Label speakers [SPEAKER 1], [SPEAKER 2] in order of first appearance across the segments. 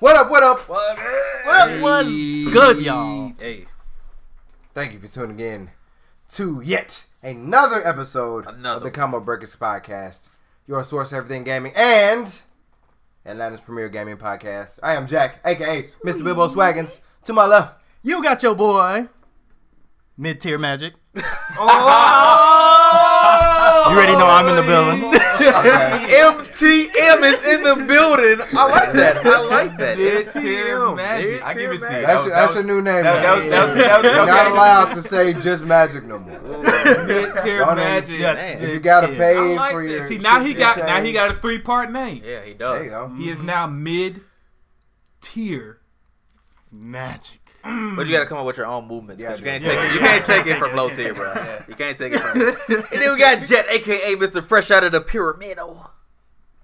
[SPEAKER 1] What up? What up?
[SPEAKER 2] What?
[SPEAKER 1] What up?
[SPEAKER 3] What's good, y'all?
[SPEAKER 2] Hey,
[SPEAKER 1] Thank you for tuning in to yet another episode
[SPEAKER 2] Another
[SPEAKER 1] of the Combo Breakers Podcast, your source for everything gaming and Atlanta's premier gaming podcast. I am Jack, aka Mr. Bilbo Swaggins. To my left,
[SPEAKER 3] You got your boy, mid tier magic.
[SPEAKER 4] Oh,
[SPEAKER 2] Oh!
[SPEAKER 3] You already know I'm in the building.
[SPEAKER 2] MTM is in the building. I like that. I like that.
[SPEAKER 4] Mid-tier magic. I give it to you.
[SPEAKER 1] that's,
[SPEAKER 4] That
[SPEAKER 1] your, that's
[SPEAKER 4] was-
[SPEAKER 1] your new name.
[SPEAKER 4] that- that
[SPEAKER 1] now.
[SPEAKER 4] was- that was- that was-
[SPEAKER 1] You're not
[SPEAKER 4] okay.
[SPEAKER 1] allowed to say just magic no more.
[SPEAKER 4] Mid-tier
[SPEAKER 1] Y'all name-
[SPEAKER 4] magic.
[SPEAKER 3] yes,
[SPEAKER 1] If you gotta
[SPEAKER 3] mid-tier.
[SPEAKER 1] pay
[SPEAKER 4] I like
[SPEAKER 1] for
[SPEAKER 4] that.
[SPEAKER 1] your
[SPEAKER 4] See now
[SPEAKER 1] shit
[SPEAKER 4] he
[SPEAKER 1] to
[SPEAKER 4] got now he
[SPEAKER 1] change.
[SPEAKER 4] got a three part name.
[SPEAKER 2] Yeah, he
[SPEAKER 1] There
[SPEAKER 2] does.
[SPEAKER 1] you go.
[SPEAKER 4] He is now mid tier.
[SPEAKER 3] magic.
[SPEAKER 2] But you gotta come up with your own movements. 'cause you
[SPEAKER 1] Yeah, I
[SPEAKER 2] can't
[SPEAKER 3] do.
[SPEAKER 2] take it. You can't take it from low tier, bro. You can't take it from. and then we got Jet, aka Mr. Fresh out of the Pyramido.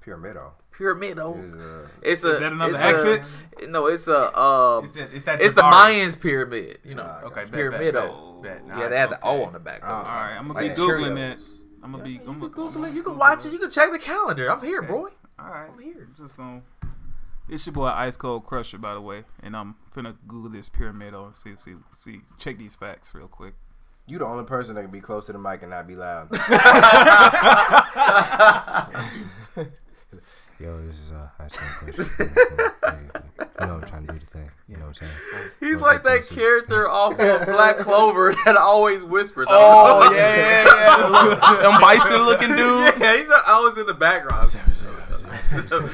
[SPEAKER 1] Pyramido.
[SPEAKER 2] Pyramido.
[SPEAKER 1] Is, uh,
[SPEAKER 2] It's a.
[SPEAKER 4] Is that another
[SPEAKER 2] it's
[SPEAKER 4] accent?
[SPEAKER 2] A, no, it's a. Um,
[SPEAKER 5] It's that, it's that
[SPEAKER 2] it's the
[SPEAKER 5] Jabari.
[SPEAKER 2] Mayans pyramid. You know.
[SPEAKER 5] Okay, bet,
[SPEAKER 2] Pyramido.
[SPEAKER 5] Bet, bet, bet. Nah,
[SPEAKER 2] yeah,
[SPEAKER 5] it's
[SPEAKER 2] they had the O
[SPEAKER 5] okay. Uh-uh.
[SPEAKER 2] on the back.
[SPEAKER 1] Oh.
[SPEAKER 4] All right, I'm gonna
[SPEAKER 1] Like
[SPEAKER 4] be
[SPEAKER 1] that.
[SPEAKER 4] googling
[SPEAKER 1] Cheerios.
[SPEAKER 4] that. I'm gonna be. I'm
[SPEAKER 2] You
[SPEAKER 4] gonna
[SPEAKER 2] can Google it. You can watch it. You can check the calendar. I'm here, boy.
[SPEAKER 4] All right,
[SPEAKER 2] I'm here.
[SPEAKER 4] Just gonna. It's your boy Ice Cold Crusher, by the way, and I'm finna Google this pyramid on see see see check these facts real quick.
[SPEAKER 1] You the only person that can be close to the mic and not be loud. Yo, this is uh, I saw a question. You know I'm trying to do the thing. You know what I'm saying?
[SPEAKER 2] He's
[SPEAKER 1] Don't
[SPEAKER 2] like
[SPEAKER 1] take
[SPEAKER 2] that
[SPEAKER 1] pussy.
[SPEAKER 2] character off of Black Clover that always whispers.
[SPEAKER 5] Oh yeah, yeah, yeah. yeah. Them bison looking dude.
[SPEAKER 2] yeah, he's always in the background.
[SPEAKER 1] Hey, yo,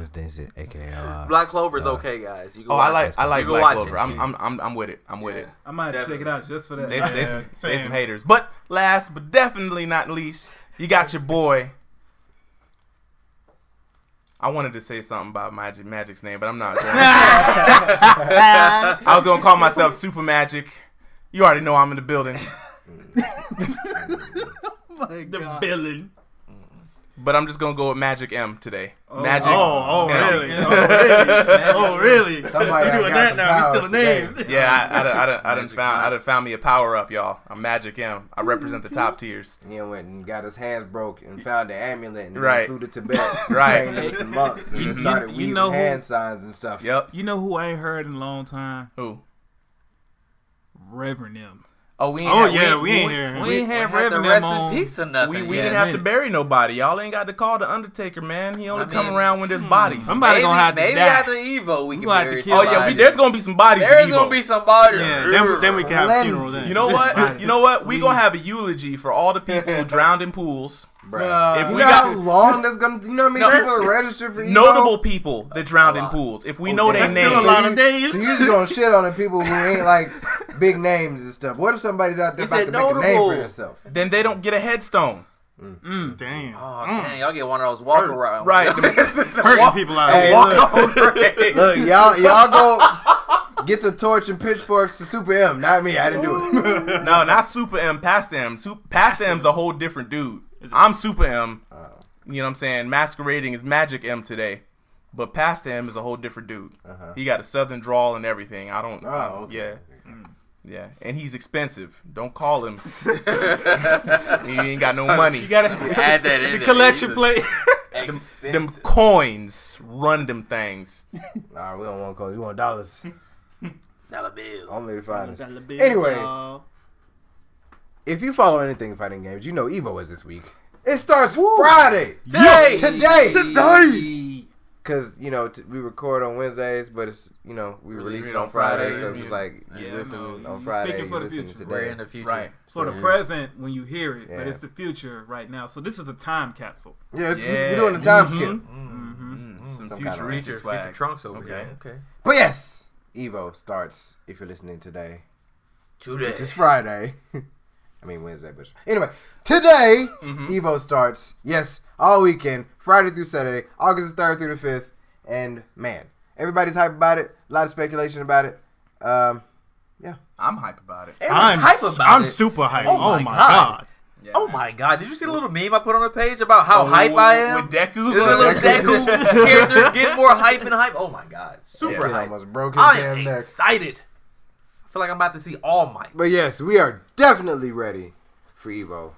[SPEAKER 1] it's Denzel, aka. Uh,
[SPEAKER 2] Black Clover's okay, guys. You can
[SPEAKER 5] Oh, I
[SPEAKER 2] watch
[SPEAKER 5] like
[SPEAKER 2] it.
[SPEAKER 5] I like
[SPEAKER 2] You can
[SPEAKER 5] Black
[SPEAKER 2] watch
[SPEAKER 5] Clover.
[SPEAKER 2] it.
[SPEAKER 5] I'm, I'm I'm I'm with it. I'm with it.
[SPEAKER 4] I might have to check it out just for that.
[SPEAKER 5] They, they, some, they
[SPEAKER 3] same.
[SPEAKER 5] some haters, but last but definitely not least, you got your boy. I wanted to say something about Magic Magic's name, but I'm not. Gonna. I was gonna call myself Super Magic. You already know I'm in the building,
[SPEAKER 3] My God.
[SPEAKER 4] billing.
[SPEAKER 5] but I'm just gonna go with Magic M today. Magic.
[SPEAKER 3] Oh, oh,
[SPEAKER 5] Yeah.
[SPEAKER 3] really? Oh, really?
[SPEAKER 1] Somebody
[SPEAKER 3] You're doing
[SPEAKER 1] got
[SPEAKER 3] that
[SPEAKER 1] some
[SPEAKER 3] now. We still
[SPEAKER 1] powers today.
[SPEAKER 3] names.
[SPEAKER 5] Yeah, I, I, done- I, done- I done
[SPEAKER 2] Magic
[SPEAKER 5] found I
[SPEAKER 2] M.
[SPEAKER 5] done found me a power up, y'all. I'm Magic M. I represent the top tiers.
[SPEAKER 1] He went and got his hands broke and found the amulet and
[SPEAKER 5] Right.
[SPEAKER 1] flew to Tibet.
[SPEAKER 5] Right.
[SPEAKER 1] Trained him some monks and then
[SPEAKER 4] you-
[SPEAKER 1] started
[SPEAKER 4] you
[SPEAKER 1] weaving
[SPEAKER 4] know who-
[SPEAKER 1] hand signs and stuff.
[SPEAKER 5] Yep.
[SPEAKER 4] You know who I ain't heard in a long time?
[SPEAKER 5] Who?
[SPEAKER 4] Reverend M.
[SPEAKER 5] Oh, we. Ain't
[SPEAKER 3] Oh
[SPEAKER 5] had-
[SPEAKER 3] yeah,
[SPEAKER 5] we-
[SPEAKER 3] we ain't here.
[SPEAKER 4] We ain't
[SPEAKER 2] We
[SPEAKER 4] had
[SPEAKER 2] had the
[SPEAKER 4] Reverend
[SPEAKER 2] rest
[SPEAKER 4] M
[SPEAKER 2] in
[SPEAKER 4] on.
[SPEAKER 2] peace or nothing.
[SPEAKER 5] We, we
[SPEAKER 2] yeah.
[SPEAKER 5] didn't have to
[SPEAKER 4] minute.
[SPEAKER 5] bury nobody. Y'all ain't got to call the Undertaker, man. He only
[SPEAKER 2] I
[SPEAKER 5] come
[SPEAKER 2] mean,
[SPEAKER 5] around when there's bodies.
[SPEAKER 4] Somebody
[SPEAKER 2] maybe,
[SPEAKER 4] gonna have to
[SPEAKER 2] maybe
[SPEAKER 4] die.
[SPEAKER 2] after Evo we can
[SPEAKER 4] gonna have
[SPEAKER 2] bury
[SPEAKER 4] to kill
[SPEAKER 5] oh yeah,
[SPEAKER 2] somebody.
[SPEAKER 5] we, there's gonna be some bodies.
[SPEAKER 2] There's
[SPEAKER 5] in Evo.
[SPEAKER 2] gonna be somebody.
[SPEAKER 3] Yeah, then, then we can have a funeral then.
[SPEAKER 5] You know what?
[SPEAKER 3] Bodies.
[SPEAKER 5] You know what? We gonna have a eulogy for all the people who drowned in pools.
[SPEAKER 3] Uh,
[SPEAKER 1] Bruh.
[SPEAKER 5] If
[SPEAKER 1] You
[SPEAKER 5] we
[SPEAKER 1] know
[SPEAKER 5] got
[SPEAKER 1] how long that's gonna, you know what I mean?
[SPEAKER 5] No.
[SPEAKER 1] People are registered for
[SPEAKER 5] notable people that drowned in
[SPEAKER 2] lot.
[SPEAKER 5] pools, if we
[SPEAKER 1] Okay.
[SPEAKER 5] know their
[SPEAKER 3] That's
[SPEAKER 1] That's
[SPEAKER 3] still a
[SPEAKER 1] names.
[SPEAKER 5] name,
[SPEAKER 3] lot of days.
[SPEAKER 1] So you just gonna shit on the people who ain't like big names and stuff. What if somebody's out there
[SPEAKER 2] You
[SPEAKER 1] about
[SPEAKER 2] said
[SPEAKER 1] to make a name
[SPEAKER 2] notable.
[SPEAKER 1] for themselves?
[SPEAKER 5] then they don't get a headstone.
[SPEAKER 3] Mm, damn.
[SPEAKER 2] Oh man, y'all get one of those walk around.
[SPEAKER 5] Right.
[SPEAKER 3] Hurting people out
[SPEAKER 1] Hey,
[SPEAKER 3] here.
[SPEAKER 1] look, look, y'all, y'all go get the torch and pitchforks to Super M. Not me. I didn't do it.
[SPEAKER 5] No, not Super M, Past M. Super, Past M's a whole different dude. I'm Super M. You know what I'm saying? Masquerading as Magic M today. But Past M is a whole different dude. He got a southern drawl and everything. I don't. I don't-
[SPEAKER 1] okay.
[SPEAKER 5] Yeah. Yeah. And he's expensive. Don't call him. he ain't got no money.
[SPEAKER 4] You gotta
[SPEAKER 2] Add that in
[SPEAKER 4] the
[SPEAKER 2] there.
[SPEAKER 4] collection
[SPEAKER 2] He's
[SPEAKER 4] plate.
[SPEAKER 2] expensive.
[SPEAKER 5] Them coins run them things.
[SPEAKER 1] All right, we don't want coins. We want dollars.
[SPEAKER 2] dollar bill.
[SPEAKER 1] Only the finest. Anyway.
[SPEAKER 3] Anyway,
[SPEAKER 1] If you follow anything fighting games, you know Evo is this week. It starts Friday.
[SPEAKER 2] Today.
[SPEAKER 1] Today.
[SPEAKER 2] Today.
[SPEAKER 1] Cause you know t- we record on Wednesdays, but it's you know we release it on Friday, so it's just like you
[SPEAKER 4] Yeah,
[SPEAKER 1] listen
[SPEAKER 4] no, you-
[SPEAKER 1] on
[SPEAKER 4] you
[SPEAKER 1] Friday,
[SPEAKER 4] speaking
[SPEAKER 1] you
[SPEAKER 4] for the
[SPEAKER 1] listen
[SPEAKER 4] future.
[SPEAKER 2] We're
[SPEAKER 1] today.
[SPEAKER 2] in the future.
[SPEAKER 5] Right.
[SPEAKER 4] For the
[SPEAKER 1] Yeah.
[SPEAKER 4] present when you hear it,
[SPEAKER 1] Yeah.
[SPEAKER 4] but it's the future right now. So this is a time capsule.
[SPEAKER 1] Yeah, it's,
[SPEAKER 5] Yeah. mm-hmm.
[SPEAKER 1] we're doing the time skip. Some
[SPEAKER 5] Some
[SPEAKER 1] kind of
[SPEAKER 5] futuristic
[SPEAKER 2] Future,
[SPEAKER 5] swag.
[SPEAKER 2] future trunks over
[SPEAKER 5] Okay.
[SPEAKER 2] here. Okay.
[SPEAKER 1] But yes, Evo starts if you're listening today.
[SPEAKER 2] Today.
[SPEAKER 1] It's Friday. I mean Wednesday, but anyway, today
[SPEAKER 5] Mm-hmm.
[SPEAKER 1] Evo starts. Yes, all weekend, Friday through Saturday, August the third through the fifth, and man, everybody's hype about it. A lot of speculation about it. Um,
[SPEAKER 5] I'm hype about it.
[SPEAKER 2] Everyone's
[SPEAKER 3] I'm,
[SPEAKER 2] hype about
[SPEAKER 3] I'm
[SPEAKER 2] it.
[SPEAKER 3] super hype.
[SPEAKER 2] Oh
[SPEAKER 3] Oh,
[SPEAKER 2] my
[SPEAKER 3] my
[SPEAKER 2] God.
[SPEAKER 3] god.
[SPEAKER 2] Oh my god, did you see the little meme I put on the page about how hype I am?
[SPEAKER 5] Oh, With Deku.
[SPEAKER 2] There's a little
[SPEAKER 1] Deku.
[SPEAKER 2] Deku character getting more hype and hype. Oh my god, super
[SPEAKER 1] kid
[SPEAKER 2] hype.
[SPEAKER 1] almost broke his
[SPEAKER 2] I
[SPEAKER 1] damn
[SPEAKER 2] am
[SPEAKER 1] neck.
[SPEAKER 2] excited. I feel like I'm about to see All Might.
[SPEAKER 1] But yes, we are definitely ready for Evo.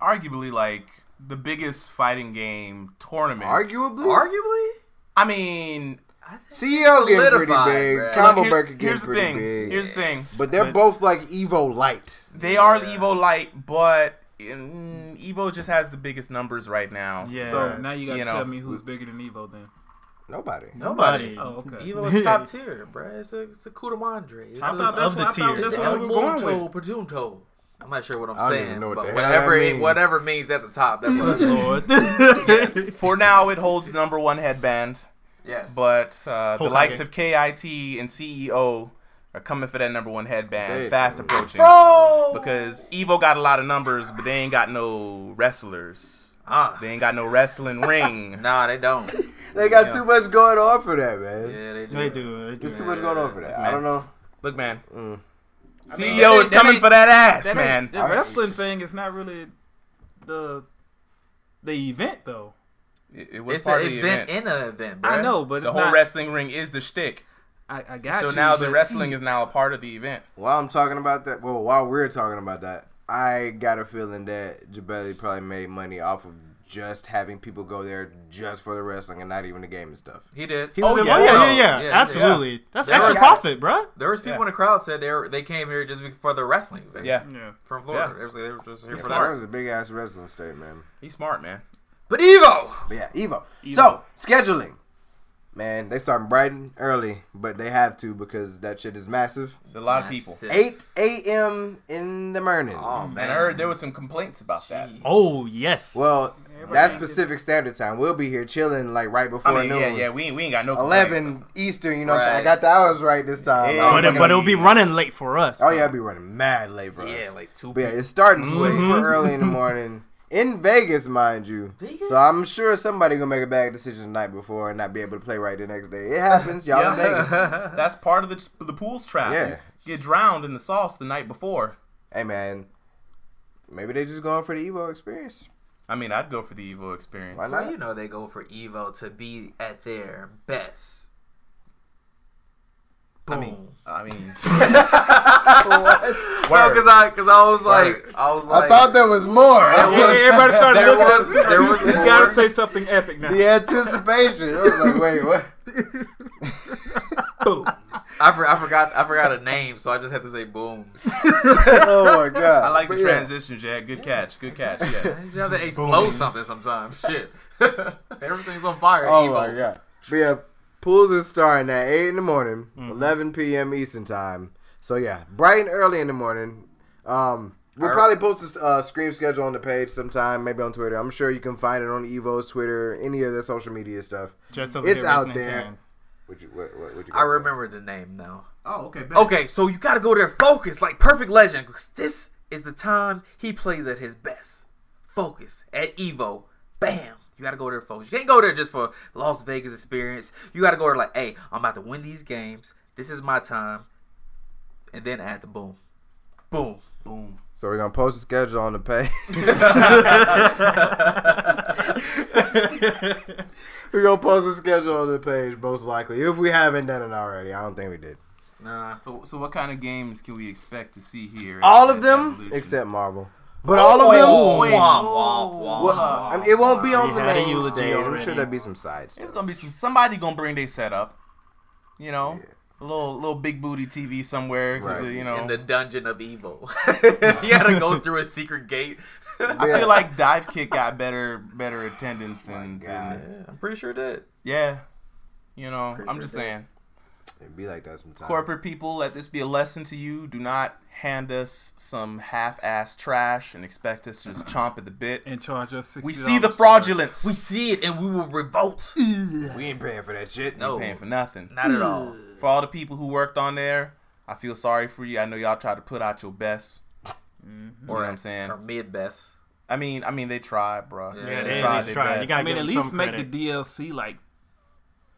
[SPEAKER 5] arguably like the biggest fighting game tournament.
[SPEAKER 1] Arguably,
[SPEAKER 2] Arguably?
[SPEAKER 5] I mean,
[SPEAKER 1] CEO getting pretty
[SPEAKER 2] solidified,
[SPEAKER 1] big.
[SPEAKER 2] bruh.
[SPEAKER 1] Combo
[SPEAKER 5] Here-
[SPEAKER 1] Breaker getting
[SPEAKER 5] here's the
[SPEAKER 1] pretty
[SPEAKER 5] thing.
[SPEAKER 1] big.
[SPEAKER 5] Here's the thing.
[SPEAKER 1] but they're both like Evo light.
[SPEAKER 5] They are the Evo light, but mm, Evo just has the biggest numbers right now.
[SPEAKER 3] Yeah.
[SPEAKER 4] So now you gotta
[SPEAKER 5] You know.
[SPEAKER 4] tell me who's bigger than Evo then.
[SPEAKER 1] Nobody.
[SPEAKER 5] Nobody.
[SPEAKER 4] Oh, okay.
[SPEAKER 2] Evo is top tier, bruh. It's a it's a Kudamandre. It's
[SPEAKER 3] Top
[SPEAKER 2] a-
[SPEAKER 3] of
[SPEAKER 2] that's what
[SPEAKER 3] the
[SPEAKER 2] I thought-
[SPEAKER 3] tier.
[SPEAKER 2] That's
[SPEAKER 5] The
[SPEAKER 2] what
[SPEAKER 5] hell
[SPEAKER 2] we
[SPEAKER 5] we
[SPEAKER 2] were
[SPEAKER 5] going
[SPEAKER 2] going to. Patunto. I'm not sure what I'm
[SPEAKER 1] I don't
[SPEAKER 2] saying,
[SPEAKER 1] even know what
[SPEAKER 2] but
[SPEAKER 1] the hell that
[SPEAKER 2] whatever it,
[SPEAKER 1] means.
[SPEAKER 2] whatever means at the top. That's what. it-
[SPEAKER 3] Lord.
[SPEAKER 5] For now, it holds the number one headband,
[SPEAKER 2] yes,
[SPEAKER 5] but uh, the
[SPEAKER 3] Hokage.
[SPEAKER 5] likes of KIT and CEO are coming for that number one headband,
[SPEAKER 1] They-
[SPEAKER 5] fast approaching. Because Evo got a lot of numbers, but they ain't got no wrestlers.
[SPEAKER 2] ah,
[SPEAKER 5] They ain't got no wrestling ring.
[SPEAKER 2] nah, they don't.
[SPEAKER 1] They got
[SPEAKER 5] Yeah.
[SPEAKER 1] too much going on for that, man.
[SPEAKER 2] Yeah, they do.
[SPEAKER 3] They do. They do.
[SPEAKER 1] There's too much going on for that. I don't know.
[SPEAKER 5] Look, man.
[SPEAKER 1] Mm.
[SPEAKER 5] CEO is
[SPEAKER 4] that ain't-
[SPEAKER 5] coming for that ass,
[SPEAKER 4] That ain't-
[SPEAKER 5] man.
[SPEAKER 4] the wrestling thing is not really the the event though.
[SPEAKER 5] It, it was
[SPEAKER 2] It's
[SPEAKER 5] part
[SPEAKER 2] an
[SPEAKER 5] of the event.
[SPEAKER 2] event in an event, bruh.
[SPEAKER 4] I know, but
[SPEAKER 5] the
[SPEAKER 4] it's
[SPEAKER 5] whole
[SPEAKER 4] not.
[SPEAKER 5] wrestling ring is the shtick.
[SPEAKER 4] I, I got
[SPEAKER 5] So
[SPEAKER 4] you,
[SPEAKER 5] now the
[SPEAKER 4] but-
[SPEAKER 5] wrestling is now a part of the event.
[SPEAKER 1] While I'm talking about that, well, while we're talking about that, I got a feeling that Jabelli probably made money off of just having people go there just for the wrestling and not even the game and stuff.
[SPEAKER 2] He did.
[SPEAKER 1] He was
[SPEAKER 5] Oh,
[SPEAKER 1] in
[SPEAKER 5] yeah,
[SPEAKER 3] Oh
[SPEAKER 1] Florida.
[SPEAKER 3] yeah, yeah,
[SPEAKER 2] Yeah,
[SPEAKER 3] yeah,
[SPEAKER 2] yeah.
[SPEAKER 3] absolutely. That's
[SPEAKER 2] There
[SPEAKER 3] extra
[SPEAKER 2] was-
[SPEAKER 3] profit, bruh.
[SPEAKER 2] There was people
[SPEAKER 5] Yeah.
[SPEAKER 2] in the crowd said they were, they came here just for the wrestling. Thing
[SPEAKER 5] Yeah,
[SPEAKER 4] Yeah.
[SPEAKER 2] from Florida.
[SPEAKER 5] Yeah.
[SPEAKER 2] They was- they were just here for
[SPEAKER 1] That
[SPEAKER 2] that.
[SPEAKER 1] was a big ass wrestling state, man.
[SPEAKER 5] he's smart, man.
[SPEAKER 2] But Evo,
[SPEAKER 1] But yeah, Evo.
[SPEAKER 4] Evo.
[SPEAKER 1] So scheduling, man, they start bright and early, but they have to because that shit is massive.
[SPEAKER 5] It's a lot of
[SPEAKER 2] That's
[SPEAKER 5] people.
[SPEAKER 2] it.
[SPEAKER 1] 8 a.m. in the morning.
[SPEAKER 2] Oh man,
[SPEAKER 5] And I heard there was some complaints about that.
[SPEAKER 3] Oh yes.
[SPEAKER 1] Well, that's Pacific Standard Time. We'll be here chilling like right
[SPEAKER 5] I
[SPEAKER 1] before
[SPEAKER 5] mean,
[SPEAKER 1] noon.
[SPEAKER 5] yeah, yeah, we ain't, we ain't got no complaints.
[SPEAKER 1] 11 Eastern, you know what I'm saying? I
[SPEAKER 2] Right.
[SPEAKER 1] got the hours right this time.
[SPEAKER 5] Yeah.
[SPEAKER 1] Oh,
[SPEAKER 3] but, it, but it'll be running late for us.
[SPEAKER 1] Oh yeah, I'll be running mad late for
[SPEAKER 2] yeah,
[SPEAKER 1] us.
[SPEAKER 2] like two.
[SPEAKER 1] But yeah,
[SPEAKER 2] people.
[SPEAKER 1] it's starting
[SPEAKER 5] Mm-hmm.
[SPEAKER 1] super early in the morning in Vegas, mind you.
[SPEAKER 2] Vegas?
[SPEAKER 1] So I'm sure somebody gonna make a bad decision the night before and not be able to play right the next day. It happens, y'all in Vegas.
[SPEAKER 5] That's part of the the pool's trap.
[SPEAKER 1] Yeah.
[SPEAKER 5] You get drowned in the sauce the night before.
[SPEAKER 1] Hey man, maybe they just going for the Evo experience.
[SPEAKER 5] I mean, I'd go for the Evo experience.
[SPEAKER 1] Why not?
[SPEAKER 2] So you know they go for Evo to be at their best.
[SPEAKER 5] I
[SPEAKER 2] Boom.
[SPEAKER 5] mean, I mean,
[SPEAKER 2] Well, because I, because I was like, I was like,
[SPEAKER 1] I thought there was more.
[SPEAKER 4] Yeah, everybody started
[SPEAKER 2] There
[SPEAKER 4] looking at
[SPEAKER 2] was-
[SPEAKER 4] us.
[SPEAKER 2] there
[SPEAKER 4] You-
[SPEAKER 2] was
[SPEAKER 4] you
[SPEAKER 2] more.
[SPEAKER 4] gotta say something epic now.
[SPEAKER 1] the anticipation. I was like, wait, what?
[SPEAKER 4] Boom.
[SPEAKER 2] I, for, I forgot, I forgot a name, so I just had to say boom.
[SPEAKER 1] Oh my god.
[SPEAKER 5] I like the
[SPEAKER 1] But yeah.
[SPEAKER 5] transition, Jack. Good catch. Good catch. Yeah.
[SPEAKER 2] You have to explode something sometimes. Shit, everything's on fire. at
[SPEAKER 1] Oh
[SPEAKER 2] Evo.
[SPEAKER 1] my god. But yeah, pools is starting at eight in the morning,
[SPEAKER 2] Mm-hmm.
[SPEAKER 1] eleven p.m. Eastern time. So yeah, bright and early in the morning. Um, we'll probably
[SPEAKER 2] Alright.
[SPEAKER 1] post this uh, scream schedule on the page sometime, maybe on Twitter. I'm sure you can find it on Evo's Twitter, any of their social media stuff.
[SPEAKER 3] Jets over
[SPEAKER 1] It's
[SPEAKER 3] here
[SPEAKER 1] out
[SPEAKER 3] raising his
[SPEAKER 1] there.
[SPEAKER 3] hand.
[SPEAKER 1] Would you, what, what, what you
[SPEAKER 2] I
[SPEAKER 1] guys say?
[SPEAKER 2] remember the name now.
[SPEAKER 5] Oh, okay.
[SPEAKER 2] Okay, so you gotta go there focused, like perfect legend. 'cause this is the time he plays at his best. Focus at Evo. Bam. You gotta go there focused. You can't go there just for Las Vegas experience. You gotta go there like, hey, I'm about to win these games. This is my time. And then add the boom. Boom.
[SPEAKER 5] Boom.
[SPEAKER 1] So we're gonna post the schedule on the page. we're gonna post the schedule on the page, most likely, if we haven't done it already. I don't think we did.
[SPEAKER 2] Nah.
[SPEAKER 5] So, so what kind of games can we expect to see here?
[SPEAKER 1] All
[SPEAKER 5] at
[SPEAKER 1] of them
[SPEAKER 5] Evolution?
[SPEAKER 1] except Marvel. But all
[SPEAKER 2] Oh,
[SPEAKER 1] of them.
[SPEAKER 5] wait.
[SPEAKER 2] Wah, wah, wah.
[SPEAKER 1] Well, I mean, it won't be on
[SPEAKER 3] We
[SPEAKER 1] the
[SPEAKER 3] had a
[SPEAKER 1] main
[SPEAKER 3] eulogy
[SPEAKER 1] stage. I'm
[SPEAKER 3] already.
[SPEAKER 1] sure there'll be some side
[SPEAKER 5] It's
[SPEAKER 1] stuff.
[SPEAKER 5] gonna be some somebody gonna bring their setup. You know, a little little big booty TV somewhere. 'cause,
[SPEAKER 1] Right.
[SPEAKER 5] uh, You know,
[SPEAKER 2] In the dungeon of evil. you gotta go through a secret gate.
[SPEAKER 5] I
[SPEAKER 1] Yeah. Oh
[SPEAKER 5] feel like Dive Kick got better better attendance than, than
[SPEAKER 2] Yeah, I'm pretty sure that.
[SPEAKER 5] yeah. You know,
[SPEAKER 2] Pretty
[SPEAKER 5] I'm
[SPEAKER 2] sure
[SPEAKER 5] just
[SPEAKER 2] they-
[SPEAKER 5] saying.
[SPEAKER 1] It'd be like that sometimes.
[SPEAKER 5] Corporate people, let this be a lesson to you. Do not hand us some half ass trash and expect us to just chomp at the bit.
[SPEAKER 4] And charge us sixty.
[SPEAKER 5] We see the fraudulence.
[SPEAKER 2] We see it and we will revolt.
[SPEAKER 1] We ain't paying for that shit.
[SPEAKER 2] No.
[SPEAKER 5] We paying for nothing.
[SPEAKER 2] Not at all.
[SPEAKER 5] For all the people who worked on there, I feel sorry for you. I know y'all tried to put out your best.
[SPEAKER 3] Mm-hmm.
[SPEAKER 5] You know what I'm saying?
[SPEAKER 2] Or mid best.
[SPEAKER 5] I mean, I mean they tried, bro.
[SPEAKER 2] Yeah,
[SPEAKER 3] they at
[SPEAKER 5] tried
[SPEAKER 3] least
[SPEAKER 5] their
[SPEAKER 3] tried. You
[SPEAKER 5] best.
[SPEAKER 4] I
[SPEAKER 3] gotta-
[SPEAKER 4] mean,
[SPEAKER 3] give
[SPEAKER 4] at
[SPEAKER 3] them some
[SPEAKER 4] least make
[SPEAKER 3] credit.
[SPEAKER 4] the DLC like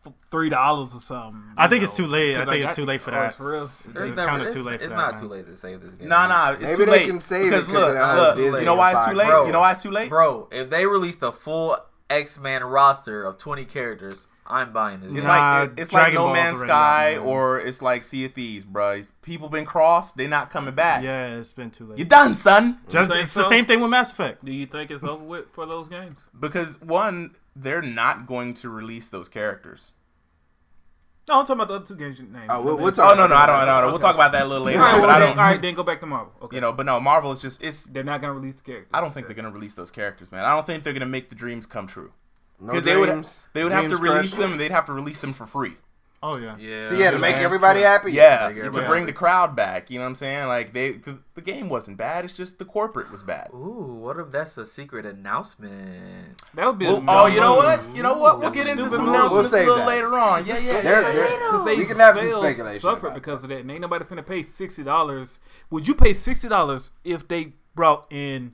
[SPEAKER 4] f- three dollars or something.
[SPEAKER 3] I
[SPEAKER 4] you
[SPEAKER 3] think it's
[SPEAKER 4] know,
[SPEAKER 3] too late. I
[SPEAKER 4] because
[SPEAKER 3] think it's
[SPEAKER 4] got-
[SPEAKER 3] too late for
[SPEAKER 4] oh,
[SPEAKER 3] that.
[SPEAKER 4] It's real.
[SPEAKER 3] It's
[SPEAKER 2] never-
[SPEAKER 3] kinda too late for
[SPEAKER 2] It's
[SPEAKER 3] that,
[SPEAKER 2] not
[SPEAKER 3] man.
[SPEAKER 2] too late to save this game.
[SPEAKER 5] Nah, nah, it's
[SPEAKER 1] Maybe
[SPEAKER 5] too
[SPEAKER 1] they
[SPEAKER 5] late.
[SPEAKER 1] can save it
[SPEAKER 5] because
[SPEAKER 1] 'cause
[SPEAKER 5] look,
[SPEAKER 1] they're out of
[SPEAKER 5] look,
[SPEAKER 1] Disney
[SPEAKER 5] you know why it's too
[SPEAKER 1] and
[SPEAKER 5] late?
[SPEAKER 1] Fox.
[SPEAKER 5] You know why it's too late?
[SPEAKER 2] Bro, if they release the full X Men roster of 20 characters, I'm buying this.
[SPEAKER 5] It's
[SPEAKER 2] game.
[SPEAKER 3] Nah,
[SPEAKER 5] like it- it's like
[SPEAKER 3] Dragon
[SPEAKER 5] No
[SPEAKER 3] Ball's
[SPEAKER 5] Man's
[SPEAKER 3] already out,
[SPEAKER 5] Sky
[SPEAKER 3] man.
[SPEAKER 5] or it's like Sea of Thieves, bro. people been crossed, they not coming back.
[SPEAKER 3] Yeah, it's been too late.
[SPEAKER 5] You done, son.
[SPEAKER 3] Just,
[SPEAKER 4] think
[SPEAKER 3] it's
[SPEAKER 4] so?
[SPEAKER 3] the same thing with Mass Effect.
[SPEAKER 4] Do you think it's over with for those games?
[SPEAKER 5] Because one, they're not going to release those characters.
[SPEAKER 4] No, I'm talking about the other two games you named.
[SPEAKER 1] Oh, we'll, we'll
[SPEAKER 5] Oh
[SPEAKER 1] talk
[SPEAKER 5] no, no, I
[SPEAKER 1] about
[SPEAKER 5] don't.
[SPEAKER 1] that.
[SPEAKER 5] I don't. We'll talk about that a little later.
[SPEAKER 4] all right,
[SPEAKER 5] But I
[SPEAKER 4] well, then, all right,
[SPEAKER 5] don't.
[SPEAKER 4] then go back to Marvel. Okay,
[SPEAKER 5] You know, but no, Marvel is just it's.
[SPEAKER 4] they're not gonna release the character.
[SPEAKER 5] I don't think they're gonna release those characters, man. I don't think they're gonna make the dreams come true
[SPEAKER 1] No
[SPEAKER 5] because they would
[SPEAKER 1] Oh, dreams,
[SPEAKER 5] they would have
[SPEAKER 1] dreams
[SPEAKER 5] to release
[SPEAKER 1] crushed.
[SPEAKER 5] them. and They'd have to release them for free.
[SPEAKER 3] Oh yeah.
[SPEAKER 2] Yeah.
[SPEAKER 1] So yeah, to
[SPEAKER 5] Yeah,
[SPEAKER 1] make
[SPEAKER 5] man,
[SPEAKER 1] everybody happy.
[SPEAKER 5] Yeah,
[SPEAKER 1] Like,
[SPEAKER 5] to
[SPEAKER 1] everybody-
[SPEAKER 5] bring the crowd back. You know what I'm saying? Like they, the, the game wasn't bad. It's just the corporate was bad.
[SPEAKER 2] Ooh, what if that's a secret announcement?
[SPEAKER 4] That would be. a
[SPEAKER 5] Well,
[SPEAKER 4] dumb
[SPEAKER 5] oh, you know
[SPEAKER 4] move.
[SPEAKER 5] what? You know what? We'll
[SPEAKER 4] That's a
[SPEAKER 5] get into
[SPEAKER 4] stupid
[SPEAKER 5] some
[SPEAKER 4] move.
[SPEAKER 5] announcements
[SPEAKER 1] We'll
[SPEAKER 5] a
[SPEAKER 1] save
[SPEAKER 5] little
[SPEAKER 1] that.
[SPEAKER 5] later on. Yeah, yeah.
[SPEAKER 1] They're-
[SPEAKER 5] yeah,
[SPEAKER 1] they're-
[SPEAKER 5] yeah.
[SPEAKER 1] Because
[SPEAKER 4] Say
[SPEAKER 1] we can have some
[SPEAKER 4] sales
[SPEAKER 1] speculation
[SPEAKER 4] suffered
[SPEAKER 1] about
[SPEAKER 4] because of that, and ain't nobody finna pay sixty dollars. Would you pay sixty dollars if they brought in?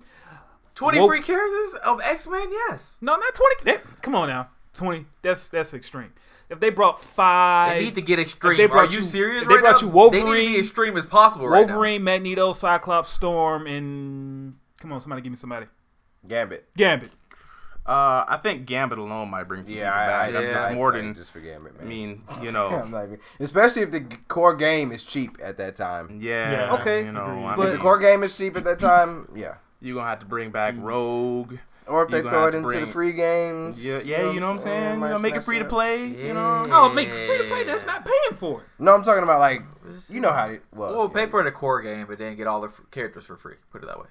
[SPEAKER 2] Twenty
[SPEAKER 4] Woke-
[SPEAKER 2] free characters of X Men? Yes.
[SPEAKER 4] No, not twenty. That, come on now, twenty. That's that's extreme. If they brought five,
[SPEAKER 2] They need to get extreme.
[SPEAKER 4] If they brought
[SPEAKER 2] Are you,
[SPEAKER 4] you-
[SPEAKER 2] serious?
[SPEAKER 4] if they
[SPEAKER 2] right
[SPEAKER 4] brought
[SPEAKER 2] now?
[SPEAKER 4] you Wolverine-
[SPEAKER 2] They need to be extreme as possible. Right now.
[SPEAKER 4] Wolverine, Magneto, Cyclops, Storm, and come on, somebody give me somebody.
[SPEAKER 1] Gambit.
[SPEAKER 4] Gambit.
[SPEAKER 5] Uh, I think Gambit alone might bring some
[SPEAKER 1] Yeah,
[SPEAKER 5] people
[SPEAKER 1] I, I,
[SPEAKER 5] back. I'm
[SPEAKER 2] yeah,
[SPEAKER 5] just
[SPEAKER 1] I-
[SPEAKER 5] more
[SPEAKER 1] I
[SPEAKER 5] than.
[SPEAKER 1] just for Gambit,
[SPEAKER 5] I
[SPEAKER 1] man.
[SPEAKER 5] mean, you know.
[SPEAKER 1] I'm not even- especially if the g- core game is cheap at that time.
[SPEAKER 5] Yeah.
[SPEAKER 3] Yeah,
[SPEAKER 4] Okay.
[SPEAKER 5] You know, I
[SPEAKER 4] But-
[SPEAKER 1] If the
[SPEAKER 5] mean,
[SPEAKER 1] core game is cheap at that time, yeah.
[SPEAKER 5] you gonna have to bring back
[SPEAKER 1] Mm.
[SPEAKER 5] Rogue.
[SPEAKER 1] Or if
[SPEAKER 5] You
[SPEAKER 1] they
[SPEAKER 5] gonna
[SPEAKER 1] throw
[SPEAKER 5] have
[SPEAKER 1] it
[SPEAKER 5] to
[SPEAKER 1] into the
[SPEAKER 5] bring-
[SPEAKER 1] free games.
[SPEAKER 5] Yeah, yeah. You know what I'm saying? You
[SPEAKER 1] uh, might
[SPEAKER 5] know, make
[SPEAKER 1] snatch
[SPEAKER 5] it free to
[SPEAKER 1] up.
[SPEAKER 5] play. You know.
[SPEAKER 2] Yeah.
[SPEAKER 4] Oh, make it free to play. That's not paying for it.
[SPEAKER 1] No, I'm talking about like you know how it. Well,
[SPEAKER 5] Oh,
[SPEAKER 2] We'll
[SPEAKER 1] yeah.
[SPEAKER 2] pay for the core game, but then get all the f- characters for free. Put it that way.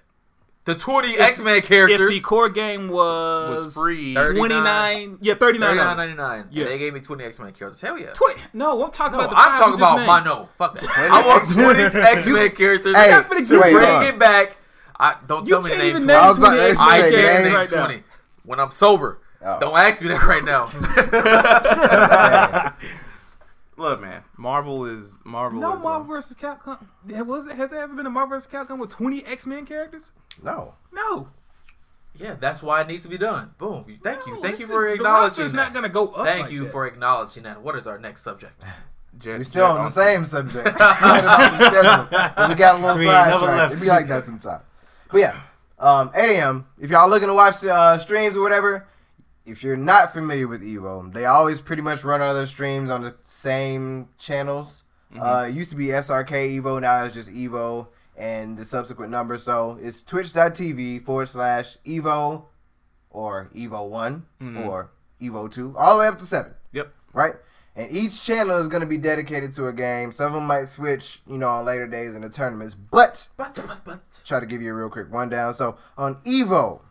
[SPEAKER 2] The twenty X Men characters
[SPEAKER 4] If the core game was,
[SPEAKER 5] Was free.
[SPEAKER 4] twenty nine, yeah, thirty
[SPEAKER 2] thirty nine
[SPEAKER 4] nine.
[SPEAKER 2] ninety nine.
[SPEAKER 4] Yeah.
[SPEAKER 2] Yeah, they gave me twenty X Men characters. Hell yeah.
[SPEAKER 4] Twenty. No, I'm talking
[SPEAKER 2] No,
[SPEAKER 4] about. The
[SPEAKER 2] I'm
[SPEAKER 4] five
[SPEAKER 2] talking
[SPEAKER 4] you just
[SPEAKER 2] about
[SPEAKER 4] named.
[SPEAKER 2] my no. Fuck that.
[SPEAKER 1] Twenty
[SPEAKER 2] I want
[SPEAKER 1] X-
[SPEAKER 2] twenty X Men characters.
[SPEAKER 1] Hey,
[SPEAKER 2] Y'all finna
[SPEAKER 1] so wait,
[SPEAKER 2] bring
[SPEAKER 1] hold on.
[SPEAKER 2] it back. I don't
[SPEAKER 4] You
[SPEAKER 2] tell me the
[SPEAKER 4] can't
[SPEAKER 2] name
[SPEAKER 4] even
[SPEAKER 2] twenty.
[SPEAKER 1] I
[SPEAKER 4] name
[SPEAKER 1] was about to
[SPEAKER 4] twenty X
[SPEAKER 1] say,
[SPEAKER 2] I
[SPEAKER 4] Men
[SPEAKER 1] name
[SPEAKER 2] can't name
[SPEAKER 4] characters right now.
[SPEAKER 2] twenty when I'm sober.
[SPEAKER 1] Oh.
[SPEAKER 2] Don't ask me that right now.
[SPEAKER 5] Look, man. Marvel is Marvel.
[SPEAKER 4] No
[SPEAKER 5] is a-
[SPEAKER 4] Marvel vs. Capcom. There was has there ever been a Marvel vs. Capcom with twenty X Men characters?
[SPEAKER 1] No,
[SPEAKER 4] No.
[SPEAKER 2] yeah, that's why it needs to be done. Boom. Thank you.
[SPEAKER 4] No,
[SPEAKER 2] Thank
[SPEAKER 4] it's-
[SPEAKER 2] you for
[SPEAKER 4] the
[SPEAKER 2] acknowledging.
[SPEAKER 4] roster's
[SPEAKER 2] that.
[SPEAKER 4] not gonna go up.
[SPEAKER 2] Thank
[SPEAKER 4] like
[SPEAKER 2] you
[SPEAKER 4] that.
[SPEAKER 2] for acknowledging that. What is our next subject?
[SPEAKER 5] Jet-
[SPEAKER 1] we still
[SPEAKER 5] Jet
[SPEAKER 1] on the
[SPEAKER 5] Onsen.
[SPEAKER 1] same subject. It's right on the schedule. But we got a little
[SPEAKER 3] We ain't never
[SPEAKER 1] sidetracked.
[SPEAKER 3] left.
[SPEAKER 1] It'd be like that sometimes. But yeah, um, 8 a.m. If y'all looking to watch uh, streams or whatever, if you're not familiar with Evo, they always pretty much run other streams on the same channels. Uh, it used to be SRK Evo, E now it's just Evo and the subsequent number. So it's twitch.tv forward slash Evo or Evo one or Evo two, all the way up to seven
[SPEAKER 5] Yep.
[SPEAKER 1] right? And each channel is going to be dedicated to a game. Some of them might switch, you know, on later days in the tournaments, but
[SPEAKER 2] But, but, but.
[SPEAKER 1] try to give you a real quick rundown. So on Evo,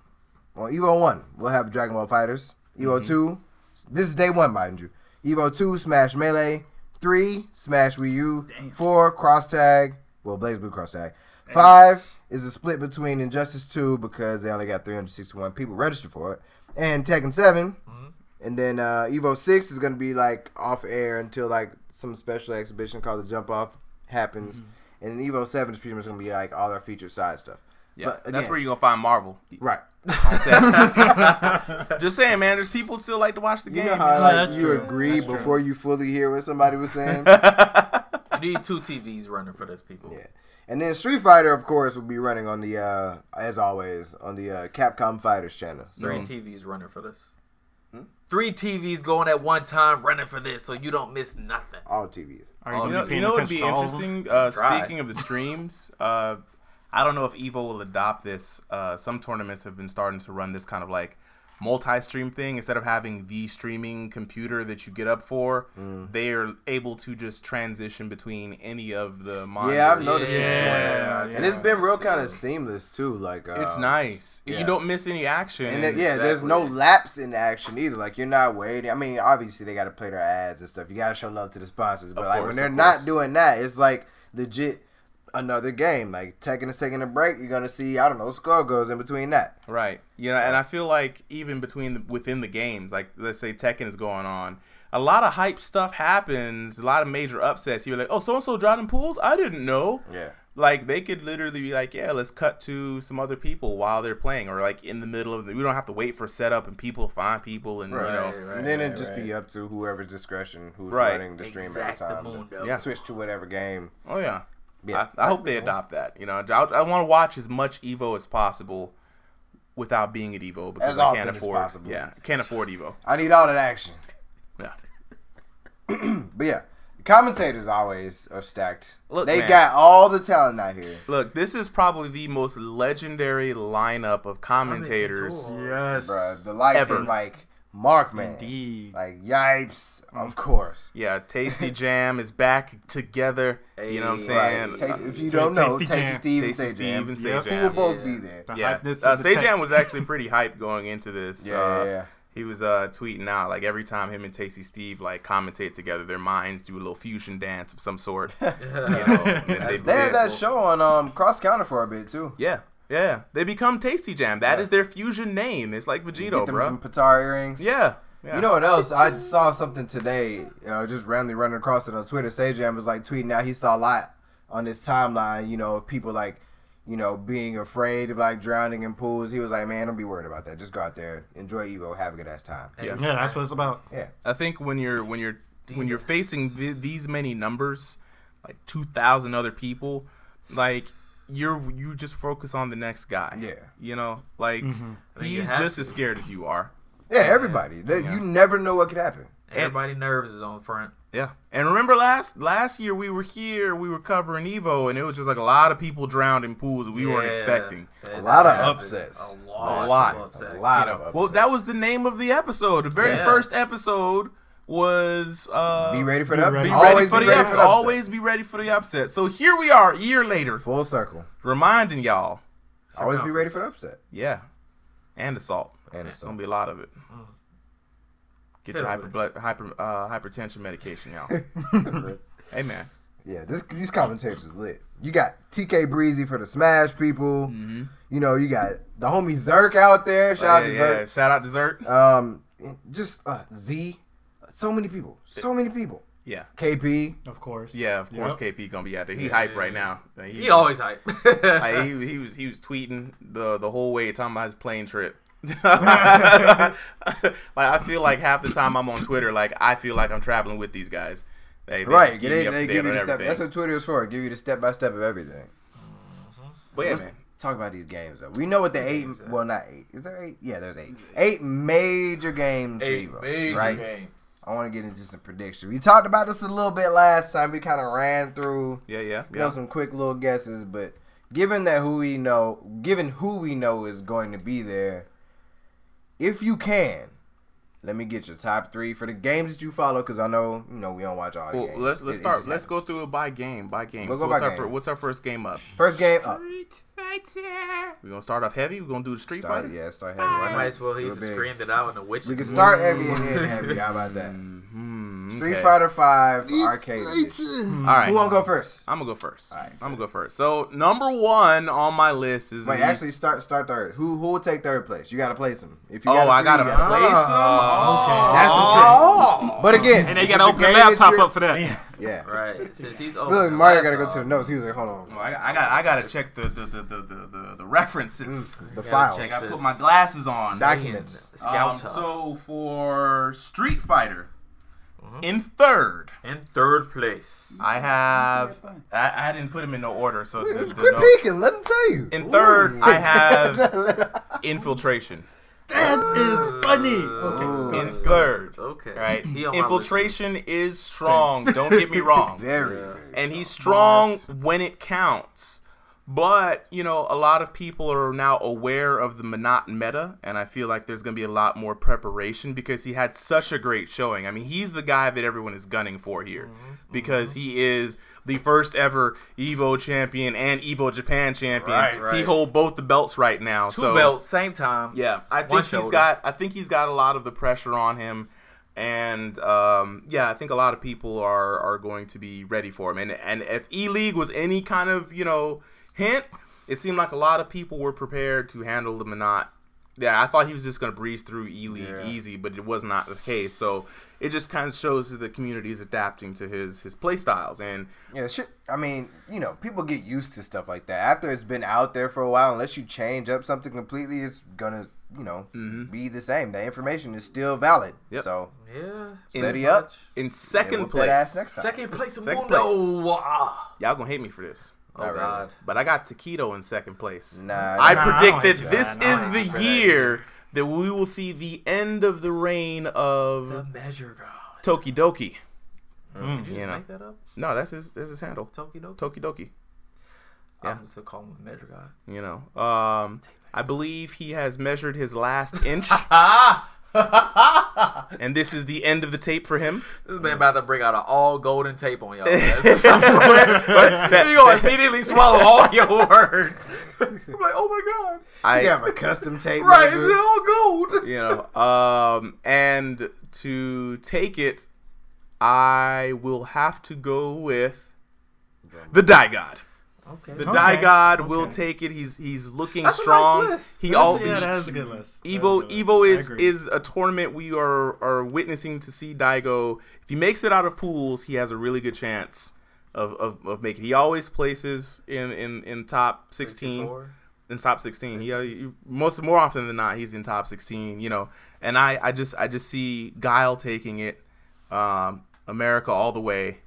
[SPEAKER 1] on Evo 1, we'll have Dragon Ball Fighters. Evo
[SPEAKER 5] Mm-hmm.
[SPEAKER 1] 2, this is day one, mind you. Evo 2, Smash Melee. 3, Smash Wii U. 4, Cross Tag. Well, Blaze Blue Cross Tag. 5 is a split between Injustice 2 because they only got 361 people registered for it. And Tekken 7.
[SPEAKER 5] Mm-hmm.
[SPEAKER 1] And then uh, Evo 6 is going to be like off air until like some special exhibition called the Jump Off happens.
[SPEAKER 5] Mm-hmm.
[SPEAKER 1] And then Evo 7 is pretty much going to be like all their featured side stuff.
[SPEAKER 5] Yeah.
[SPEAKER 1] But
[SPEAKER 5] That's
[SPEAKER 1] again-
[SPEAKER 5] where you're gonna find Marvel.
[SPEAKER 1] Right.
[SPEAKER 5] on set. Just saying, man. There's people still like to watch the
[SPEAKER 1] You
[SPEAKER 5] game.
[SPEAKER 1] know how
[SPEAKER 3] No,
[SPEAKER 1] like,
[SPEAKER 3] that's
[SPEAKER 1] you
[SPEAKER 3] true.
[SPEAKER 1] agree
[SPEAKER 3] That's true.
[SPEAKER 1] before you fully hear what somebody was saying?
[SPEAKER 2] You need two TVs running for this people.
[SPEAKER 1] yeah. And then Street Fighter, of course, will be running on the, uh, as always, on the uh, Capcom Fighters channel. So,
[SPEAKER 2] Three TVs running for this.
[SPEAKER 1] Hmm?
[SPEAKER 2] Three TVs going at one time running for this, so you don't miss nothing.
[SPEAKER 1] all TVs.
[SPEAKER 3] Are you,
[SPEAKER 2] Oh,
[SPEAKER 3] gonna
[SPEAKER 5] You know,
[SPEAKER 3] be
[SPEAKER 5] you
[SPEAKER 3] paying
[SPEAKER 5] know what'd
[SPEAKER 3] attention
[SPEAKER 5] be
[SPEAKER 3] to all of them?
[SPEAKER 5] interesting? Uh,
[SPEAKER 2] Try.
[SPEAKER 5] speaking of the streams, uh, I don't know if Evo will adopt this. Uh, some tournaments have been starting to run this kind of like multi-stream thing. Instead of having the streaming computer that you get up for,
[SPEAKER 1] Mm.
[SPEAKER 5] they are able to just transition between any of the monitors.
[SPEAKER 1] Yeah, I've noticed.
[SPEAKER 3] Yeah,
[SPEAKER 1] And it's been real kind of seamless, too. Like uh,
[SPEAKER 5] It's nice.
[SPEAKER 1] yeah.
[SPEAKER 5] You don't miss any action.
[SPEAKER 1] And then, yeah, there's no lapse in action either. Like you're not waiting. I mean, obviously they got to play their ads and stuff. You got to show love to the sponsors, but like
[SPEAKER 5] course,
[SPEAKER 1] when they're
[SPEAKER 5] of
[SPEAKER 1] not
[SPEAKER 5] course.
[SPEAKER 1] doing that, it's like legit another game. Like taking a taking a break, you're gonna see I don't know score goes in between that.
[SPEAKER 5] Right. You know, and I feel like even between the, within the games, like let's say Tekken is going on, a lot of hype stuff happens. A lot of major upsets. You're like, oh, so and so drowned in pools. I didn't know.
[SPEAKER 1] Yeah.
[SPEAKER 5] Like they could literally be like, yeah, let's cut to some other people while they're playing, or like in the middle of the. We don't have to wait for setup and people to find people and you know.
[SPEAKER 1] and then it'd just be up to whoever's discretion who's
[SPEAKER 5] Right.
[SPEAKER 1] running the stream at the time. to
[SPEAKER 2] Exactamundo.
[SPEAKER 5] Yeah.
[SPEAKER 1] Switch to whatever game.
[SPEAKER 5] Oh yeah.
[SPEAKER 1] Yeah.
[SPEAKER 5] I, I hope they adopt that. You know, I, I want to watch as much Evo as possible without being at Evo because
[SPEAKER 1] As
[SPEAKER 5] I can't
[SPEAKER 1] often as
[SPEAKER 5] afford.
[SPEAKER 1] possible.
[SPEAKER 5] Yeah, can't afford Evo.
[SPEAKER 1] I need all that action.
[SPEAKER 5] Yeah.
[SPEAKER 1] But yeah, commentators always are stacked.
[SPEAKER 5] Look,
[SPEAKER 1] they
[SPEAKER 5] man.
[SPEAKER 1] got all the talent out here.
[SPEAKER 5] Look, this is probably the most legendary lineup of commentators.
[SPEAKER 3] Yes.
[SPEAKER 1] Bruh, the lights
[SPEAKER 5] Ever.
[SPEAKER 1] in like Markman.
[SPEAKER 4] Indeed.
[SPEAKER 1] Like yipes, of course.
[SPEAKER 5] Yeah, Tasty Jam is back together. you know what I'm saying?
[SPEAKER 1] Right. Tasty- if you don't know,
[SPEAKER 3] Tasty
[SPEAKER 1] Tasty,
[SPEAKER 3] Jam.
[SPEAKER 1] Steve
[SPEAKER 5] uh, Tasty
[SPEAKER 1] and Say Jam.
[SPEAKER 5] Steve and Say
[SPEAKER 1] Yep.
[SPEAKER 5] Jam.
[SPEAKER 1] We will both
[SPEAKER 2] Yeah.
[SPEAKER 1] be there.
[SPEAKER 3] The
[SPEAKER 5] yeah,
[SPEAKER 3] hypeness
[SPEAKER 5] uh,
[SPEAKER 3] of the
[SPEAKER 5] Sejam
[SPEAKER 3] tank.
[SPEAKER 5] was actually pretty hype going into this.
[SPEAKER 1] Yeah,
[SPEAKER 5] uh,
[SPEAKER 1] yeah, yeah.
[SPEAKER 5] He was uh, tweeting out like every time him and Tasty Steve like commentate together, their minds do a little fusion dance of some sort. you know, and then they
[SPEAKER 1] They had
[SPEAKER 5] did-
[SPEAKER 1] that show on um, Cross Counter for a bit too.
[SPEAKER 5] Yeah, yeah. They become Tasty Jam. That is their fusion name. It's like Vegito,
[SPEAKER 1] Get them
[SPEAKER 5] bro.
[SPEAKER 1] Patara earrings.
[SPEAKER 5] Yeah, yeah.
[SPEAKER 1] You know what else? I saw something today, uh, just randomly running across it on Twitter. Sajam was like tweeting out he saw a lot on his timeline, you know, of people like, you know, being afraid of like drowning in pools. He was like, man, don't be worried about that. Just go out there, enjoy Evo, have a good ass time.
[SPEAKER 5] Yeah.
[SPEAKER 3] Yeah, that's what it's about.
[SPEAKER 1] Yeah.
[SPEAKER 5] I think when you're when you're when you're facing th- these many numbers, like two thousand other people, like you're you just focus on the next guy.
[SPEAKER 1] Yeah.
[SPEAKER 5] you know, like
[SPEAKER 2] mean, you
[SPEAKER 5] he's
[SPEAKER 2] have
[SPEAKER 5] just
[SPEAKER 2] to.
[SPEAKER 5] as scared as you are.
[SPEAKER 1] Yeah, everybody. They- You never know what could happen.
[SPEAKER 2] Everybody nerves is on front.
[SPEAKER 5] Yeah, and remember last last year we were here, we were covering Evo, and it was just like a lot of people drowned in pools that we weren't
[SPEAKER 2] Yeah.
[SPEAKER 5] expecting.
[SPEAKER 2] That-
[SPEAKER 1] A lot of
[SPEAKER 2] that happens.
[SPEAKER 1] upsets.
[SPEAKER 2] A lot.
[SPEAKER 5] A lot.
[SPEAKER 2] Of upsets.
[SPEAKER 1] A lot of upset.
[SPEAKER 5] Well, that was the name of the episode. The very
[SPEAKER 2] Yeah.
[SPEAKER 5] first episode was uh,
[SPEAKER 1] be ready for
[SPEAKER 3] Be
[SPEAKER 1] the
[SPEAKER 3] ready.
[SPEAKER 1] upset.
[SPEAKER 5] be ready
[SPEAKER 1] Always
[SPEAKER 5] for
[SPEAKER 1] be
[SPEAKER 5] the
[SPEAKER 1] ready
[SPEAKER 5] upset.
[SPEAKER 1] for the upset.
[SPEAKER 5] Always be ready for the upset. So here we are, a year later,
[SPEAKER 1] Full circle.
[SPEAKER 5] reminding y'all.
[SPEAKER 1] Always be ready for the upset.
[SPEAKER 5] Yeah, and assault.
[SPEAKER 1] And
[SPEAKER 5] It's gonna
[SPEAKER 1] assault.
[SPEAKER 5] be a lot of it.
[SPEAKER 2] Oh.
[SPEAKER 5] Get your
[SPEAKER 2] Hit 'em
[SPEAKER 5] hyper
[SPEAKER 2] with
[SPEAKER 5] blood, hyper uh, hypertension medication, y'all. hey man,
[SPEAKER 1] Yeah, this these commentators is lit. You got TK Breezy for the Smash people. You know, you got the homie Zerk out there. Shout
[SPEAKER 5] Mm-hmm. Oh, yeah,
[SPEAKER 1] out
[SPEAKER 5] yeah. shout out dessert.
[SPEAKER 1] to Zerk. Um, and just uh, Z. So many people. So many people.
[SPEAKER 5] Yeah,
[SPEAKER 1] KP.
[SPEAKER 3] Of course.
[SPEAKER 5] yeah. Of course,
[SPEAKER 3] Yep.
[SPEAKER 5] KP gonna be out there. He hype right now. Like,
[SPEAKER 2] He always hype.
[SPEAKER 5] like, he, he was he was tweeting the the whole way talking about his plane trip. like I feel like half the time I'm on Twitter, like I feel like I'm traveling with these guys. They, they
[SPEAKER 1] Right.
[SPEAKER 5] just keep
[SPEAKER 1] They,
[SPEAKER 5] me up
[SPEAKER 1] they
[SPEAKER 5] to
[SPEAKER 1] give
[SPEAKER 5] date
[SPEAKER 1] you
[SPEAKER 5] on
[SPEAKER 1] the step.
[SPEAKER 5] everything.
[SPEAKER 1] That's what Twitter is for. Give you the step by step of everything.
[SPEAKER 5] But yeah, man.
[SPEAKER 1] Talk about these games though. We know what the eight. Well, not eight. Is there eight? Yeah, there's eight. Eight major games.
[SPEAKER 2] Eight
[SPEAKER 1] Evo,
[SPEAKER 2] major
[SPEAKER 1] right?
[SPEAKER 2] games.
[SPEAKER 1] I want to get into some predictions. We talked about this a little bit last time. We kind of ran through.
[SPEAKER 5] Yeah, yeah,
[SPEAKER 1] We
[SPEAKER 5] yeah.
[SPEAKER 1] have some quick little guesses, but given that who we know, given who we know is going to be there, if you can, let me get your top three for the games that you follow, because I know you know we don't watch all. the
[SPEAKER 5] Well,
[SPEAKER 1] games.
[SPEAKER 5] let's
[SPEAKER 1] It-
[SPEAKER 5] let's
[SPEAKER 1] it
[SPEAKER 5] start.
[SPEAKER 1] just
[SPEAKER 5] Let's go
[SPEAKER 1] happens.
[SPEAKER 5] through it by game, by game.
[SPEAKER 1] Let's
[SPEAKER 5] so
[SPEAKER 1] go
[SPEAKER 5] what's
[SPEAKER 1] by
[SPEAKER 5] our
[SPEAKER 1] game.
[SPEAKER 5] First, what's our first game up?
[SPEAKER 1] First game up.
[SPEAKER 5] We're gonna start off heavy. We're gonna do the Street
[SPEAKER 1] Start,
[SPEAKER 5] Fighter.
[SPEAKER 1] yeah, start heavy. Why
[SPEAKER 2] Might
[SPEAKER 1] not?
[SPEAKER 2] as well he
[SPEAKER 1] Real
[SPEAKER 2] just
[SPEAKER 1] big.
[SPEAKER 2] screamed it out in the witches.
[SPEAKER 1] We can start heavy and end heavy. How about that?
[SPEAKER 5] Mm,
[SPEAKER 1] Street
[SPEAKER 5] okay.
[SPEAKER 1] Fighter Five Arcade. Edition.
[SPEAKER 5] All
[SPEAKER 1] Who
[SPEAKER 5] right,
[SPEAKER 1] wanna go first?
[SPEAKER 5] I'm gonna go first. I'm gonna go first. So number one on my list is
[SPEAKER 1] Wait,
[SPEAKER 5] the-
[SPEAKER 1] actually, start start third. Who who will take third place? You gotta place them. If you
[SPEAKER 5] Oh,
[SPEAKER 1] got a
[SPEAKER 5] I
[SPEAKER 1] three,
[SPEAKER 5] gotta
[SPEAKER 1] you
[SPEAKER 5] place
[SPEAKER 1] gotta-
[SPEAKER 5] him. That's the trick.
[SPEAKER 1] Oh. But again,
[SPEAKER 4] And they
[SPEAKER 1] if
[SPEAKER 4] gotta
[SPEAKER 1] it's a
[SPEAKER 4] open the
[SPEAKER 1] game that
[SPEAKER 4] laptop
[SPEAKER 1] you're-
[SPEAKER 4] up for that.
[SPEAKER 3] Yeah.
[SPEAKER 1] Yeah.
[SPEAKER 2] Right. Since he's open.
[SPEAKER 1] Look,
[SPEAKER 2] the
[SPEAKER 1] Mario gotta go to
[SPEAKER 2] laptop,
[SPEAKER 1] the notes. He was like, hold on.
[SPEAKER 5] Oh, I, I got I gotta check the the the the the, the, the references. Um,
[SPEAKER 1] The
[SPEAKER 2] gotta
[SPEAKER 1] files.
[SPEAKER 2] check
[SPEAKER 5] I
[SPEAKER 2] this.
[SPEAKER 5] put my glasses on.
[SPEAKER 1] Documents.
[SPEAKER 5] Um,
[SPEAKER 2] Scout so
[SPEAKER 5] so for Street Fighter, in third,
[SPEAKER 2] in third place.
[SPEAKER 5] I have I, I didn't put them in no order. So the, the
[SPEAKER 1] Quit
[SPEAKER 5] notes-
[SPEAKER 1] peeking. Let him tell you.
[SPEAKER 5] In third, I have infiltration.
[SPEAKER 3] That is funny. Okay.
[SPEAKER 5] In third,
[SPEAKER 2] Okay.
[SPEAKER 5] right?
[SPEAKER 2] He on my
[SPEAKER 5] Infiltration is strong. Don't get me wrong.
[SPEAKER 1] Very.
[SPEAKER 5] And he's strong when it counts. But you know, a lot of people are now aware of the Monat meta, and I feel like there's going to be a lot more preparation because he had such a great showing. I mean, he's the guy that everyone is gunning for here
[SPEAKER 2] Mm-hmm.
[SPEAKER 5] because he is the first ever Evo champion and Evo Japan champion.
[SPEAKER 2] Right, right.
[SPEAKER 5] He hold both the belts right now.
[SPEAKER 2] Two
[SPEAKER 5] so
[SPEAKER 2] belts, same time.
[SPEAKER 5] yeah, I
[SPEAKER 2] One
[SPEAKER 5] think he's
[SPEAKER 2] shoulder.
[SPEAKER 5] got. I think he's got a lot of the pressure on him, and um, yeah, I think a lot of people are are going to be ready for him. And and if E League was any kind of you know hint, it seemed like a lot of people were prepared to handle the Monat. Yeah, I thought he was just going to breeze through E League easy, but it was not the case. So it just kind of shows that the community is adapting to his his play styles. And
[SPEAKER 1] Yeah, shit. I mean, you know, people get used to stuff like that. After it's been out there for a while, unless you change up something completely, it's gonna, you know, be the same. The information is still valid.
[SPEAKER 5] Mm-hmm. Yep.
[SPEAKER 1] So
[SPEAKER 2] Yeah.
[SPEAKER 1] steady up.
[SPEAKER 5] in
[SPEAKER 1] and
[SPEAKER 5] second
[SPEAKER 1] whoop
[SPEAKER 5] place,
[SPEAKER 1] that ass next time.
[SPEAKER 2] Second place.
[SPEAKER 5] Second
[SPEAKER 2] Second
[SPEAKER 5] place.
[SPEAKER 2] Mundo. Ah.
[SPEAKER 5] y'all gonna hate me for this.
[SPEAKER 2] Oh
[SPEAKER 1] Not really.
[SPEAKER 2] God.
[SPEAKER 5] But I got Taquito in second place.
[SPEAKER 1] Nah,
[SPEAKER 5] I
[SPEAKER 3] Nah, I
[SPEAKER 5] predict
[SPEAKER 3] don't
[SPEAKER 5] that
[SPEAKER 3] hate
[SPEAKER 5] this
[SPEAKER 3] that. Nah, I
[SPEAKER 5] is the year that we will see the end of the reign
[SPEAKER 2] The
[SPEAKER 5] of
[SPEAKER 2] measure God.
[SPEAKER 5] Tokidoki.
[SPEAKER 2] Did you
[SPEAKER 5] Hmm, You
[SPEAKER 2] just
[SPEAKER 5] know.
[SPEAKER 2] make that up?
[SPEAKER 5] No, that's his that's his handle.
[SPEAKER 2] Tokidoki.
[SPEAKER 5] Tokidoki.
[SPEAKER 2] I'm just gonna call him the measure God.
[SPEAKER 5] You know. Um I believe he has measured his last inch.
[SPEAKER 2] Ah.
[SPEAKER 5] and this is the end of the tape for him.
[SPEAKER 2] This man about to bring out an all golden tape on y'all. That's-
[SPEAKER 5] I swear, but
[SPEAKER 2] you gonna
[SPEAKER 5] that-
[SPEAKER 2] immediately swallow all your words. I'm like, oh my god,
[SPEAKER 1] You
[SPEAKER 5] I,
[SPEAKER 1] have a custom tape,
[SPEAKER 2] right? Is
[SPEAKER 1] nigga.
[SPEAKER 2] it all gold?
[SPEAKER 5] you know, um, and to take it, I will have to go with the Die God.
[SPEAKER 2] Okay.
[SPEAKER 5] The
[SPEAKER 2] That's
[SPEAKER 5] Die
[SPEAKER 3] Okay,
[SPEAKER 5] God will take it. He's he's looking
[SPEAKER 2] That's a nice
[SPEAKER 5] strong.
[SPEAKER 2] list.
[SPEAKER 5] He
[SPEAKER 3] That's-
[SPEAKER 5] all
[SPEAKER 3] yeah,
[SPEAKER 5] he-
[SPEAKER 3] that is a good list. That is a
[SPEAKER 5] oh, E-
[SPEAKER 3] good list.
[SPEAKER 5] Evo Evo
[SPEAKER 3] Uh, I
[SPEAKER 5] is
[SPEAKER 3] agree.
[SPEAKER 5] is a tournament we are are witnessing to see Daigo. If he makes it out of pools, he has a really good chance of of, of making. He always places in in in top sixteen. In top sixteen, he, uh, he most more often than not he's in top sixteen. You know, and I I just I just see Guile taking it, um, America all the way.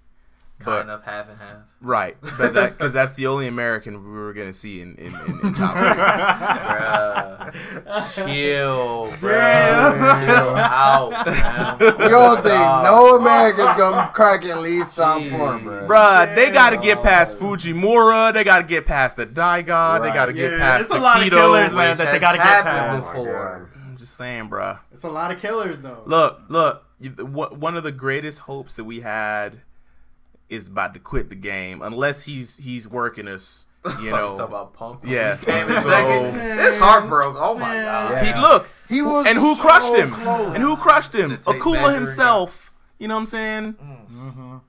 [SPEAKER 5] But-
[SPEAKER 2] Kind of half and half.
[SPEAKER 5] Right, but that because that's the only American we were gonna see in in, in, in top. 16.
[SPEAKER 2] Bruh. Chill, bruh.
[SPEAKER 3] Damn.
[SPEAKER 2] Chill out, man.
[SPEAKER 1] You don't think no American's gonna crack at least top four, bro?
[SPEAKER 5] Bruh, they
[SPEAKER 3] Yeah.
[SPEAKER 5] gotta get past Fujimura. They gotta get past the Die God. They
[SPEAKER 1] Right.
[SPEAKER 5] gotta get
[SPEAKER 3] Yeah,
[SPEAKER 5] past.
[SPEAKER 3] it's a lot of
[SPEAKER 5] Takedo.
[SPEAKER 3] killers, man.
[SPEAKER 2] Which
[SPEAKER 3] that they
[SPEAKER 2] has
[SPEAKER 3] gotta get
[SPEAKER 2] happened
[SPEAKER 3] past.
[SPEAKER 2] before.
[SPEAKER 5] I'm just saying, bruh.
[SPEAKER 3] It's a lot of killers though.
[SPEAKER 5] Look, look. You, wh- one of the greatest hopes that we had is about to quit the game, unless he's he's working us. You
[SPEAKER 2] Talk
[SPEAKER 5] know,
[SPEAKER 2] about punk.
[SPEAKER 5] Yeah.
[SPEAKER 2] Damn,
[SPEAKER 5] So-
[SPEAKER 2] second. This heartbroken. Oh my god.
[SPEAKER 1] Yeah.
[SPEAKER 5] he look
[SPEAKER 1] He was
[SPEAKER 5] and who
[SPEAKER 1] so
[SPEAKER 5] crushed him
[SPEAKER 1] close.
[SPEAKER 5] and who crushed him.
[SPEAKER 2] The tape
[SPEAKER 5] Akuma
[SPEAKER 2] measure.
[SPEAKER 5] himself. You know what I'm saying?
[SPEAKER 3] Mm.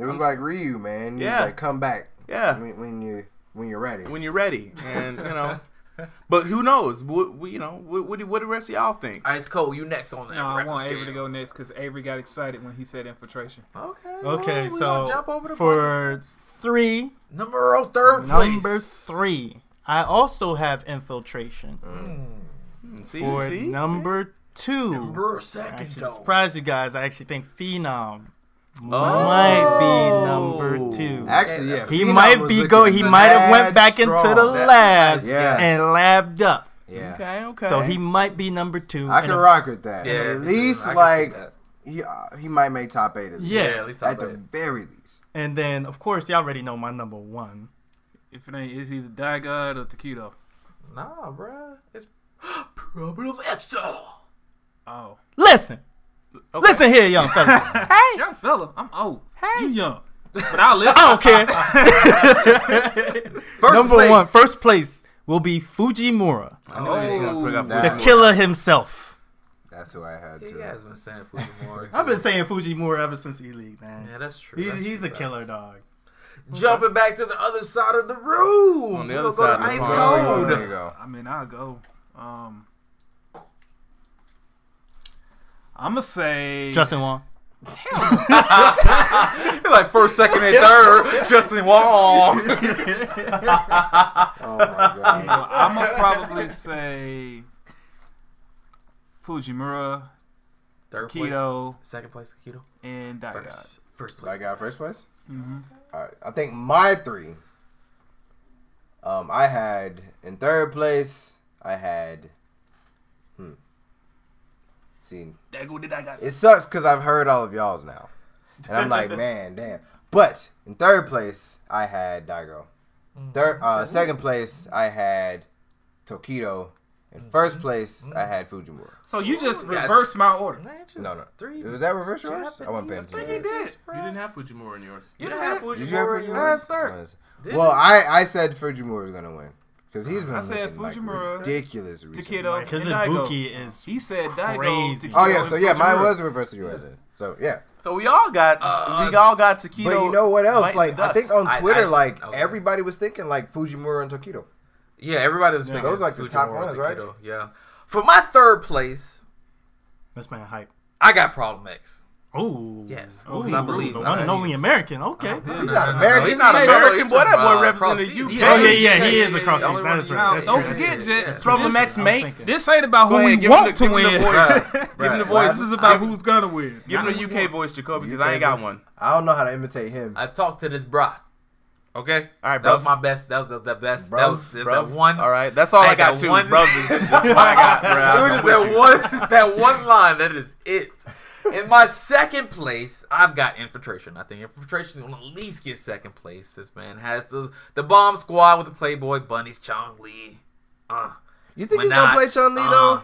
[SPEAKER 1] It was like Ryu, man. He
[SPEAKER 5] Yeah.
[SPEAKER 1] was like, come back
[SPEAKER 5] Yeah.
[SPEAKER 1] when, when you when you're ready.
[SPEAKER 5] when you're ready, and you know. But who knows? What, we, you know, what, what, do- what the rest of y'all think?
[SPEAKER 2] Ice Cole, you next on that.
[SPEAKER 4] No, I
[SPEAKER 2] record
[SPEAKER 4] want
[SPEAKER 2] scale.
[SPEAKER 4] Avery to go next because Avery got excited when he said infiltration.
[SPEAKER 2] Okay.
[SPEAKER 3] Okay,
[SPEAKER 2] well, we
[SPEAKER 3] so
[SPEAKER 2] gonna jump over to
[SPEAKER 3] for three,
[SPEAKER 2] number third place.
[SPEAKER 3] number three, I also have infiltration.
[SPEAKER 5] See,
[SPEAKER 3] For
[SPEAKER 5] see,
[SPEAKER 3] number two,
[SPEAKER 2] Number
[SPEAKER 3] I
[SPEAKER 2] second
[SPEAKER 3] should
[SPEAKER 2] though.
[SPEAKER 3] surprise you guys. I actually think Phenom might be number two.
[SPEAKER 1] Actually, yeah.
[SPEAKER 3] he
[SPEAKER 1] Phenom
[SPEAKER 3] might
[SPEAKER 1] was
[SPEAKER 3] be
[SPEAKER 1] looking
[SPEAKER 3] go. He might have went
[SPEAKER 1] mad
[SPEAKER 3] back into the
[SPEAKER 1] strong.
[SPEAKER 2] That's
[SPEAKER 3] labs
[SPEAKER 1] nice, yeah.
[SPEAKER 3] and labbed up.
[SPEAKER 1] Yeah.
[SPEAKER 5] Okay, okay.
[SPEAKER 3] So he might be number two.
[SPEAKER 1] I
[SPEAKER 3] and
[SPEAKER 1] can
[SPEAKER 3] if-
[SPEAKER 1] rock with that.
[SPEAKER 2] Yeah,
[SPEAKER 1] at
[SPEAKER 2] I
[SPEAKER 1] least
[SPEAKER 2] can see
[SPEAKER 1] like
[SPEAKER 2] that.
[SPEAKER 1] he, uh, he might make top eight. At least.
[SPEAKER 3] Yeah.
[SPEAKER 2] Yeah, at least I
[SPEAKER 1] at the
[SPEAKER 2] bet.
[SPEAKER 1] very least.
[SPEAKER 3] And then, of course, y'all already know my number one.
[SPEAKER 4] If it ain't, it's either Die God or Taquito.
[SPEAKER 2] Nah, bruh. It's problem extra.
[SPEAKER 4] Oh.
[SPEAKER 3] Listen,
[SPEAKER 5] Okay.
[SPEAKER 3] listen here, young fella.
[SPEAKER 4] Young fella, I'm old. You young. But I'll listen.
[SPEAKER 3] I don't care.
[SPEAKER 2] First
[SPEAKER 3] number
[SPEAKER 2] place.
[SPEAKER 3] one, first place will be Fujimura,
[SPEAKER 5] I know he's gonna figure out
[SPEAKER 1] The
[SPEAKER 3] the
[SPEAKER 5] Fujimura.
[SPEAKER 3] killer himself.
[SPEAKER 1] That's who I had
[SPEAKER 2] He
[SPEAKER 1] too.
[SPEAKER 2] has been saying Fujimori.
[SPEAKER 3] I've been saying Fujimura ever since E League, man.
[SPEAKER 2] Yeah, that's true.
[SPEAKER 3] He's,
[SPEAKER 2] That's
[SPEAKER 3] he's
[SPEAKER 2] true,
[SPEAKER 3] a
[SPEAKER 2] facts.
[SPEAKER 3] killer dog.
[SPEAKER 2] Jumping back to the other side of the room.
[SPEAKER 5] On the
[SPEAKER 2] We're
[SPEAKER 5] other
[SPEAKER 2] gonna
[SPEAKER 5] side of
[SPEAKER 2] go
[SPEAKER 5] the
[SPEAKER 1] Oh,
[SPEAKER 5] room.
[SPEAKER 2] to
[SPEAKER 1] there you
[SPEAKER 2] ice cold.
[SPEAKER 1] go.
[SPEAKER 4] I mean, I'll go. Um, I'm gonna say
[SPEAKER 3] Justin Wong.
[SPEAKER 2] like first, second, and third. Justin Wong.
[SPEAKER 1] Oh my god.
[SPEAKER 4] I'm gonna probably say Fujimura,
[SPEAKER 2] Third place.
[SPEAKER 4] Keto,
[SPEAKER 2] Second place, Keto.
[SPEAKER 4] and Die God.
[SPEAKER 2] First. First
[SPEAKER 1] I
[SPEAKER 2] place.
[SPEAKER 1] got first place.
[SPEAKER 3] Mm-hmm.
[SPEAKER 1] All right. I think my three. Um, I had in third place. I had. Hmm. See,
[SPEAKER 4] That go to Die God.
[SPEAKER 1] It sucks because I've heard all of y'all's now, and I'm like, man, damn. But in third place, I had Daigo.
[SPEAKER 4] Mm,
[SPEAKER 1] Third, uh, second place, I had Tokido. In
[SPEAKER 4] Mm-hmm.
[SPEAKER 1] first place,
[SPEAKER 4] Mm.
[SPEAKER 1] I had Fujimura.
[SPEAKER 4] So you just
[SPEAKER 2] yeah.
[SPEAKER 4] reversed my order.
[SPEAKER 2] Man, just
[SPEAKER 1] No, no,
[SPEAKER 2] Three.
[SPEAKER 1] was that reverse yours? I wasn't paying
[SPEAKER 2] Japanese
[SPEAKER 1] attention.
[SPEAKER 2] things, bruh.
[SPEAKER 5] You didn't have Fujimura in yours.
[SPEAKER 2] You didn't have
[SPEAKER 1] Did you have
[SPEAKER 2] Fujimori. You had third.
[SPEAKER 1] Fujimura? Well, I I said Fujimura was gonna win because he's been
[SPEAKER 4] I said
[SPEAKER 1] looking like
[SPEAKER 4] Fujimura,
[SPEAKER 1] ridiculous. recently.
[SPEAKER 4] Takedo,
[SPEAKER 3] Because
[SPEAKER 4] and Daigo.
[SPEAKER 3] Ibuki is.
[SPEAKER 4] He said Daigo.
[SPEAKER 3] Crazy.
[SPEAKER 4] Takedo,
[SPEAKER 1] Oh yeah,
[SPEAKER 4] and
[SPEAKER 1] so yeah, mine
[SPEAKER 4] Fujimura.
[SPEAKER 1] was reverse of yours. then. So yeah.
[SPEAKER 5] So we all got we all got Taquito.
[SPEAKER 1] But you know what else?
[SPEAKER 5] biting
[SPEAKER 1] Like
[SPEAKER 5] the
[SPEAKER 1] I think
[SPEAKER 5] dust.
[SPEAKER 1] on
[SPEAKER 2] I-
[SPEAKER 1] Twitter,
[SPEAKER 2] I-
[SPEAKER 1] like
[SPEAKER 2] okay.
[SPEAKER 1] everybody was thinking like Fujimura and Tokido.
[SPEAKER 2] Yeah, everybody was picking
[SPEAKER 1] Those are like the top
[SPEAKER 2] Fujimura
[SPEAKER 1] ones,
[SPEAKER 2] to
[SPEAKER 1] right?
[SPEAKER 2] Keto, Yeah. For my third place,
[SPEAKER 3] This man hype.
[SPEAKER 2] I got Problem X.
[SPEAKER 3] Oh.
[SPEAKER 2] Yes.
[SPEAKER 3] Ooh,
[SPEAKER 2] I believe.
[SPEAKER 3] The
[SPEAKER 2] I
[SPEAKER 3] one and
[SPEAKER 2] believe.
[SPEAKER 3] only American. Okay.
[SPEAKER 2] No,
[SPEAKER 1] He's
[SPEAKER 2] no,
[SPEAKER 1] not
[SPEAKER 2] no, no,
[SPEAKER 1] American.
[SPEAKER 2] He's not
[SPEAKER 5] He's
[SPEAKER 2] American.
[SPEAKER 5] American, boy. That boy
[SPEAKER 2] uh,
[SPEAKER 5] represented
[SPEAKER 2] Cross
[SPEAKER 5] the
[SPEAKER 2] Seas.
[SPEAKER 5] UK.
[SPEAKER 3] Oh, yeah, yeah, he is a
[SPEAKER 2] yeah,
[SPEAKER 3] cross
[SPEAKER 2] yeah,
[SPEAKER 3] seas.
[SPEAKER 2] yeah,
[SPEAKER 3] That is
[SPEAKER 2] yeah,
[SPEAKER 3] right.
[SPEAKER 2] yeah,
[SPEAKER 3] That's
[SPEAKER 2] yeah,
[SPEAKER 4] Don't
[SPEAKER 3] true.
[SPEAKER 4] forget,
[SPEAKER 3] That's
[SPEAKER 4] Jet.
[SPEAKER 3] true. That's
[SPEAKER 4] Trouble
[SPEAKER 3] true.
[SPEAKER 5] Max
[SPEAKER 3] I was
[SPEAKER 5] May.
[SPEAKER 3] thinking.
[SPEAKER 4] This ain't about who
[SPEAKER 5] Go
[SPEAKER 4] we
[SPEAKER 5] ahead, give him
[SPEAKER 4] want
[SPEAKER 5] the-
[SPEAKER 4] to
[SPEAKER 5] give him the
[SPEAKER 4] win.
[SPEAKER 5] voice. Give him the voice.
[SPEAKER 4] This is about who's gonna win.
[SPEAKER 5] Give
[SPEAKER 4] Not
[SPEAKER 5] him
[SPEAKER 4] who
[SPEAKER 5] the UK
[SPEAKER 4] won.
[SPEAKER 5] voice, Jacoby, because I ain't got one.
[SPEAKER 1] I don't know how to imitate him.
[SPEAKER 2] I've talked to this bra. Okay.
[SPEAKER 5] All right,
[SPEAKER 2] That was
[SPEAKER 5] bruv.
[SPEAKER 2] my best. That was the, the best. that
[SPEAKER 1] Bruv,
[SPEAKER 2] was there's
[SPEAKER 5] Bruv.
[SPEAKER 2] that one.
[SPEAKER 5] All right, that's all
[SPEAKER 2] I
[SPEAKER 5] I,
[SPEAKER 2] had
[SPEAKER 5] got.
[SPEAKER 2] that
[SPEAKER 5] Two
[SPEAKER 2] one-
[SPEAKER 5] brothers. That's what I got. Bro.
[SPEAKER 2] It was
[SPEAKER 5] I
[SPEAKER 2] just that one. That one line. That is it. In my second place, I've got infiltration. I think infiltration will at least get second place. This man has the the bomb squad with the Playboy bunnies, Chong Lee. Uh,
[SPEAKER 1] You think he's gonna play Chun Li though?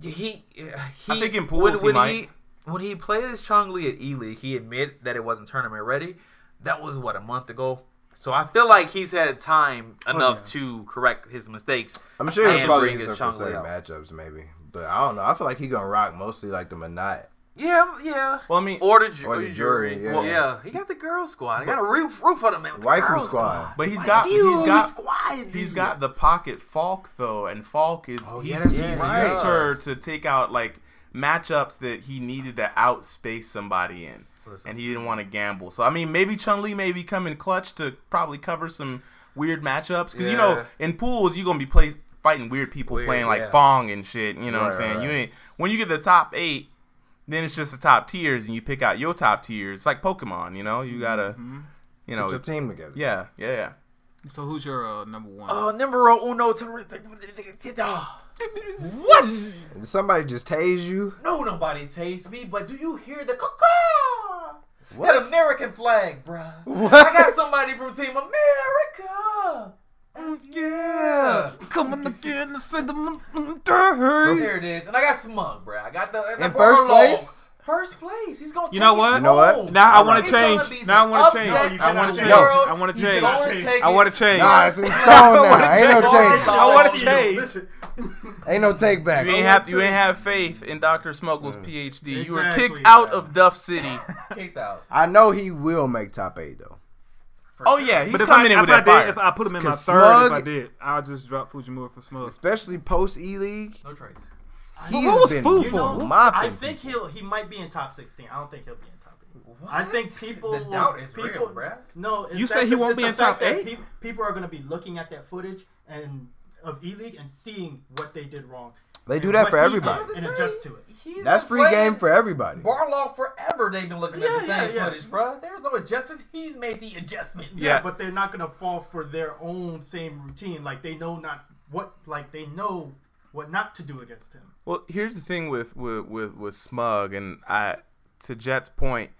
[SPEAKER 2] He, he
[SPEAKER 5] I think in pools he might.
[SPEAKER 2] when he played as Chong Li at E League, he admitted that it wasn't tournament ready. That was what a month ago. So I feel like he's had time enough to correct his mistakes.
[SPEAKER 1] I'm sure he's
[SPEAKER 2] and
[SPEAKER 1] probably
[SPEAKER 2] bring
[SPEAKER 1] using
[SPEAKER 2] his
[SPEAKER 1] some
[SPEAKER 2] Chong Li
[SPEAKER 1] certain
[SPEAKER 2] out.
[SPEAKER 1] matchups, maybe. But I don't know. I feel like he gonna rock mostly like the Manat.
[SPEAKER 2] Yeah, yeah.
[SPEAKER 5] Well, I mean,
[SPEAKER 2] Or the, ju-
[SPEAKER 1] Or the jury, yeah.
[SPEAKER 2] Well, yeah, he got the girl squad. I got a roof, roof for them, man. with the
[SPEAKER 1] Waifu
[SPEAKER 2] girl
[SPEAKER 1] squad.
[SPEAKER 5] But he's
[SPEAKER 2] Waifu
[SPEAKER 5] got- he's got-
[SPEAKER 2] squad.
[SPEAKER 5] He's got the pocket Falk though, and Falk is he's,
[SPEAKER 2] yes,
[SPEAKER 5] he's
[SPEAKER 1] right.
[SPEAKER 5] used her to take out like matchups that he needed to outspace somebody in,
[SPEAKER 2] Listen.
[SPEAKER 5] and he didn't want to gamble. So I mean, maybe Chun Li may be coming clutch to probably cover some weird matchups because you
[SPEAKER 2] Yeah.
[SPEAKER 5] know in pools you're gonna be play, fighting weird people
[SPEAKER 2] Weird,
[SPEAKER 5] playing like
[SPEAKER 2] yeah.
[SPEAKER 5] Fong and shit. You know what I'm
[SPEAKER 1] Right,
[SPEAKER 5] saying?
[SPEAKER 1] right,
[SPEAKER 5] You
[SPEAKER 1] right.
[SPEAKER 5] ain't when you get to the top eight. Then it's just the top tiers, and you pick out your top tiers. It's like Pokemon, you know. You gotta,
[SPEAKER 2] Mm-hmm.
[SPEAKER 5] you know,
[SPEAKER 1] Put your team together.
[SPEAKER 5] yeah, yeah, yeah.
[SPEAKER 4] So who's your uh, number one?
[SPEAKER 2] Oh, numero uno. ter- ter- ter- ter- ah. What?
[SPEAKER 1] Did somebody just tase you?
[SPEAKER 2] No, nobody tased me, but do you hear the caw That American flag, bruh. I got somebody from Team
[SPEAKER 1] Oh,
[SPEAKER 2] America. Mm,
[SPEAKER 4] yeah, coming again to see the
[SPEAKER 2] There it is. And I got smug, bruh. I got the. I got
[SPEAKER 1] In first
[SPEAKER 2] Barlow.
[SPEAKER 1] place?
[SPEAKER 2] First place. He's going to
[SPEAKER 4] You know what?
[SPEAKER 1] You know what?
[SPEAKER 4] Now I
[SPEAKER 1] I'm
[SPEAKER 4] want
[SPEAKER 1] not-
[SPEAKER 4] to change. Now I want to change. I want to change. I want to change.
[SPEAKER 3] cannot
[SPEAKER 4] I want to change.
[SPEAKER 1] Nah, it's in stone
[SPEAKER 4] I wanna
[SPEAKER 1] now. Ain't no
[SPEAKER 2] change.
[SPEAKER 1] change.
[SPEAKER 4] I want to change.
[SPEAKER 1] Ain't no take back.
[SPEAKER 5] You ain't have you ain't have faith in Dr. Smuggle's PhD. You were
[SPEAKER 3] Exactly,
[SPEAKER 5] kicked out
[SPEAKER 3] yeah.
[SPEAKER 5] of Duff City.
[SPEAKER 2] Kicked out.
[SPEAKER 1] I know he will make top eight though.
[SPEAKER 5] oh yeah, he's
[SPEAKER 4] But if I,
[SPEAKER 5] coming in
[SPEAKER 4] if
[SPEAKER 5] with
[SPEAKER 4] I
[SPEAKER 5] that fire.
[SPEAKER 4] did, if I put him in my
[SPEAKER 1] Cause
[SPEAKER 4] third, if I
[SPEAKER 1] Smug-
[SPEAKER 4] did, I'll just drop Fujimura for Smug.
[SPEAKER 1] Especially post E League.
[SPEAKER 2] No trace.
[SPEAKER 1] He's
[SPEAKER 4] what was
[SPEAKER 1] been
[SPEAKER 4] Fu
[SPEAKER 3] You know, I
[SPEAKER 1] mopping.
[SPEAKER 3] think he'll he might be in top sixteen. I don't think he'll be in top eight. I think people
[SPEAKER 2] The
[SPEAKER 3] will-
[SPEAKER 2] doubt is
[SPEAKER 3] people,
[SPEAKER 2] real, bruh.
[SPEAKER 3] No, it's
[SPEAKER 4] You
[SPEAKER 3] that-
[SPEAKER 4] say he
[SPEAKER 3] it's
[SPEAKER 4] won't
[SPEAKER 3] just
[SPEAKER 4] be
[SPEAKER 3] the
[SPEAKER 4] in top
[SPEAKER 3] fact that
[SPEAKER 4] eight?
[SPEAKER 3] peop- People are gonna be looking at that footage and of E League and seeing what they did wrong.
[SPEAKER 1] They
[SPEAKER 3] and
[SPEAKER 1] do that
[SPEAKER 3] what
[SPEAKER 1] for
[SPEAKER 3] he
[SPEAKER 1] everybody.
[SPEAKER 3] did And adjust to it.
[SPEAKER 2] He's
[SPEAKER 1] That's
[SPEAKER 2] been
[SPEAKER 1] free
[SPEAKER 2] playing
[SPEAKER 1] game for everybody.
[SPEAKER 2] Barlow forever. They've been looking at the
[SPEAKER 3] Yeah, yeah,
[SPEAKER 2] same
[SPEAKER 3] yeah.
[SPEAKER 2] footage, bruh. There's no adjustments. He's made the adjustment.
[SPEAKER 5] Yeah.
[SPEAKER 3] yeah, but they're not gonna fall for their own same routine. Like they know not what, like they know what not to do against him.
[SPEAKER 5] Well, here's the thing with with with, with Smug and I to Jet's point,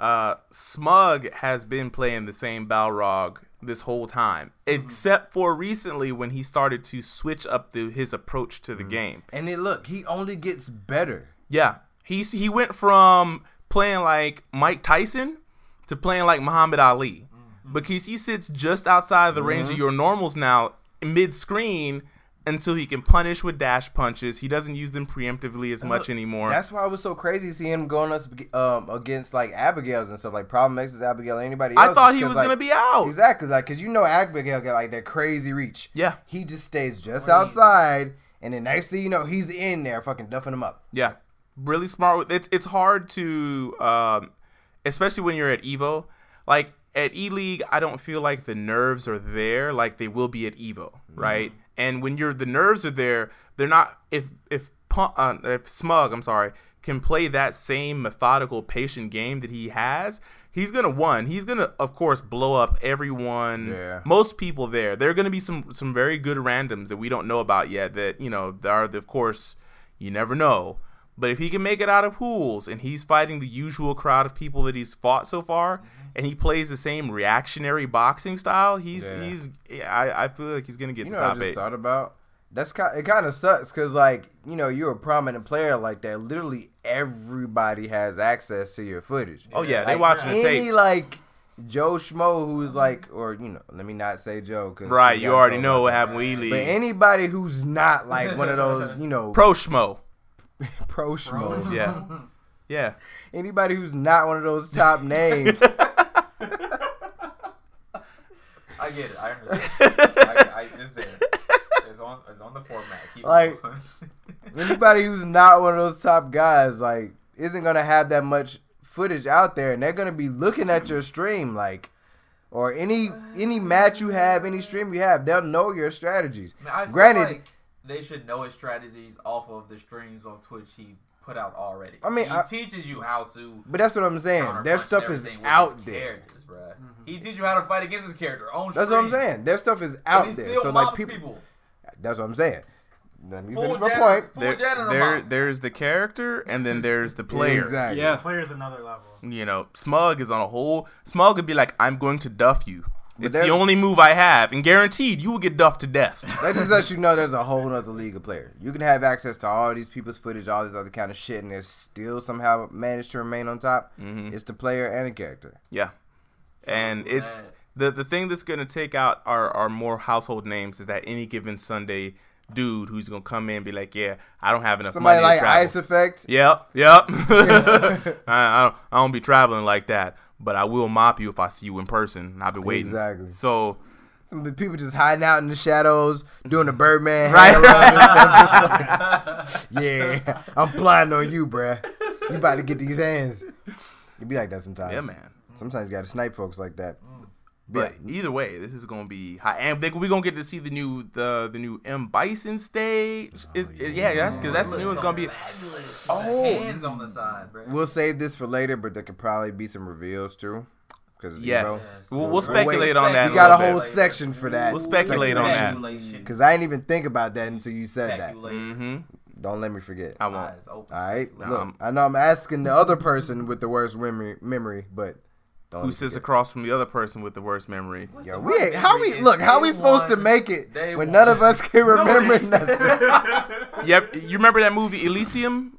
[SPEAKER 5] uh, Smug has been playing the same Balrog this whole time,
[SPEAKER 4] Mm-hmm.
[SPEAKER 5] except for recently when he started to switch up the, his approach to the
[SPEAKER 4] Mm-hmm.
[SPEAKER 5] game.
[SPEAKER 1] And then look, he only gets better.
[SPEAKER 5] Yeah, he's he went from playing like Mike Tyson to playing like Muhammad Ali,
[SPEAKER 1] Mm-hmm.
[SPEAKER 5] because he sits just outside of the range of your normals now, mid screen. Until he can punish with dash punches, he doesn't use them preemptively as much anymore.
[SPEAKER 1] That's why it was so crazy seeing him going us um, against like Abigail's and stuff, like Problem X's Abigail, anybody
[SPEAKER 5] I
[SPEAKER 1] else.
[SPEAKER 5] thought he
[SPEAKER 1] because,
[SPEAKER 5] was
[SPEAKER 1] like-
[SPEAKER 5] gonna be out.
[SPEAKER 1] Exactly, like because you know Abigail got like that crazy reach.
[SPEAKER 5] Yeah.
[SPEAKER 1] he just stays just outside, and then next thing you know, he's in there fucking duffing him up.
[SPEAKER 5] Yeah, really smart. with It's it's hard to, um, especially when you're at Evo. Like at E League, I don't feel like the nerves are there like they will be at Evo, right? And when you're the nerves are there, they're not. If if Pu- uh, if Smug, I'm sorry, can play that same methodical, patient game that he has. He's gonna one. He's gonna, of course, blow up everyone.
[SPEAKER 1] Yeah.
[SPEAKER 5] Most people there. There are gonna be some some very good randoms that we don't know about yet. That you know there are, of course, you never know. But if he can make it out of pools and he's fighting the usual crowd of people that he's fought so far, and he plays the same reactionary boxing style, he's
[SPEAKER 1] Yeah.
[SPEAKER 5] he's yeah, I, I feel like he's gonna get
[SPEAKER 1] You
[SPEAKER 5] to
[SPEAKER 1] know, what I
[SPEAKER 5] top
[SPEAKER 1] just
[SPEAKER 5] eight.
[SPEAKER 1] thought about that's kind. It kind of sucks because like you know you're a prominent player like that. Literally everybody has access to your footage.
[SPEAKER 5] Oh yeah, they
[SPEAKER 1] Like,
[SPEAKER 5] watching the
[SPEAKER 1] any
[SPEAKER 5] tapes.
[SPEAKER 1] like Joe Schmo who's like, or you know, let me not say Joe, 'cause
[SPEAKER 5] right,
[SPEAKER 1] we
[SPEAKER 5] you
[SPEAKER 1] got
[SPEAKER 5] already
[SPEAKER 1] Joe.
[SPEAKER 5] know what happened with E
[SPEAKER 1] But
[SPEAKER 5] League.
[SPEAKER 1] anybody who's not like one of those, you know, pro,
[SPEAKER 5] Pro Schmo.
[SPEAKER 1] Schmo,
[SPEAKER 5] Yeah. Yeah.
[SPEAKER 1] anybody who's not one of those top names,
[SPEAKER 2] I get it. I understand. I, I, it's there. It's on. It's on the format. Keep it
[SPEAKER 1] Like-
[SPEAKER 2] going.
[SPEAKER 1] anybody who's not one of those top guys, like, isn't gonna have that much footage out there, and they're gonna be looking at your stream, like, or any any match you have, any stream you have, they'll know your strategies.
[SPEAKER 2] Man, I feel
[SPEAKER 1] Granted,
[SPEAKER 2] like they should know his strategies off of the streams on Twitch he put out already.
[SPEAKER 1] I mean,
[SPEAKER 2] he
[SPEAKER 1] I-
[SPEAKER 2] teaches you how to.
[SPEAKER 1] but that's what I'm saying. Their
[SPEAKER 2] counterpunch
[SPEAKER 1] stuff
[SPEAKER 2] and
[SPEAKER 1] is
[SPEAKER 2] everything with his
[SPEAKER 1] out there.
[SPEAKER 2] Characters, bruh.
[SPEAKER 5] Mm-hmm.
[SPEAKER 2] He teaches you how to fight against his character on
[SPEAKER 1] That's what
[SPEAKER 2] stream.
[SPEAKER 1] I'm saying. Their stuff is
[SPEAKER 2] And
[SPEAKER 1] out
[SPEAKER 2] he still
[SPEAKER 1] there. So like
[SPEAKER 2] mobs
[SPEAKER 1] people,
[SPEAKER 2] people.
[SPEAKER 1] that's what I'm saying. Let me
[SPEAKER 2] Full
[SPEAKER 1] finish my
[SPEAKER 2] Jedi-
[SPEAKER 1] point.
[SPEAKER 2] full
[SPEAKER 5] There,
[SPEAKER 2] Jedi in a
[SPEAKER 5] there,
[SPEAKER 2] mop.
[SPEAKER 5] there's the character and then there's the player.
[SPEAKER 1] Exactly.
[SPEAKER 4] Yeah.
[SPEAKER 3] Player's another level.
[SPEAKER 5] You know, Smug is on a whole. Smug would be like, "I'm going to duff you.
[SPEAKER 1] But
[SPEAKER 5] it's the
[SPEAKER 1] there's-
[SPEAKER 5] only move I have, and guaranteed you will get duffed to death.
[SPEAKER 1] That just lets you know there's a whole nother league of players. You can have access to all these people's footage, all this other kind of shit, and they still somehow manage to remain on top.
[SPEAKER 5] Mm-hmm.
[SPEAKER 1] It's the player and the character.
[SPEAKER 5] yeah, and it's
[SPEAKER 2] man.
[SPEAKER 5] the the thing that's gonna take out our our more household names is that any given Sunday dude who's gonna come in and be like, yeah, I don't have enough
[SPEAKER 1] Somebody
[SPEAKER 5] money
[SPEAKER 1] like
[SPEAKER 5] to travel.
[SPEAKER 1] Ice Effect.
[SPEAKER 5] Yep, yep. I, I, don't, I don't be traveling like that, but I will mop you if I see you in person. I've been waiting.
[SPEAKER 1] Exactly.
[SPEAKER 5] So
[SPEAKER 1] Some of the People just hiding out in the shadows, doing the Birdman.
[SPEAKER 5] Right.
[SPEAKER 1] hand rub and stuff, just like, yeah, I'm plotting on you, bruh. You about to get these hands. You be like that sometimes.
[SPEAKER 5] yeah, man.
[SPEAKER 1] Sometimes you got to snipe folks like that.
[SPEAKER 5] But either way, this is gonna be high, and they, we gonna get to see the new the the new M Bison stage.
[SPEAKER 1] Oh,
[SPEAKER 5] Is yeah, that's because that's the new one's gonna be.
[SPEAKER 2] Fabulous. Oh, hands on the side, bro.
[SPEAKER 1] We'll save this for later, but there could probably be some reveals too. Because
[SPEAKER 5] Yes, we'll, we'll
[SPEAKER 1] We'll wait.
[SPEAKER 5] speculate on that.
[SPEAKER 1] you got a
[SPEAKER 5] little bit.
[SPEAKER 1] whole
[SPEAKER 2] bit.
[SPEAKER 1] section for that.
[SPEAKER 5] We'll speculate on that.
[SPEAKER 2] Speculation.
[SPEAKER 1] Because I didn't even think about that until you said that.
[SPEAKER 2] Speculation.
[SPEAKER 1] Don't let me forget.
[SPEAKER 5] Mm-hmm. I
[SPEAKER 1] All
[SPEAKER 5] won't.
[SPEAKER 2] Eyes open.
[SPEAKER 1] right.
[SPEAKER 5] Nah,
[SPEAKER 1] Look,
[SPEAKER 5] I'm-
[SPEAKER 1] I know I'm asking the other person with the worst memory, memory but don't.
[SPEAKER 5] Who sits across from the other person with the worst memory?
[SPEAKER 2] Listen,
[SPEAKER 1] Yeah,
[SPEAKER 2] my
[SPEAKER 1] we ain't, how
[SPEAKER 2] memory
[SPEAKER 1] we
[SPEAKER 2] is
[SPEAKER 1] look? How we
[SPEAKER 2] day
[SPEAKER 1] supposed to
[SPEAKER 2] one.
[SPEAKER 1] make it
[SPEAKER 2] Day
[SPEAKER 1] when
[SPEAKER 2] one.
[SPEAKER 1] none of us can remember nothing?
[SPEAKER 5] Yep, you remember that movie Elysium?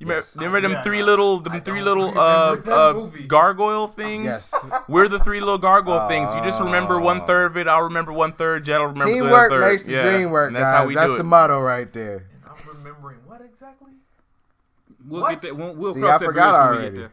[SPEAKER 5] You remember, remember them
[SPEAKER 3] Yeah.
[SPEAKER 5] three little, them three
[SPEAKER 2] don't
[SPEAKER 5] little
[SPEAKER 2] remember
[SPEAKER 5] uh,
[SPEAKER 2] that
[SPEAKER 5] uh
[SPEAKER 2] movie.
[SPEAKER 5] gargoyle things?
[SPEAKER 1] Yes. Oh.
[SPEAKER 5] We're the three little gargoyle things. You just remember one third of it. I'll remember one third. Jed'll remember the other
[SPEAKER 1] Teamwork
[SPEAKER 5] third.
[SPEAKER 1] makes the
[SPEAKER 5] Yeah,
[SPEAKER 1] dream work,
[SPEAKER 5] and
[SPEAKER 1] guys. that's the motto right there.
[SPEAKER 2] I'm remembering what exactly?
[SPEAKER 4] We'll
[SPEAKER 2] What?
[SPEAKER 4] get that. We'll, we'll
[SPEAKER 1] See, I
[SPEAKER 4] cross that
[SPEAKER 1] forgot
[SPEAKER 4] bridge when we
[SPEAKER 1] already.
[SPEAKER 4] get there.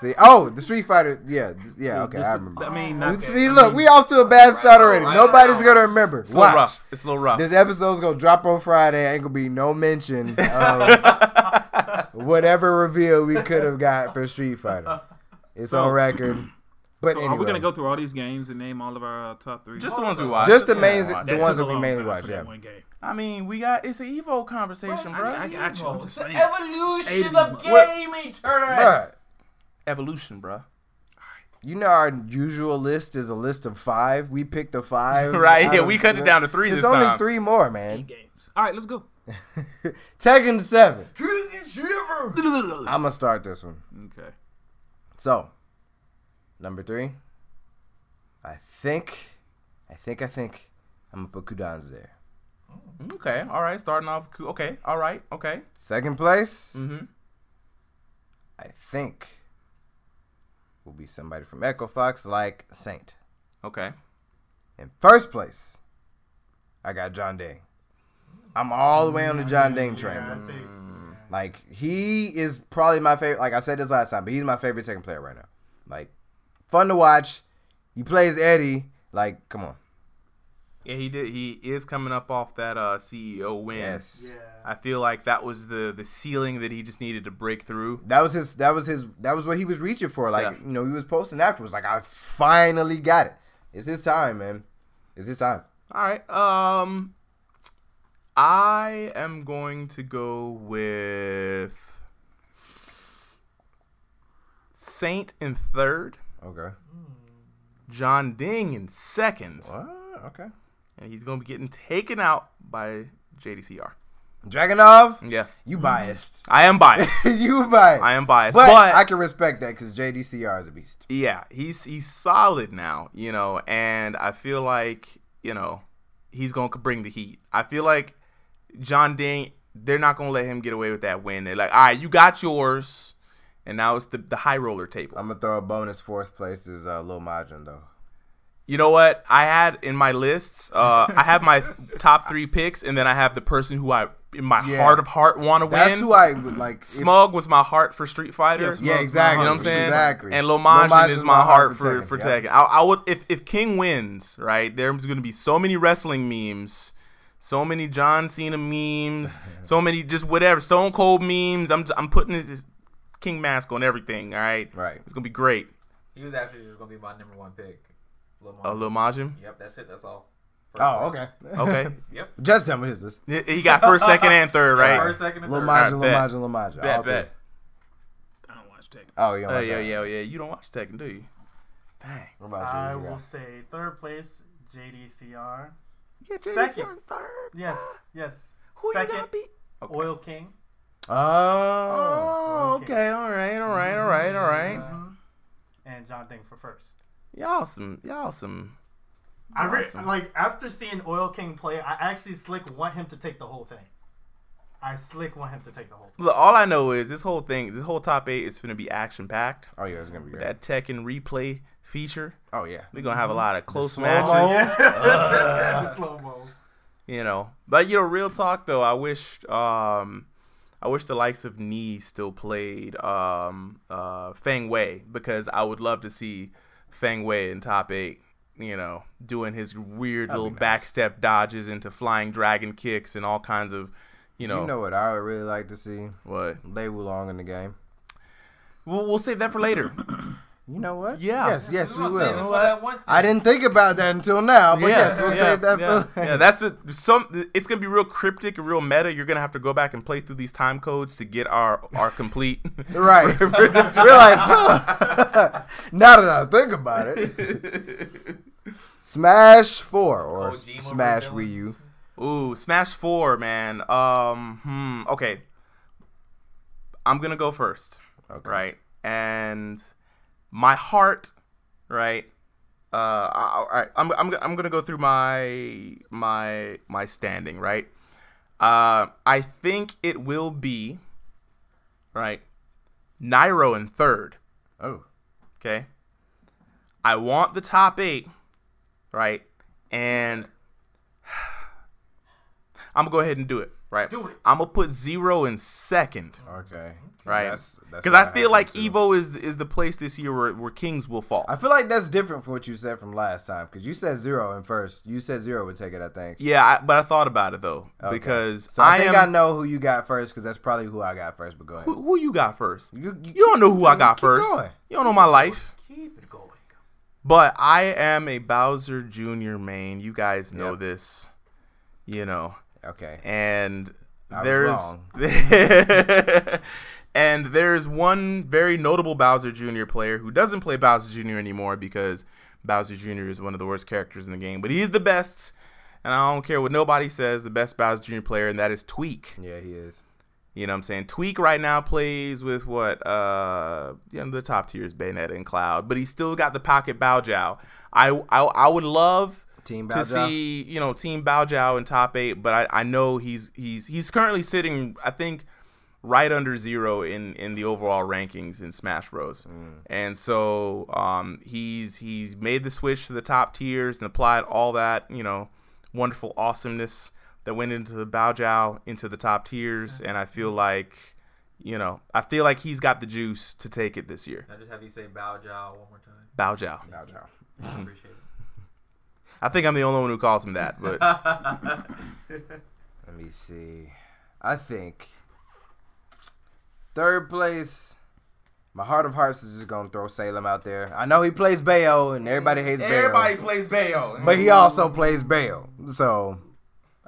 [SPEAKER 1] See, oh, the Street Fighter. Yeah, th- yeah. Okay,
[SPEAKER 4] This
[SPEAKER 1] I
[SPEAKER 4] is-
[SPEAKER 1] remember.
[SPEAKER 4] I mean,
[SPEAKER 1] You
[SPEAKER 4] not-
[SPEAKER 1] See, look, we off to a bad start already.
[SPEAKER 2] Right
[SPEAKER 1] Nobody's
[SPEAKER 2] now.
[SPEAKER 1] gonna remember.
[SPEAKER 5] It's a
[SPEAKER 1] Watch.
[SPEAKER 5] little rough. It's a little rough.
[SPEAKER 1] This episode's gonna drop on Friday. Ain't gonna be no mention of whatever reveal we could have got for Street Fighter. It's
[SPEAKER 4] So-
[SPEAKER 1] on record. But
[SPEAKER 4] So
[SPEAKER 1] anyway,
[SPEAKER 4] are we gonna go through all these games and name all of our uh, top three?
[SPEAKER 5] just the ones we watched.
[SPEAKER 1] just the
[SPEAKER 5] Yeah.
[SPEAKER 1] main, the
[SPEAKER 4] That
[SPEAKER 1] ones
[SPEAKER 4] took
[SPEAKER 1] that
[SPEAKER 4] a
[SPEAKER 1] we
[SPEAKER 4] long
[SPEAKER 1] mainly
[SPEAKER 4] time
[SPEAKER 1] watch.
[SPEAKER 4] for
[SPEAKER 1] Yeah.
[SPEAKER 4] that one game.
[SPEAKER 5] I mean, we got it's an Evo conversation, bro.
[SPEAKER 4] I got you. I'm just
[SPEAKER 2] The
[SPEAKER 4] saying.
[SPEAKER 2] evolution of gaming,
[SPEAKER 1] Bruh,
[SPEAKER 2] Turrets.
[SPEAKER 5] Evolution, bro.
[SPEAKER 1] you know our usual list is a list of five. We picked the five.
[SPEAKER 5] Right,
[SPEAKER 1] out
[SPEAKER 5] yeah,
[SPEAKER 1] of-
[SPEAKER 5] we cut it down to three
[SPEAKER 1] There's
[SPEAKER 5] this
[SPEAKER 1] only
[SPEAKER 5] time.
[SPEAKER 1] three more,
[SPEAKER 4] Eight
[SPEAKER 1] man.
[SPEAKER 4] games. All right, let's go.
[SPEAKER 1] Tekken Seven.
[SPEAKER 2] Drink and shiver.
[SPEAKER 4] okay.
[SPEAKER 1] I'm gonna start this one. So, number three. I think, I think, I think, I'm gonna put Kudan's there.
[SPEAKER 5] Okay, all right. Starting off. cool. Okay, all right. Okay.
[SPEAKER 1] Second place,
[SPEAKER 3] Mm-hmm.
[SPEAKER 5] Mhm.
[SPEAKER 1] I think, will be somebody from Echo Fox like Saint.
[SPEAKER 5] Okay.
[SPEAKER 1] In first place, I got John Dang. I'm all the way on the John Dang train.
[SPEAKER 3] Mm-hmm. Yeah,
[SPEAKER 1] bro.
[SPEAKER 3] I think.
[SPEAKER 1] Like he is probably my favorite. Like I said this last time, but he's my favorite second player right now. Like fun to watch. He plays Eddie. Like come on,
[SPEAKER 5] Yeah, he did. He is coming up off that uh, CEO win.
[SPEAKER 1] yes.
[SPEAKER 3] Yeah.
[SPEAKER 5] I feel like that was the the ceiling that he just needed to break through.
[SPEAKER 1] That was his. That was his. That was what he was reaching for. Like
[SPEAKER 5] Yeah.
[SPEAKER 1] you know, he was posting afterwards. Like I finally got it. It's his time, man. It's his time.
[SPEAKER 5] All right. Um, I am going to go with Saint in third,
[SPEAKER 1] Okay.
[SPEAKER 5] John Ding in second,
[SPEAKER 1] Ah, okay.
[SPEAKER 5] and he's going to be getting taken out by JDCR.
[SPEAKER 1] Dragonov,
[SPEAKER 5] Yeah,
[SPEAKER 1] you biased.
[SPEAKER 5] I am biased.
[SPEAKER 1] you biased.
[SPEAKER 5] I am biased,
[SPEAKER 1] but,
[SPEAKER 5] but,
[SPEAKER 1] I can respect that because JDCR is a beast.
[SPEAKER 5] yeah, he's he's solid now, you know, and I feel like you know he's gonna bring the heat. I feel like John Ding, they're not gonna let him get away with that win. They're like, all right, you got yours, and now it's the the high roller table.
[SPEAKER 1] I'm gonna throw a bonus fourth place is uh, Lil Majin though.
[SPEAKER 5] You know what? I had in my lists, uh, I have my top three picks, and then I have the person who I in my
[SPEAKER 1] Yeah.
[SPEAKER 5] heart of heart want to win.
[SPEAKER 1] That's who I would like. if-
[SPEAKER 5] Smug was my heart for Street Fighter.
[SPEAKER 4] Yes,
[SPEAKER 1] yeah, exactly.
[SPEAKER 5] You know what I'm saying?
[SPEAKER 1] Exactly.
[SPEAKER 5] And Lomajin is my heart for for
[SPEAKER 1] yeah.
[SPEAKER 5] Tekken. I, I would if if King wins, right? There's going to be so many wrestling memes, so many John Cena memes, so many just whatever Stone Cold memes. I'm I'm putting this, this King mask on everything. All right.
[SPEAKER 1] Right.
[SPEAKER 5] It's gonna be great.
[SPEAKER 2] He was actually just gonna be my number one pick. Lil
[SPEAKER 5] Uh,
[SPEAKER 2] Mama.
[SPEAKER 5] Lomajin.
[SPEAKER 2] Yep, that's it. That's all. First
[SPEAKER 1] Oh,
[SPEAKER 2] place.
[SPEAKER 1] okay.
[SPEAKER 5] Okay.
[SPEAKER 2] Yep.
[SPEAKER 1] Just tell me what is this?
[SPEAKER 5] He- he got first, second, and third. Right.
[SPEAKER 2] First, second, and
[SPEAKER 1] Lil
[SPEAKER 2] third.
[SPEAKER 1] Majin,
[SPEAKER 5] Alright,
[SPEAKER 1] Lil
[SPEAKER 5] bet.
[SPEAKER 1] Majin, Lil Majin. all
[SPEAKER 5] Bet
[SPEAKER 1] three.
[SPEAKER 5] bet.
[SPEAKER 4] I don't watch Tekken.
[SPEAKER 1] Oh, you don't
[SPEAKER 5] Uh,
[SPEAKER 1] watch
[SPEAKER 5] yeah
[SPEAKER 1] that.
[SPEAKER 5] yeah yeah. You don't watch Tekken, do you? Dang.
[SPEAKER 1] What about you?
[SPEAKER 3] I
[SPEAKER 1] What you
[SPEAKER 3] will
[SPEAKER 1] got?
[SPEAKER 3] say third place, JDCR.
[SPEAKER 5] Yeah, Jay,
[SPEAKER 3] Second.
[SPEAKER 5] you're in third.
[SPEAKER 3] Yes, yes.
[SPEAKER 5] Who you
[SPEAKER 3] Second,
[SPEAKER 5] got beat? Okay.
[SPEAKER 3] Oil King.
[SPEAKER 1] Oh.
[SPEAKER 5] Oh,
[SPEAKER 3] okay.
[SPEAKER 5] okay. All right. All
[SPEAKER 3] Mm-hmm.
[SPEAKER 5] right. All right. All right.
[SPEAKER 3] Mhm. And John Ding for first.
[SPEAKER 5] Y'all some y'all some
[SPEAKER 3] I re-
[SPEAKER 4] Awesome.
[SPEAKER 3] like after seeing Oil King play, I actually slick want him to take the whole thing. I slick want him to take the whole.
[SPEAKER 5] Look, all I know is this whole thing, this whole top eight is gonna be action packed.
[SPEAKER 1] Oh yeah, it's gonna be great.
[SPEAKER 5] That tech and replay feature,
[SPEAKER 1] oh yeah.
[SPEAKER 5] we're gonna have a lot of close
[SPEAKER 1] slow-mo.
[SPEAKER 5] matches.
[SPEAKER 3] the slow mo's.
[SPEAKER 5] You know, but you know, real talk though, I wish, um, I wish the likes of Nee still played um, uh, Fang Wei because I would love to see Fang Wei in top eight. You know, doing his weird little backstep dodges into flying dragon kicks and all kinds of, you know,
[SPEAKER 1] You know what I would really like to see?
[SPEAKER 5] what.
[SPEAKER 1] Lei Wulong in the game.
[SPEAKER 5] We'll, we'll save that for later.
[SPEAKER 1] You know what?
[SPEAKER 5] Yeah.
[SPEAKER 1] Yes, yes, we
[SPEAKER 2] I'm saying,
[SPEAKER 1] will.
[SPEAKER 2] for that one thing.
[SPEAKER 1] I didn't think about that until now, but yes, we'll save that
[SPEAKER 5] yeah,
[SPEAKER 1] for
[SPEAKER 5] yeah, that's a, some. It's gonna be real cryptic and real meta. You're gonna have to go back and play through these time codes to get our our complete.
[SPEAKER 1] Right. We're like, huh. now that I think about it. Smash 4 or
[SPEAKER 2] Kojima we're
[SPEAKER 1] Smash
[SPEAKER 2] doing?
[SPEAKER 1] Wii U.
[SPEAKER 5] Ooh, Smash Four, man. Um, hmm. Okay, I'm gonna go first,
[SPEAKER 1] Okay.
[SPEAKER 5] right? And my heart, right? Uh, all right. I'm I'm I'm gonna go through my my my standing, right? Uh, I think it will be, right? Nairo in third.
[SPEAKER 1] Oh.
[SPEAKER 5] Okay. I want the top eight, right? And I'm gonna go ahead and do it, right?
[SPEAKER 3] Do it.
[SPEAKER 5] I'm gonna put zero in second,
[SPEAKER 1] Okay.
[SPEAKER 5] right?
[SPEAKER 1] That's- that's
[SPEAKER 5] Because
[SPEAKER 1] what
[SPEAKER 5] I feel
[SPEAKER 1] have
[SPEAKER 5] like
[SPEAKER 1] too.
[SPEAKER 5] Evo is is the place this year where, where kings will fall.
[SPEAKER 1] e I feel like that's different from what you said from last time because you said zero in first. You said zero would take it, I think.
[SPEAKER 5] yeah, I, but I thought about it though
[SPEAKER 1] Okay.
[SPEAKER 5] because
[SPEAKER 1] So I,
[SPEAKER 5] I,
[SPEAKER 1] think
[SPEAKER 5] am.
[SPEAKER 1] I know who you got first because that's probably who I got first. But go ahead.
[SPEAKER 5] who, who you got first?
[SPEAKER 1] You, you,
[SPEAKER 5] You don't know who I got
[SPEAKER 1] keep
[SPEAKER 5] first.
[SPEAKER 1] going.
[SPEAKER 5] You don't know my life.
[SPEAKER 3] Keep it going.
[SPEAKER 5] But I am a Bowser Jr. main. You guys know
[SPEAKER 1] Yep.
[SPEAKER 5] this. You know.
[SPEAKER 1] Okay.
[SPEAKER 5] and
[SPEAKER 1] was
[SPEAKER 5] there's
[SPEAKER 1] wrong.
[SPEAKER 5] and there's one very notable Bowser Jr. player who doesn't play Bowser Jr. anymore because Bowser Jr. is one of the worst characters in the game, but he's the best. And I don't care what nobody says, the best Bowser Jr. player, and that is Tweak.
[SPEAKER 1] Yeah, he is.
[SPEAKER 5] You know what I'm saying? Tweak right now plays with what? Uh, you know, the top tier is Bayonetta and Cloud, but he's still got the pocket Bao Jiao. I, I, I would love
[SPEAKER 1] Team
[SPEAKER 5] to
[SPEAKER 1] Bao Jiao?
[SPEAKER 5] see you know Team Bao Jiao in top eight, but I, I know he's he's he's currently sitting I think right under zero in in the overall rankings in Smash Bros.
[SPEAKER 1] Mm.
[SPEAKER 5] And so um, he's he's made the switch to the top tiers and applied all that you know wonderful awesomeness that went into the Bao Jiao into the top tiers, and I feel like you know I feel like he's got the juice to take it this year.
[SPEAKER 2] I just have you say bow jow one more time.
[SPEAKER 5] Bao Jiao.
[SPEAKER 1] Bao Jiao.
[SPEAKER 2] I appreciate it.
[SPEAKER 5] I think I'm the only one who calls him that, but
[SPEAKER 1] Let me see. I think third place. My heart of hearts is just gonna throw Salem out there. I know he plays Bayo and everybody hates Bayo,
[SPEAKER 5] plays Bayo.
[SPEAKER 1] but he also plays Bayo. So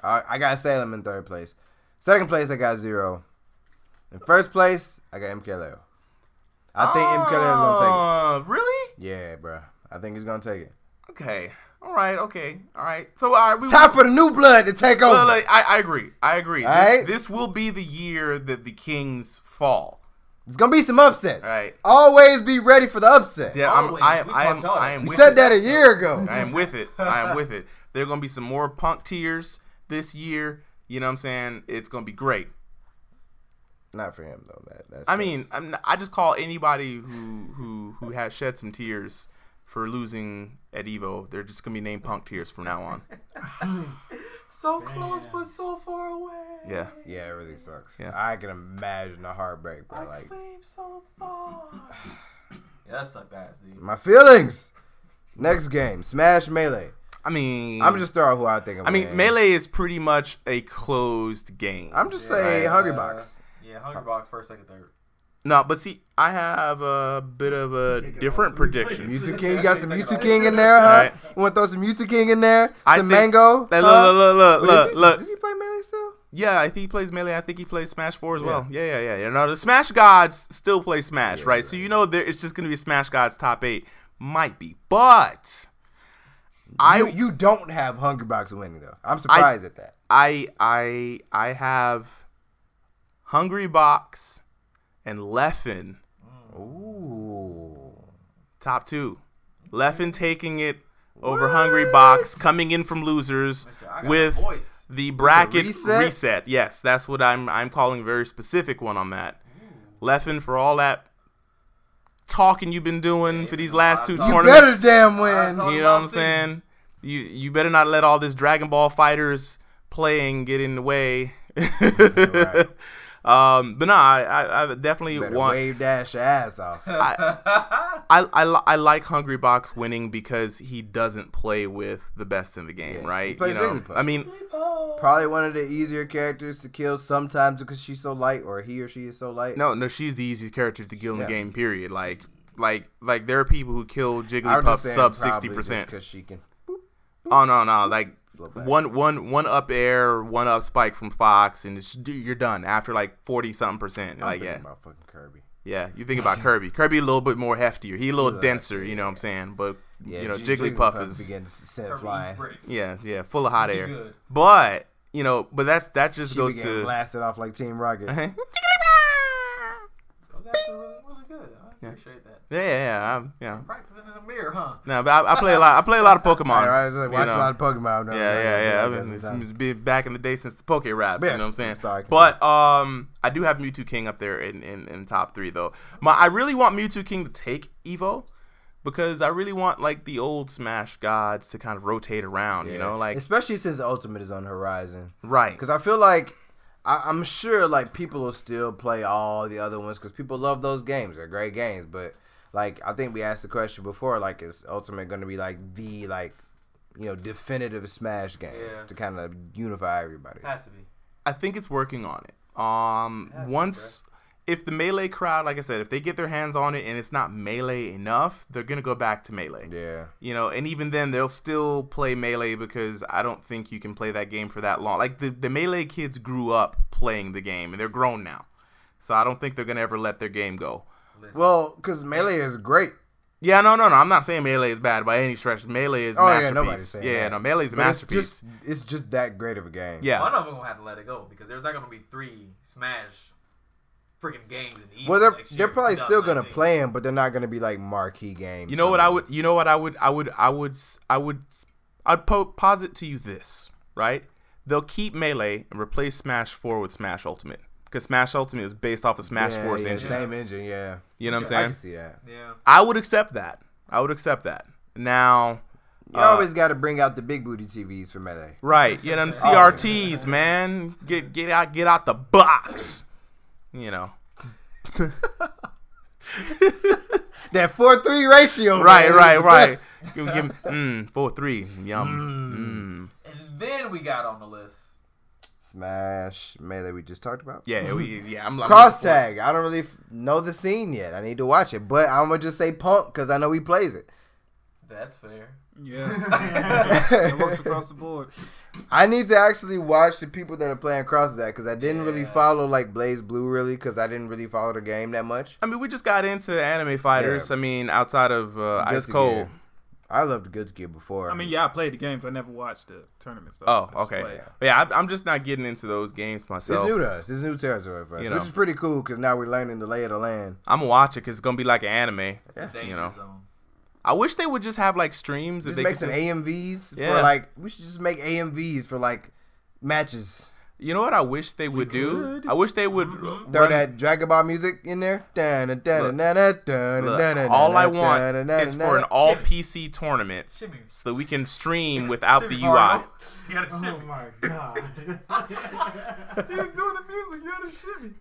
[SPEAKER 1] I, I got Salem in third place. Second place, I got zero. In first place, I got MKLeo. I think MKLeo is gonna
[SPEAKER 5] gonna take it. Really?
[SPEAKER 1] take it. Yeah, bruh. I think he's gonna take it.
[SPEAKER 5] Okay. All right. Okay. All right. So all right. We,
[SPEAKER 1] Time for the new blood to take over.
[SPEAKER 5] Look, look, I, I agree. I agree. This,
[SPEAKER 1] All right.
[SPEAKER 5] this will be the year that the Kings fall.
[SPEAKER 1] It's gonna be some upsets.
[SPEAKER 5] Right.
[SPEAKER 1] Always be ready for the upset.
[SPEAKER 5] Yeah, I'm,
[SPEAKER 2] Always.
[SPEAKER 5] I am.
[SPEAKER 2] We
[SPEAKER 5] I am.
[SPEAKER 2] talked all
[SPEAKER 5] I
[SPEAKER 2] that.
[SPEAKER 5] am.
[SPEAKER 1] We
[SPEAKER 5] with
[SPEAKER 1] said
[SPEAKER 5] it.
[SPEAKER 1] that a year ago.
[SPEAKER 5] I am with it. I am with it. There are gonna be some more punk tears this year. You know what I'm saying? It's gonna be great.
[SPEAKER 1] Not for him though. That. that
[SPEAKER 5] I
[SPEAKER 1] sucks.
[SPEAKER 5] mean, I'm not, I just call anybody who who who has shed some tears for losing at Evo. They're just gonna be named punk tears from now on.
[SPEAKER 2] So close but so far away.
[SPEAKER 5] Yeah.
[SPEAKER 1] Yeah, it really sucks.
[SPEAKER 5] Yeah.
[SPEAKER 1] I can imagine the heartbreak, but like
[SPEAKER 2] claim so far. yeah, that sucked ass, dude.
[SPEAKER 1] my feelings. Next game, Smash Melee.
[SPEAKER 5] I mean,
[SPEAKER 1] I'm just throwing who I think.
[SPEAKER 5] Mm. I mean, melee is pretty much a closed game.
[SPEAKER 1] I'm just
[SPEAKER 2] Yeah,
[SPEAKER 1] saying
[SPEAKER 5] right.
[SPEAKER 1] Hungry
[SPEAKER 2] Uh,
[SPEAKER 1] Box.
[SPEAKER 2] Yeah, Hungry Box first, second, third.
[SPEAKER 5] no, but see, I have a bit of a different prediction.
[SPEAKER 3] You-
[SPEAKER 1] Mewtwo King, you got some
[SPEAKER 2] Take it
[SPEAKER 1] Mewtwo
[SPEAKER 2] off.
[SPEAKER 1] King in there, huh?
[SPEAKER 5] Alright.
[SPEAKER 1] You want to throw some Mewtwo King in there? Some
[SPEAKER 5] I think-
[SPEAKER 1] Mango. huh?
[SPEAKER 5] Hey, look, look, look,
[SPEAKER 1] Wait,
[SPEAKER 5] look,
[SPEAKER 1] is he-
[SPEAKER 5] look.
[SPEAKER 1] Does he play Melee still?
[SPEAKER 5] Yeah, I think he plays melee. I think he plays Smash Four as well. Yeah, yeah, yeah. yeah. No, the Smash gods still play Smash, right? So you know, there it's just gonna be Smash gods top eight. Might be, but I
[SPEAKER 1] you, you don't have Hungry Box winning though. I'm surprised at that.
[SPEAKER 5] I I I have Hungry Box and Leffen
[SPEAKER 1] Ooh.
[SPEAKER 5] top two. Leffen taking it over Hungry Box coming in from losers with
[SPEAKER 2] voice.
[SPEAKER 5] the bracket
[SPEAKER 1] reset?
[SPEAKER 5] reset? Yes, that's what I'm I'm calling a very specific one on that. Leffen for all that talking you've been doing for these last two
[SPEAKER 1] You better
[SPEAKER 5] tournaments.
[SPEAKER 1] damn
[SPEAKER 2] Alright,
[SPEAKER 1] win.
[SPEAKER 2] so-
[SPEAKER 5] you know what I'm
[SPEAKER 2] Things.
[SPEAKER 5] saying? You you better not let all this Dragon Ball Fighters playing get in the way. Um, but no, I, I, I definitely
[SPEAKER 1] Better
[SPEAKER 5] want.
[SPEAKER 1] wave dash your ass off.
[SPEAKER 5] I, I, li- I like Hungry Box winning because he doesn't play with the best in the game,
[SPEAKER 1] Yeah, he
[SPEAKER 5] right?
[SPEAKER 1] plays
[SPEAKER 5] you know,
[SPEAKER 1] Jigglypuff.
[SPEAKER 5] I mean,
[SPEAKER 1] Probably one of the easier characters to kill sometimes because she's so light, or he or she is so light.
[SPEAKER 5] no, no, she's the easiest character to kill in
[SPEAKER 1] Yeah.
[SPEAKER 5] the game. Period. Like, like, like there are people who
[SPEAKER 1] I
[SPEAKER 5] kill
[SPEAKER 1] was
[SPEAKER 5] Jigglypuff
[SPEAKER 1] just saying
[SPEAKER 5] sub
[SPEAKER 1] probably
[SPEAKER 5] sixty percent.
[SPEAKER 1] because she can.
[SPEAKER 5] Oh no, no, like
[SPEAKER 1] back.
[SPEAKER 5] one, one, one up air, one up spike from Fox, and it's, you're done after like forty something percent.
[SPEAKER 1] I'm
[SPEAKER 5] Like,
[SPEAKER 1] thinking
[SPEAKER 5] yeah,
[SPEAKER 1] about fucking Kirby.
[SPEAKER 5] yeah. You think about Kirby. Kirby a little bit more heftier. He a little denser. You know what I'm saying? But
[SPEAKER 1] Yeah,
[SPEAKER 5] you know,
[SPEAKER 1] Jig-
[SPEAKER 5] Jigglypuff is.
[SPEAKER 1] begins to send
[SPEAKER 2] Kirby's
[SPEAKER 1] flying.
[SPEAKER 2] bricks.
[SPEAKER 5] Yeah, yeah, full of hot air.
[SPEAKER 2] good.
[SPEAKER 5] But you know, but that's that just
[SPEAKER 1] She
[SPEAKER 5] goes
[SPEAKER 1] began
[SPEAKER 5] to
[SPEAKER 1] blasted off like Team Rocket.
[SPEAKER 5] yeah,
[SPEAKER 2] That was actually really, really good. I appreciate that.
[SPEAKER 5] yeah, yeah, I'm, yeah.
[SPEAKER 2] Practicing in the mirror, huh?
[SPEAKER 5] No, but I, I play a lot. I play a lot of Pokemon.
[SPEAKER 1] All right, so
[SPEAKER 5] you
[SPEAKER 1] watch
[SPEAKER 5] know.
[SPEAKER 1] a lot of Pokemon. No, no,
[SPEAKER 5] yeah, yeah,
[SPEAKER 1] no,
[SPEAKER 5] yeah.
[SPEAKER 1] no,
[SPEAKER 5] I've
[SPEAKER 1] that's
[SPEAKER 5] been,
[SPEAKER 1] not-
[SPEAKER 5] it's been back in the day since the Poke Rap.
[SPEAKER 1] Yeah.
[SPEAKER 5] You know what I'm saying?
[SPEAKER 1] I'm sorry, I
[SPEAKER 5] but um, I do have Mewtwo King up there in, in, in top three though. My I really want Mewtwo King to take Evo because I really want like the old Smash gods to kind of rotate around. You
[SPEAKER 1] yeah.
[SPEAKER 5] know, like
[SPEAKER 1] especially since Ultimate is on the horizon.
[SPEAKER 5] right.
[SPEAKER 1] Because I feel like I, I'm sure like people will still play all the other ones because people love those games. They're great games, but like I think we asked the question before, like is Ultimate going to be like the like you know definitive Smash game
[SPEAKER 2] Yeah.
[SPEAKER 1] to kind of unify everybody?
[SPEAKER 2] Has to be.
[SPEAKER 5] I think it's working on it. Um, once if the melee crowd, like I said, if they get their hands on it and it's not melee enough, they're gonna go back to melee.
[SPEAKER 1] Yeah,
[SPEAKER 5] You know, and even then they'll still play melee because I don't think you can play that game for that long. Like the, the melee kids grew up playing the game and they're grown now, so I don't think they're gonna ever let their game go.
[SPEAKER 1] well, because melee is great.
[SPEAKER 5] Yeah, no, no, no. I'm not saying melee is bad by any stretch. Melee is a
[SPEAKER 1] Oh, yeah, nobody's
[SPEAKER 5] masterpiece.
[SPEAKER 1] saying
[SPEAKER 5] Yeah,
[SPEAKER 1] that.
[SPEAKER 5] no, melee is a
[SPEAKER 1] but it's
[SPEAKER 5] masterpiece.
[SPEAKER 1] just it's just that great of a game.
[SPEAKER 5] yeah,
[SPEAKER 2] One of them gonna have to let it go because there's not gonna be three Smash freaking games in the
[SPEAKER 1] Well, they're
[SPEAKER 2] next
[SPEAKER 1] they're
[SPEAKER 2] year,
[SPEAKER 1] probably still gonna
[SPEAKER 2] 2019.
[SPEAKER 1] play them, but they're not gonna be like marquee games.
[SPEAKER 5] You know what I
[SPEAKER 1] So-
[SPEAKER 5] would? You know what I would? I would? I would? s- I would? I'd po- posit to you this, right? They'll keep melee and replace Smash Four with Smash Ultimate because Smash Ultimate is based off of Smash
[SPEAKER 1] yeah,
[SPEAKER 5] Four's
[SPEAKER 1] yeah,
[SPEAKER 5] engine.
[SPEAKER 1] Same engine, yeah.
[SPEAKER 5] You know what
[SPEAKER 1] I
[SPEAKER 5] I'm
[SPEAKER 1] can
[SPEAKER 5] saying?
[SPEAKER 1] see that.
[SPEAKER 2] Yeah.
[SPEAKER 5] I would accept that. I would accept that. Now,
[SPEAKER 1] You
[SPEAKER 5] uh,
[SPEAKER 1] always got to bring out the big booty TVs for melee.
[SPEAKER 5] right? You know them CRTs, man. Get get out get out the box. You know.
[SPEAKER 1] That four three ratio.
[SPEAKER 5] Right,
[SPEAKER 1] man, is
[SPEAKER 5] right,
[SPEAKER 1] the
[SPEAKER 5] right.
[SPEAKER 1] best.
[SPEAKER 5] Give, give, mm, four, three, yum. Mm.
[SPEAKER 2] And then we got on the list.
[SPEAKER 1] Smash melee we just talked about.
[SPEAKER 5] Yeah, we, yeah. I'm, I'm
[SPEAKER 1] Cross tag. I don't really f- know the scene yet. I need to watch it, but I'm gonna just say Punk because I know he plays it.
[SPEAKER 2] That's fair.
[SPEAKER 4] Yeah, it works across the board.
[SPEAKER 1] I need to actually watch the people that are playing cross tag because I didn't really follow like Blaze Blue really because I didn't really follow the game that much.
[SPEAKER 5] I mean, we just got into anime fighters. I mean, outside of uh, Ice
[SPEAKER 1] Guilty
[SPEAKER 5] Cold.
[SPEAKER 1] Gear. I loved Good Gear before.
[SPEAKER 4] I mean, yeah, I played the games. I never watched the tournament stuff.
[SPEAKER 5] Oh,
[SPEAKER 4] I just
[SPEAKER 5] okay.
[SPEAKER 4] played.
[SPEAKER 5] Yeah, yeah I, I'm just not getting into those games
[SPEAKER 1] it's new
[SPEAKER 5] myself.
[SPEAKER 1] to us. It's new territory for us,
[SPEAKER 5] You know.
[SPEAKER 1] which is pretty cool because now we're learning the lay of the land.
[SPEAKER 5] I'm gonna watch it because it's gonna be like an anime.
[SPEAKER 2] That's a danger
[SPEAKER 5] you know.
[SPEAKER 2] zone.
[SPEAKER 5] I wish they would just have like streams that
[SPEAKER 1] Just
[SPEAKER 5] they
[SPEAKER 1] make
[SPEAKER 5] could.
[SPEAKER 1] some
[SPEAKER 5] do-
[SPEAKER 1] AMVs
[SPEAKER 5] Yeah.
[SPEAKER 1] for like. We should just make AMVs for like matches.
[SPEAKER 5] You know what I wish they would do? I wish they would.
[SPEAKER 1] Throw
[SPEAKER 5] run-
[SPEAKER 1] that Dragon Ball music in there.
[SPEAKER 5] Look, all I want
[SPEAKER 1] All
[SPEAKER 5] is for an all PC tournament
[SPEAKER 2] Shimmy.
[SPEAKER 5] so that we can stream without the
[SPEAKER 2] Shimmy,
[SPEAKER 5] UI.
[SPEAKER 2] Mario. You gotta
[SPEAKER 3] Oh
[SPEAKER 2] shimmy.
[SPEAKER 3] my god.
[SPEAKER 2] He's doing the music. You gotta shimmy.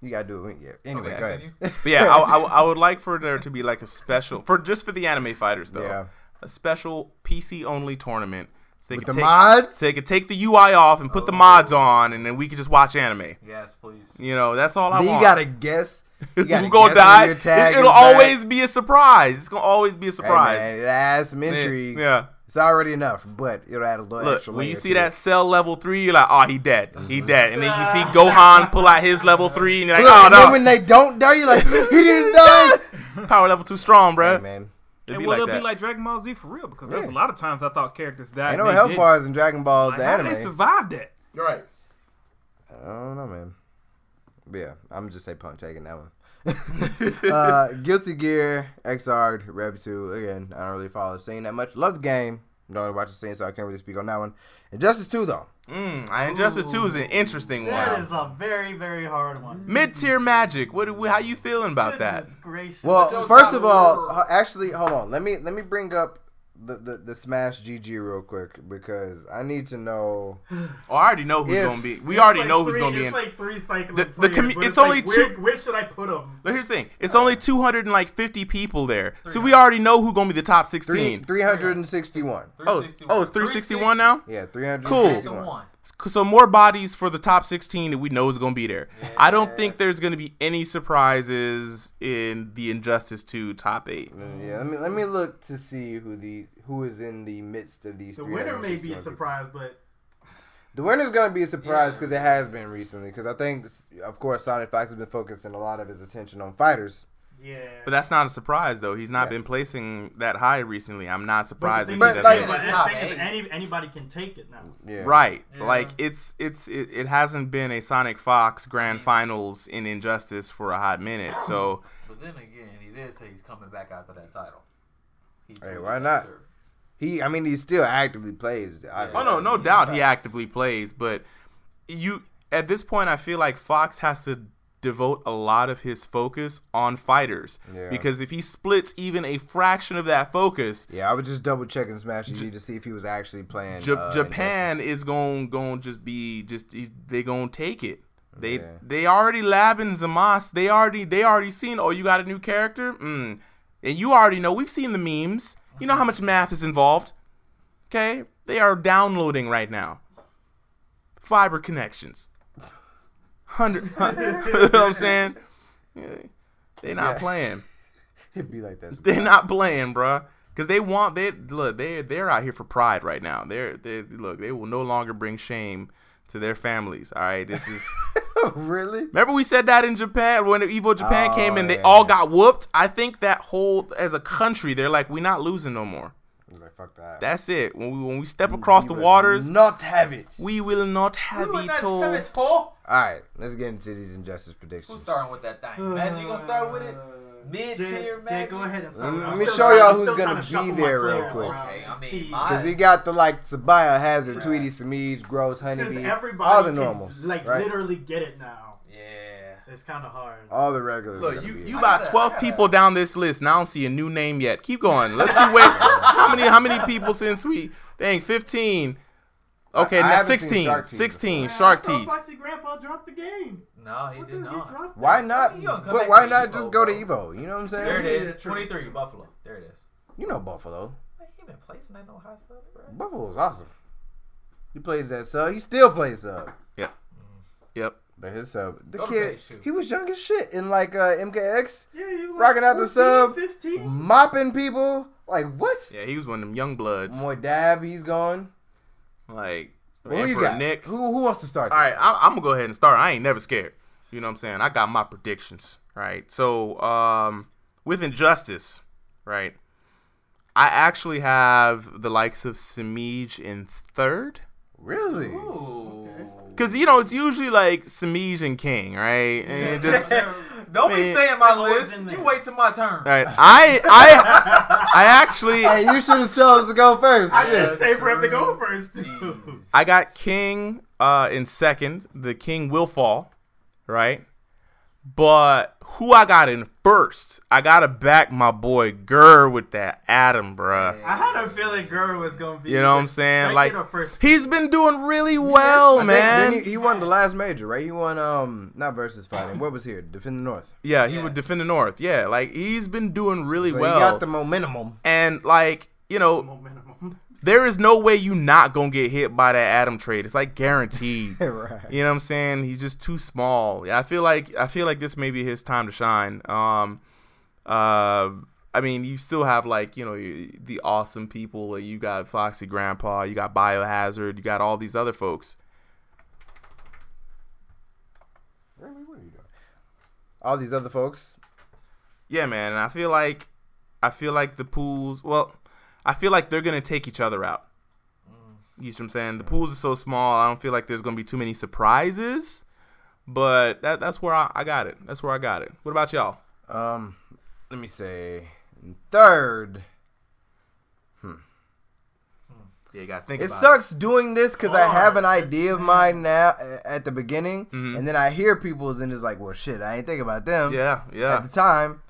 [SPEAKER 1] You gotta do it. Yeah. Anyway,
[SPEAKER 5] Okay,
[SPEAKER 1] go
[SPEAKER 2] continue.
[SPEAKER 1] ahead.
[SPEAKER 5] But yeah, I, I, I would like for there to be like a special for just for the anime fighters though.
[SPEAKER 1] Yeah.
[SPEAKER 5] A special PC only tournament. So they
[SPEAKER 1] With
[SPEAKER 5] could
[SPEAKER 1] the
[SPEAKER 5] take,
[SPEAKER 1] mods?
[SPEAKER 5] So they could take the UI off and put the
[SPEAKER 1] Oh.
[SPEAKER 5] mods on, and then we could just watch anime.
[SPEAKER 2] Yes, please.
[SPEAKER 5] You know, that's all I
[SPEAKER 1] Then you
[SPEAKER 5] want.
[SPEAKER 1] gotta guess. You gotta
[SPEAKER 5] Who gonna
[SPEAKER 1] guess when
[SPEAKER 5] die?
[SPEAKER 1] your tag
[SPEAKER 5] It, will
[SPEAKER 1] is back.
[SPEAKER 5] always be a surprise. It's gonna always be a
[SPEAKER 1] Hey,
[SPEAKER 5] surprise.
[SPEAKER 1] man, it adds some intrigue.
[SPEAKER 5] Yeah. yeah.
[SPEAKER 1] It's already enough, but it'll add a little
[SPEAKER 5] Look,
[SPEAKER 1] extra.
[SPEAKER 5] when you
[SPEAKER 1] layer
[SPEAKER 5] see
[SPEAKER 1] to
[SPEAKER 5] that
[SPEAKER 1] it. Mm-hmm.
[SPEAKER 5] cell level three, you're like, oh, he dead, he dead, and then you see Gohan pull out his level three, and you're like,
[SPEAKER 1] Look, and then
[SPEAKER 5] oh
[SPEAKER 1] when they don't die, you're like, he didn't die.
[SPEAKER 5] no, power level too strong, bruh.
[SPEAKER 1] Hey, man.
[SPEAKER 5] It'd
[SPEAKER 4] And
[SPEAKER 5] be
[SPEAKER 4] well,
[SPEAKER 5] like
[SPEAKER 4] it'll
[SPEAKER 5] that.
[SPEAKER 4] be like Dragon Ball Z for real because there's a
[SPEAKER 1] Yeah.
[SPEAKER 4] lot of times I thought characters died.
[SPEAKER 1] Ain't
[SPEAKER 4] and
[SPEAKER 1] no
[SPEAKER 4] they
[SPEAKER 1] health
[SPEAKER 4] didn't.
[SPEAKER 1] bars in Dragon Ball
[SPEAKER 4] Like,
[SPEAKER 1] the
[SPEAKER 4] how did
[SPEAKER 1] anime.
[SPEAKER 4] they survive that?
[SPEAKER 5] right.
[SPEAKER 1] I don't know, man. But yeah, I'm just say Punk taking that one. uh, Guilty Gear XR Rev 2. Again, I don't really follow the scene that much. Love the game. Don't really watch the scene, so I can't really speak on that one. Injustice 2, though.
[SPEAKER 5] Mm, I- Injustice Two is an interesting
[SPEAKER 3] That
[SPEAKER 5] one.
[SPEAKER 3] is a very, very hard one.
[SPEAKER 5] Mid tier magic. What? do- How you feeling about that?
[SPEAKER 3] Goodness gracious.
[SPEAKER 1] Well, first of all, ho- actually, hold on. Let me let me bring up the, the, the Smash GG real quick because I need to know.
[SPEAKER 5] Oh, I already know who's
[SPEAKER 1] If-
[SPEAKER 5] gonna be. We
[SPEAKER 3] It's
[SPEAKER 5] already
[SPEAKER 3] like
[SPEAKER 5] know who's
[SPEAKER 3] three-
[SPEAKER 5] gonna be
[SPEAKER 3] It's
[SPEAKER 5] in.
[SPEAKER 3] like three cycling
[SPEAKER 5] The- the
[SPEAKER 3] players,
[SPEAKER 5] commu-
[SPEAKER 3] but
[SPEAKER 5] it's only
[SPEAKER 3] like,
[SPEAKER 5] two-
[SPEAKER 3] Where, where should I put them?
[SPEAKER 5] But here's the thing: it's only 250 people there, so we already know who's gonna be the top 16.
[SPEAKER 1] 361.
[SPEAKER 5] oh, oh, it's 361 now.
[SPEAKER 1] Yeah,
[SPEAKER 5] Cool.
[SPEAKER 1] 361.
[SPEAKER 5] So more bodies for the top 16 that we know is gonna be there. I don't think there's gonna be any surprises in the Injustice 2 top eight.
[SPEAKER 1] Yeah, let me let me look to see who the who is in the midst of these.
[SPEAKER 3] The winner may be
[SPEAKER 1] 361
[SPEAKER 3] a
[SPEAKER 1] people.
[SPEAKER 3] surprise, but
[SPEAKER 1] The winner's gonna be a surprise because it has been recently. Because I think, of course, Sonic Fox has been focusing a lot of his attention on fighters.
[SPEAKER 3] yeah.
[SPEAKER 5] But that's not a surprise though. He's not
[SPEAKER 1] Yeah.
[SPEAKER 5] been placing that high recently. I'm not
[SPEAKER 3] But
[SPEAKER 5] surprised.
[SPEAKER 3] the thing,
[SPEAKER 5] if
[SPEAKER 1] But,
[SPEAKER 3] is,
[SPEAKER 5] he's
[SPEAKER 1] like-
[SPEAKER 5] at
[SPEAKER 3] but the
[SPEAKER 2] Top
[SPEAKER 3] thing is
[SPEAKER 2] eight.
[SPEAKER 3] any, anybody can take it now.
[SPEAKER 1] Yeah,
[SPEAKER 5] Right.
[SPEAKER 3] Yeah.
[SPEAKER 5] Like it's it's it, it hasn't been a Sonic Fox grand finals in Injustice for a hot minute. So
[SPEAKER 2] But then again, he did say he's coming back after that title. He tweeted
[SPEAKER 1] why
[SPEAKER 2] that,
[SPEAKER 1] not?
[SPEAKER 2] sir.
[SPEAKER 1] He, I mean, he still actively plays.
[SPEAKER 5] oh no, no doubt he actively plays, but you at this point I feel like Fox has to devote a lot of his focus on fighters
[SPEAKER 1] Yeah.
[SPEAKER 5] because if he splits even a fraction of that focus
[SPEAKER 1] Yeah, I was just double checking Smash GG to see if he was actually playing.
[SPEAKER 5] Ja-
[SPEAKER 1] uh,
[SPEAKER 5] Japan is going going just be just they going to take it. They
[SPEAKER 1] Yeah.
[SPEAKER 5] they already labbing Zamas. They already they already seen. Oh, you got a new character, mm. and you already know. We've seen the memes. You know how much math is involved. Okay, they are downloading right now. Fiber connections. Hundred. you know what I'm saying? They're not
[SPEAKER 1] Yeah.
[SPEAKER 5] playing.
[SPEAKER 1] It'd be like that.
[SPEAKER 5] They're not playing, bruh. Cause they want they look they they're out here for pride right now. They're they look they will no longer bring shame to their families. All right, this is
[SPEAKER 1] Oh, really?
[SPEAKER 5] remember we said that in Japan when Evo Japan
[SPEAKER 1] Oh,
[SPEAKER 5] came and they
[SPEAKER 1] yeah,
[SPEAKER 5] all
[SPEAKER 1] yeah.
[SPEAKER 5] got whooped. I think that whole as a country they're like we're not losing no more.
[SPEAKER 1] I was like, fuck that.
[SPEAKER 5] That's it. When we when we step across
[SPEAKER 1] We
[SPEAKER 5] the
[SPEAKER 1] will
[SPEAKER 5] waters,
[SPEAKER 1] Not have it.
[SPEAKER 5] we will not have
[SPEAKER 2] You would
[SPEAKER 5] it
[SPEAKER 2] not tell
[SPEAKER 5] all.
[SPEAKER 2] it, Paul.
[SPEAKER 1] All right, let's get into these injustice
[SPEAKER 2] Who's
[SPEAKER 1] predictions.
[SPEAKER 2] starting with that thing? Magic, you gonna start with it? Mid
[SPEAKER 3] Uh, Jay,
[SPEAKER 2] tier
[SPEAKER 3] Jay,
[SPEAKER 2] magic.
[SPEAKER 3] go ahead and start.
[SPEAKER 1] Let me-
[SPEAKER 3] I'm
[SPEAKER 1] let me
[SPEAKER 3] still
[SPEAKER 1] show
[SPEAKER 3] trying-
[SPEAKER 1] y'all
[SPEAKER 3] I'm
[SPEAKER 1] who's
[SPEAKER 3] still
[SPEAKER 1] gonna
[SPEAKER 3] trying to
[SPEAKER 1] be
[SPEAKER 3] shuffle my
[SPEAKER 1] there real
[SPEAKER 3] players
[SPEAKER 1] quick.
[SPEAKER 3] around
[SPEAKER 2] Okay,
[SPEAKER 3] and
[SPEAKER 2] I mean,
[SPEAKER 3] see.
[SPEAKER 2] my-
[SPEAKER 1] Cause he got the like Sabaya Hazard, Tweety, Smeeds, Gross,
[SPEAKER 3] since
[SPEAKER 1] Honeybee,
[SPEAKER 3] everybody
[SPEAKER 1] all the
[SPEAKER 3] can,
[SPEAKER 1] normals,
[SPEAKER 3] like
[SPEAKER 1] right?
[SPEAKER 3] literally get it now,
[SPEAKER 2] Yeah.
[SPEAKER 3] it's kind of hard.
[SPEAKER 1] all the regulars. are
[SPEAKER 5] Look,
[SPEAKER 1] gonna
[SPEAKER 5] you,
[SPEAKER 1] be
[SPEAKER 5] you
[SPEAKER 1] in.
[SPEAKER 5] about
[SPEAKER 2] gotta- I
[SPEAKER 5] twelve
[SPEAKER 2] gotta-
[SPEAKER 5] people down this list, and I don't see a new name yet. Keep going. Let's see wait how many how many people since we dang fifteen. Okay,
[SPEAKER 1] I
[SPEAKER 5] now
[SPEAKER 1] haven't seen
[SPEAKER 5] 16,
[SPEAKER 1] Shark Teeth
[SPEAKER 5] 16,
[SPEAKER 3] Man, I
[SPEAKER 5] Shark
[SPEAKER 3] thought
[SPEAKER 5] Teeth.
[SPEAKER 3] Foxy Grandpa dropped the game.
[SPEAKER 2] No, he
[SPEAKER 3] What
[SPEAKER 2] did
[SPEAKER 3] the- he
[SPEAKER 2] not.
[SPEAKER 3] dropped
[SPEAKER 1] Why
[SPEAKER 3] it.
[SPEAKER 1] not?
[SPEAKER 2] You gonna come
[SPEAKER 1] But
[SPEAKER 2] back
[SPEAKER 1] why
[SPEAKER 2] to
[SPEAKER 1] not
[SPEAKER 2] Evo,
[SPEAKER 1] just go to
[SPEAKER 2] bro.
[SPEAKER 1] Evo? You know what I'm saying?
[SPEAKER 2] There it
[SPEAKER 3] Yeah,
[SPEAKER 2] is.
[SPEAKER 3] true.
[SPEAKER 2] 23, Buffalo. There it is.
[SPEAKER 1] You know Buffalo.
[SPEAKER 2] Man, he been placing that no high stuff, bro.
[SPEAKER 1] Buffalo's awesome. He plays that sub. He still plays sub.
[SPEAKER 5] Yep. Yep.
[SPEAKER 1] But his sub, the
[SPEAKER 2] Go to
[SPEAKER 1] kid,
[SPEAKER 2] page two.
[SPEAKER 1] he was young as shit in like uh, MKX,
[SPEAKER 3] Yeah, he was like
[SPEAKER 1] rocking out the
[SPEAKER 3] 14,
[SPEAKER 1] sub, Mm.
[SPEAKER 3] 15.
[SPEAKER 1] mopping people. Like what?
[SPEAKER 5] Yeah, he was one of them young bloods.
[SPEAKER 1] More dab, he's gone.
[SPEAKER 5] Like
[SPEAKER 1] Who you
[SPEAKER 5] Emperor
[SPEAKER 1] got?
[SPEAKER 5] Nix.
[SPEAKER 1] Who who wants to start?
[SPEAKER 5] All right, I'm, I'm gonna go ahead and start. I ain't never scared. You know what I'm saying? I got my predictions, right? So, um, with Injustice, right? I actually have the likes of Samij in third.
[SPEAKER 1] Really?
[SPEAKER 2] Ooh.
[SPEAKER 5] Cause you know it's usually like Samij and King, right? And it just all
[SPEAKER 2] Don't be
[SPEAKER 5] Man.
[SPEAKER 2] saying my
[SPEAKER 3] Always
[SPEAKER 2] list.
[SPEAKER 3] in there.
[SPEAKER 2] You wait till my turn.
[SPEAKER 5] right. I I I actually
[SPEAKER 1] Hey, you should have chose to go first.
[SPEAKER 3] I
[SPEAKER 1] Shit.
[SPEAKER 3] didn't say for him to go first. Too.
[SPEAKER 2] Jeez.
[SPEAKER 5] I got King uh in second. The King will fall, right? But who I got in first? I gotta back my boy Gurr with that Adam, bruh.
[SPEAKER 3] I had a feeling Gurr was gonna be.
[SPEAKER 5] You know what I'm
[SPEAKER 3] the
[SPEAKER 5] saying?
[SPEAKER 3] second
[SPEAKER 5] Like
[SPEAKER 3] or first.
[SPEAKER 5] he's been doing really well,
[SPEAKER 1] I think
[SPEAKER 5] man.
[SPEAKER 1] then he, he won the last major, right? He won um not versus fighting. What was here? Defend the North.
[SPEAKER 5] yeah, he
[SPEAKER 2] Yeah.
[SPEAKER 5] would defend the North. Yeah, like he's been doing really
[SPEAKER 1] So
[SPEAKER 5] well.
[SPEAKER 1] he got the momentum.
[SPEAKER 5] and like you know,
[SPEAKER 3] Momentum.
[SPEAKER 5] there is no way you not gonna get hit by that Adam trade. It's like guaranteed.
[SPEAKER 1] Right.
[SPEAKER 5] You know what I'm saying? He's just too small. Yeah, I feel like I feel like this may be his time to shine. Um, uh, I mean, you still have like you know y- the awesome people. Like, You got Foxy Grandpa. You got Biohazard. You got all these other folks.
[SPEAKER 1] Really? What are you doing? All these other folks.
[SPEAKER 5] Yeah, man. And I feel like I feel like the pools. Well, I feel like they're gonna take each other out. You see what I'm saying? The pools are so small. I don't feel like there's gonna be too many surprises. But that, that's where I, I got it. That's where I got it. What about y'all?
[SPEAKER 1] Um, let me say third.
[SPEAKER 5] Yeah, you got to think
[SPEAKER 1] It
[SPEAKER 5] about
[SPEAKER 1] sucks doing this because I have
[SPEAKER 3] Hard.
[SPEAKER 1] an idea of mine now uh, at the beginning, and then I hear people's and it's like, well, shit, I ain't think about them.
[SPEAKER 5] it. Yeah,
[SPEAKER 1] At
[SPEAKER 5] yeah.
[SPEAKER 1] the time,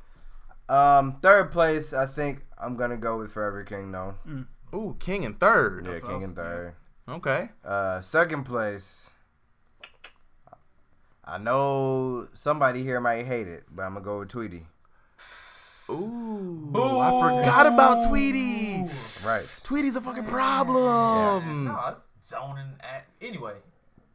[SPEAKER 1] um, third place, I think I'm gonna go with Forever King. No,
[SPEAKER 5] Ooh, King and third.
[SPEAKER 1] yeah, King and third.
[SPEAKER 5] Okay.
[SPEAKER 1] Uh, second place. I know somebody here might hate it, but I'm gonna go with Tweety.
[SPEAKER 5] Ooh.
[SPEAKER 1] Ooh, I
[SPEAKER 5] Forgot about Tweety.
[SPEAKER 1] Right.
[SPEAKER 5] Tweety's a fucking problem.
[SPEAKER 2] No, that's zoning at anyway.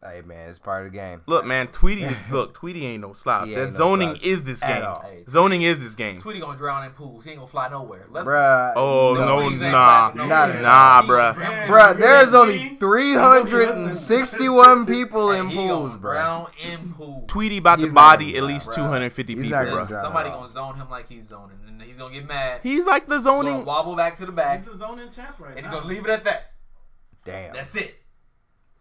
[SPEAKER 1] Hey man, it's part of the game.
[SPEAKER 5] Look, man, Tweety is look. Tweety ain't no slouch.
[SPEAKER 1] He
[SPEAKER 5] That
[SPEAKER 1] ain't no
[SPEAKER 5] zoning
[SPEAKER 1] slouch
[SPEAKER 5] is this
[SPEAKER 1] at
[SPEAKER 5] game.
[SPEAKER 1] all.
[SPEAKER 5] Zoning is this game.
[SPEAKER 2] Tweety gonna drown in pools. He ain't gonna fly nowhere. Let's
[SPEAKER 1] Bruh.
[SPEAKER 5] Oh no,
[SPEAKER 2] he's ain't
[SPEAKER 5] nah,
[SPEAKER 2] flying
[SPEAKER 1] Not
[SPEAKER 2] nowhere.
[SPEAKER 1] at
[SPEAKER 5] nah,
[SPEAKER 2] He-
[SPEAKER 5] bruh.
[SPEAKER 1] Bruh, there's
[SPEAKER 3] Yeah,
[SPEAKER 1] only
[SPEAKER 3] me.
[SPEAKER 1] 361 people in
[SPEAKER 2] He gonna
[SPEAKER 1] pools, bruh.
[SPEAKER 2] drown in pools.
[SPEAKER 5] Tweety about
[SPEAKER 1] He's
[SPEAKER 5] to
[SPEAKER 1] not
[SPEAKER 5] body
[SPEAKER 1] gonna
[SPEAKER 5] at
[SPEAKER 1] die,
[SPEAKER 5] least
[SPEAKER 2] bruh.
[SPEAKER 5] 250
[SPEAKER 1] He's
[SPEAKER 5] people,
[SPEAKER 1] not gonna
[SPEAKER 5] bruh.
[SPEAKER 1] die.
[SPEAKER 2] Somebody gonna zone him like he's zoning, and he's gonna get mad. He's
[SPEAKER 5] He's like the
[SPEAKER 2] gonna
[SPEAKER 5] zoning.
[SPEAKER 2] wobble back to the back,
[SPEAKER 3] He's a zoning champ right
[SPEAKER 2] and he's
[SPEAKER 3] now.
[SPEAKER 2] gonna leave it at that.
[SPEAKER 1] Damn.
[SPEAKER 2] That's it.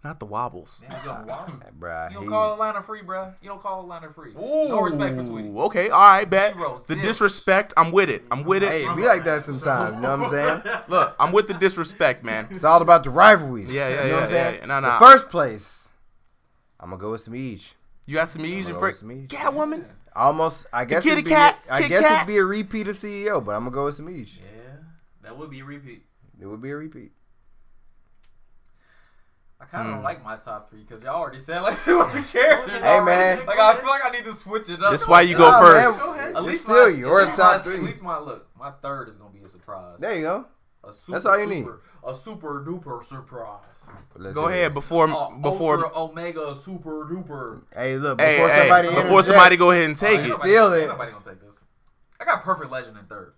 [SPEAKER 5] Not the wobbles.
[SPEAKER 2] Then he's gonna wobble.
[SPEAKER 1] Bruh,
[SPEAKER 2] You don't
[SPEAKER 1] Ah, he's-
[SPEAKER 2] call Atlanta free, bruh. You don't call Atlanta free. No respect for Tweety.
[SPEAKER 5] Ooh, okay, all right, bet.
[SPEAKER 2] Zero,
[SPEAKER 5] The
[SPEAKER 2] zero.
[SPEAKER 5] disrespect, I'm with it. I'm with
[SPEAKER 1] Hey,
[SPEAKER 5] it.
[SPEAKER 1] be like that sometimes. You know what I'm saying?
[SPEAKER 5] Look, I'm with the disrespect, man.
[SPEAKER 1] It's all about the rivalries.
[SPEAKER 5] Yeah, yeah,
[SPEAKER 1] You know
[SPEAKER 5] yeah,
[SPEAKER 1] what I'm
[SPEAKER 5] yeah,
[SPEAKER 1] saying?
[SPEAKER 5] yeah. Nah, nah.
[SPEAKER 1] The first place, I'm gonna go with Smeej.
[SPEAKER 5] You got some Asian
[SPEAKER 1] Hello,
[SPEAKER 5] friends.
[SPEAKER 1] it's me.
[SPEAKER 5] Catwoman.
[SPEAKER 1] Almost, I guess.
[SPEAKER 5] kitty
[SPEAKER 1] it'd be,
[SPEAKER 5] cat,
[SPEAKER 1] I
[SPEAKER 5] Kit
[SPEAKER 1] guess
[SPEAKER 5] Kat.
[SPEAKER 1] it'd be a repeat of CEO, but I'm gonna go with Smeej.
[SPEAKER 2] Yeah, that would be a repeat.
[SPEAKER 1] It would be a repeat.
[SPEAKER 2] I kind of like my top three because y'all already said like two other characters.
[SPEAKER 1] Hmm. Hey, man.
[SPEAKER 2] already. like I feel like I need to switch it up.
[SPEAKER 5] That's why you go
[SPEAKER 1] Nah, man,
[SPEAKER 5] first.
[SPEAKER 3] Go ahead.
[SPEAKER 1] It's still your
[SPEAKER 2] at least
[SPEAKER 1] top
[SPEAKER 2] my- At
[SPEAKER 1] three.
[SPEAKER 2] least my look, my third is gonna be a surprise.
[SPEAKER 1] There you go.
[SPEAKER 2] a super,
[SPEAKER 1] that's all you need.
[SPEAKER 2] super, A super duper surprise.
[SPEAKER 1] Let's
[SPEAKER 5] Go
[SPEAKER 1] see.
[SPEAKER 5] ahead before
[SPEAKER 1] Mm,
[SPEAKER 2] A
[SPEAKER 5] before.
[SPEAKER 2] Ultra Omega Super Duper.
[SPEAKER 1] Hey, look. Before
[SPEAKER 5] hey, hey,
[SPEAKER 1] somebody.
[SPEAKER 5] before
[SPEAKER 1] interject-
[SPEAKER 5] somebody go ahead and take
[SPEAKER 2] Ain't
[SPEAKER 5] it.
[SPEAKER 2] nobody-
[SPEAKER 1] Steal it.
[SPEAKER 2] Ain't nobody gonna take this. I got Perfect Legend in third.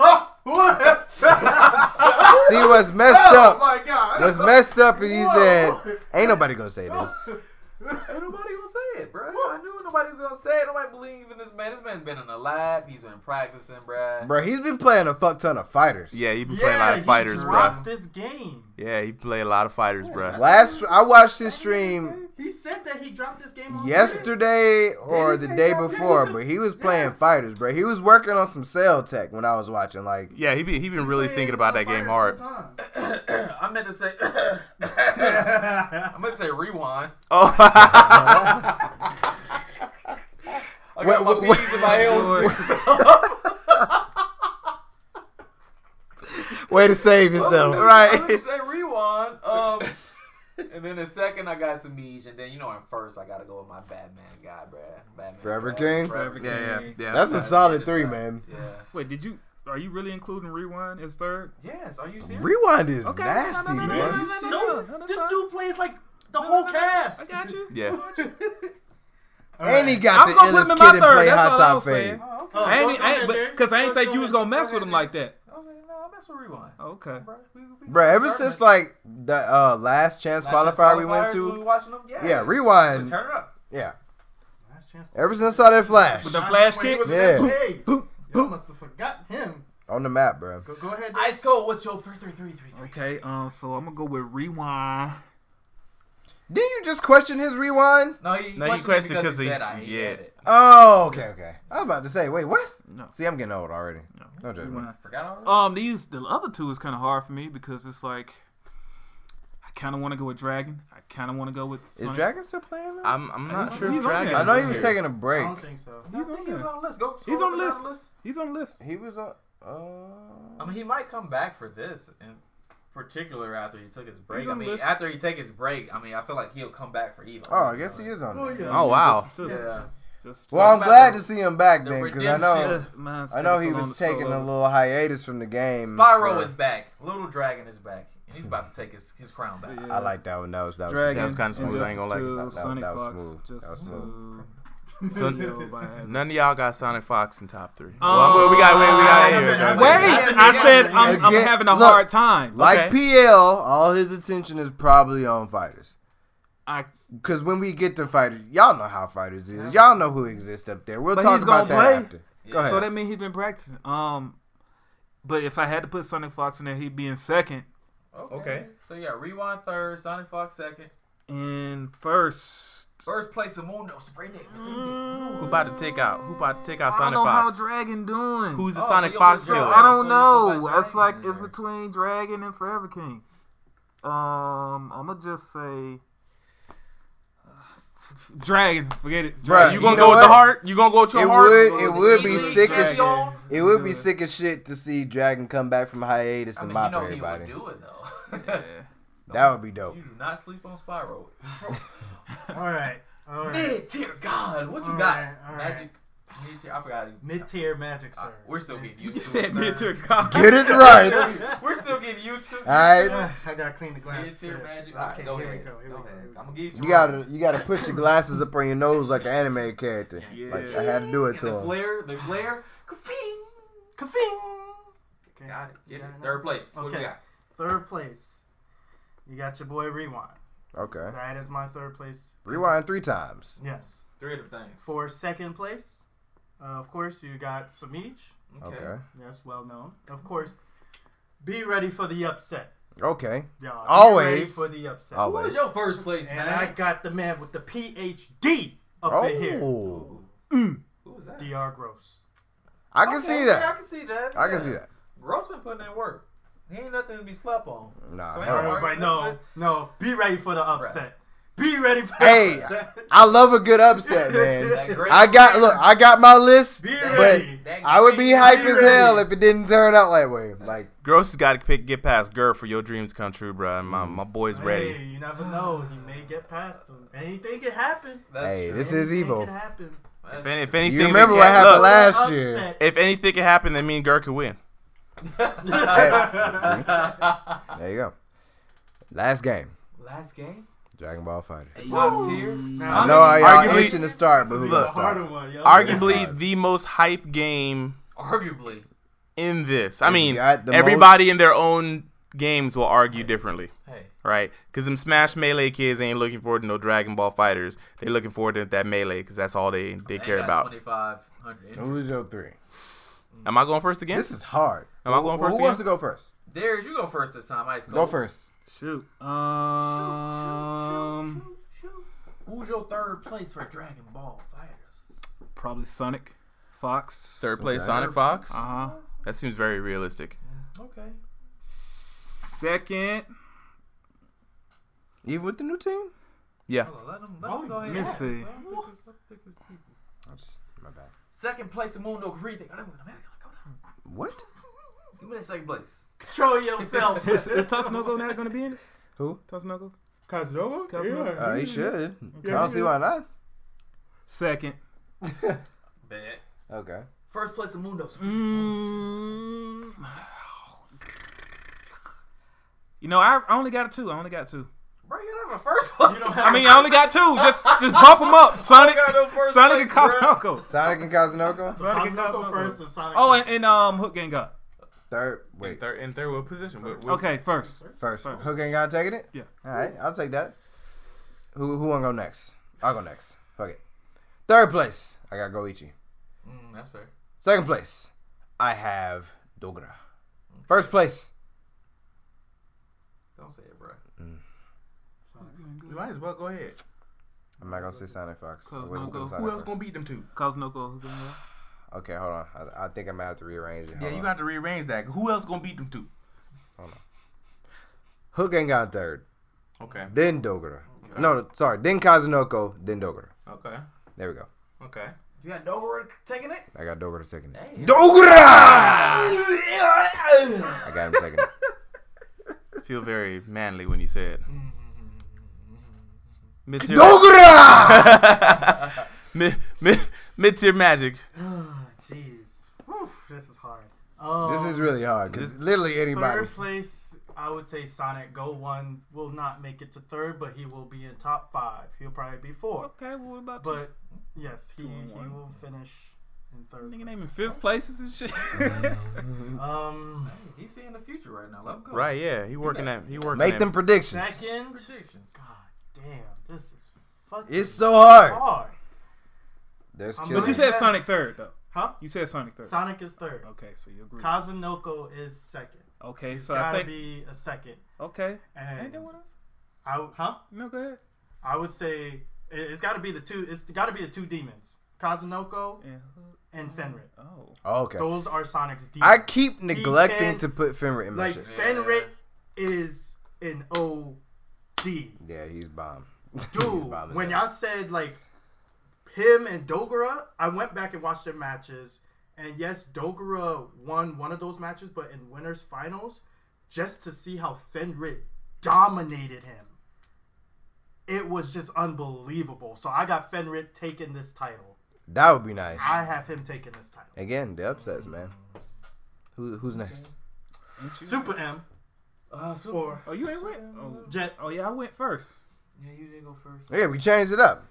[SPEAKER 3] Oh,
[SPEAKER 1] See what's messed
[SPEAKER 3] Oh
[SPEAKER 1] up.
[SPEAKER 3] my god.
[SPEAKER 1] What's messed up is he
[SPEAKER 3] Whoa.
[SPEAKER 1] said, "Ain't nobody gonna say this."
[SPEAKER 2] Ain't nobody gonna say it, bro. I knew nobody was gonna say it. Nobody believed in this man. This man's been in the lab. He's been practicing, bro.
[SPEAKER 1] Bro, he's been playing a fuck ton of fighters.
[SPEAKER 5] Yeah, he been
[SPEAKER 3] Yeah,
[SPEAKER 5] playing a lot
[SPEAKER 3] he
[SPEAKER 5] of fighters, bruh.
[SPEAKER 3] dropped this game.
[SPEAKER 5] Yeah, he played a lot of fighters, bruh.
[SPEAKER 1] Last I watched his stream
[SPEAKER 3] He said that he dropped this game on
[SPEAKER 1] yesterday or
[SPEAKER 3] Did
[SPEAKER 1] the
[SPEAKER 3] he say
[SPEAKER 1] day before,
[SPEAKER 3] that? Yeah, he
[SPEAKER 1] but
[SPEAKER 3] said-
[SPEAKER 1] he was
[SPEAKER 3] yeah.
[SPEAKER 1] playing fighters, bro. He was working on some cell tech when I was watching. Like,
[SPEAKER 5] Yeah, he been, he been really
[SPEAKER 3] Playing
[SPEAKER 5] thinking about that game hard.
[SPEAKER 3] Fighters
[SPEAKER 2] I meant to say.
[SPEAKER 3] full
[SPEAKER 2] I
[SPEAKER 3] time.
[SPEAKER 2] meant to say rewind.
[SPEAKER 5] Oh,
[SPEAKER 2] I
[SPEAKER 1] Wait,
[SPEAKER 2] got my
[SPEAKER 1] wait,
[SPEAKER 2] B's and my L's mixed up.
[SPEAKER 1] way to save yourself,
[SPEAKER 2] I meant to say rewind. Um, and then the second I got some Meej, and then you know, in first I gotta go with my Batman guy, bruh. Batman.
[SPEAKER 1] Forever
[SPEAKER 2] Forever,
[SPEAKER 1] King?
[SPEAKER 2] Forever King.
[SPEAKER 5] yeah, yeah, yeah.
[SPEAKER 1] That's a
[SPEAKER 2] Batman
[SPEAKER 1] solid
[SPEAKER 2] is
[SPEAKER 1] three,
[SPEAKER 2] back.
[SPEAKER 1] man.
[SPEAKER 2] Yeah.
[SPEAKER 4] Wait, did you? Are you really including Rewind as third?
[SPEAKER 2] Yes. Are you serious?
[SPEAKER 1] Rewind is
[SPEAKER 4] Okay, no, no, no,
[SPEAKER 1] nasty,
[SPEAKER 4] no, no,
[SPEAKER 1] man.
[SPEAKER 4] no, no, no.
[SPEAKER 3] so
[SPEAKER 4] that's
[SPEAKER 3] this
[SPEAKER 4] fine.
[SPEAKER 3] dude plays like the whole
[SPEAKER 4] I
[SPEAKER 3] cast.
[SPEAKER 4] got you.
[SPEAKER 5] Yeah.
[SPEAKER 1] And he got
[SPEAKER 4] I'm
[SPEAKER 1] the
[SPEAKER 4] gonna put him
[SPEAKER 1] illest
[SPEAKER 4] in my
[SPEAKER 1] kid in
[SPEAKER 4] third.
[SPEAKER 1] play
[SPEAKER 4] That's
[SPEAKER 1] hot
[SPEAKER 4] all I
[SPEAKER 1] top
[SPEAKER 4] was saying.
[SPEAKER 1] fame.
[SPEAKER 2] Oh, okay.
[SPEAKER 4] I
[SPEAKER 3] go
[SPEAKER 4] ain't, e, I
[SPEAKER 3] ahead,
[SPEAKER 4] ain't, but,
[SPEAKER 3] Derek.
[SPEAKER 4] cause I
[SPEAKER 3] Go-
[SPEAKER 4] ain't think
[SPEAKER 3] go
[SPEAKER 4] you was
[SPEAKER 3] ahead.
[SPEAKER 4] gonna mess
[SPEAKER 3] Go
[SPEAKER 4] with him
[SPEAKER 3] ahead,
[SPEAKER 4] like that. Oh,
[SPEAKER 2] Okay, no, I mess with rewind.
[SPEAKER 4] Okay.
[SPEAKER 2] Bruh, we- we- we-
[SPEAKER 1] Bro, ever
[SPEAKER 2] Tournament.
[SPEAKER 1] since like the uh, last chance
[SPEAKER 2] Last chance
[SPEAKER 1] qualifier we went
[SPEAKER 2] qualifiers, we
[SPEAKER 1] to,
[SPEAKER 2] watching them? Yeah.
[SPEAKER 1] yeah,
[SPEAKER 2] We
[SPEAKER 1] rewind,
[SPEAKER 2] Turn it up.
[SPEAKER 1] yeah.
[SPEAKER 3] Last chance.
[SPEAKER 1] Ever since I saw that flash
[SPEAKER 4] With the flash
[SPEAKER 3] When he
[SPEAKER 4] kicks?
[SPEAKER 3] was in
[SPEAKER 1] Yeah.
[SPEAKER 3] that game, Y'all must have forgot him.
[SPEAKER 1] on the map, bro.
[SPEAKER 3] Go, go ahead.
[SPEAKER 2] Ice cold. What's your three three three three three?
[SPEAKER 4] Okay. Um. So I'm gonna go with Rewind.
[SPEAKER 1] Didn't you just question his rewind?
[SPEAKER 2] No, he,
[SPEAKER 5] No, he
[SPEAKER 2] questioned
[SPEAKER 5] questioned
[SPEAKER 2] it because
[SPEAKER 5] 'cause
[SPEAKER 2] he
[SPEAKER 5] he-
[SPEAKER 2] said I hated
[SPEAKER 5] yeah.
[SPEAKER 2] it.
[SPEAKER 1] Oh, okay, okay. I was about to say, wait, what?
[SPEAKER 4] No.
[SPEAKER 1] See, I'm getting old already.
[SPEAKER 4] No.
[SPEAKER 1] No judgment.
[SPEAKER 4] Rewind.
[SPEAKER 2] Forgot
[SPEAKER 1] Oh,
[SPEAKER 2] already.
[SPEAKER 4] Um, these the other two is kind of hard for me because it's like I kind of want to go with Dragon. I kind of want to go with.
[SPEAKER 1] Is
[SPEAKER 4] Sonic.
[SPEAKER 1] Dragon still playing? though?
[SPEAKER 5] I'm, I'm not
[SPEAKER 4] He's
[SPEAKER 5] sure.
[SPEAKER 4] on
[SPEAKER 5] if Dragon
[SPEAKER 4] there.
[SPEAKER 1] I know he
[SPEAKER 5] is
[SPEAKER 1] was
[SPEAKER 5] here.
[SPEAKER 1] taking a
[SPEAKER 3] I
[SPEAKER 1] break.
[SPEAKER 3] don't think so.
[SPEAKER 2] No, I
[SPEAKER 4] He's
[SPEAKER 2] think
[SPEAKER 4] on
[SPEAKER 2] he was
[SPEAKER 4] there.
[SPEAKER 2] on the list. Go.
[SPEAKER 4] He's
[SPEAKER 2] scroll
[SPEAKER 4] on the
[SPEAKER 2] down
[SPEAKER 4] list. He's on the list.
[SPEAKER 1] He was on. Uh,
[SPEAKER 2] I mean, he might come back for this in particular after he took his break.
[SPEAKER 4] He's
[SPEAKER 2] I
[SPEAKER 4] on
[SPEAKER 2] mean,
[SPEAKER 4] the list.
[SPEAKER 2] after he take his break, I mean, I feel like he'll come back for Evo.
[SPEAKER 1] oh, I guess he is on.
[SPEAKER 3] Oh,
[SPEAKER 1] there.
[SPEAKER 3] yeah.
[SPEAKER 5] Oh wow.
[SPEAKER 4] Just, just,
[SPEAKER 2] Yeah.
[SPEAKER 4] just-
[SPEAKER 1] Well, I'm
[SPEAKER 2] about
[SPEAKER 1] glad
[SPEAKER 2] the-
[SPEAKER 1] to see him back
[SPEAKER 2] the
[SPEAKER 1] then because I know
[SPEAKER 2] redemption.
[SPEAKER 4] Mine's
[SPEAKER 1] I know
[SPEAKER 4] taking
[SPEAKER 1] he
[SPEAKER 4] so long
[SPEAKER 1] was
[SPEAKER 4] to
[SPEAKER 1] taking
[SPEAKER 4] scroll
[SPEAKER 1] a
[SPEAKER 4] over.
[SPEAKER 1] little hiatus from the game.
[SPEAKER 2] Spyro
[SPEAKER 1] for-
[SPEAKER 2] is back. Little Dragon is back, and he's about to take his, his crown back.
[SPEAKER 4] Yeah.
[SPEAKER 1] I like that one. That was that was.
[SPEAKER 4] Dragon.
[SPEAKER 5] That was kinda
[SPEAKER 4] and
[SPEAKER 5] smooth, I ain't
[SPEAKER 4] Justice
[SPEAKER 5] gonna lie.
[SPEAKER 4] to
[SPEAKER 1] That- that-
[SPEAKER 4] Sonic
[SPEAKER 1] that was
[SPEAKER 4] Fox,
[SPEAKER 1] smooth.
[SPEAKER 4] just
[SPEAKER 1] That was smooth.
[SPEAKER 4] to- Yo,
[SPEAKER 5] So-
[SPEAKER 4] my ass.
[SPEAKER 5] None of y'all got Sonic Fox in top three.
[SPEAKER 1] Oh.
[SPEAKER 5] well, well, we got wait, we got
[SPEAKER 3] Um,
[SPEAKER 5] here.
[SPEAKER 3] I
[SPEAKER 5] guys.
[SPEAKER 4] Wait, I said I'm, I'm
[SPEAKER 1] Again,
[SPEAKER 4] having a
[SPEAKER 1] look,
[SPEAKER 4] hard time.
[SPEAKER 1] Like
[SPEAKER 5] Okay.
[SPEAKER 1] PL, all his attention is probably on fighters.
[SPEAKER 4] I,
[SPEAKER 1] Cause when we get to fighters, y'all know how fighters is. Y'all know who exists up there. We'll
[SPEAKER 4] But
[SPEAKER 1] talk
[SPEAKER 4] he's
[SPEAKER 1] about that
[SPEAKER 4] gonna play.
[SPEAKER 1] after. Go ahead.
[SPEAKER 4] so that means he's been practicing. Um, but if I had to put Sonic Fox in there, he'd be in second.
[SPEAKER 2] Okay.
[SPEAKER 5] Okay.
[SPEAKER 2] So yeah, rewind third, Sonic Fox second,
[SPEAKER 4] in first.
[SPEAKER 2] First place of Mundo, Spray Davis.
[SPEAKER 4] Mm.
[SPEAKER 5] Who about to take out? Who about to take out
[SPEAKER 4] I don't
[SPEAKER 5] Sonic
[SPEAKER 4] know how
[SPEAKER 5] Fox?
[SPEAKER 4] Dragon doing.
[SPEAKER 5] Who's the
[SPEAKER 2] Oh, so
[SPEAKER 5] Sonic
[SPEAKER 2] you're
[SPEAKER 5] Fox
[SPEAKER 2] with Dragon.
[SPEAKER 5] killer?
[SPEAKER 4] I don't
[SPEAKER 2] So you
[SPEAKER 4] know.
[SPEAKER 2] put
[SPEAKER 4] it's
[SPEAKER 2] Dragon
[SPEAKER 4] like
[SPEAKER 2] in
[SPEAKER 4] it's
[SPEAKER 2] there.
[SPEAKER 4] between Dragon and Forever King. Um, I'm gonna just say Dragon. Forget it.
[SPEAKER 1] Bruh,
[SPEAKER 4] Dragon.
[SPEAKER 5] You
[SPEAKER 1] You
[SPEAKER 5] gonna
[SPEAKER 1] know
[SPEAKER 5] go with the
[SPEAKER 1] what?
[SPEAKER 5] heart? You gonna go with your
[SPEAKER 1] It
[SPEAKER 5] heart?
[SPEAKER 1] would, it would be
[SPEAKER 2] Dragon.
[SPEAKER 1] sick as shit.
[SPEAKER 2] Dragon.
[SPEAKER 1] It would be sick as shit to see Dragon come back from hiatus
[SPEAKER 2] I
[SPEAKER 1] and
[SPEAKER 2] mean, you
[SPEAKER 1] mop
[SPEAKER 2] know
[SPEAKER 1] everybody.
[SPEAKER 2] he would do it though.
[SPEAKER 4] Yeah.
[SPEAKER 1] That would be dope.
[SPEAKER 2] you do not sleep on Spyro.
[SPEAKER 3] All right. All right.
[SPEAKER 2] Mid tier God, what you
[SPEAKER 3] All
[SPEAKER 2] got?
[SPEAKER 3] right, all right.
[SPEAKER 2] Magic. Mid tier. I forgot. even-
[SPEAKER 3] Mid tier magic,
[SPEAKER 2] Uh,
[SPEAKER 3] sir.
[SPEAKER 2] We're still getting
[SPEAKER 3] Mid-tier.
[SPEAKER 2] used to.
[SPEAKER 4] You said
[SPEAKER 2] it.
[SPEAKER 4] mid tier God.
[SPEAKER 1] Get it right.
[SPEAKER 2] We're still getting used to. it.
[SPEAKER 1] All right,
[SPEAKER 3] Ah, I gotta clean the glass.
[SPEAKER 2] Mid tier
[SPEAKER 3] for this.
[SPEAKER 2] magic. All
[SPEAKER 3] Okay,
[SPEAKER 2] right, go
[SPEAKER 3] here
[SPEAKER 2] ahead.
[SPEAKER 3] we go. Here
[SPEAKER 2] go
[SPEAKER 3] we go.
[SPEAKER 2] ahead.
[SPEAKER 3] here we
[SPEAKER 2] I'm
[SPEAKER 3] go.
[SPEAKER 2] gonna give you some.
[SPEAKER 1] you gotta you gotta put your glasses up on your nose like an anime character.
[SPEAKER 4] Yeah.
[SPEAKER 1] Like I had to do it
[SPEAKER 2] And
[SPEAKER 1] to
[SPEAKER 2] the
[SPEAKER 1] him.
[SPEAKER 2] glare, the glare. Kafing, kafing.
[SPEAKER 3] Okay.
[SPEAKER 2] Got it. Get
[SPEAKER 3] You
[SPEAKER 2] it.
[SPEAKER 3] got
[SPEAKER 2] Third
[SPEAKER 3] now?
[SPEAKER 2] place. What do we
[SPEAKER 3] Okay.
[SPEAKER 2] got?
[SPEAKER 3] Third place. You got your boy Rewind.
[SPEAKER 1] Okay.
[SPEAKER 3] That is my third place.
[SPEAKER 1] Rewind three times.
[SPEAKER 3] Yes.
[SPEAKER 2] Three of the things.
[SPEAKER 3] For second place, uh, of course, you got Samich.
[SPEAKER 1] Okay.
[SPEAKER 3] Yes, well known. Of course, be ready for the upset.
[SPEAKER 1] Okay.
[SPEAKER 3] Y'all. Be
[SPEAKER 1] Always.
[SPEAKER 3] ready for the upset.
[SPEAKER 2] Who was
[SPEAKER 1] Always.
[SPEAKER 2] your first place,
[SPEAKER 3] And
[SPEAKER 2] man?
[SPEAKER 3] I got the man with the PhD up in here,
[SPEAKER 1] Oh,
[SPEAKER 2] Who was that?
[SPEAKER 3] DR Gross.
[SPEAKER 1] I can
[SPEAKER 2] Okay,
[SPEAKER 1] see
[SPEAKER 2] Yeah, I
[SPEAKER 1] that.
[SPEAKER 2] can see that.
[SPEAKER 1] I can
[SPEAKER 2] yeah.
[SPEAKER 1] see that.
[SPEAKER 2] Gross been putting in work. He ain't nothing to be slept on.
[SPEAKER 1] Nah,
[SPEAKER 2] So,
[SPEAKER 1] hell
[SPEAKER 2] hey,
[SPEAKER 1] no.
[SPEAKER 3] I was like,
[SPEAKER 2] alright,
[SPEAKER 3] no,
[SPEAKER 2] let's-
[SPEAKER 3] no, be ready for the upset. Be ready for the
[SPEAKER 1] Hey,
[SPEAKER 3] upset.
[SPEAKER 1] I love a good upset, man.
[SPEAKER 2] That great
[SPEAKER 1] I got look, I got my list,
[SPEAKER 3] Be
[SPEAKER 1] but
[SPEAKER 3] ready.
[SPEAKER 2] That
[SPEAKER 1] I would be
[SPEAKER 2] great-
[SPEAKER 1] hype
[SPEAKER 3] Be
[SPEAKER 1] as hell
[SPEAKER 3] ready.
[SPEAKER 1] if it didn't turn out that way. Like
[SPEAKER 5] Gross has got to pick, get past Gurr for your dreams come true, bro. My
[SPEAKER 1] Mm.
[SPEAKER 5] my boy's
[SPEAKER 3] Hey,
[SPEAKER 5] ready.
[SPEAKER 3] you never know. He may get past him. Anything can happen.
[SPEAKER 2] That's
[SPEAKER 1] Hey,
[SPEAKER 2] true.
[SPEAKER 1] this is
[SPEAKER 3] Anything
[SPEAKER 1] evil.
[SPEAKER 3] Can happen.
[SPEAKER 2] That's
[SPEAKER 5] If, any, if
[SPEAKER 2] true.
[SPEAKER 5] anything,
[SPEAKER 1] you remember
[SPEAKER 5] that
[SPEAKER 1] what
[SPEAKER 5] can-
[SPEAKER 1] happened
[SPEAKER 5] look,
[SPEAKER 1] last
[SPEAKER 3] Upset.
[SPEAKER 1] year.
[SPEAKER 5] If anything can happen, then me and Gurr could win.
[SPEAKER 1] Hey, see? there you go. Last game,
[SPEAKER 2] Last game.
[SPEAKER 1] Dragon Ball Fighter.
[SPEAKER 2] Top tier.
[SPEAKER 1] I
[SPEAKER 3] Now,
[SPEAKER 1] know I y'all
[SPEAKER 5] Arguably-
[SPEAKER 1] itching to start, but
[SPEAKER 3] this
[SPEAKER 1] who
[SPEAKER 3] is
[SPEAKER 1] gonna
[SPEAKER 3] a harder
[SPEAKER 1] start?
[SPEAKER 3] one, yo.
[SPEAKER 5] Arguably the most hype game
[SPEAKER 1] uh,
[SPEAKER 2] Arguably.
[SPEAKER 5] in this. I
[SPEAKER 1] If you
[SPEAKER 5] mean,
[SPEAKER 1] got the
[SPEAKER 5] everybody
[SPEAKER 1] most-
[SPEAKER 5] in their own games will argue differently,
[SPEAKER 2] Hey.
[SPEAKER 5] right? Because them Smash Melee kids ain't looking forward to no Dragon Ball fighters. They looking forward to that Melee because that's all they, they care about.
[SPEAKER 2] Twenty five hundred.
[SPEAKER 1] Who's your three?
[SPEAKER 5] Am I going first again?
[SPEAKER 1] This is hard.
[SPEAKER 5] Am I going
[SPEAKER 1] Who
[SPEAKER 5] first again?
[SPEAKER 1] wants to go first?
[SPEAKER 2] Darius, you go first this time. Ice cold.
[SPEAKER 1] Go first.
[SPEAKER 4] Shoot. Um,
[SPEAKER 2] Who's your third place for Dragon Ball Fighters?
[SPEAKER 4] probably Sonic, Fox.
[SPEAKER 5] Third place,
[SPEAKER 1] Okay.
[SPEAKER 5] Sonic Fox.
[SPEAKER 4] Uh huh.
[SPEAKER 5] Uh-huh. That seems very realistic.
[SPEAKER 2] Okay.
[SPEAKER 4] Second.
[SPEAKER 1] Even with the new team?
[SPEAKER 5] Yeah.
[SPEAKER 2] Hold on, let him, let him go ahead.
[SPEAKER 4] let
[SPEAKER 2] Let
[SPEAKER 4] me see.
[SPEAKER 2] him pick his- let him pick his people.
[SPEAKER 1] Oops, my bad.
[SPEAKER 2] Second place in Mundo Corrida.
[SPEAKER 1] What?
[SPEAKER 2] Give me that second place.
[SPEAKER 3] Control yourself.
[SPEAKER 4] Is, is Tatsunoko now going to be in it?
[SPEAKER 1] Who?
[SPEAKER 4] Tatsunoko?
[SPEAKER 3] Kazuo?
[SPEAKER 4] Kazuo?
[SPEAKER 1] Uh, he should. I don't see why not.
[SPEAKER 4] Second.
[SPEAKER 2] Bet.
[SPEAKER 1] Okay.
[SPEAKER 2] First place in Mundo.
[SPEAKER 4] Mm. You know, I, I only got two. I only got two.
[SPEAKER 2] Bro, you don't have a first place.
[SPEAKER 3] You don't have
[SPEAKER 4] I mean, I only got two. Just just bump them up. Sonic,
[SPEAKER 2] got no first
[SPEAKER 4] Sonic and
[SPEAKER 2] place, bro.
[SPEAKER 4] Tatsunoko.
[SPEAKER 1] Sonic and Kazunoko?
[SPEAKER 4] Sonic and
[SPEAKER 3] Kazuo
[SPEAKER 4] Tatsunoko.
[SPEAKER 3] first and Sonic.
[SPEAKER 4] Oh, and, and um, Hook Gang God.
[SPEAKER 1] Third. Wait.
[SPEAKER 5] third, in third, what position?
[SPEAKER 4] Okay, first.
[SPEAKER 1] First.
[SPEAKER 4] First.
[SPEAKER 1] Hook ain't got taking it?
[SPEAKER 4] Yeah.
[SPEAKER 1] All right. I'll take that. Who who wanna go next? I'll go next. Fuck it. Third place. I got Goichi.
[SPEAKER 2] Mm, that's fair.
[SPEAKER 1] Second place. I have Dogra. First place.
[SPEAKER 2] Don't say it, bro.
[SPEAKER 5] You might as well go ahead.
[SPEAKER 1] I'm not gonna say Sonic Fox. I
[SPEAKER 4] Kazunoko.
[SPEAKER 1] wouldn't go Sonic Uh-huh.
[SPEAKER 5] Who else
[SPEAKER 1] Fox.
[SPEAKER 5] gonna beat them two?
[SPEAKER 4] Kazunoko, Hook Gang God.
[SPEAKER 1] Okay, hold on. I, I think I might have to rearrange it.
[SPEAKER 5] Yeah,
[SPEAKER 1] Hold
[SPEAKER 5] you
[SPEAKER 1] on.
[SPEAKER 5] got to rearrange that. Who else gonna beat them two?
[SPEAKER 1] Hook ain't got third.
[SPEAKER 5] Okay.
[SPEAKER 1] Then Dogra. No, sorry. Then Kazunoko. Then Dogra.
[SPEAKER 5] Okay.
[SPEAKER 1] There we go.
[SPEAKER 5] Okay.
[SPEAKER 2] You got Dover taking it?
[SPEAKER 1] I got Dogra taking it.
[SPEAKER 2] Hey.
[SPEAKER 1] Dogra! I got him taking it.
[SPEAKER 5] I feel very manly when you say it. Mid-tier,
[SPEAKER 1] Dogra!
[SPEAKER 5] mid, mid, mid-tier magic.
[SPEAKER 3] jeez. Whew, this is hard. Um,
[SPEAKER 1] This is really hard because literally anybody.
[SPEAKER 3] Third place, I would say Sonic Go One will not make it to third, but he will be in top five. He'll probably be four,
[SPEAKER 4] Okay, well, what about
[SPEAKER 3] but yes, he,
[SPEAKER 4] and
[SPEAKER 3] he
[SPEAKER 4] one.
[SPEAKER 3] will finish in
[SPEAKER 4] you? Nigga
[SPEAKER 3] third.
[SPEAKER 4] naming fifth places and shit. Mm.
[SPEAKER 3] Um,
[SPEAKER 2] He's seeing the future right now. Let him go.
[SPEAKER 5] Right? Yeah. He working at. He working.
[SPEAKER 1] Make
[SPEAKER 5] at-
[SPEAKER 1] them predictions.
[SPEAKER 3] second,
[SPEAKER 2] Predictions.
[SPEAKER 3] God damn, this is fucking
[SPEAKER 1] It's so hard.
[SPEAKER 3] hard.
[SPEAKER 1] There's
[SPEAKER 3] Oh, I'm
[SPEAKER 1] killer.
[SPEAKER 4] but you said Sonic third, though.
[SPEAKER 3] Huh?
[SPEAKER 4] You said Sonic third. Oh,
[SPEAKER 3] Sonic is third.
[SPEAKER 4] Okay, so you agree.
[SPEAKER 3] Kazunoko is second.
[SPEAKER 4] Okay, so I
[SPEAKER 3] Gotta
[SPEAKER 4] think.
[SPEAKER 3] be a second.
[SPEAKER 4] Okay. Ain't
[SPEAKER 3] And
[SPEAKER 4] that what I
[SPEAKER 3] I, huh?
[SPEAKER 4] No, go ahead.
[SPEAKER 3] I would say it, it's got to be the two. It's got to be the two demons, Kazunoko
[SPEAKER 4] And who-
[SPEAKER 3] and Fenrit.
[SPEAKER 4] Oh.
[SPEAKER 1] Okay.
[SPEAKER 3] Those are Sonic's demons.
[SPEAKER 1] I keep neglecting
[SPEAKER 3] can-
[SPEAKER 1] to put Fenrir in my
[SPEAKER 3] like
[SPEAKER 1] shit.
[SPEAKER 3] Fenrit is an OD.
[SPEAKER 1] Yeah, he's bomb. He's
[SPEAKER 3] Dude,
[SPEAKER 1] bomb as
[SPEAKER 3] when
[SPEAKER 1] hell.
[SPEAKER 3] y'all said like him and Dogura, I went back and watched their matches. And yes, Dogura won one of those matches, but in winners finals, just to see how Fenrit dominated him, it was just unbelievable. So I got Fenrit taking this title.
[SPEAKER 1] that would be nice.
[SPEAKER 3] I have him taking this title.
[SPEAKER 1] Again, the upsets, man. Who who's next?
[SPEAKER 4] Ain't you?
[SPEAKER 3] Super M
[SPEAKER 4] Uh, super.
[SPEAKER 3] or
[SPEAKER 4] Oh, you ain't went. Oh,
[SPEAKER 3] Jet.
[SPEAKER 4] oh yeah, I went first.
[SPEAKER 6] Yeah, you did go first.
[SPEAKER 1] Yeah, we changed it up.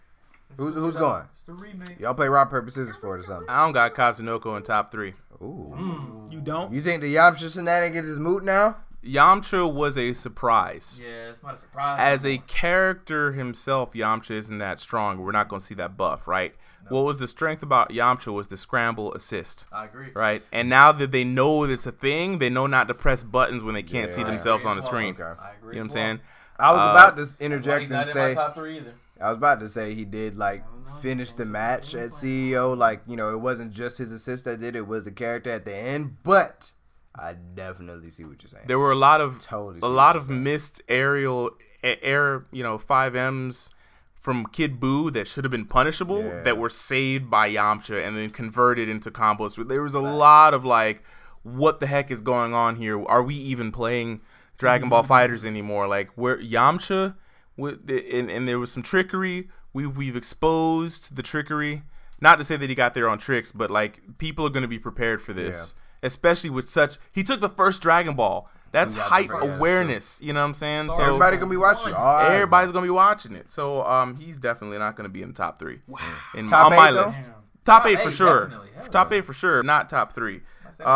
[SPEAKER 1] Who's who's going?
[SPEAKER 6] It's the remix.
[SPEAKER 1] Y'all play rock paper scissors for it or something.
[SPEAKER 5] I don't got Kazunoko in top three.
[SPEAKER 1] Ooh.
[SPEAKER 4] You don't.
[SPEAKER 1] You think the Yamcha shenanigans is moot now?
[SPEAKER 5] Yamcha was a surprise.
[SPEAKER 6] Yeah, it's not a surprise.
[SPEAKER 5] As a character himself, Yamcha isn't that strong. We're not going to see that buff, right? What was the strength about Yamcha was the scramble assist,
[SPEAKER 6] I agree.
[SPEAKER 5] right? And now that they know it's a thing, they know not to press buttons when they can't see
[SPEAKER 1] Yeah.
[SPEAKER 5] themselves on the
[SPEAKER 2] Oh,
[SPEAKER 6] Well,
[SPEAKER 5] screen.
[SPEAKER 1] Okay.
[SPEAKER 6] I agree.
[SPEAKER 5] You know what I'm
[SPEAKER 6] as
[SPEAKER 5] saying?
[SPEAKER 1] I was
[SPEAKER 5] Uh,
[SPEAKER 1] about to
[SPEAKER 6] well.
[SPEAKER 1] interject
[SPEAKER 6] He's not
[SPEAKER 1] and
[SPEAKER 6] in
[SPEAKER 1] say
[SPEAKER 6] my top three either.
[SPEAKER 1] I was about to say he did like finish the match at CEO. Like you know, it wasn't just his assist that did it; it was the character at the end. But I definitely see what you're saying.
[SPEAKER 5] There were a lot of
[SPEAKER 1] Totally
[SPEAKER 5] a
[SPEAKER 1] see
[SPEAKER 5] lot
[SPEAKER 1] what
[SPEAKER 5] of missed aerial a- air, you know, five M's from Kid Boo that should have been punishable
[SPEAKER 1] Yeah.
[SPEAKER 5] that were saved by Yamcha and then converted into combos. There was a lot of like, what the heck is going on here? Are we even playing Dragon
[SPEAKER 1] Mm-hmm.
[SPEAKER 5] Ball Fighters anymore? Like, where Yamcha with the- and, and there was some trickery. We've we've exposed the trickery. Not to say that he got there on tricks, but like people are going to be prepared for this, especially with such. He took the first Dragon Ball. That's
[SPEAKER 1] got the
[SPEAKER 5] hype
[SPEAKER 1] first- yeah, that's
[SPEAKER 5] awareness. You know what I'm saying? So
[SPEAKER 1] Oh, Everybody gonna be watching. All eyes.
[SPEAKER 5] everybody's gonna be watching it. So um, he's definitely not gonna be in the top three. Wow. In,
[SPEAKER 1] Top
[SPEAKER 5] on
[SPEAKER 1] eight,
[SPEAKER 5] my
[SPEAKER 1] though?
[SPEAKER 5] list,
[SPEAKER 3] Damn.
[SPEAKER 5] top eight, for
[SPEAKER 6] eight,
[SPEAKER 5] sure.
[SPEAKER 6] definitely. Hell
[SPEAKER 5] Top
[SPEAKER 6] yeah.
[SPEAKER 5] eight for sure. Not top three.
[SPEAKER 6] Um,
[SPEAKER 5] Um,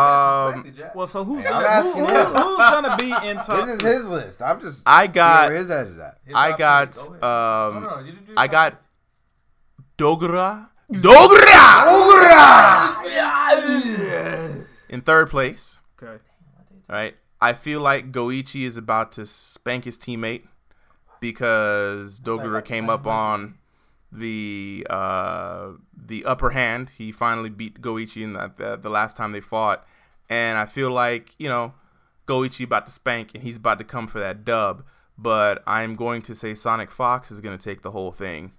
[SPEAKER 4] Well, so who's
[SPEAKER 1] I'm
[SPEAKER 4] gonna, who,
[SPEAKER 1] asking
[SPEAKER 4] who's,
[SPEAKER 1] him.
[SPEAKER 4] who's gonna be in top?
[SPEAKER 1] This is his list. I'm just
[SPEAKER 5] I
[SPEAKER 1] seeing where
[SPEAKER 5] got,
[SPEAKER 1] his head is at.
[SPEAKER 5] I got,
[SPEAKER 6] Go ahead. No,
[SPEAKER 2] mm,
[SPEAKER 5] um,
[SPEAKER 6] no, you didn't do
[SPEAKER 5] I
[SPEAKER 6] top
[SPEAKER 5] got Dogra. Dogra. In third place.
[SPEAKER 4] Okay.
[SPEAKER 5] All right. I feel like Goichi is about to spank his teammate because Dogura came up on the uh, the upper hand. He finally beat Goichi in the, the, the last time they fought, and I feel like you know Goichi about to spank, and he's about to come for that dub. But I'm going to say Sonic Fox is going to take the whole thing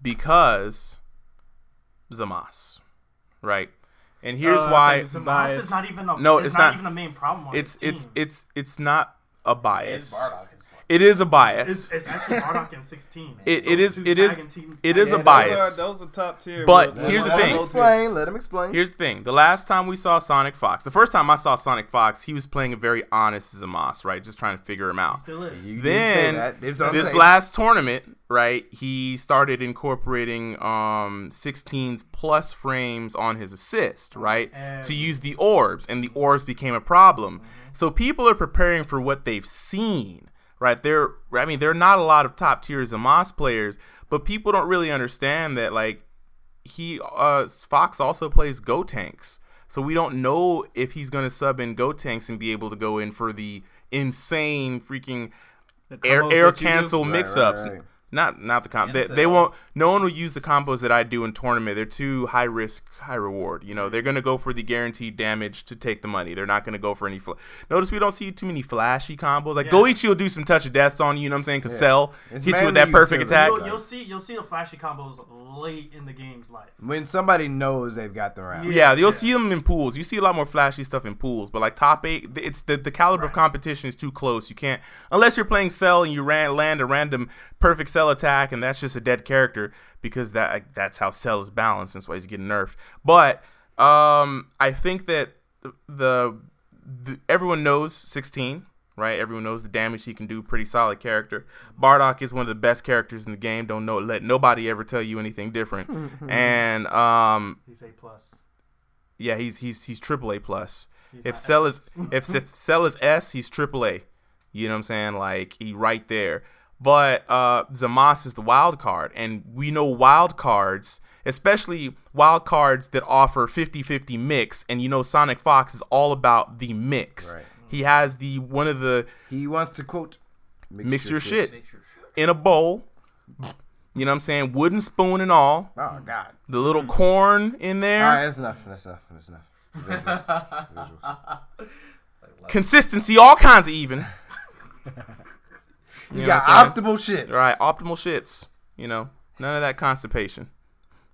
[SPEAKER 5] because Zamas, right? And here's
[SPEAKER 4] Uh, I
[SPEAKER 5] why.
[SPEAKER 4] think
[SPEAKER 3] Zamas is
[SPEAKER 4] Bias.
[SPEAKER 3] not even a,
[SPEAKER 5] No,
[SPEAKER 3] it's,
[SPEAKER 5] it's
[SPEAKER 3] not,
[SPEAKER 5] not.
[SPEAKER 3] even a main problem. On
[SPEAKER 5] it's
[SPEAKER 3] this
[SPEAKER 5] it's
[SPEAKER 3] team.
[SPEAKER 5] it's it's not a bias.
[SPEAKER 6] Bardock is fucking-
[SPEAKER 5] It is a bias.
[SPEAKER 3] It's, it's actually Bardock and 16. man.
[SPEAKER 5] It- it
[SPEAKER 3] Those
[SPEAKER 5] is-
[SPEAKER 3] two
[SPEAKER 5] it is-
[SPEAKER 3] tag team-
[SPEAKER 5] it is a
[SPEAKER 4] Yeah,
[SPEAKER 5] bias.
[SPEAKER 4] Those are, those are top tier.
[SPEAKER 5] But
[SPEAKER 4] bro.
[SPEAKER 5] here's the
[SPEAKER 1] let
[SPEAKER 4] Those are
[SPEAKER 5] thing.
[SPEAKER 1] Him
[SPEAKER 4] low tier.
[SPEAKER 1] explain. Let him explain.
[SPEAKER 5] Here's the thing: the last time we saw Sonic Fox, the first time I saw Sonic Fox, he was playing a very honest Zamas, right, just trying to figure him out.
[SPEAKER 3] Still is.
[SPEAKER 1] You didn't say
[SPEAKER 5] Then
[SPEAKER 1] that. That's what I'm
[SPEAKER 5] this
[SPEAKER 1] saying.
[SPEAKER 5] last tournament, right, he started incorporating um 16s plus frames on his assist, right,
[SPEAKER 3] And-
[SPEAKER 5] to use the orbs, and the orbs became a problem. So people are preparing for what they've seen, right? There, I mean, there are not a lot of top tier Zamas players, but people don't really understand that like he uh Fox also plays Go Tanks. So we don't know if he's gonna sub in Go Tanks and be able to go in for the insane freaking
[SPEAKER 4] The
[SPEAKER 5] air
[SPEAKER 4] combos
[SPEAKER 5] air
[SPEAKER 4] that you do.
[SPEAKER 5] cancel
[SPEAKER 1] Right,
[SPEAKER 5] mix
[SPEAKER 1] right,
[SPEAKER 5] ups.
[SPEAKER 1] right.
[SPEAKER 5] Not not the comp. They, they won't. No one will use the combos that I do in tournament. They're too high risk, high reward. You
[SPEAKER 4] Mm-hmm.
[SPEAKER 5] know, they're gonna go for the guaranteed damage to take the money. They're not gonna go for any. Fl- Notice we don't see too many flashy combos. Like Goichi will do some touch of deaths on you. You know what I'm saying? Cause sell
[SPEAKER 1] It's
[SPEAKER 5] hit you with
[SPEAKER 1] mainly
[SPEAKER 5] that perfect
[SPEAKER 1] utility.
[SPEAKER 5] attack.
[SPEAKER 1] You'll-
[SPEAKER 3] You'll, you'll see you'll see the flashy combos late in the game's life.
[SPEAKER 1] When somebody knows they've got the round.
[SPEAKER 5] Yeah, you'll see them in pools. You see a lot more flashy stuff in pools, but like top eight, th- it's the, the caliber of competition is too close. You can't unless you're playing cell and you ran land a random perfect cell attack, and that's just a dead character because that like, that's how cell is balanced. That's why he's getting nerfed. But um, I think that the, the, the everyone knows 16, right? Everyone knows the damage he can do. Pretty solid character. Bardock is one of the best characters in the game. Don't know let nobody ever tell you anything different. and um,
[SPEAKER 3] He's A plus.
[SPEAKER 5] yeah, he's he's he's triple A plus.
[SPEAKER 3] He's
[SPEAKER 5] If
[SPEAKER 3] not
[SPEAKER 5] Cell is if if Cell is S, he's triple A. You know what I'm saying? Like he right there. But uh Zamas is the wild card, and we know wild cards, especially wild cards that offer 50-50 mix, and you know Sonic Fox is all about the mix.
[SPEAKER 1] Right.
[SPEAKER 5] He has the one of the
[SPEAKER 1] He wants to quote,
[SPEAKER 5] mix your shit
[SPEAKER 6] Make sure.
[SPEAKER 5] in a bowl. You know what I'm saying? Wooden spoon and all.
[SPEAKER 1] Oh God!
[SPEAKER 5] The little corn in there.
[SPEAKER 1] All right, that's enough. That's enough. That's enough. Visuals. Visuals.
[SPEAKER 5] Consistency, all kinds of even. you know
[SPEAKER 1] Yeah,
[SPEAKER 5] what I'm saying?
[SPEAKER 1] optimal shit.
[SPEAKER 5] right, optimal shits. You know, none of that constipation.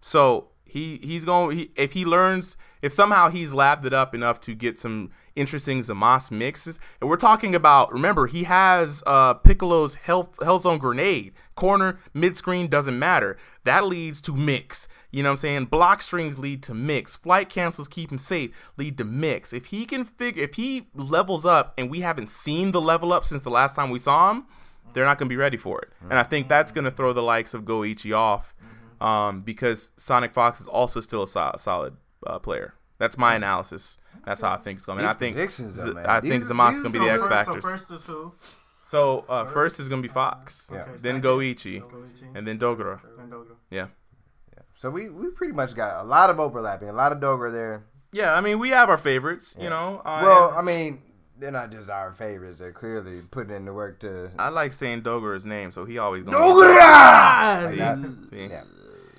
[SPEAKER 5] So he he's going he, if he learns if somehow he's labbed it up enough to get some interesting Zamas mixes. And we're talking about remember he has uh, Piccolo's health health zone grenade corner mid screen doesn't matter. That leads to mix. You know what I'm saying? Block strings lead to mix. Flight cancels keep him safe lead to mix. If he can figure if he levels up and we haven't seen the level up since the last time we saw him, they're not going to be ready for it. And I think that's going to throw the likes of Goichi off um, because Sonic Fox is also still a sol- solid uh, player. That's my analysis. That's how I think it's going to be. And Oh, I think,
[SPEAKER 1] predictions, though,
[SPEAKER 5] Z-
[SPEAKER 1] man.
[SPEAKER 5] I
[SPEAKER 1] These
[SPEAKER 5] think
[SPEAKER 1] are-
[SPEAKER 5] Zamas
[SPEAKER 1] these
[SPEAKER 5] going to
[SPEAKER 1] are
[SPEAKER 5] be the X
[SPEAKER 1] some
[SPEAKER 3] First, so
[SPEAKER 5] Factors.
[SPEAKER 3] first is who?
[SPEAKER 5] So uh, first is going to be Fox,
[SPEAKER 1] Yeah.
[SPEAKER 5] then
[SPEAKER 3] second.
[SPEAKER 5] Goichi,
[SPEAKER 3] Goichi.
[SPEAKER 5] and then Dogura.
[SPEAKER 3] Then Dogra.
[SPEAKER 5] Yeah.
[SPEAKER 1] So we we pretty much got a lot of overlapping, a lot of Dogra there.
[SPEAKER 5] Yeah, I mean, we have our favorites, you know. Uh,
[SPEAKER 1] Well, I mean, they're not just our favorites. They're clearly putting in the work to.
[SPEAKER 5] I like saying Dogura's name, so he always going
[SPEAKER 1] Dogra! Like that.
[SPEAKER 5] See?
[SPEAKER 1] Yeah.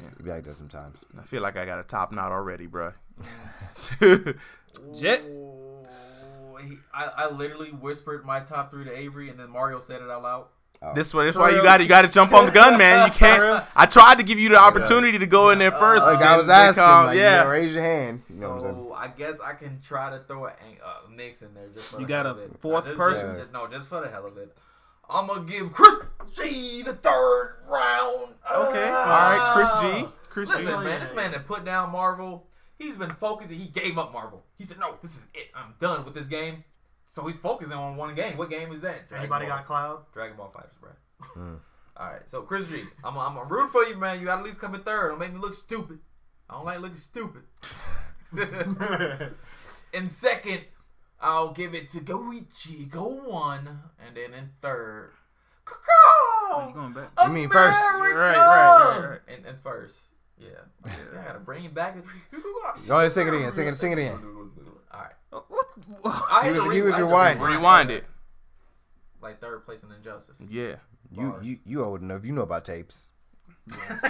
[SPEAKER 1] You be like that sometimes.
[SPEAKER 5] I feel like I got a top knot already, bruh.
[SPEAKER 4] Jet.
[SPEAKER 2] Ooh, Oh, he- I, I literally whispered my top three to Avery, and then Mario said it out loud.
[SPEAKER 5] This is why- this is why you got you got to jump on the gun, man. You can't. I tried to give you the opportunity to go in there first.
[SPEAKER 1] Like I
[SPEAKER 5] but then
[SPEAKER 1] Uh, was
[SPEAKER 5] they
[SPEAKER 1] asking,
[SPEAKER 5] called-
[SPEAKER 1] like, you know,
[SPEAKER 5] yeah.
[SPEAKER 1] raise your hand. You know what I'm saying?
[SPEAKER 2] So I guess I can try to throw a an- uh, Knicks in there. Just for
[SPEAKER 4] You
[SPEAKER 2] the
[SPEAKER 4] got
[SPEAKER 2] hell
[SPEAKER 4] a
[SPEAKER 2] of it.
[SPEAKER 4] fourth
[SPEAKER 2] Just-
[SPEAKER 4] person?
[SPEAKER 2] just- no, just for the hell of it. I'm gonna give Chris G the third round.
[SPEAKER 5] Okay. All right,
[SPEAKER 2] Ah.
[SPEAKER 5] Chris G. Chris G.
[SPEAKER 2] Listen, man, this man that put down Marvel, he's been focusing. He gave up Marvel. He said, "No, this is it. I'm done with this game." So he's focusing on one game. What game is that? Dragon
[SPEAKER 3] Anybody
[SPEAKER 2] Ball.
[SPEAKER 3] got Cloud?
[SPEAKER 2] Dragon Ball Fighters, bro. All right, so Chris G, I'm I'm, I'm rooting for you, man. You got to at least come in third. Don't make me look stupid. I don't like looking stupid. in second, I'll give it to Goichi. Go one, and then in third,
[SPEAKER 4] Oh, you
[SPEAKER 2] Kakao.
[SPEAKER 4] going back?
[SPEAKER 1] You mean first.
[SPEAKER 2] America!
[SPEAKER 4] Right, right, right, right.
[SPEAKER 2] And, and first, yeah. I gotta bring it back.
[SPEAKER 1] Go ahead, Oh, sing it again. Sing it. Sing it again.
[SPEAKER 2] All right.
[SPEAKER 4] What?
[SPEAKER 1] He
[SPEAKER 2] I had
[SPEAKER 1] was-
[SPEAKER 2] to
[SPEAKER 1] he was
[SPEAKER 2] I had to
[SPEAKER 1] rewind.
[SPEAKER 5] Rewind it.
[SPEAKER 2] Like third place in Injustice.
[SPEAKER 5] Yeah.
[SPEAKER 1] You you you old enough. You know about tapes.
[SPEAKER 2] First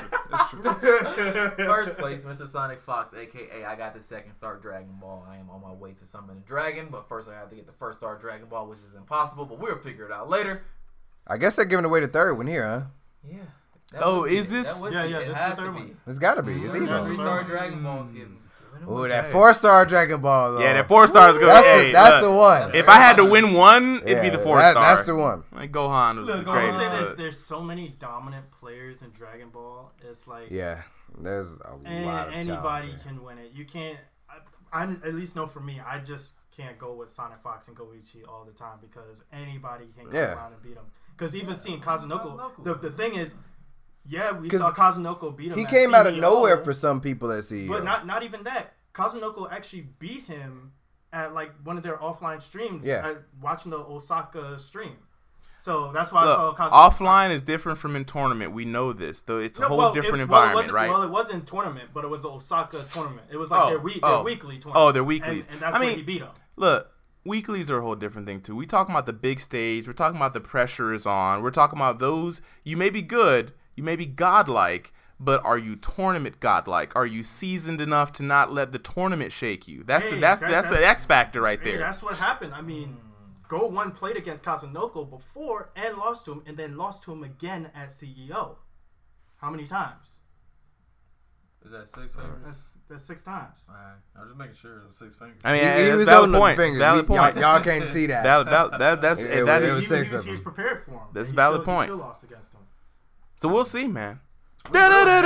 [SPEAKER 2] place, Mr. Sonic Fox, aka I got the second star Dragon Ball. I am on my way to summon a dragon, but first I have to get the first star Dragon Ball, which is impossible, but we'll figure it out later.
[SPEAKER 1] I guess they're giving away the third one here, huh?
[SPEAKER 2] Yeah. That
[SPEAKER 5] Oh,
[SPEAKER 2] would be
[SPEAKER 5] is
[SPEAKER 2] it.
[SPEAKER 5] this-
[SPEAKER 2] That would
[SPEAKER 3] Yeah,
[SPEAKER 2] be
[SPEAKER 3] yeah,
[SPEAKER 2] it.
[SPEAKER 3] this is
[SPEAKER 2] Has
[SPEAKER 3] the
[SPEAKER 2] to
[SPEAKER 3] third
[SPEAKER 2] be.
[SPEAKER 3] one.
[SPEAKER 1] It's gotta be. It's
[SPEAKER 3] that's
[SPEAKER 2] Three
[SPEAKER 1] Evo.
[SPEAKER 3] the-
[SPEAKER 2] star Dragon Ball's getting.
[SPEAKER 1] Ooh, that four star Dragon Ball. Though.
[SPEAKER 5] Yeah, that four stars go.
[SPEAKER 1] That's,
[SPEAKER 5] hey,
[SPEAKER 1] the, that's the
[SPEAKER 5] look,
[SPEAKER 1] one.
[SPEAKER 5] If I had to win one, it'd be the
[SPEAKER 1] Yeah,
[SPEAKER 5] four
[SPEAKER 1] that-
[SPEAKER 5] star.
[SPEAKER 1] That's the one.
[SPEAKER 5] Like Gohan was
[SPEAKER 2] Look,
[SPEAKER 5] the
[SPEAKER 2] Gohan
[SPEAKER 3] I would say this,
[SPEAKER 5] greatest. but-
[SPEAKER 3] there's so many dominant players in Dragon Ball. It's like
[SPEAKER 1] Yeah, there's a
[SPEAKER 3] and
[SPEAKER 1] lot of
[SPEAKER 3] anybody
[SPEAKER 1] talent there.
[SPEAKER 3] can win it. You can't. I, I at least know for me, I just can't go with Sonic Fox and Goichi all the time because anybody can come
[SPEAKER 1] Yeah.
[SPEAKER 3] around and beat him. Because even seeing Kazunoko,
[SPEAKER 2] Kazunoko.
[SPEAKER 3] the, the thing is, yeah, we
[SPEAKER 1] 'Cause
[SPEAKER 3] saw Kazunoko beat him.
[SPEAKER 1] He
[SPEAKER 3] at
[SPEAKER 1] came out of
[SPEAKER 3] CEO,
[SPEAKER 1] nowhere for E some people at CEO.
[SPEAKER 3] But not not even that. Kazunoko actually beat him at like one of their offline streams.
[SPEAKER 1] Yeah.
[SPEAKER 3] at- watching the Osaka stream. So that's why
[SPEAKER 5] Look,
[SPEAKER 3] I saw Kazunoko.
[SPEAKER 5] offline is different from in tournament. We know this, though. It's a
[SPEAKER 3] No,
[SPEAKER 5] whole
[SPEAKER 3] well, it-
[SPEAKER 5] different
[SPEAKER 3] well, it
[SPEAKER 5] environment,
[SPEAKER 3] wasn't-
[SPEAKER 5] right?
[SPEAKER 3] Well, it wasn't tournament, but it was the Osaka tournament. It was like
[SPEAKER 5] Oh,
[SPEAKER 3] their, week,
[SPEAKER 5] oh.
[SPEAKER 3] their weekly tournament.
[SPEAKER 5] Oh, their weeklies.
[SPEAKER 3] And, and that's
[SPEAKER 5] I
[SPEAKER 3] where
[SPEAKER 5] mean-
[SPEAKER 3] he beat them.
[SPEAKER 5] look, weeklies are a whole different thing too. We talking about the big stage. We're talking about the pressure is on. We're talking about those. You may be good. You may be godlike. But are you tournament godlike? Are you seasoned enough to not let the tournament shake you? That's the,
[SPEAKER 3] Hey,
[SPEAKER 5] that's
[SPEAKER 3] that-
[SPEAKER 5] that's the
[SPEAKER 3] that's-
[SPEAKER 5] X factor right
[SPEAKER 3] Hey,
[SPEAKER 5] there.
[SPEAKER 3] that's what happened. I mean,
[SPEAKER 1] Hmm.
[SPEAKER 3] Go One played against Casanoko before and lost to him, and then lost to him again at CEO. How many times?
[SPEAKER 2] Is that six fingers?
[SPEAKER 3] That's that's six times.
[SPEAKER 2] All right. I'm just making sure it was six fingers.
[SPEAKER 5] I mean,
[SPEAKER 1] He- he,
[SPEAKER 5] that's
[SPEAKER 1] was
[SPEAKER 5] valid
[SPEAKER 1] holding up
[SPEAKER 5] point.
[SPEAKER 1] the fingers.
[SPEAKER 5] Valid
[SPEAKER 1] We-
[SPEAKER 5] point.
[SPEAKER 1] Y'all, y'all can't see that.
[SPEAKER 5] That, that, that, that's
[SPEAKER 1] It- it
[SPEAKER 5] that
[SPEAKER 1] was- it was
[SPEAKER 5] is-
[SPEAKER 3] He,
[SPEAKER 1] six
[SPEAKER 3] was- he, was,
[SPEAKER 1] of
[SPEAKER 3] he was
[SPEAKER 1] them.
[SPEAKER 3] prepared for him.
[SPEAKER 5] That's
[SPEAKER 3] and he
[SPEAKER 5] a valid
[SPEAKER 3] still,
[SPEAKER 5] point.
[SPEAKER 3] He still lost against him.
[SPEAKER 5] so we'll see, man.
[SPEAKER 3] anybody,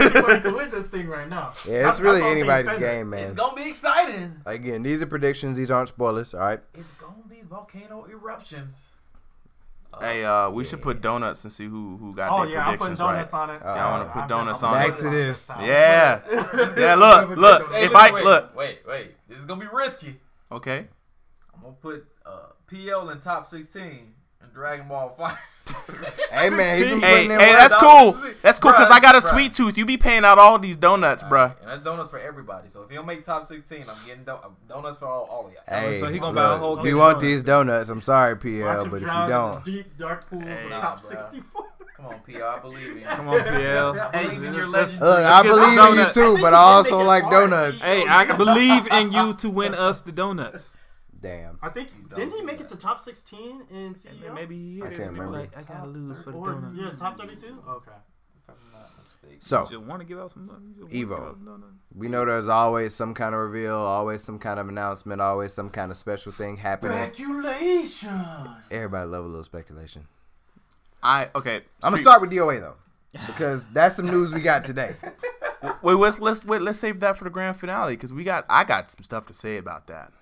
[SPEAKER 3] anybody can win this thing right now.
[SPEAKER 1] Yeah, it's
[SPEAKER 3] That's-
[SPEAKER 1] really
[SPEAKER 3] that's why I'm saying
[SPEAKER 1] anybody's
[SPEAKER 3] Fender.
[SPEAKER 1] game,
[SPEAKER 2] It's
[SPEAKER 1] man.
[SPEAKER 2] gonna be exciting.
[SPEAKER 1] Again, these are predictions. These aren't spoilers. All right.
[SPEAKER 2] It's gonna be volcano eruptions.
[SPEAKER 5] Hey, uh, we should put donuts and see who who got
[SPEAKER 3] Oh
[SPEAKER 5] their
[SPEAKER 3] yeah, I'm putting
[SPEAKER 5] predictions
[SPEAKER 3] donuts
[SPEAKER 5] right.
[SPEAKER 3] on it.
[SPEAKER 1] Yeah, I wanna
[SPEAKER 5] put
[SPEAKER 3] I'm-
[SPEAKER 5] donuts
[SPEAKER 3] I'm
[SPEAKER 1] it.
[SPEAKER 3] putting
[SPEAKER 5] on
[SPEAKER 1] Back to
[SPEAKER 3] donuts
[SPEAKER 1] this.
[SPEAKER 3] on it.
[SPEAKER 5] Yeah, yeah. Look, look.
[SPEAKER 2] Hey,
[SPEAKER 5] If
[SPEAKER 2] listen,
[SPEAKER 5] I
[SPEAKER 2] wait,
[SPEAKER 5] look,
[SPEAKER 2] wait, wait, this is gonna be risky.
[SPEAKER 5] okay.
[SPEAKER 2] I'm gonna put uh, PL in top 16 and Dragon Ball Fight.
[SPEAKER 1] Hey man, he been
[SPEAKER 5] Hey,
[SPEAKER 1] putting in
[SPEAKER 5] hey,
[SPEAKER 1] work.
[SPEAKER 5] that's cool. That's cool because I got a
[SPEAKER 2] Bruh, bruh.
[SPEAKER 5] sweet tooth. You be paying out all these donuts, bruh.
[SPEAKER 2] and that's donuts for everybody. So if you don't make top 16, I'm getting don- uh, donuts for all, all of y'all.
[SPEAKER 1] Hey,
[SPEAKER 4] So he gonna buy a whole
[SPEAKER 1] We
[SPEAKER 4] case of
[SPEAKER 1] want
[SPEAKER 4] donuts.
[SPEAKER 1] these donuts. I'm sorry,
[SPEAKER 3] Watch
[SPEAKER 1] PL,
[SPEAKER 3] him
[SPEAKER 1] but if you
[SPEAKER 3] drown in the
[SPEAKER 1] don't,
[SPEAKER 3] deep dark pools of
[SPEAKER 2] Nah,
[SPEAKER 3] top
[SPEAKER 2] bruh.
[SPEAKER 3] 64.
[SPEAKER 2] Come on, PR, believe in you.
[SPEAKER 4] Come on, PL.
[SPEAKER 2] Believe in your
[SPEAKER 4] Let's-
[SPEAKER 2] legend.
[SPEAKER 1] Look, I
[SPEAKER 4] Let's get some
[SPEAKER 1] believe in you
[SPEAKER 4] donuts.
[SPEAKER 3] I
[SPEAKER 1] too, but
[SPEAKER 3] think we
[SPEAKER 1] I
[SPEAKER 3] can
[SPEAKER 1] also
[SPEAKER 3] make it
[SPEAKER 1] like
[SPEAKER 3] hard.
[SPEAKER 1] donuts.
[SPEAKER 4] Hey, I can believe in you to win us the donuts.
[SPEAKER 1] Damn.
[SPEAKER 3] I think didn't he make it to top sixteen in CEO?
[SPEAKER 4] Maybe he
[SPEAKER 1] I
[SPEAKER 4] hear this
[SPEAKER 1] can't
[SPEAKER 4] and be
[SPEAKER 1] remember.
[SPEAKER 4] like, I gotta lose for the
[SPEAKER 3] Or, yeah,
[SPEAKER 4] donuts.
[SPEAKER 3] top thirty-two. Okay.
[SPEAKER 1] So
[SPEAKER 4] Just want to give out some money. Just wanna
[SPEAKER 1] Oh. Evo.
[SPEAKER 4] give out some donuts.
[SPEAKER 1] we know there's always some kind of reveal, always some kind of announcement, always some kind of special thing happening.
[SPEAKER 2] Speculation.
[SPEAKER 1] Everybody love a little speculation.
[SPEAKER 5] I okay.
[SPEAKER 1] I'm gonna
[SPEAKER 5] Street-
[SPEAKER 1] start with DOA though, because that's some news we got today.
[SPEAKER 5] Wait, let's let's wait. Let's save that for the grand finale because we got I got some stuff to say about that.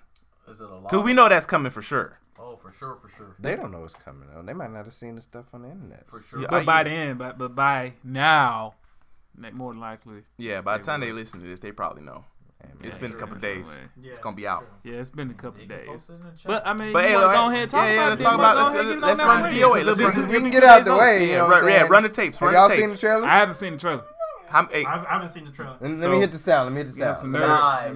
[SPEAKER 2] Is it a
[SPEAKER 5] Cause
[SPEAKER 2] lot?
[SPEAKER 5] we know that's coming for sure.
[SPEAKER 2] Oh, for sure, for sure.
[SPEAKER 1] They don't know what's coming though. They might not have seen the stuff on the internet.
[SPEAKER 2] For sure.
[SPEAKER 5] Yeah,
[SPEAKER 4] But
[SPEAKER 5] I-
[SPEAKER 4] by then, but, but by now, that more than likely.
[SPEAKER 5] yeah, by the time they listen to this, they probably know. It's been a couple
[SPEAKER 4] Some
[SPEAKER 5] days.
[SPEAKER 4] way.
[SPEAKER 3] Yeah.
[SPEAKER 5] It's gonna be out.
[SPEAKER 4] Yeah, it's been a couple
[SPEAKER 2] You can
[SPEAKER 4] days.
[SPEAKER 2] post it in the chat.
[SPEAKER 4] But I mean,
[SPEAKER 5] But
[SPEAKER 4] you
[SPEAKER 5] hey,
[SPEAKER 4] wanna
[SPEAKER 5] like-
[SPEAKER 4] go ahead and talk
[SPEAKER 5] yeah, yeah,
[SPEAKER 4] about
[SPEAKER 5] let's
[SPEAKER 4] this.
[SPEAKER 5] talk
[SPEAKER 4] You wanna
[SPEAKER 5] about-
[SPEAKER 4] go
[SPEAKER 5] let's-
[SPEAKER 4] ahead and give
[SPEAKER 5] let's
[SPEAKER 4] them
[SPEAKER 5] run
[SPEAKER 4] that
[SPEAKER 5] DOA.
[SPEAKER 4] ring.
[SPEAKER 5] Let's
[SPEAKER 1] We,
[SPEAKER 5] run-
[SPEAKER 1] we
[SPEAKER 5] we
[SPEAKER 1] can
[SPEAKER 5] can
[SPEAKER 1] get
[SPEAKER 5] do
[SPEAKER 1] out
[SPEAKER 5] this
[SPEAKER 1] the
[SPEAKER 5] on-
[SPEAKER 1] way. You
[SPEAKER 5] Yeah,
[SPEAKER 1] know what
[SPEAKER 5] run,
[SPEAKER 1] I'm
[SPEAKER 5] yeah,
[SPEAKER 1] saying?
[SPEAKER 5] run the tapes.
[SPEAKER 1] Have
[SPEAKER 5] Run
[SPEAKER 1] y'all
[SPEAKER 5] the
[SPEAKER 1] seen the
[SPEAKER 5] tapes.
[SPEAKER 1] trailer?
[SPEAKER 4] I haven't seen the trailer.
[SPEAKER 5] How- hey,
[SPEAKER 3] I've, I haven't seen the trailer.
[SPEAKER 1] Let me- let
[SPEAKER 4] So-
[SPEAKER 1] me hit the sound. Let me hit the
[SPEAKER 4] You know, some
[SPEAKER 1] sound.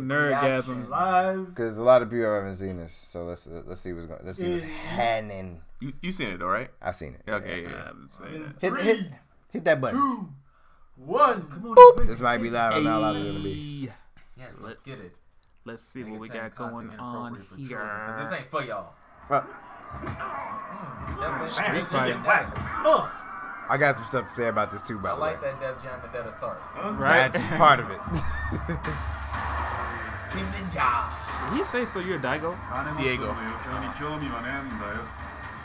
[SPEAKER 4] nerd,
[SPEAKER 2] Live
[SPEAKER 4] nerdgasm.
[SPEAKER 3] Live.
[SPEAKER 1] Because a lot of people haven't seen this, so let's uh, let's see what's going. Let's see what's
[SPEAKER 3] Yeah.
[SPEAKER 1] happening.
[SPEAKER 5] you, you seen it all right?
[SPEAKER 1] I've seen it.
[SPEAKER 5] Okay,
[SPEAKER 1] Yeah,
[SPEAKER 5] yeah.
[SPEAKER 4] I haven't seen that.
[SPEAKER 1] Hit, hit, hit that button.
[SPEAKER 3] Two, one. Come on.
[SPEAKER 1] This might be loud. I don't know how loud it's gonna be.
[SPEAKER 4] Hey,
[SPEAKER 2] Yes,
[SPEAKER 4] Let's-
[SPEAKER 2] let's, get it.
[SPEAKER 4] Let's see
[SPEAKER 2] Nigga
[SPEAKER 4] what we
[SPEAKER 2] taking
[SPEAKER 4] got
[SPEAKER 2] content
[SPEAKER 4] going on
[SPEAKER 2] inappropriate for children, 'cause This
[SPEAKER 4] here.
[SPEAKER 2] ain't for y'all.
[SPEAKER 1] Well,
[SPEAKER 2] That bitch-
[SPEAKER 3] Man,
[SPEAKER 4] Ah, Street fighter.
[SPEAKER 3] wax. Ugh.
[SPEAKER 1] I got some stuff to say about this too, by
[SPEAKER 2] I
[SPEAKER 1] the
[SPEAKER 2] like
[SPEAKER 1] way.
[SPEAKER 2] that Def Jam, but that'll start.
[SPEAKER 4] Right?
[SPEAKER 1] That's part of it.
[SPEAKER 2] Tim Ninja.
[SPEAKER 4] He say so you're Daigo.
[SPEAKER 5] Diego.
[SPEAKER 7] に興味はねえんだよ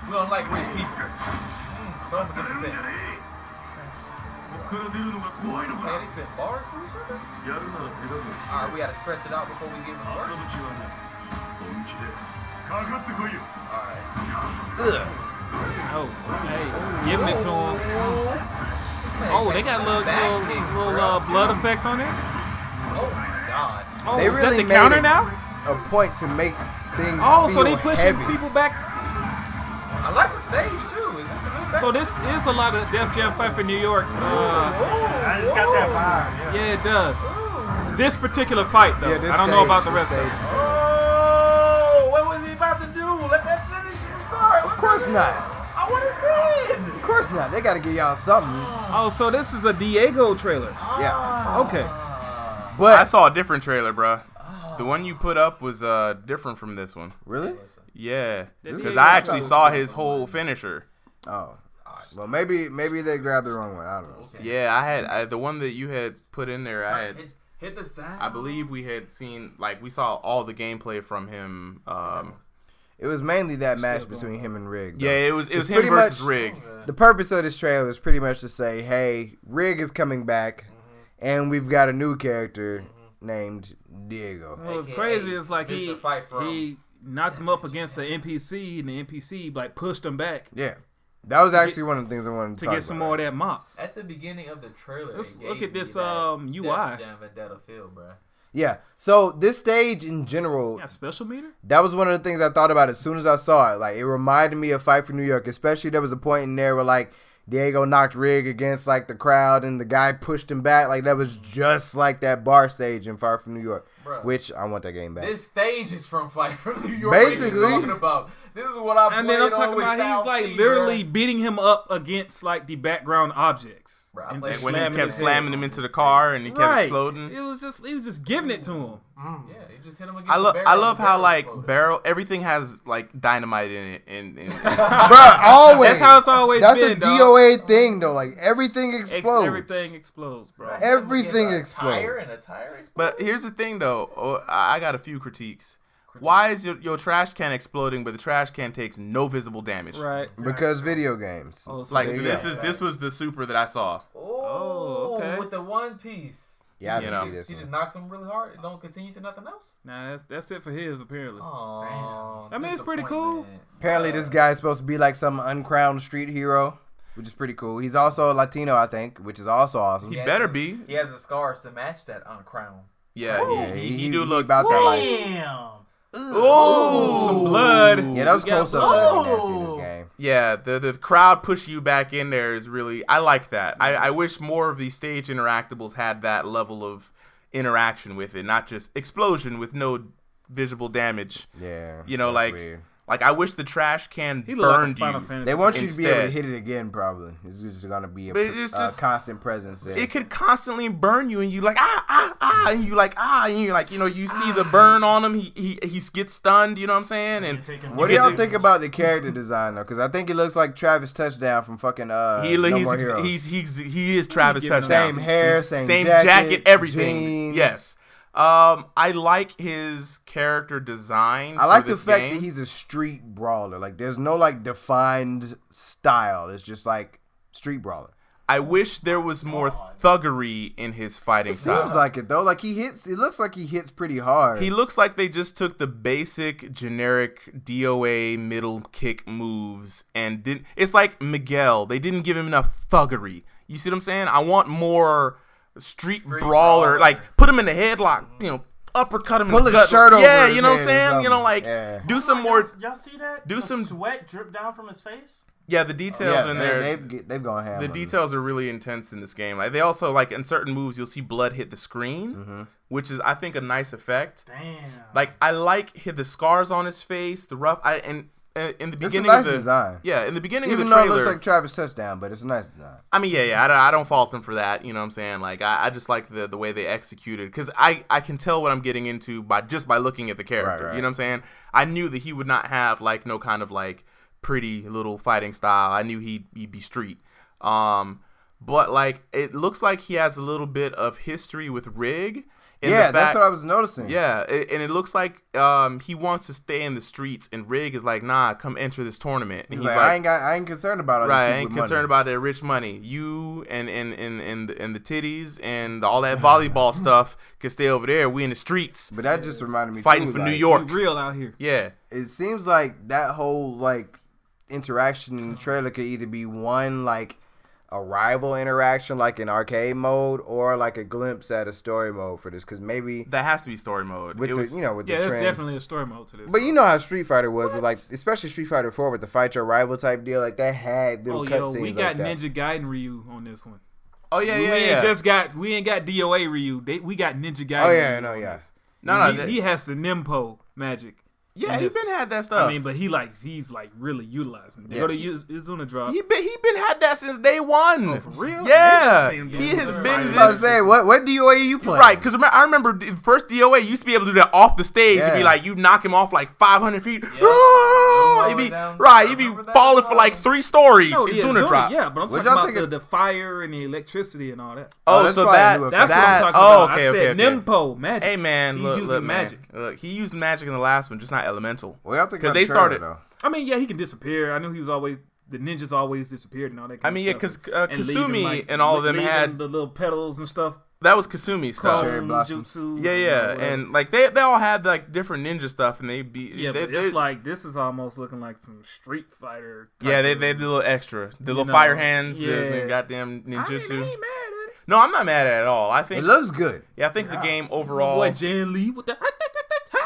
[SPEAKER 2] We don't like rich people. Mm, Some of this offense.
[SPEAKER 7] ここから出るのが怖いの
[SPEAKER 2] Hey,
[SPEAKER 7] か
[SPEAKER 2] they spit bars to each other?
[SPEAKER 7] やるなら手だぞ
[SPEAKER 2] All right, we gotta stretch it out before we give them
[SPEAKER 7] 朝
[SPEAKER 2] work.
[SPEAKER 7] 口はね本気でかかってこいよ
[SPEAKER 2] All right.
[SPEAKER 4] Oh, hey, giving it to him. Oh, they got little
[SPEAKER 2] Back kicks,
[SPEAKER 4] little, little
[SPEAKER 2] bro.
[SPEAKER 4] uh, blood effects on it.
[SPEAKER 2] Oh my God.
[SPEAKER 4] Oh,
[SPEAKER 1] They
[SPEAKER 4] is
[SPEAKER 1] really
[SPEAKER 4] that the
[SPEAKER 1] made
[SPEAKER 4] counter
[SPEAKER 1] it.
[SPEAKER 4] now?
[SPEAKER 1] A point to make things
[SPEAKER 4] Oh,
[SPEAKER 1] feel
[SPEAKER 4] so they pushing
[SPEAKER 1] heavy.
[SPEAKER 4] people back.
[SPEAKER 2] I like the stage too. Is this a new stage?
[SPEAKER 4] So this is a lot of Def Jam fight for New York. Uh,
[SPEAKER 3] I just got that vibe. Yeah.
[SPEAKER 4] yeah, it does. This particular fight, though,
[SPEAKER 1] Yeah, this
[SPEAKER 4] I don't
[SPEAKER 1] stage-
[SPEAKER 4] know about the
[SPEAKER 1] this
[SPEAKER 4] rest of it.
[SPEAKER 1] stage-
[SPEAKER 2] Oh, what was he about to do? Let that finish him start.
[SPEAKER 1] Of course not.
[SPEAKER 2] I want to see it.
[SPEAKER 1] Of course not. They gotta give y'all something.
[SPEAKER 4] Oh, so this is a Diego trailer.
[SPEAKER 1] Yeah.
[SPEAKER 2] Ah.
[SPEAKER 5] Oh.
[SPEAKER 4] Okay.
[SPEAKER 5] I
[SPEAKER 1] But
[SPEAKER 5] saw a different trailer, bruh. The one you put up was uh different from this one.
[SPEAKER 1] really?
[SPEAKER 5] Yeah, because
[SPEAKER 4] Diego
[SPEAKER 5] I actually
[SPEAKER 1] trailer.
[SPEAKER 5] saw his whole finisher.
[SPEAKER 1] Oh. Well, maybe maybe they grabbed the wrong one. I don't know.
[SPEAKER 5] Yeah, I had I, the one that you had put in there. I had.
[SPEAKER 2] Hit, hit the sound.
[SPEAKER 5] I believe we had seen like we saw all the gameplay from him. Um,
[SPEAKER 1] It was mainly that match between him and Rig. though.
[SPEAKER 5] yeah, it was it was him
[SPEAKER 1] pretty
[SPEAKER 5] versus
[SPEAKER 1] much-
[SPEAKER 5] Rig.
[SPEAKER 1] The purpose of this trailer is pretty much to say, hey, Rig is coming back,
[SPEAKER 4] Mm-hmm.
[SPEAKER 1] and we've got a new character named Diego.
[SPEAKER 4] Well, it's
[SPEAKER 2] AKA,
[SPEAKER 4] crazy. It's like he
[SPEAKER 2] Mr. Fight From.
[SPEAKER 4] he knocked him up against the NPC, and the NPC like pushed him back
[SPEAKER 1] Yeah. That was actually one of the things I wanted to,
[SPEAKER 4] to
[SPEAKER 1] talk
[SPEAKER 4] get some
[SPEAKER 1] about.
[SPEAKER 4] more of that mop.
[SPEAKER 2] At the beginning of the trailer,
[SPEAKER 4] Let's
[SPEAKER 2] it
[SPEAKER 4] look
[SPEAKER 2] gave
[SPEAKER 4] at this,
[SPEAKER 2] me that
[SPEAKER 4] um,
[SPEAKER 2] Def
[SPEAKER 4] UI.
[SPEAKER 2] Jam Vendetta feel, bro.
[SPEAKER 1] Yeah. So this stage in general,
[SPEAKER 4] Yeah, special meter.
[SPEAKER 1] that was one of the things I thought about as soon as I saw it. Like it reminded me of Fight for New York, especially there was a point in there where like Diego knocked Rig against like the crowd and the guy pushed him back. Like that was just like that bar stage in Fight for New York.
[SPEAKER 2] Bruh.
[SPEAKER 1] Which I want that game back.
[SPEAKER 2] This stage is from Fight from New York. What are you
[SPEAKER 1] Basically.
[SPEAKER 2] talking about this is what I.
[SPEAKER 4] And then I'm
[SPEAKER 2] played
[SPEAKER 4] talking
[SPEAKER 2] on with
[SPEAKER 4] about
[SPEAKER 2] Styles
[SPEAKER 4] he's like
[SPEAKER 2] P,
[SPEAKER 4] literally
[SPEAKER 2] bruh.
[SPEAKER 4] beating him up against like the background objects.
[SPEAKER 2] Bruh, I
[SPEAKER 4] and
[SPEAKER 2] played
[SPEAKER 5] And
[SPEAKER 4] just
[SPEAKER 5] when he
[SPEAKER 4] slamming
[SPEAKER 5] kept
[SPEAKER 4] his
[SPEAKER 5] slamming
[SPEAKER 4] head.
[SPEAKER 5] him into the car and he kept
[SPEAKER 4] right.
[SPEAKER 5] exploding.
[SPEAKER 4] It was just he was just giving it to him.
[SPEAKER 2] Yeah, they just hit him against
[SPEAKER 5] I
[SPEAKER 2] the
[SPEAKER 5] love
[SPEAKER 2] barrel
[SPEAKER 5] I
[SPEAKER 2] and
[SPEAKER 5] love
[SPEAKER 2] the
[SPEAKER 5] how
[SPEAKER 2] barrel
[SPEAKER 5] like
[SPEAKER 2] exploded.
[SPEAKER 5] barrel everything has like dynamite in it and, and,
[SPEAKER 1] Bruh, always.
[SPEAKER 4] That's how it's always
[SPEAKER 1] That's
[SPEAKER 4] been.
[SPEAKER 1] a
[SPEAKER 4] dog.
[SPEAKER 1] DOA thing though. Like everything
[SPEAKER 4] Ex-
[SPEAKER 1] explodes.
[SPEAKER 4] everything explodes, bro.
[SPEAKER 2] Hit him against
[SPEAKER 1] everything
[SPEAKER 2] a Tire
[SPEAKER 1] explodes.
[SPEAKER 2] and a tire explodes.
[SPEAKER 5] but here's the thing though oh, I I got a few critiques. Why is your, your trash can exploding but the trash can takes no visible damage?
[SPEAKER 4] Right.
[SPEAKER 1] Because video games.
[SPEAKER 4] Oh, so
[SPEAKER 5] Like
[SPEAKER 1] There
[SPEAKER 5] so
[SPEAKER 1] you
[SPEAKER 5] this
[SPEAKER 1] go.
[SPEAKER 5] is this was the super that I saw.
[SPEAKER 2] Oh,
[SPEAKER 4] okay.
[SPEAKER 2] with the one piece.
[SPEAKER 1] yeah, I
[SPEAKER 5] you
[SPEAKER 1] didn't
[SPEAKER 5] know.
[SPEAKER 1] see this
[SPEAKER 2] He
[SPEAKER 1] one.
[SPEAKER 2] just knocks him really hard and don't continue to nothing else.
[SPEAKER 4] Nah, that's that's it for his apparently.
[SPEAKER 2] Oh,
[SPEAKER 4] I mean, it's pretty cool.
[SPEAKER 1] Apparently, this guy's supposed to be like some uncrowned street hero, which is pretty cool. He's also Latino, I think, which is also awesome.
[SPEAKER 5] He
[SPEAKER 2] Yeah.
[SPEAKER 5] better be.
[SPEAKER 2] He has the scars to match that uncrown.
[SPEAKER 5] Yeah, he, he, he, do look
[SPEAKER 1] about that. Like,
[SPEAKER 3] Damn.
[SPEAKER 5] Oh,
[SPEAKER 4] Some blood.
[SPEAKER 1] yeah, that was
[SPEAKER 4] We got
[SPEAKER 1] close up.
[SPEAKER 4] blood.
[SPEAKER 1] I didn't see this game.
[SPEAKER 5] Yeah, the the crowd push you back in there is really I like that. I, I wish more of these stage interactables had that level of interaction with it, not just explosion with no visible damage.
[SPEAKER 1] Yeah,
[SPEAKER 5] You know,
[SPEAKER 1] that's
[SPEAKER 5] like
[SPEAKER 1] weird.
[SPEAKER 5] Like I wish the trash can
[SPEAKER 4] He looked
[SPEAKER 5] burned
[SPEAKER 4] like a Final
[SPEAKER 5] you.
[SPEAKER 4] Fantasy.
[SPEAKER 1] They want you to be able to
[SPEAKER 5] Instead.
[SPEAKER 1] hit it again, probably. It's just going to be a,
[SPEAKER 5] But it's
[SPEAKER 1] a
[SPEAKER 5] just-
[SPEAKER 1] constant presence there.
[SPEAKER 5] It could constantly burn you, and you like ah ah ah, and you like ah, and you like you know you see the burn on him. He he he gets stunned. You know what I'm saying? And
[SPEAKER 3] taking
[SPEAKER 1] what do
[SPEAKER 5] you
[SPEAKER 1] y'all
[SPEAKER 5] get the-
[SPEAKER 1] think about the character design though? Because I think it looks like Travis Touchdown from fucking uh.
[SPEAKER 5] He,
[SPEAKER 1] no
[SPEAKER 5] he's,
[SPEAKER 1] More Heroes.
[SPEAKER 5] he's he's he is Travis
[SPEAKER 4] giving him
[SPEAKER 5] touchdown.
[SPEAKER 1] Same hair, same jacket,
[SPEAKER 5] everything.
[SPEAKER 1] jeans.
[SPEAKER 5] Yes. Um, I like his character design.
[SPEAKER 1] I like
[SPEAKER 5] for
[SPEAKER 1] the
[SPEAKER 5] this
[SPEAKER 1] fact
[SPEAKER 5] game.
[SPEAKER 1] that he's a street brawler. Like there's no like defined style. It's just like street brawler.
[SPEAKER 5] I wish there was more thuggery in his fighting style.
[SPEAKER 1] Seems like it though. Like he hits. It looks like he hits pretty hard.
[SPEAKER 5] He looks like they just took the basic generic DOA middle kick moves and didn't it's like Miguel. They didn't give him enough thuggery. You see what I'm saying? I want more street, brawler,
[SPEAKER 6] brawler.
[SPEAKER 5] like put him in a headlock, you know, uppercut him in
[SPEAKER 1] Pull
[SPEAKER 5] the
[SPEAKER 1] his
[SPEAKER 5] gut.
[SPEAKER 1] shirt over
[SPEAKER 5] yeah,
[SPEAKER 1] his
[SPEAKER 5] you know what I'm
[SPEAKER 1] head or
[SPEAKER 5] saying? You
[SPEAKER 1] something.
[SPEAKER 5] know, like
[SPEAKER 1] Yeah.
[SPEAKER 5] do some more
[SPEAKER 3] Y'all, y'all see that?
[SPEAKER 5] do
[SPEAKER 3] The
[SPEAKER 5] some-
[SPEAKER 3] sweat drip down from his face.
[SPEAKER 5] Yeah, the details
[SPEAKER 1] yeah,
[SPEAKER 5] in
[SPEAKER 1] they-
[SPEAKER 5] there.
[SPEAKER 1] They've get- they've gone ham.
[SPEAKER 5] the
[SPEAKER 1] on this.
[SPEAKER 5] details are really intense in this game. Like they also like in certain moves you'll see blood hit the screen,
[SPEAKER 1] Mm-hmm.
[SPEAKER 5] which is I think a nice effect.
[SPEAKER 3] Damn.
[SPEAKER 5] Like I like hit the scars on his face, the rough. I and uh, in the
[SPEAKER 1] It's a
[SPEAKER 5] beginning
[SPEAKER 1] nice
[SPEAKER 5] of the
[SPEAKER 1] design.
[SPEAKER 5] yeah, in the beginning
[SPEAKER 1] Even
[SPEAKER 5] of
[SPEAKER 1] though
[SPEAKER 5] the
[SPEAKER 1] it
[SPEAKER 5] trailer.
[SPEAKER 1] looks like Travis Touchdown, but it's a nice design.
[SPEAKER 5] I mean, yeah, yeah. I, don't- I don't fault them for that. You know what I'm saying? Like I, I just like the the way they executed because I I can tell what I'm getting into by just by looking at the character.
[SPEAKER 1] right.
[SPEAKER 5] You know what I'm saying? I knew that he would not have like no kind of like pretty little fighting style. I knew he'd, he'd be street. Um, but like it looks like he has a little bit of history with Rig. in the
[SPEAKER 1] yeah, that's
[SPEAKER 5] fact-
[SPEAKER 1] what I was noticing.
[SPEAKER 5] yeah, it, and it looks like um, he wants to stay in the streets, and Rig is like, "Nah, come enter this tournament." And
[SPEAKER 1] He's like,
[SPEAKER 5] he's like,
[SPEAKER 1] I ain't got, I ain't concerned about all these
[SPEAKER 5] "Right, I
[SPEAKER 1] people
[SPEAKER 5] ain't
[SPEAKER 1] with money."
[SPEAKER 5] concerned about that rich money. You and and and and the, and the titties and all that volleyball stuff can stay over there. We in the streets
[SPEAKER 1] But that just reminded me
[SPEAKER 5] fighting
[SPEAKER 1] too,
[SPEAKER 5] for
[SPEAKER 1] like,
[SPEAKER 5] New York."
[SPEAKER 4] We real out here.
[SPEAKER 5] Yeah,
[SPEAKER 1] it seems like that whole like interaction in the trailer could either be one like a rival interaction like in arcade mode or like a glimpse at a story mode for this because maybe
[SPEAKER 5] that has to be story mode.
[SPEAKER 1] with
[SPEAKER 5] it was,
[SPEAKER 1] the you know with
[SPEAKER 4] Yeah,
[SPEAKER 1] the
[SPEAKER 4] there's
[SPEAKER 1] trend
[SPEAKER 4] definitely a story mode to this.
[SPEAKER 1] but you know how Street Fighter was with like especially Street Fighter 4 with the fight your rival type deal like that had little
[SPEAKER 4] oh yo,
[SPEAKER 1] cutscenes
[SPEAKER 4] we
[SPEAKER 1] like
[SPEAKER 4] got
[SPEAKER 1] that.
[SPEAKER 4] Ninja Gaiden Ryu on this one.
[SPEAKER 5] Oh yeah,
[SPEAKER 4] we
[SPEAKER 5] yeah,
[SPEAKER 4] ain't
[SPEAKER 5] yeah.
[SPEAKER 4] just got we ain't got DOA Ryu. They, we got Ninja Gaiden.
[SPEAKER 1] oh yeah
[SPEAKER 4] Ryu
[SPEAKER 1] no
[SPEAKER 4] on
[SPEAKER 1] yeah
[SPEAKER 4] this.
[SPEAKER 5] no, no,
[SPEAKER 4] he,
[SPEAKER 5] that-
[SPEAKER 4] he has the Nimpo magic.
[SPEAKER 5] yeah. He
[SPEAKER 4] his-
[SPEAKER 5] been had that stuff.
[SPEAKER 4] I mean, but he like he's like really utilizing. They go to Iz- Izuna drop.
[SPEAKER 5] he been he been had that since day one.
[SPEAKER 4] Oh, for real?
[SPEAKER 5] Yeah,
[SPEAKER 4] They been the same
[SPEAKER 5] he
[SPEAKER 4] dude.
[SPEAKER 5] has
[SPEAKER 4] Everybody
[SPEAKER 5] been
[SPEAKER 1] I was
[SPEAKER 5] this.
[SPEAKER 1] saying what what DOA you playing
[SPEAKER 5] Right, because I remember the first DOA you used to be able to do that off the stage. You'd be
[SPEAKER 1] Yeah.
[SPEAKER 5] like, you knock him off like 500 feet.
[SPEAKER 6] Yeah.
[SPEAKER 5] Ah!
[SPEAKER 6] Lower
[SPEAKER 5] You'd be
[SPEAKER 6] down.
[SPEAKER 5] right, you'd be
[SPEAKER 6] Remember that
[SPEAKER 5] falling for like
[SPEAKER 6] song?
[SPEAKER 5] three stories.
[SPEAKER 4] No,
[SPEAKER 5] in
[SPEAKER 4] oh, yeah,
[SPEAKER 5] Sooner
[SPEAKER 4] Izuna,
[SPEAKER 5] drop.
[SPEAKER 4] Yeah, but I'm
[SPEAKER 1] What
[SPEAKER 4] talking
[SPEAKER 1] y'all
[SPEAKER 4] about
[SPEAKER 1] think
[SPEAKER 4] the,
[SPEAKER 1] of-
[SPEAKER 4] the fire and the electricity and all that.
[SPEAKER 5] Oh,
[SPEAKER 1] that's
[SPEAKER 5] so
[SPEAKER 1] probably
[SPEAKER 5] that
[SPEAKER 1] a new
[SPEAKER 4] That's
[SPEAKER 5] that,
[SPEAKER 4] what I'm talking
[SPEAKER 5] oh,
[SPEAKER 4] about.
[SPEAKER 5] Okay,
[SPEAKER 4] I
[SPEAKER 5] okay,
[SPEAKER 4] said
[SPEAKER 5] okay.
[SPEAKER 4] Nimpo magic.
[SPEAKER 5] Hey man,
[SPEAKER 4] He's
[SPEAKER 5] look,
[SPEAKER 4] using
[SPEAKER 5] look, man.
[SPEAKER 4] magic.
[SPEAKER 5] Look, he used magic in the last one, just not elemental.
[SPEAKER 1] well y'all think
[SPEAKER 5] 'Cause
[SPEAKER 1] about
[SPEAKER 5] they
[SPEAKER 1] the trailer,
[SPEAKER 5] started-
[SPEAKER 1] though
[SPEAKER 4] I mean, yeah, he can disappear. I knew he was always the ninjas always disappeared and all that. Kind
[SPEAKER 5] I mean, yeah,
[SPEAKER 4] because
[SPEAKER 5] 'cause, uh, Kasumi and all of them had-
[SPEAKER 4] the little petals and stuff.
[SPEAKER 5] That was Kasumi stuff.
[SPEAKER 1] Cherry
[SPEAKER 4] Chrome
[SPEAKER 1] blossoms.
[SPEAKER 4] jutsu,
[SPEAKER 5] Yeah,
[SPEAKER 4] you
[SPEAKER 5] yeah,
[SPEAKER 4] know, whatever.
[SPEAKER 5] and like they they all had like different ninja stuff, and they be
[SPEAKER 4] yeah,
[SPEAKER 5] they,
[SPEAKER 4] but it's
[SPEAKER 5] they-
[SPEAKER 4] like this is almost looking like some Street Fighter. Type
[SPEAKER 5] yeah, they
[SPEAKER 4] of-
[SPEAKER 5] they did a little extra, the little
[SPEAKER 4] know,
[SPEAKER 5] fire hands, the,
[SPEAKER 4] yeah.
[SPEAKER 5] the goddamn
[SPEAKER 4] I mean,
[SPEAKER 5] ninjutsu.
[SPEAKER 4] I ain't mad at it.
[SPEAKER 5] no, I'm not mad at it at all. I
[SPEAKER 1] it
[SPEAKER 5] think
[SPEAKER 1] looks good
[SPEAKER 5] yeah, I think the game overall.
[SPEAKER 4] Boy, Jan Lee with the.
[SPEAKER 5] I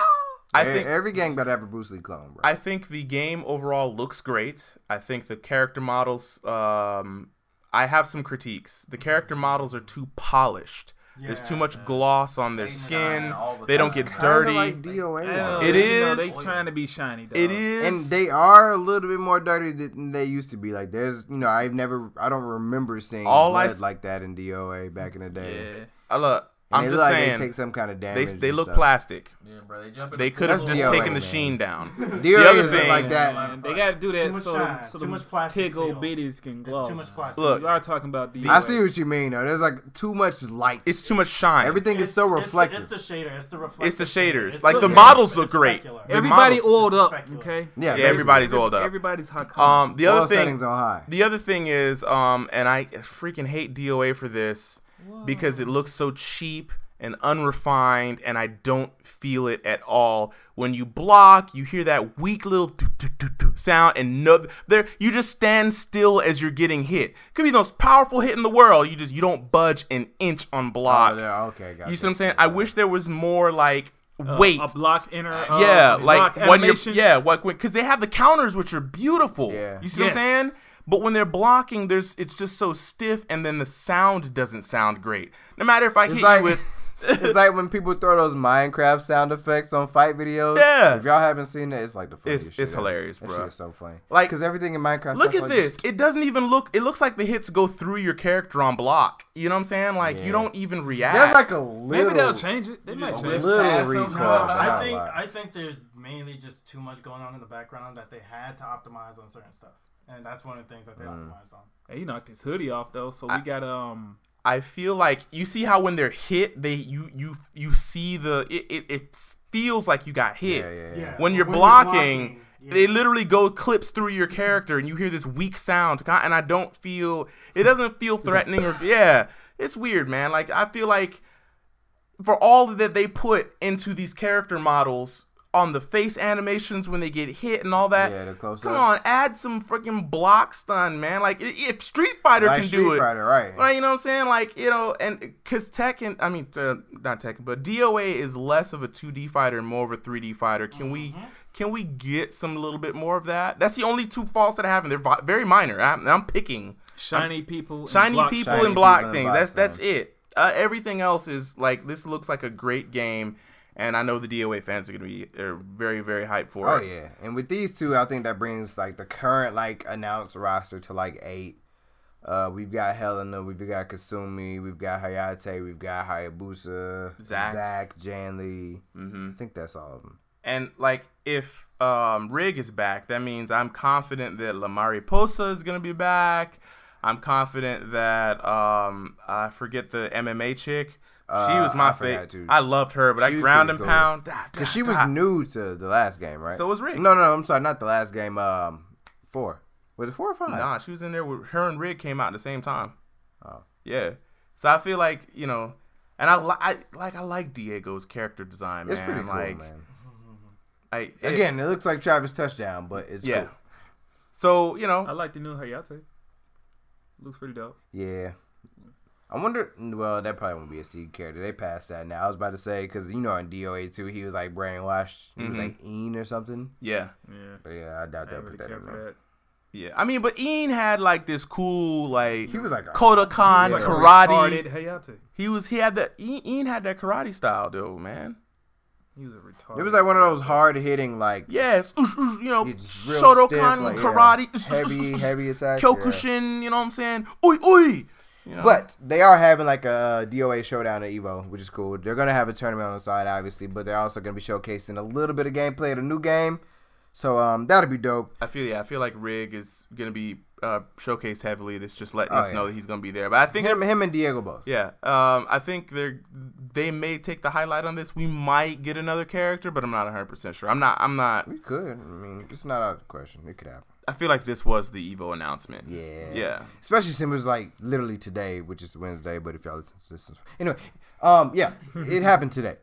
[SPEAKER 1] E-
[SPEAKER 5] think
[SPEAKER 1] every game gotta have a Bruce Lee clone bro
[SPEAKER 5] I think the game overall looks great. I think the character models. Um, I have some critiques. The character models are too polished. There's too
[SPEAKER 3] Yeah.
[SPEAKER 5] much gloss on their
[SPEAKER 6] They
[SPEAKER 5] skin.
[SPEAKER 6] shine all the
[SPEAKER 5] They don't
[SPEAKER 6] time.
[SPEAKER 5] get
[SPEAKER 1] Kinda
[SPEAKER 5] dirty.
[SPEAKER 1] like DOA though.
[SPEAKER 5] It
[SPEAKER 4] You know,
[SPEAKER 5] is-
[SPEAKER 4] they trying to be shiny. Dog.
[SPEAKER 5] it
[SPEAKER 1] and
[SPEAKER 5] is.
[SPEAKER 1] they are a little bit more dirty than they used to be. Like there's, you know, I've never, I don't remember seeing
[SPEAKER 5] All I
[SPEAKER 1] blood
[SPEAKER 5] s-
[SPEAKER 1] like that in DOA back in the
[SPEAKER 4] Yeah.
[SPEAKER 1] day.
[SPEAKER 5] I look,
[SPEAKER 1] And
[SPEAKER 5] I'm
[SPEAKER 1] they
[SPEAKER 5] just
[SPEAKER 1] look
[SPEAKER 5] saying
[SPEAKER 1] Like they take some kind of
[SPEAKER 5] they
[SPEAKER 1] damage.
[SPEAKER 5] they
[SPEAKER 1] and
[SPEAKER 5] look
[SPEAKER 1] stuff.
[SPEAKER 5] plastic.
[SPEAKER 6] Yeah, bro, they jumping.
[SPEAKER 5] They could have
[SPEAKER 1] That's
[SPEAKER 5] just
[SPEAKER 1] DOA,
[SPEAKER 5] taken
[SPEAKER 1] man.
[SPEAKER 5] the sheen down.
[SPEAKER 1] DOA
[SPEAKER 5] other
[SPEAKER 1] isn't
[SPEAKER 5] thing-
[SPEAKER 1] like that.
[SPEAKER 4] Man, they gotta do that
[SPEAKER 3] Too much
[SPEAKER 4] so,
[SPEAKER 3] shine,
[SPEAKER 4] so
[SPEAKER 3] too
[SPEAKER 4] them
[SPEAKER 3] much plastic
[SPEAKER 4] tickle
[SPEAKER 3] feel.
[SPEAKER 4] bitties can
[SPEAKER 3] It's
[SPEAKER 4] glow.
[SPEAKER 3] too much plastic.
[SPEAKER 5] Look,
[SPEAKER 4] you are talking about the.
[SPEAKER 1] I see what you mean though. There's like too much light.
[SPEAKER 5] It's too much shine.
[SPEAKER 1] everything is so reflective.
[SPEAKER 3] It's the, it's the shader. It's the reflective.
[SPEAKER 5] It's the shaders.
[SPEAKER 3] It's
[SPEAKER 5] like the
[SPEAKER 3] yeah,
[SPEAKER 5] models
[SPEAKER 3] it's-
[SPEAKER 5] look
[SPEAKER 3] it's
[SPEAKER 5] great.
[SPEAKER 3] specular.
[SPEAKER 5] The
[SPEAKER 4] Everybody
[SPEAKER 5] models-
[SPEAKER 4] oiled up,
[SPEAKER 3] Specular.
[SPEAKER 4] okay?
[SPEAKER 1] yeah,
[SPEAKER 5] yeah, everybody's
[SPEAKER 4] Every-
[SPEAKER 5] oiled up.
[SPEAKER 4] Everybody's hot.
[SPEAKER 5] Um,
[SPEAKER 1] The
[SPEAKER 5] the other thing
[SPEAKER 1] settings on high.
[SPEAKER 5] The other thing is, um, and I freaking hate DOA for this because it looks so cheap and unrefined, and I don't feel it at all. When you block, you hear that weak little doo- doo- doo- doo sound, and no, there you just stand still as you're getting hit. Could be the most powerful hit in the world. You just you don't budge an inch on block.
[SPEAKER 1] Oh, there- okay, got
[SPEAKER 5] you see what I'm saying? I wish there was more like weight.
[SPEAKER 4] A block inner. uh,
[SPEAKER 5] Um, Yeah, like
[SPEAKER 4] block
[SPEAKER 5] when you're,
[SPEAKER 4] animation.
[SPEAKER 5] yeah, what because they have the counters which are beautiful.
[SPEAKER 1] Yeah.
[SPEAKER 5] You see what
[SPEAKER 4] Yes.
[SPEAKER 5] I'm saying? But when they're blocking, there's it's just so stiff, and then the sound doesn't sound great. No matter if I hit
[SPEAKER 1] like-
[SPEAKER 5] you with
[SPEAKER 1] it's like when people throw those Minecraft sound effects on fight videos.
[SPEAKER 5] Yeah.
[SPEAKER 1] If y'all haven't seen it, it's like the funniest
[SPEAKER 5] It's-
[SPEAKER 1] shit
[SPEAKER 5] it's
[SPEAKER 1] ever.
[SPEAKER 5] hilarious,
[SPEAKER 1] that
[SPEAKER 5] bruh.
[SPEAKER 1] Shit is so funny.
[SPEAKER 5] Like-
[SPEAKER 1] because everything in Minecraft.
[SPEAKER 5] Look
[SPEAKER 1] sounds
[SPEAKER 5] at
[SPEAKER 1] like
[SPEAKER 5] this. It doesn't even look. It looks like the hits go through your character on block. You know what I'm saying? Like
[SPEAKER 1] Yeah.
[SPEAKER 5] you don't even react.
[SPEAKER 1] That's like a little.
[SPEAKER 4] Maybe they'll change it. They might
[SPEAKER 1] a
[SPEAKER 4] change it.
[SPEAKER 1] little
[SPEAKER 6] Pass them.
[SPEAKER 1] recall.
[SPEAKER 6] No,
[SPEAKER 1] but
[SPEAKER 3] I
[SPEAKER 1] not a
[SPEAKER 3] think
[SPEAKER 1] lot.
[SPEAKER 3] I think there's mainly just too much going on in the background that they had to optimize on certain stuff, and that's one of the things that they
[SPEAKER 5] Mm.
[SPEAKER 3] optimized on.
[SPEAKER 4] Hey, he knocked his hoodie off though, so we got um.
[SPEAKER 5] I feel like you see how when they're hit, they you you you see the it it, it feels like you got hit.
[SPEAKER 1] Yeah, yeah, yeah.
[SPEAKER 3] Yeah.
[SPEAKER 5] When you're
[SPEAKER 3] When you're
[SPEAKER 5] blocking,
[SPEAKER 3] blocking,
[SPEAKER 5] they
[SPEAKER 3] yeah.
[SPEAKER 5] literally go clips through your character, and you hear this weak sound, and I don't feel it doesn't feel threatening or yeah, it's weird, man. Like I feel like for all that they put into these character models on the face animations when they get hit and all that.
[SPEAKER 1] Yeah, the close-ups.
[SPEAKER 5] Come on, add some freaking block stun, man. Like i- if Street Fighter
[SPEAKER 1] Like
[SPEAKER 5] can
[SPEAKER 1] Street
[SPEAKER 5] do it,
[SPEAKER 1] Fighter, right.
[SPEAKER 5] Right, you know what I'm saying? Like, you know, and because Tekken, I mean, uh, not Tekken, but DOA is less of a 2D fighter and more of a 3D fighter. Can we can we get some little bit more of that? That's the only two faults that I have, and they're vi- very minor. I'm, I'm picking
[SPEAKER 4] Shiny people. and
[SPEAKER 5] shiny
[SPEAKER 4] block
[SPEAKER 5] people
[SPEAKER 4] shots.
[SPEAKER 1] shiny
[SPEAKER 5] and block
[SPEAKER 1] people and
[SPEAKER 5] things.
[SPEAKER 1] block
[SPEAKER 5] that's that's
[SPEAKER 1] things.
[SPEAKER 5] it. Uh, everything else is like this looks like a great game, and I know the DOA fans are gonna be are very very hyped for
[SPEAKER 1] Oh
[SPEAKER 5] it.
[SPEAKER 1] yeah, and with these two, I think that brings like the current like announced roster to like eight. Uh, we've got Helena, we've got Kasumi, we've got Hayate, we've got Hayabusa,
[SPEAKER 5] Zack.
[SPEAKER 1] Zach Janley. Mm-hmm. I think that's all of them.
[SPEAKER 5] And like if um Rig is back, that means I'm confident that Lamari Posa is gonna be back. I'm confident that um I forget the MMA chick. she
[SPEAKER 1] Uh,
[SPEAKER 5] was my
[SPEAKER 1] I forgot
[SPEAKER 5] favorite.
[SPEAKER 1] too.
[SPEAKER 5] I loved her, but
[SPEAKER 1] She
[SPEAKER 5] I
[SPEAKER 1] was
[SPEAKER 5] ground and
[SPEAKER 1] pretty cool.
[SPEAKER 5] pound. Da, da,
[SPEAKER 1] Cause she was
[SPEAKER 5] da.
[SPEAKER 1] new to the last game, right?
[SPEAKER 5] So was Rig.
[SPEAKER 1] No, no, I'm sorry, not the last game. Um, four. Was it four or five?
[SPEAKER 5] Nah, she was in there with her and Rig came out at the same time.
[SPEAKER 1] Oh.
[SPEAKER 5] Yeah. So I feel like you know, and I, li- I like I like Diego's character design, man.
[SPEAKER 1] it's pretty cool,
[SPEAKER 5] like,
[SPEAKER 1] man.
[SPEAKER 5] Like it-
[SPEAKER 1] Again, it looks like Travis touchdown, but it's
[SPEAKER 5] yeah.
[SPEAKER 1] cool.
[SPEAKER 5] So you know,
[SPEAKER 4] I like the new Hayate. Looks pretty dope.
[SPEAKER 1] Yeah. I wonder. Well, that probably won't be a seed character. They passed that now. I was about to say because you know in DOA too, he was like brainwashed. He
[SPEAKER 5] Mm-hmm.
[SPEAKER 1] was like Ean or something.
[SPEAKER 5] yeah.
[SPEAKER 4] Yeah.
[SPEAKER 1] But yeah, I doubt that.
[SPEAKER 4] I don't really
[SPEAKER 1] that
[SPEAKER 4] care
[SPEAKER 1] in
[SPEAKER 4] for
[SPEAKER 1] there.
[SPEAKER 4] that.
[SPEAKER 5] Yeah, I mean, but Ian had like this cool like
[SPEAKER 1] He was like a-
[SPEAKER 5] Kodokan
[SPEAKER 1] he was like a
[SPEAKER 5] karate.
[SPEAKER 4] Retarded Hayate.
[SPEAKER 5] He was he had that Ian, Ian had that karate style though, man.
[SPEAKER 4] He was a retarded.
[SPEAKER 1] It was like one of those hard hitting like
[SPEAKER 5] Yes, oosh, oosh, you know,
[SPEAKER 1] It's real
[SPEAKER 5] Shotokan
[SPEAKER 1] stiff, like, yeah.
[SPEAKER 5] karate, oosh, oosh, oosh,
[SPEAKER 1] heavy
[SPEAKER 5] oosh,
[SPEAKER 1] heavy attacks. yeah.
[SPEAKER 5] Kyokushin. You know what I'm saying? Oi, oi. You know?
[SPEAKER 1] But they are having like a DOA showdown at Evo, which is cool. They're gonna have a tournament on the side, obviously, but they're also gonna be showcasing a little bit of gameplay of the new game. So um, that'll be dope.
[SPEAKER 5] I feel yeah, I feel like Rig is gonna be uh, showcased heavily. That's just letting
[SPEAKER 1] Oh,
[SPEAKER 5] us
[SPEAKER 1] yeah.
[SPEAKER 5] know that he's gonna be there. But I think
[SPEAKER 1] Him, him and Diego both.
[SPEAKER 5] Yeah, um, I think they're they may take the highlight on this. We might get another character, but I'm not 100 percent sure. I'm not. I'm not.
[SPEAKER 1] We could. I mean, it's not out of the question. It could happen.
[SPEAKER 5] I feel like this was the Evo announcement.
[SPEAKER 1] Yeah.
[SPEAKER 5] Yeah.
[SPEAKER 1] Especially since it was like literally today, which is Wednesday, but if y'all listen to this anyway, um, yeah, it happened today.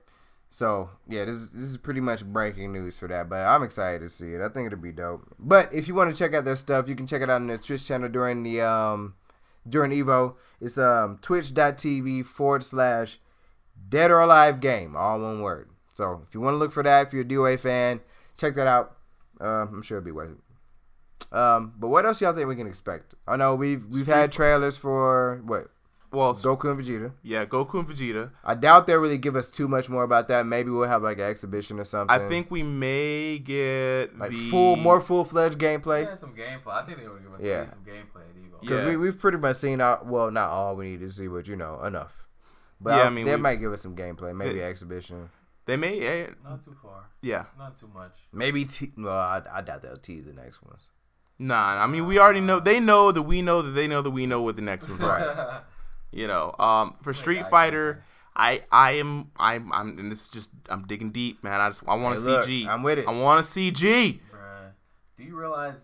[SPEAKER 1] So yeah, this is, this is pretty much breaking news for that, but I'm excited to see it. I think it'll be dope. But if you want to check out their stuff, you can check it out on their Twitch channel during the um during Evo. It's um twitch.tv forward slash dead or alive game, all one word. So if you want to look for that, if you're a DOA fan, check that out. Uh, I'm sure it'll be worth it. Um, but what else y'all think we can expect? I know we've we've had trailers for what
[SPEAKER 5] Well,
[SPEAKER 1] Goku and Vegeta.
[SPEAKER 5] yeah, Goku and Vegeta.
[SPEAKER 1] I doubt they really give us too much more about that. Maybe we'll have like an exhibition or something.
[SPEAKER 5] I think we may get
[SPEAKER 1] like
[SPEAKER 5] the
[SPEAKER 1] full more full fledged
[SPEAKER 6] They
[SPEAKER 1] gameplay
[SPEAKER 6] had some gameplay. I think they were giving us
[SPEAKER 1] Yeah.
[SPEAKER 6] at least some gameplay at Evo.
[SPEAKER 5] Yeah.
[SPEAKER 1] because we we've pretty much seen all well not all we need to see, but you know enough. But
[SPEAKER 5] Yeah,
[SPEAKER 1] I,
[SPEAKER 5] I mean,
[SPEAKER 1] they
[SPEAKER 5] we've-
[SPEAKER 1] might give us some gameplay, maybe
[SPEAKER 5] Yeah.
[SPEAKER 1] exhibition,
[SPEAKER 5] They may. Yeah.
[SPEAKER 6] Not too far.
[SPEAKER 5] yeah.
[SPEAKER 6] Not too much.
[SPEAKER 1] maybe. Te- well, I, I doubt they'll tease the next ones.
[SPEAKER 5] Nah. I mean, we already know. They know that we know that they know that we know what the next one's are. You know, um, for Street
[SPEAKER 6] I-
[SPEAKER 5] Fighter, I I am I'm I'm and this is just I'm digging deep, man. I just I want
[SPEAKER 1] Hey,
[SPEAKER 5] to
[SPEAKER 1] look,
[SPEAKER 5] CG.
[SPEAKER 1] I'm with it.
[SPEAKER 5] I want to CG.
[SPEAKER 6] Bruh. Do you realize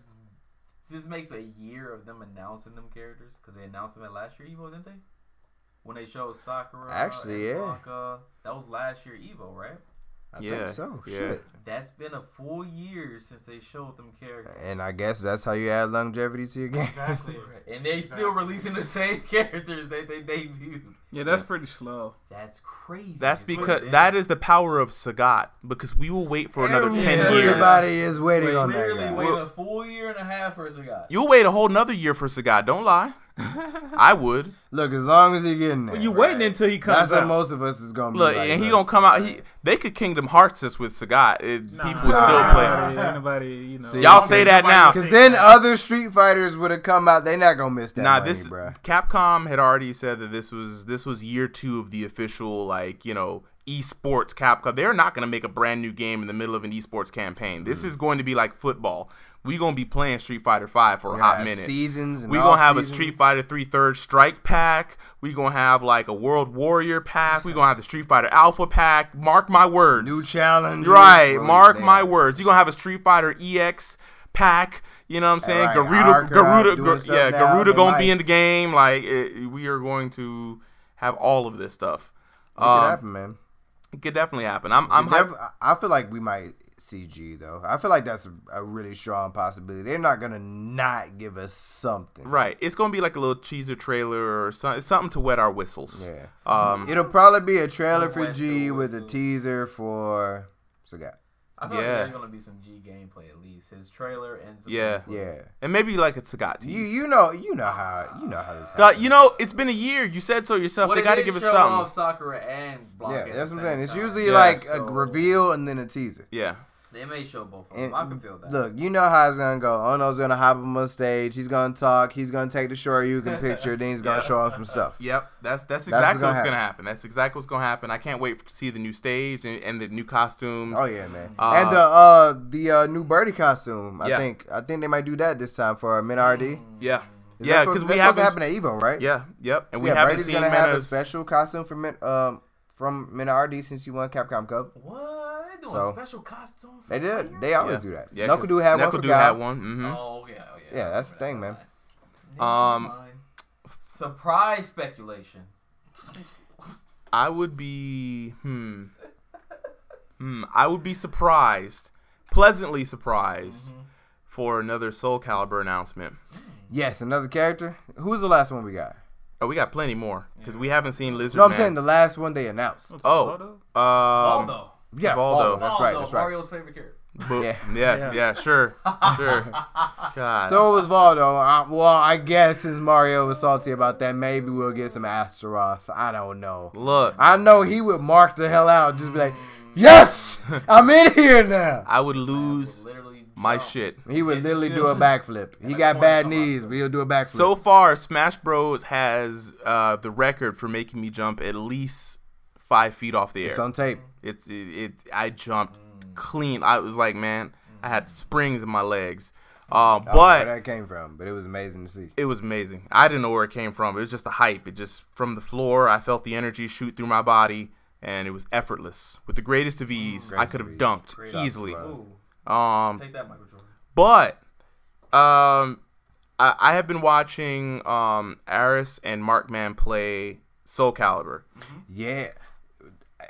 [SPEAKER 6] this makes a year of them announcing them characters? Because they announced them at last year Evo, didn't they? When they showed Sakura,
[SPEAKER 1] Actually,
[SPEAKER 6] and
[SPEAKER 1] yeah.
[SPEAKER 6] Blanca. that was last year Evo, right?
[SPEAKER 1] I
[SPEAKER 5] Yeah,
[SPEAKER 1] think so.
[SPEAKER 5] yeah.
[SPEAKER 1] Shit.
[SPEAKER 6] That's been a full year since they showed them characters,
[SPEAKER 1] And I guess that's how you add longevity to your game.
[SPEAKER 3] Exactly.
[SPEAKER 5] Um,
[SPEAKER 6] and they still releasing the same characters that they debuted.
[SPEAKER 4] Yeah, that's pretty slow.
[SPEAKER 6] That's crazy.
[SPEAKER 5] That's
[SPEAKER 6] It's what
[SPEAKER 5] because
[SPEAKER 6] it is.
[SPEAKER 5] that is the power of Sagat. Because we will wait for another ten
[SPEAKER 6] years.
[SPEAKER 1] Everybody is waiting on that.
[SPEAKER 6] literally
[SPEAKER 1] guy.
[SPEAKER 6] waiting a full year and a half for a guy.
[SPEAKER 5] You'll wait a whole nother year for Sagat. Don't lie. I would.
[SPEAKER 1] Look, as long as he getting there.
[SPEAKER 4] You
[SPEAKER 1] right?
[SPEAKER 4] waiting until he
[SPEAKER 1] That's
[SPEAKER 4] comes
[SPEAKER 1] what
[SPEAKER 4] out.
[SPEAKER 1] most of us is gonna be.
[SPEAKER 5] Look,
[SPEAKER 1] like,
[SPEAKER 5] and he
[SPEAKER 1] look.
[SPEAKER 5] gonna come out. He they could Kingdom Hearts this with Sagat. It, People would still
[SPEAKER 3] Nah.
[SPEAKER 5] play.
[SPEAKER 4] Ain't nobody, you know.
[SPEAKER 1] See,
[SPEAKER 5] Y'all say that now.
[SPEAKER 1] Cause then other Street Fighters would have come out. They not gonna miss that.
[SPEAKER 5] Nah,
[SPEAKER 1] money,
[SPEAKER 5] this
[SPEAKER 1] bruh.
[SPEAKER 5] Capcom had already said that this was this was year two of the official like you know esports Capcom. They're not gonna make a brand new game in the middle of an esports campaign.
[SPEAKER 1] Mm.
[SPEAKER 5] This is going to be like football. We gonna be playing Street Fighter Five for a hot
[SPEAKER 1] Yeah,
[SPEAKER 5] minute.
[SPEAKER 1] Seasons. And
[SPEAKER 5] We
[SPEAKER 1] all
[SPEAKER 5] gonna have
[SPEAKER 1] seasons.
[SPEAKER 5] a Street Fighter Three Third Strike pack. We gonna have like a World Warrior pack. We gonna have the Street Fighter Alpha pack. Mark my words.
[SPEAKER 1] New challenge.
[SPEAKER 5] Right. Mark my words. You're going to have a Street Fighter EX pack. You know what I'm saying?
[SPEAKER 1] Right,
[SPEAKER 5] Garuda,
[SPEAKER 1] Arca
[SPEAKER 5] Garuda,
[SPEAKER 1] doing
[SPEAKER 5] Gar-
[SPEAKER 1] stuff
[SPEAKER 5] yeah,
[SPEAKER 1] now,
[SPEAKER 5] Garuda
[SPEAKER 1] they
[SPEAKER 5] going to
[SPEAKER 1] like-
[SPEAKER 5] be in the game. Like, it, we are going to have all of this stuff.
[SPEAKER 1] It could
[SPEAKER 5] Um,
[SPEAKER 1] happen, man.
[SPEAKER 5] it could definitely happen. I'm, I'm hyped.
[SPEAKER 1] Def- I feel like we might CG though. I feel like that's a, a really strong possibility. They're not gonna not give us something.
[SPEAKER 5] Right. It's going to be like a little teaser trailer or some, something to wet our whistles.
[SPEAKER 1] Yeah.
[SPEAKER 5] Um,
[SPEAKER 1] It'll probably be a trailer for
[SPEAKER 6] Wet the
[SPEAKER 1] G with a
[SPEAKER 6] whistles.
[SPEAKER 1] teaser for Sagat.
[SPEAKER 6] I feel like
[SPEAKER 5] Yeah.
[SPEAKER 6] there's gonna be some G gameplay at least. His trailer and some
[SPEAKER 5] Yeah.
[SPEAKER 6] gameplay.
[SPEAKER 1] Yeah.
[SPEAKER 5] and maybe like a Sagat tease.
[SPEAKER 1] You you know you know how you know how this
[SPEAKER 5] Uh,
[SPEAKER 1] happens.
[SPEAKER 5] you know, it's been a year. You said so yourself.
[SPEAKER 6] What
[SPEAKER 5] they got
[SPEAKER 6] did
[SPEAKER 5] to give us
[SPEAKER 6] show
[SPEAKER 5] something.
[SPEAKER 6] Off Sakura and Block
[SPEAKER 1] yeah,
[SPEAKER 6] at
[SPEAKER 1] that's
[SPEAKER 6] the
[SPEAKER 1] what I'm saying.
[SPEAKER 6] same
[SPEAKER 1] It's
[SPEAKER 6] time.
[SPEAKER 1] usually
[SPEAKER 5] Yeah.
[SPEAKER 1] like a
[SPEAKER 6] So-
[SPEAKER 1] reveal and then a teaser.
[SPEAKER 5] Yeah.
[SPEAKER 6] They may show both of them.
[SPEAKER 1] And
[SPEAKER 6] I can feel that.
[SPEAKER 1] Look, you know how it's gonna go. Ono's gonna hop up on stage. He's gonna talk. He's gonna take the Shoryuken picture. then he's gonna show off some stuff.
[SPEAKER 5] Yep, that's that's
[SPEAKER 1] what's
[SPEAKER 5] exactly
[SPEAKER 1] gonna
[SPEAKER 5] what's gonna happen. That's exactly what's gonna happen. I can't wait to see the new stage and, and the new costumes.
[SPEAKER 1] Oh yeah, man.
[SPEAKER 5] Uh,
[SPEAKER 1] and the uh the uh, new birdie costume. I
[SPEAKER 5] Yeah.
[SPEAKER 1] think I think they might do that this time for uh, Min RD. Is
[SPEAKER 5] yeah,
[SPEAKER 1] that
[SPEAKER 5] yeah,
[SPEAKER 1] supposed- that's
[SPEAKER 5] because we
[SPEAKER 1] supposed to
[SPEAKER 5] haven't.
[SPEAKER 1] happen at Evo, right?
[SPEAKER 5] yeah, yep, and
[SPEAKER 1] So
[SPEAKER 5] we
[SPEAKER 1] yeah,
[SPEAKER 5] haven't
[SPEAKER 1] Brady's
[SPEAKER 5] seen
[SPEAKER 1] gonna have a
[SPEAKER 5] Mena's-
[SPEAKER 1] special costume from Min, um from Min RD since he won Capcom Cup.
[SPEAKER 6] What? They doing
[SPEAKER 1] So-
[SPEAKER 6] special costume? For
[SPEAKER 1] They did.
[SPEAKER 6] players?
[SPEAKER 1] They always
[SPEAKER 5] Yeah.
[SPEAKER 1] do that. Yeah,
[SPEAKER 5] Yeah, 'cause
[SPEAKER 1] Nokudu had one.
[SPEAKER 5] Nekodu
[SPEAKER 1] For
[SPEAKER 5] had
[SPEAKER 1] Gal.
[SPEAKER 5] one. hmm
[SPEAKER 6] Oh yeah, oh, yeah.
[SPEAKER 1] Yeah,
[SPEAKER 6] I remember
[SPEAKER 1] that's the thing,
[SPEAKER 6] that.
[SPEAKER 1] man.
[SPEAKER 6] Never
[SPEAKER 5] Um,
[SPEAKER 6] mind. surprise speculation.
[SPEAKER 5] I would be hmm, hmm. I would be surprised, pleasantly surprised,
[SPEAKER 1] Mm-hmm.
[SPEAKER 5] for another Soul Calibur announcement.
[SPEAKER 1] Yes, another character. Who was the last one we got?
[SPEAKER 5] Oh, we got plenty more because we haven't seen Lizard
[SPEAKER 1] No, I'm
[SPEAKER 5] Man.
[SPEAKER 1] saying the last one they announced.
[SPEAKER 5] oh, um,
[SPEAKER 6] Although,
[SPEAKER 1] Yeah,
[SPEAKER 5] Valdo.
[SPEAKER 1] Valdo, That's right.
[SPEAKER 6] Although
[SPEAKER 1] That's right.
[SPEAKER 6] Mario's favorite character.
[SPEAKER 5] bo-
[SPEAKER 1] Yeah.
[SPEAKER 5] yeah. yeah, sure, sure. God.
[SPEAKER 1] So it was Valdo. Uh, well, I guess since Mario was salty about that, maybe we'll get some Astaroth. I don't know.
[SPEAKER 5] Look,
[SPEAKER 1] I know he would mark the hell out, just be like, "Yes, I'm in here now."
[SPEAKER 5] I would
[SPEAKER 6] Will
[SPEAKER 5] lose
[SPEAKER 6] literally
[SPEAKER 5] my
[SPEAKER 6] jump.
[SPEAKER 5] shit.
[SPEAKER 1] He would literally do
[SPEAKER 6] still-
[SPEAKER 1] a backflip. He got bad knees, but he'll do a backflip.
[SPEAKER 5] So far, Smash Bros has uh, the record for making me jump at least five feet off the air.
[SPEAKER 1] it's on tape.
[SPEAKER 5] It's it, it I jumped clean. I was like, man, I had springs in my legs. Uh,
[SPEAKER 1] I don't know where
[SPEAKER 5] but
[SPEAKER 1] that came from, but it was amazing to see.
[SPEAKER 5] it was amazing. I didn't know where it came from. It was just the hype. It just from the floor. I felt the energy shoot through my body, and it was effortless. With the greatest of ease, I
[SPEAKER 1] Mm, Greatest
[SPEAKER 5] could
[SPEAKER 1] of
[SPEAKER 5] have
[SPEAKER 1] ease.
[SPEAKER 5] dunked
[SPEAKER 1] of
[SPEAKER 5] easily.
[SPEAKER 1] ease.
[SPEAKER 6] Ooh,
[SPEAKER 5] Um,
[SPEAKER 6] take that, Michael Jordan.
[SPEAKER 5] But um, I, I have been watching um, Aris and Markman play Soul Calibur.
[SPEAKER 1] Yeah.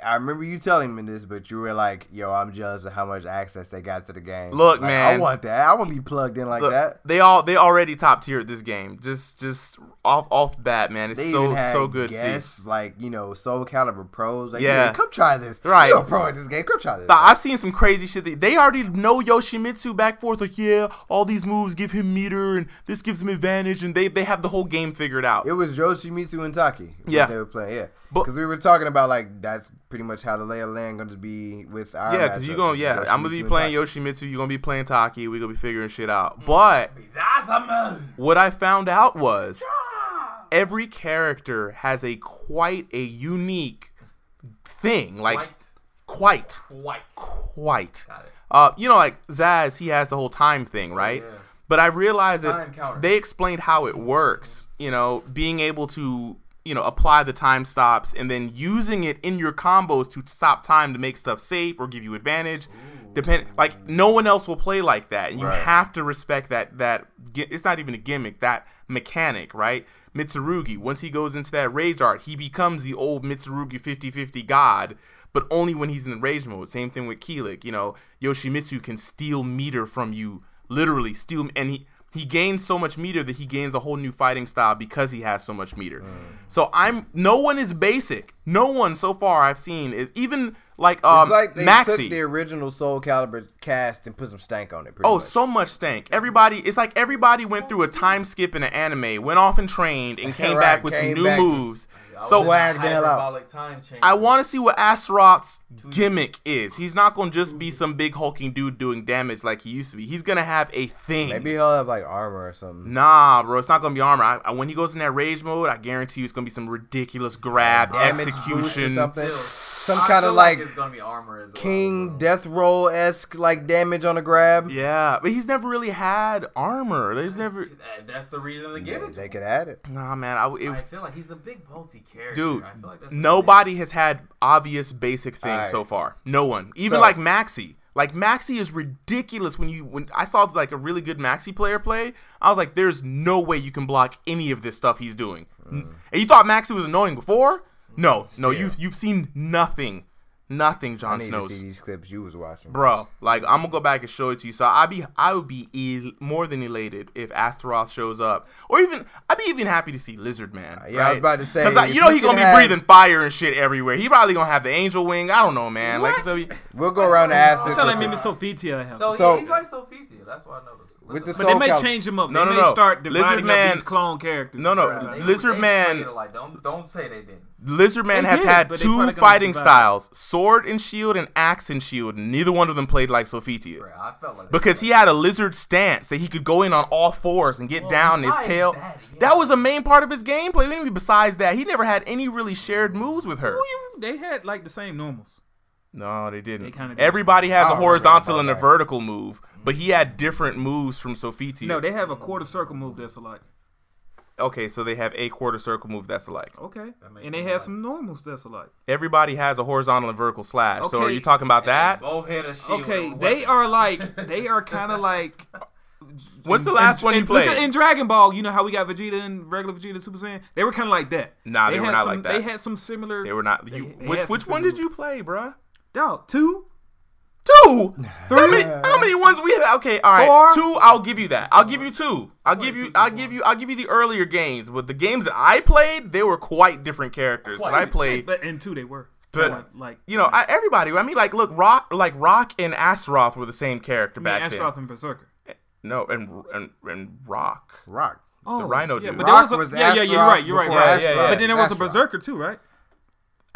[SPEAKER 1] I remember you telling me this, but you were like, "Yo, I'm jealous of how much access they got to the game."
[SPEAKER 5] Look,
[SPEAKER 1] Like, I
[SPEAKER 5] man.
[SPEAKER 1] want that. I want to be plugged in like
[SPEAKER 5] Look,
[SPEAKER 1] that.
[SPEAKER 5] They all they already top tier at this game. Just just off off bat, man. It's
[SPEAKER 1] They
[SPEAKER 5] so
[SPEAKER 1] even had
[SPEAKER 5] so good. to see.
[SPEAKER 1] Guests like you know Soul Calibur pros. Like,
[SPEAKER 5] Yeah.
[SPEAKER 1] yeah, come try this.
[SPEAKER 5] Right.
[SPEAKER 1] you're a pro at this game. Come try this.
[SPEAKER 5] But I've seen some crazy shit. That they already know Yoshimitsu back forth. Like, yeah, all these moves give him meter, and this gives him advantage, and they they have the whole game figured out.
[SPEAKER 1] It was Yoshimitsu and Taki. what
[SPEAKER 5] Yeah.
[SPEAKER 1] they were playing. Yeah,
[SPEAKER 5] But-
[SPEAKER 1] because we were talking about like that's pretty much how the lay of the land going to be with our.
[SPEAKER 5] yeah, because
[SPEAKER 1] matchup.
[SPEAKER 5] you're gonna
[SPEAKER 1] It's
[SPEAKER 5] yeah, I'm gonna
[SPEAKER 1] Yoshimitsu
[SPEAKER 5] be
[SPEAKER 1] and
[SPEAKER 5] playing
[SPEAKER 1] Taki. Mm-hmm.
[SPEAKER 5] Yoshimitsu. You're gonna be playing Taki. We're gonna be figuring shit out. But
[SPEAKER 6] He's awesome.
[SPEAKER 5] What I found out was every character has a quite a unique thing, like
[SPEAKER 6] White,
[SPEAKER 5] quite,
[SPEAKER 6] white.
[SPEAKER 5] quite.
[SPEAKER 6] Got it.
[SPEAKER 5] Uh, you know, like Zaz, he has the whole time thing, right?
[SPEAKER 6] yeah.
[SPEAKER 5] But I realized
[SPEAKER 6] Time
[SPEAKER 5] that
[SPEAKER 6] counter.
[SPEAKER 5] they explained how it works. You know, being able to you know apply the time stops and then using it in your combos to stop time to make stuff safe or give you advantage. Depend like no one else will play like that. You have to respect that that gi- it's not even a gimmick that mechanic, right? Mitsurugi, once he goes into that rage art, he becomes the old Mitsurugi 50-50 god, but only when he's in rage mode. Same thing with Keelik, you know, Yoshimitsu can steal meter from you, literally steal and he he gains so much meter that he gains a whole new fighting style because he has so
[SPEAKER 1] Mm.
[SPEAKER 5] much meter. So I'm no one is basic. No one so far I've seen is even like um
[SPEAKER 1] it's like they
[SPEAKER 5] Maxie.
[SPEAKER 1] took the original Soul Calibur cast and put some stank on it. Pretty
[SPEAKER 5] Oh,
[SPEAKER 1] much.
[SPEAKER 5] so much stank. Everybody, it's like everybody went through a time skip in an anime, went off and trained, and came
[SPEAKER 1] Right,
[SPEAKER 5] back with
[SPEAKER 1] came
[SPEAKER 5] some new
[SPEAKER 1] back to-
[SPEAKER 5] moves.
[SPEAKER 6] I was
[SPEAKER 5] So-
[SPEAKER 6] in a
[SPEAKER 1] Swag that out.
[SPEAKER 6] hyperbolic time change.
[SPEAKER 5] I want to see what Astaroth's gimmick is. He's not gonna just be some big hulking dude doing damage like he used to be. He's gonna have a thing.
[SPEAKER 1] maybe he'll have like armor or something.
[SPEAKER 5] Nah, bro, it's not gonna be armor. I, I, when he goes in that rage mode, I guarantee you it's gonna be some ridiculous grab
[SPEAKER 1] Damage boost or
[SPEAKER 5] execution.
[SPEAKER 1] something.
[SPEAKER 6] Still,
[SPEAKER 1] Some
[SPEAKER 6] I
[SPEAKER 1] kind
[SPEAKER 6] feel
[SPEAKER 1] of like
[SPEAKER 6] it's gonna be armor as well,
[SPEAKER 1] King
[SPEAKER 6] bro.
[SPEAKER 1] Death Roll esque like damage on a grab.
[SPEAKER 5] Yeah, but he's never really had armor. There's never.
[SPEAKER 6] That- That's the reason to give
[SPEAKER 1] They,
[SPEAKER 6] it. to
[SPEAKER 1] they
[SPEAKER 6] him.
[SPEAKER 1] could add it.
[SPEAKER 5] Nah, man. I, it
[SPEAKER 6] I
[SPEAKER 5] was,
[SPEAKER 6] feel like he's the big bolty character.
[SPEAKER 5] dude,
[SPEAKER 6] I feel like that's the
[SPEAKER 5] nobody has had obvious basic things
[SPEAKER 1] Alright.
[SPEAKER 5] so far. No one, even
[SPEAKER 1] So-
[SPEAKER 5] like Maxi. Like Maxi is ridiculous. When you when I saw like a really good Maxi player play, I was like, "There's no way you can block any of this stuff he's doing."
[SPEAKER 1] Mm.
[SPEAKER 5] N- And you thought Maxi was annoying before? No, no. You've you've seen nothing, nothing.
[SPEAKER 1] I
[SPEAKER 5] Jon
[SPEAKER 1] need to
[SPEAKER 5] Snow's
[SPEAKER 1] see these clips you was watching.
[SPEAKER 5] bro. Like I'm gonna go back and show it to you. So I be I would be el- more than elated if Astaroth shows up, or even I'd be even happy to see Lizard Man.
[SPEAKER 1] yeah, I was
[SPEAKER 5] right?
[SPEAKER 1] about to say,
[SPEAKER 5] 'Cause, like,
[SPEAKER 1] if
[SPEAKER 5] you know
[SPEAKER 1] you
[SPEAKER 5] he gonna
[SPEAKER 1] could
[SPEAKER 5] be
[SPEAKER 1] have-
[SPEAKER 5] breathing fire and shit everywhere. He probably gonna have the angel wing. I don't know, man. Like so, he-
[SPEAKER 1] We'll go around and ask this.
[SPEAKER 4] Sound like
[SPEAKER 1] real
[SPEAKER 4] maybe
[SPEAKER 1] quick.
[SPEAKER 4] Sophia. has.
[SPEAKER 6] So,
[SPEAKER 1] So-
[SPEAKER 6] yeah, he's like Sophitia. That's why I noticed.
[SPEAKER 1] With the
[SPEAKER 4] but
[SPEAKER 1] Soul
[SPEAKER 4] they may
[SPEAKER 1] Calibur.
[SPEAKER 4] change him up.
[SPEAKER 5] No,
[SPEAKER 4] they
[SPEAKER 5] no,
[SPEAKER 4] may
[SPEAKER 5] no.
[SPEAKER 4] start dividing
[SPEAKER 5] Lizard
[SPEAKER 4] up
[SPEAKER 5] Man-
[SPEAKER 4] these clone characters.
[SPEAKER 5] No, no.
[SPEAKER 4] Right.
[SPEAKER 5] Li- Lizard Man-
[SPEAKER 6] Like, don't don't say they didn't.
[SPEAKER 5] Lizard Man
[SPEAKER 4] They
[SPEAKER 5] has
[SPEAKER 4] did,
[SPEAKER 5] had
[SPEAKER 4] but they
[SPEAKER 5] two
[SPEAKER 4] probably gonna
[SPEAKER 5] fighting
[SPEAKER 4] divide.
[SPEAKER 5] styles: sword and shield, and axe and shield. Neither one of them played like Sophitia.
[SPEAKER 6] Bro, I felt like
[SPEAKER 5] Because he had a lizard stance that he could go in on all fours and get
[SPEAKER 6] Well,
[SPEAKER 5] down his
[SPEAKER 6] besides
[SPEAKER 5] tail. That,
[SPEAKER 6] that, yeah.
[SPEAKER 5] was a main part of his gameplay. What do you mean Besides that, he never had any really shared moves with her.
[SPEAKER 4] They had like the same normals.
[SPEAKER 5] No, they didn't.
[SPEAKER 4] They kinda did.
[SPEAKER 5] Everybody has
[SPEAKER 1] I
[SPEAKER 5] a
[SPEAKER 1] don't remember
[SPEAKER 5] horizontal
[SPEAKER 1] about
[SPEAKER 5] and a
[SPEAKER 1] that.
[SPEAKER 5] vertical move, but he had different moves from Sofiti.
[SPEAKER 4] No, they have a quarter circle move that's alike.
[SPEAKER 5] okay, so they have a quarter circle move that's alike.
[SPEAKER 4] Okay.
[SPEAKER 6] makes
[SPEAKER 4] And they
[SPEAKER 6] sense.
[SPEAKER 4] have some normals that's alike.
[SPEAKER 5] Everybody has a horizontal and vertical slash. So are
[SPEAKER 4] Okay.
[SPEAKER 5] you talking about that?
[SPEAKER 6] Both had a shield.
[SPEAKER 4] Okay,
[SPEAKER 6] and a
[SPEAKER 4] they
[SPEAKER 6] weapon.
[SPEAKER 4] are like they are kind of like.
[SPEAKER 5] What's the last one he
[SPEAKER 4] in, look at-
[SPEAKER 5] played?
[SPEAKER 4] in Dragon Ball? You know how we got Vegeta and regular Vegeta and Super Saiyan. They were kind of like that.
[SPEAKER 5] Nah, they were
[SPEAKER 4] had
[SPEAKER 5] not
[SPEAKER 4] some,
[SPEAKER 5] like that.
[SPEAKER 4] They had some similar.
[SPEAKER 5] They were not.
[SPEAKER 4] They-
[SPEAKER 5] You,
[SPEAKER 4] they
[SPEAKER 5] which
[SPEAKER 4] had
[SPEAKER 5] which
[SPEAKER 4] some
[SPEAKER 5] one
[SPEAKER 4] similar
[SPEAKER 5] did you play, bruh?
[SPEAKER 4] dog two.
[SPEAKER 5] Two. How many, how many ones we have? Okay, all right.
[SPEAKER 4] Four.
[SPEAKER 5] Two. I'll give you that. I'll give you two. I'll give you. I'll give you. I'll give you the earlier games. But the games that I played, they were quite different characters. 'Cause I played.
[SPEAKER 4] But in two they were.
[SPEAKER 5] But,
[SPEAKER 4] Kinda like
[SPEAKER 5] you know, I, everybody. I mean, like, look, Rock, like Rock and Astaroth were the same character
[SPEAKER 4] I mean,
[SPEAKER 5] back
[SPEAKER 4] Astroth
[SPEAKER 5] then.
[SPEAKER 4] and Berserker.
[SPEAKER 5] No, and and and Rock.
[SPEAKER 1] Rock.
[SPEAKER 4] Oh,
[SPEAKER 5] Rhino
[SPEAKER 4] yeah,
[SPEAKER 5] dude.
[SPEAKER 4] but there
[SPEAKER 1] Rock
[SPEAKER 4] was, a,
[SPEAKER 1] was
[SPEAKER 4] yeah, yeah, you're right, you're right,
[SPEAKER 1] Astaroth
[SPEAKER 4] right.
[SPEAKER 5] before
[SPEAKER 4] But then there was a
[SPEAKER 1] Astaroth.
[SPEAKER 4] Berserker too, right?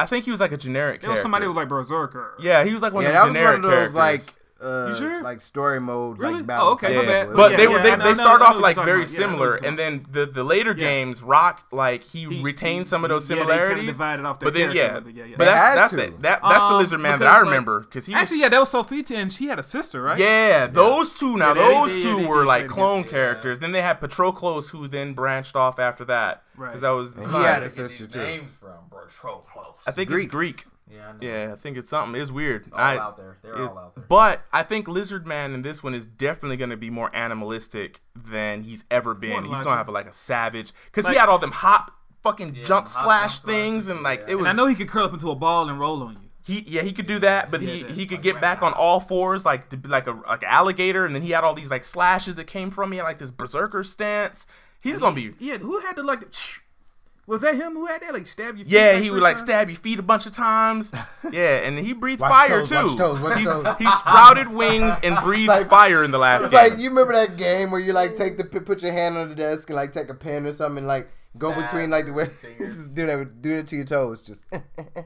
[SPEAKER 5] I think he was like a generic.
[SPEAKER 4] There was somebody who was
[SPEAKER 5] character.
[SPEAKER 4] like Berserker.
[SPEAKER 5] Yeah, he was like one
[SPEAKER 1] Yeah,
[SPEAKER 5] of
[SPEAKER 1] that
[SPEAKER 5] the
[SPEAKER 1] was one
[SPEAKER 5] generic
[SPEAKER 1] of those like
[SPEAKER 5] characters.
[SPEAKER 1] uh,
[SPEAKER 4] You sure?
[SPEAKER 1] like story mode
[SPEAKER 4] Really?
[SPEAKER 1] like
[SPEAKER 4] Oh,
[SPEAKER 1] battle.
[SPEAKER 4] okay,
[SPEAKER 1] type
[SPEAKER 4] my
[SPEAKER 1] of
[SPEAKER 4] bad.
[SPEAKER 1] was.
[SPEAKER 5] But
[SPEAKER 4] Yeah,
[SPEAKER 5] they
[SPEAKER 4] yeah,
[SPEAKER 5] were they,
[SPEAKER 4] I know- I
[SPEAKER 5] they
[SPEAKER 4] know-
[SPEAKER 5] start
[SPEAKER 4] I know
[SPEAKER 5] off
[SPEAKER 4] what
[SPEAKER 5] like
[SPEAKER 4] you're
[SPEAKER 5] very
[SPEAKER 4] talking about. Yeah, I know
[SPEAKER 5] similar,
[SPEAKER 4] what you're
[SPEAKER 5] and then the the later games, Rock like he,
[SPEAKER 4] He-
[SPEAKER 5] retained
[SPEAKER 4] he-
[SPEAKER 5] some of those
[SPEAKER 4] yeah, they kinda
[SPEAKER 5] similarities.
[SPEAKER 4] divided off their
[SPEAKER 5] but then
[SPEAKER 4] character a
[SPEAKER 5] yeah,
[SPEAKER 4] little bit. Yeah, yeah.
[SPEAKER 5] but
[SPEAKER 4] They
[SPEAKER 1] had
[SPEAKER 5] that's that's
[SPEAKER 1] to.
[SPEAKER 5] the, that that's the
[SPEAKER 4] Um,
[SPEAKER 5] lizard man that
[SPEAKER 4] because,
[SPEAKER 5] I
[SPEAKER 4] like-
[SPEAKER 5] remember because he was
[SPEAKER 4] Actually, yeah, that was Sophita, and she had a sister, right?
[SPEAKER 5] yeah, those two now
[SPEAKER 4] Yeah, they-
[SPEAKER 5] those
[SPEAKER 4] they-
[SPEAKER 5] two
[SPEAKER 4] they- they-
[SPEAKER 5] were
[SPEAKER 4] they-
[SPEAKER 5] like
[SPEAKER 4] they-
[SPEAKER 5] clone
[SPEAKER 6] yeah.
[SPEAKER 5] characters. Then they had Patroclus who then branched off after that because
[SPEAKER 4] Right.
[SPEAKER 5] that was the
[SPEAKER 1] And he
[SPEAKER 5] son.
[SPEAKER 1] had a
[SPEAKER 6] Where they get
[SPEAKER 1] sister
[SPEAKER 6] these
[SPEAKER 1] too.
[SPEAKER 6] Names from bro, so close.
[SPEAKER 5] I think
[SPEAKER 1] Greek.
[SPEAKER 5] it's Greek.
[SPEAKER 6] Yeah, I know.
[SPEAKER 5] Yeah, I think it's something. It's weird.
[SPEAKER 6] all
[SPEAKER 5] I-
[SPEAKER 6] out there. They're
[SPEAKER 5] It's-
[SPEAKER 6] all out there.
[SPEAKER 5] But I think Lizard Man in this one is definitely going to be more animalistic than he's ever been.
[SPEAKER 4] More
[SPEAKER 5] he's going
[SPEAKER 4] likely.
[SPEAKER 5] to have like a savage because he
[SPEAKER 4] Like-
[SPEAKER 5] had all them hop fucking
[SPEAKER 6] Yeah,
[SPEAKER 5] jump
[SPEAKER 6] hop,
[SPEAKER 5] slash
[SPEAKER 6] jump slash,
[SPEAKER 5] things and like
[SPEAKER 6] yeah.
[SPEAKER 5] it
[SPEAKER 6] And
[SPEAKER 5] was.
[SPEAKER 4] And I know he could curl up into a ball and roll on you.
[SPEAKER 5] he, yeah he could do that, but he,
[SPEAKER 4] Yeah, that-
[SPEAKER 5] he could
[SPEAKER 6] like
[SPEAKER 5] get back on
[SPEAKER 6] reptile.
[SPEAKER 5] all fours like to be like a like an alligator, and then he had all these like slashes that came from him. He had like this berserker stance. He's gonna be.
[SPEAKER 4] Yeah, who had the like? Was that him who had that like stab you?
[SPEAKER 5] Yeah, he would like stab your feet a bunch of times. Yeah, and he breathes
[SPEAKER 1] Watch
[SPEAKER 5] fire
[SPEAKER 1] toes,
[SPEAKER 5] too.
[SPEAKER 1] watch toes, watch
[SPEAKER 5] He's-
[SPEAKER 1] toes.
[SPEAKER 5] He sprouted wings and breathes
[SPEAKER 1] Like-
[SPEAKER 5] fire in the last
[SPEAKER 1] It's
[SPEAKER 5] game.
[SPEAKER 1] like you remember that game where you like take the put your hand on the desk and like take a pen or something and like go
[SPEAKER 6] Snap
[SPEAKER 1] between like the
[SPEAKER 6] your
[SPEAKER 1] way
[SPEAKER 6] fingers.
[SPEAKER 1] do that with- do that to your toes just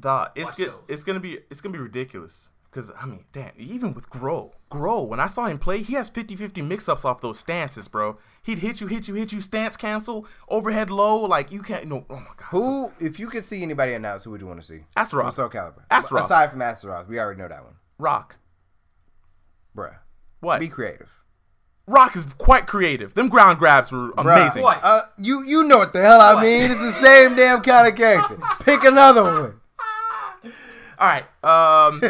[SPEAKER 5] Dog, it's
[SPEAKER 6] Watch
[SPEAKER 5] good,
[SPEAKER 6] those.
[SPEAKER 5] it's gonna be it's gonna be ridiculous. Cause I mean, damn, even with Grow, Grow, when I saw him play, he has 50-50 mix-ups off those stances, bro. He'd hit you, hit you, hit you, stance cancel, overhead low, like you can't. No, oh my god. So,
[SPEAKER 1] who if you could see anybody announce who would you want to see from
[SPEAKER 5] Astaroth,
[SPEAKER 1] Soul Calibur
[SPEAKER 5] Astaroth.
[SPEAKER 1] aside from Astaroth we already know that one
[SPEAKER 5] Rock,
[SPEAKER 1] bruh
[SPEAKER 5] what?
[SPEAKER 1] be creative
[SPEAKER 5] Rock is quite creative. Them ground grabs were amazing.
[SPEAKER 6] What?
[SPEAKER 1] uh you you know what the hell I mean it's the same damn kind of character pick another one
[SPEAKER 5] All right, um,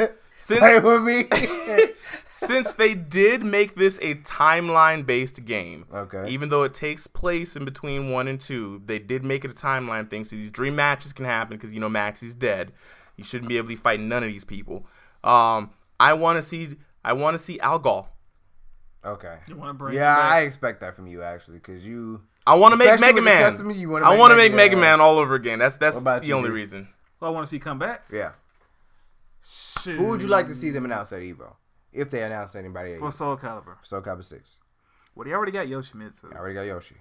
[SPEAKER 5] since
[SPEAKER 1] play with me
[SPEAKER 5] since they did make this a timeline based game,
[SPEAKER 1] Okay.
[SPEAKER 5] even though it takes place in between one and two, they did make it a timeline thing. So these dream matches can happen because you know Maxi's dead. You shouldn't be able to fight none of these people. Um, I want to see. I want to see Algol.
[SPEAKER 1] okay
[SPEAKER 4] You want to bring?
[SPEAKER 1] yeah
[SPEAKER 4] him back?
[SPEAKER 1] I expect that from you actually because you
[SPEAKER 5] I want to make
[SPEAKER 1] Especially
[SPEAKER 5] Mega
[SPEAKER 1] with the
[SPEAKER 5] Man.
[SPEAKER 1] customers, you wanna
[SPEAKER 5] I
[SPEAKER 1] make
[SPEAKER 5] want to
[SPEAKER 1] Mega
[SPEAKER 5] make Mega
[SPEAKER 1] Man.
[SPEAKER 5] Man all over again. That's that's
[SPEAKER 1] What about
[SPEAKER 5] the
[SPEAKER 1] you,
[SPEAKER 5] only
[SPEAKER 1] dude?
[SPEAKER 5] reason.
[SPEAKER 4] Who I want to see come back.
[SPEAKER 1] yeah Who would you like to see them announce at Evo? If they announce anybody at
[SPEAKER 4] for
[SPEAKER 1] Evo.
[SPEAKER 4] Soul Calibur?
[SPEAKER 1] Soul Calibur 6.
[SPEAKER 4] Well, they already got Yoshimitsu,
[SPEAKER 1] I already got Yoshi.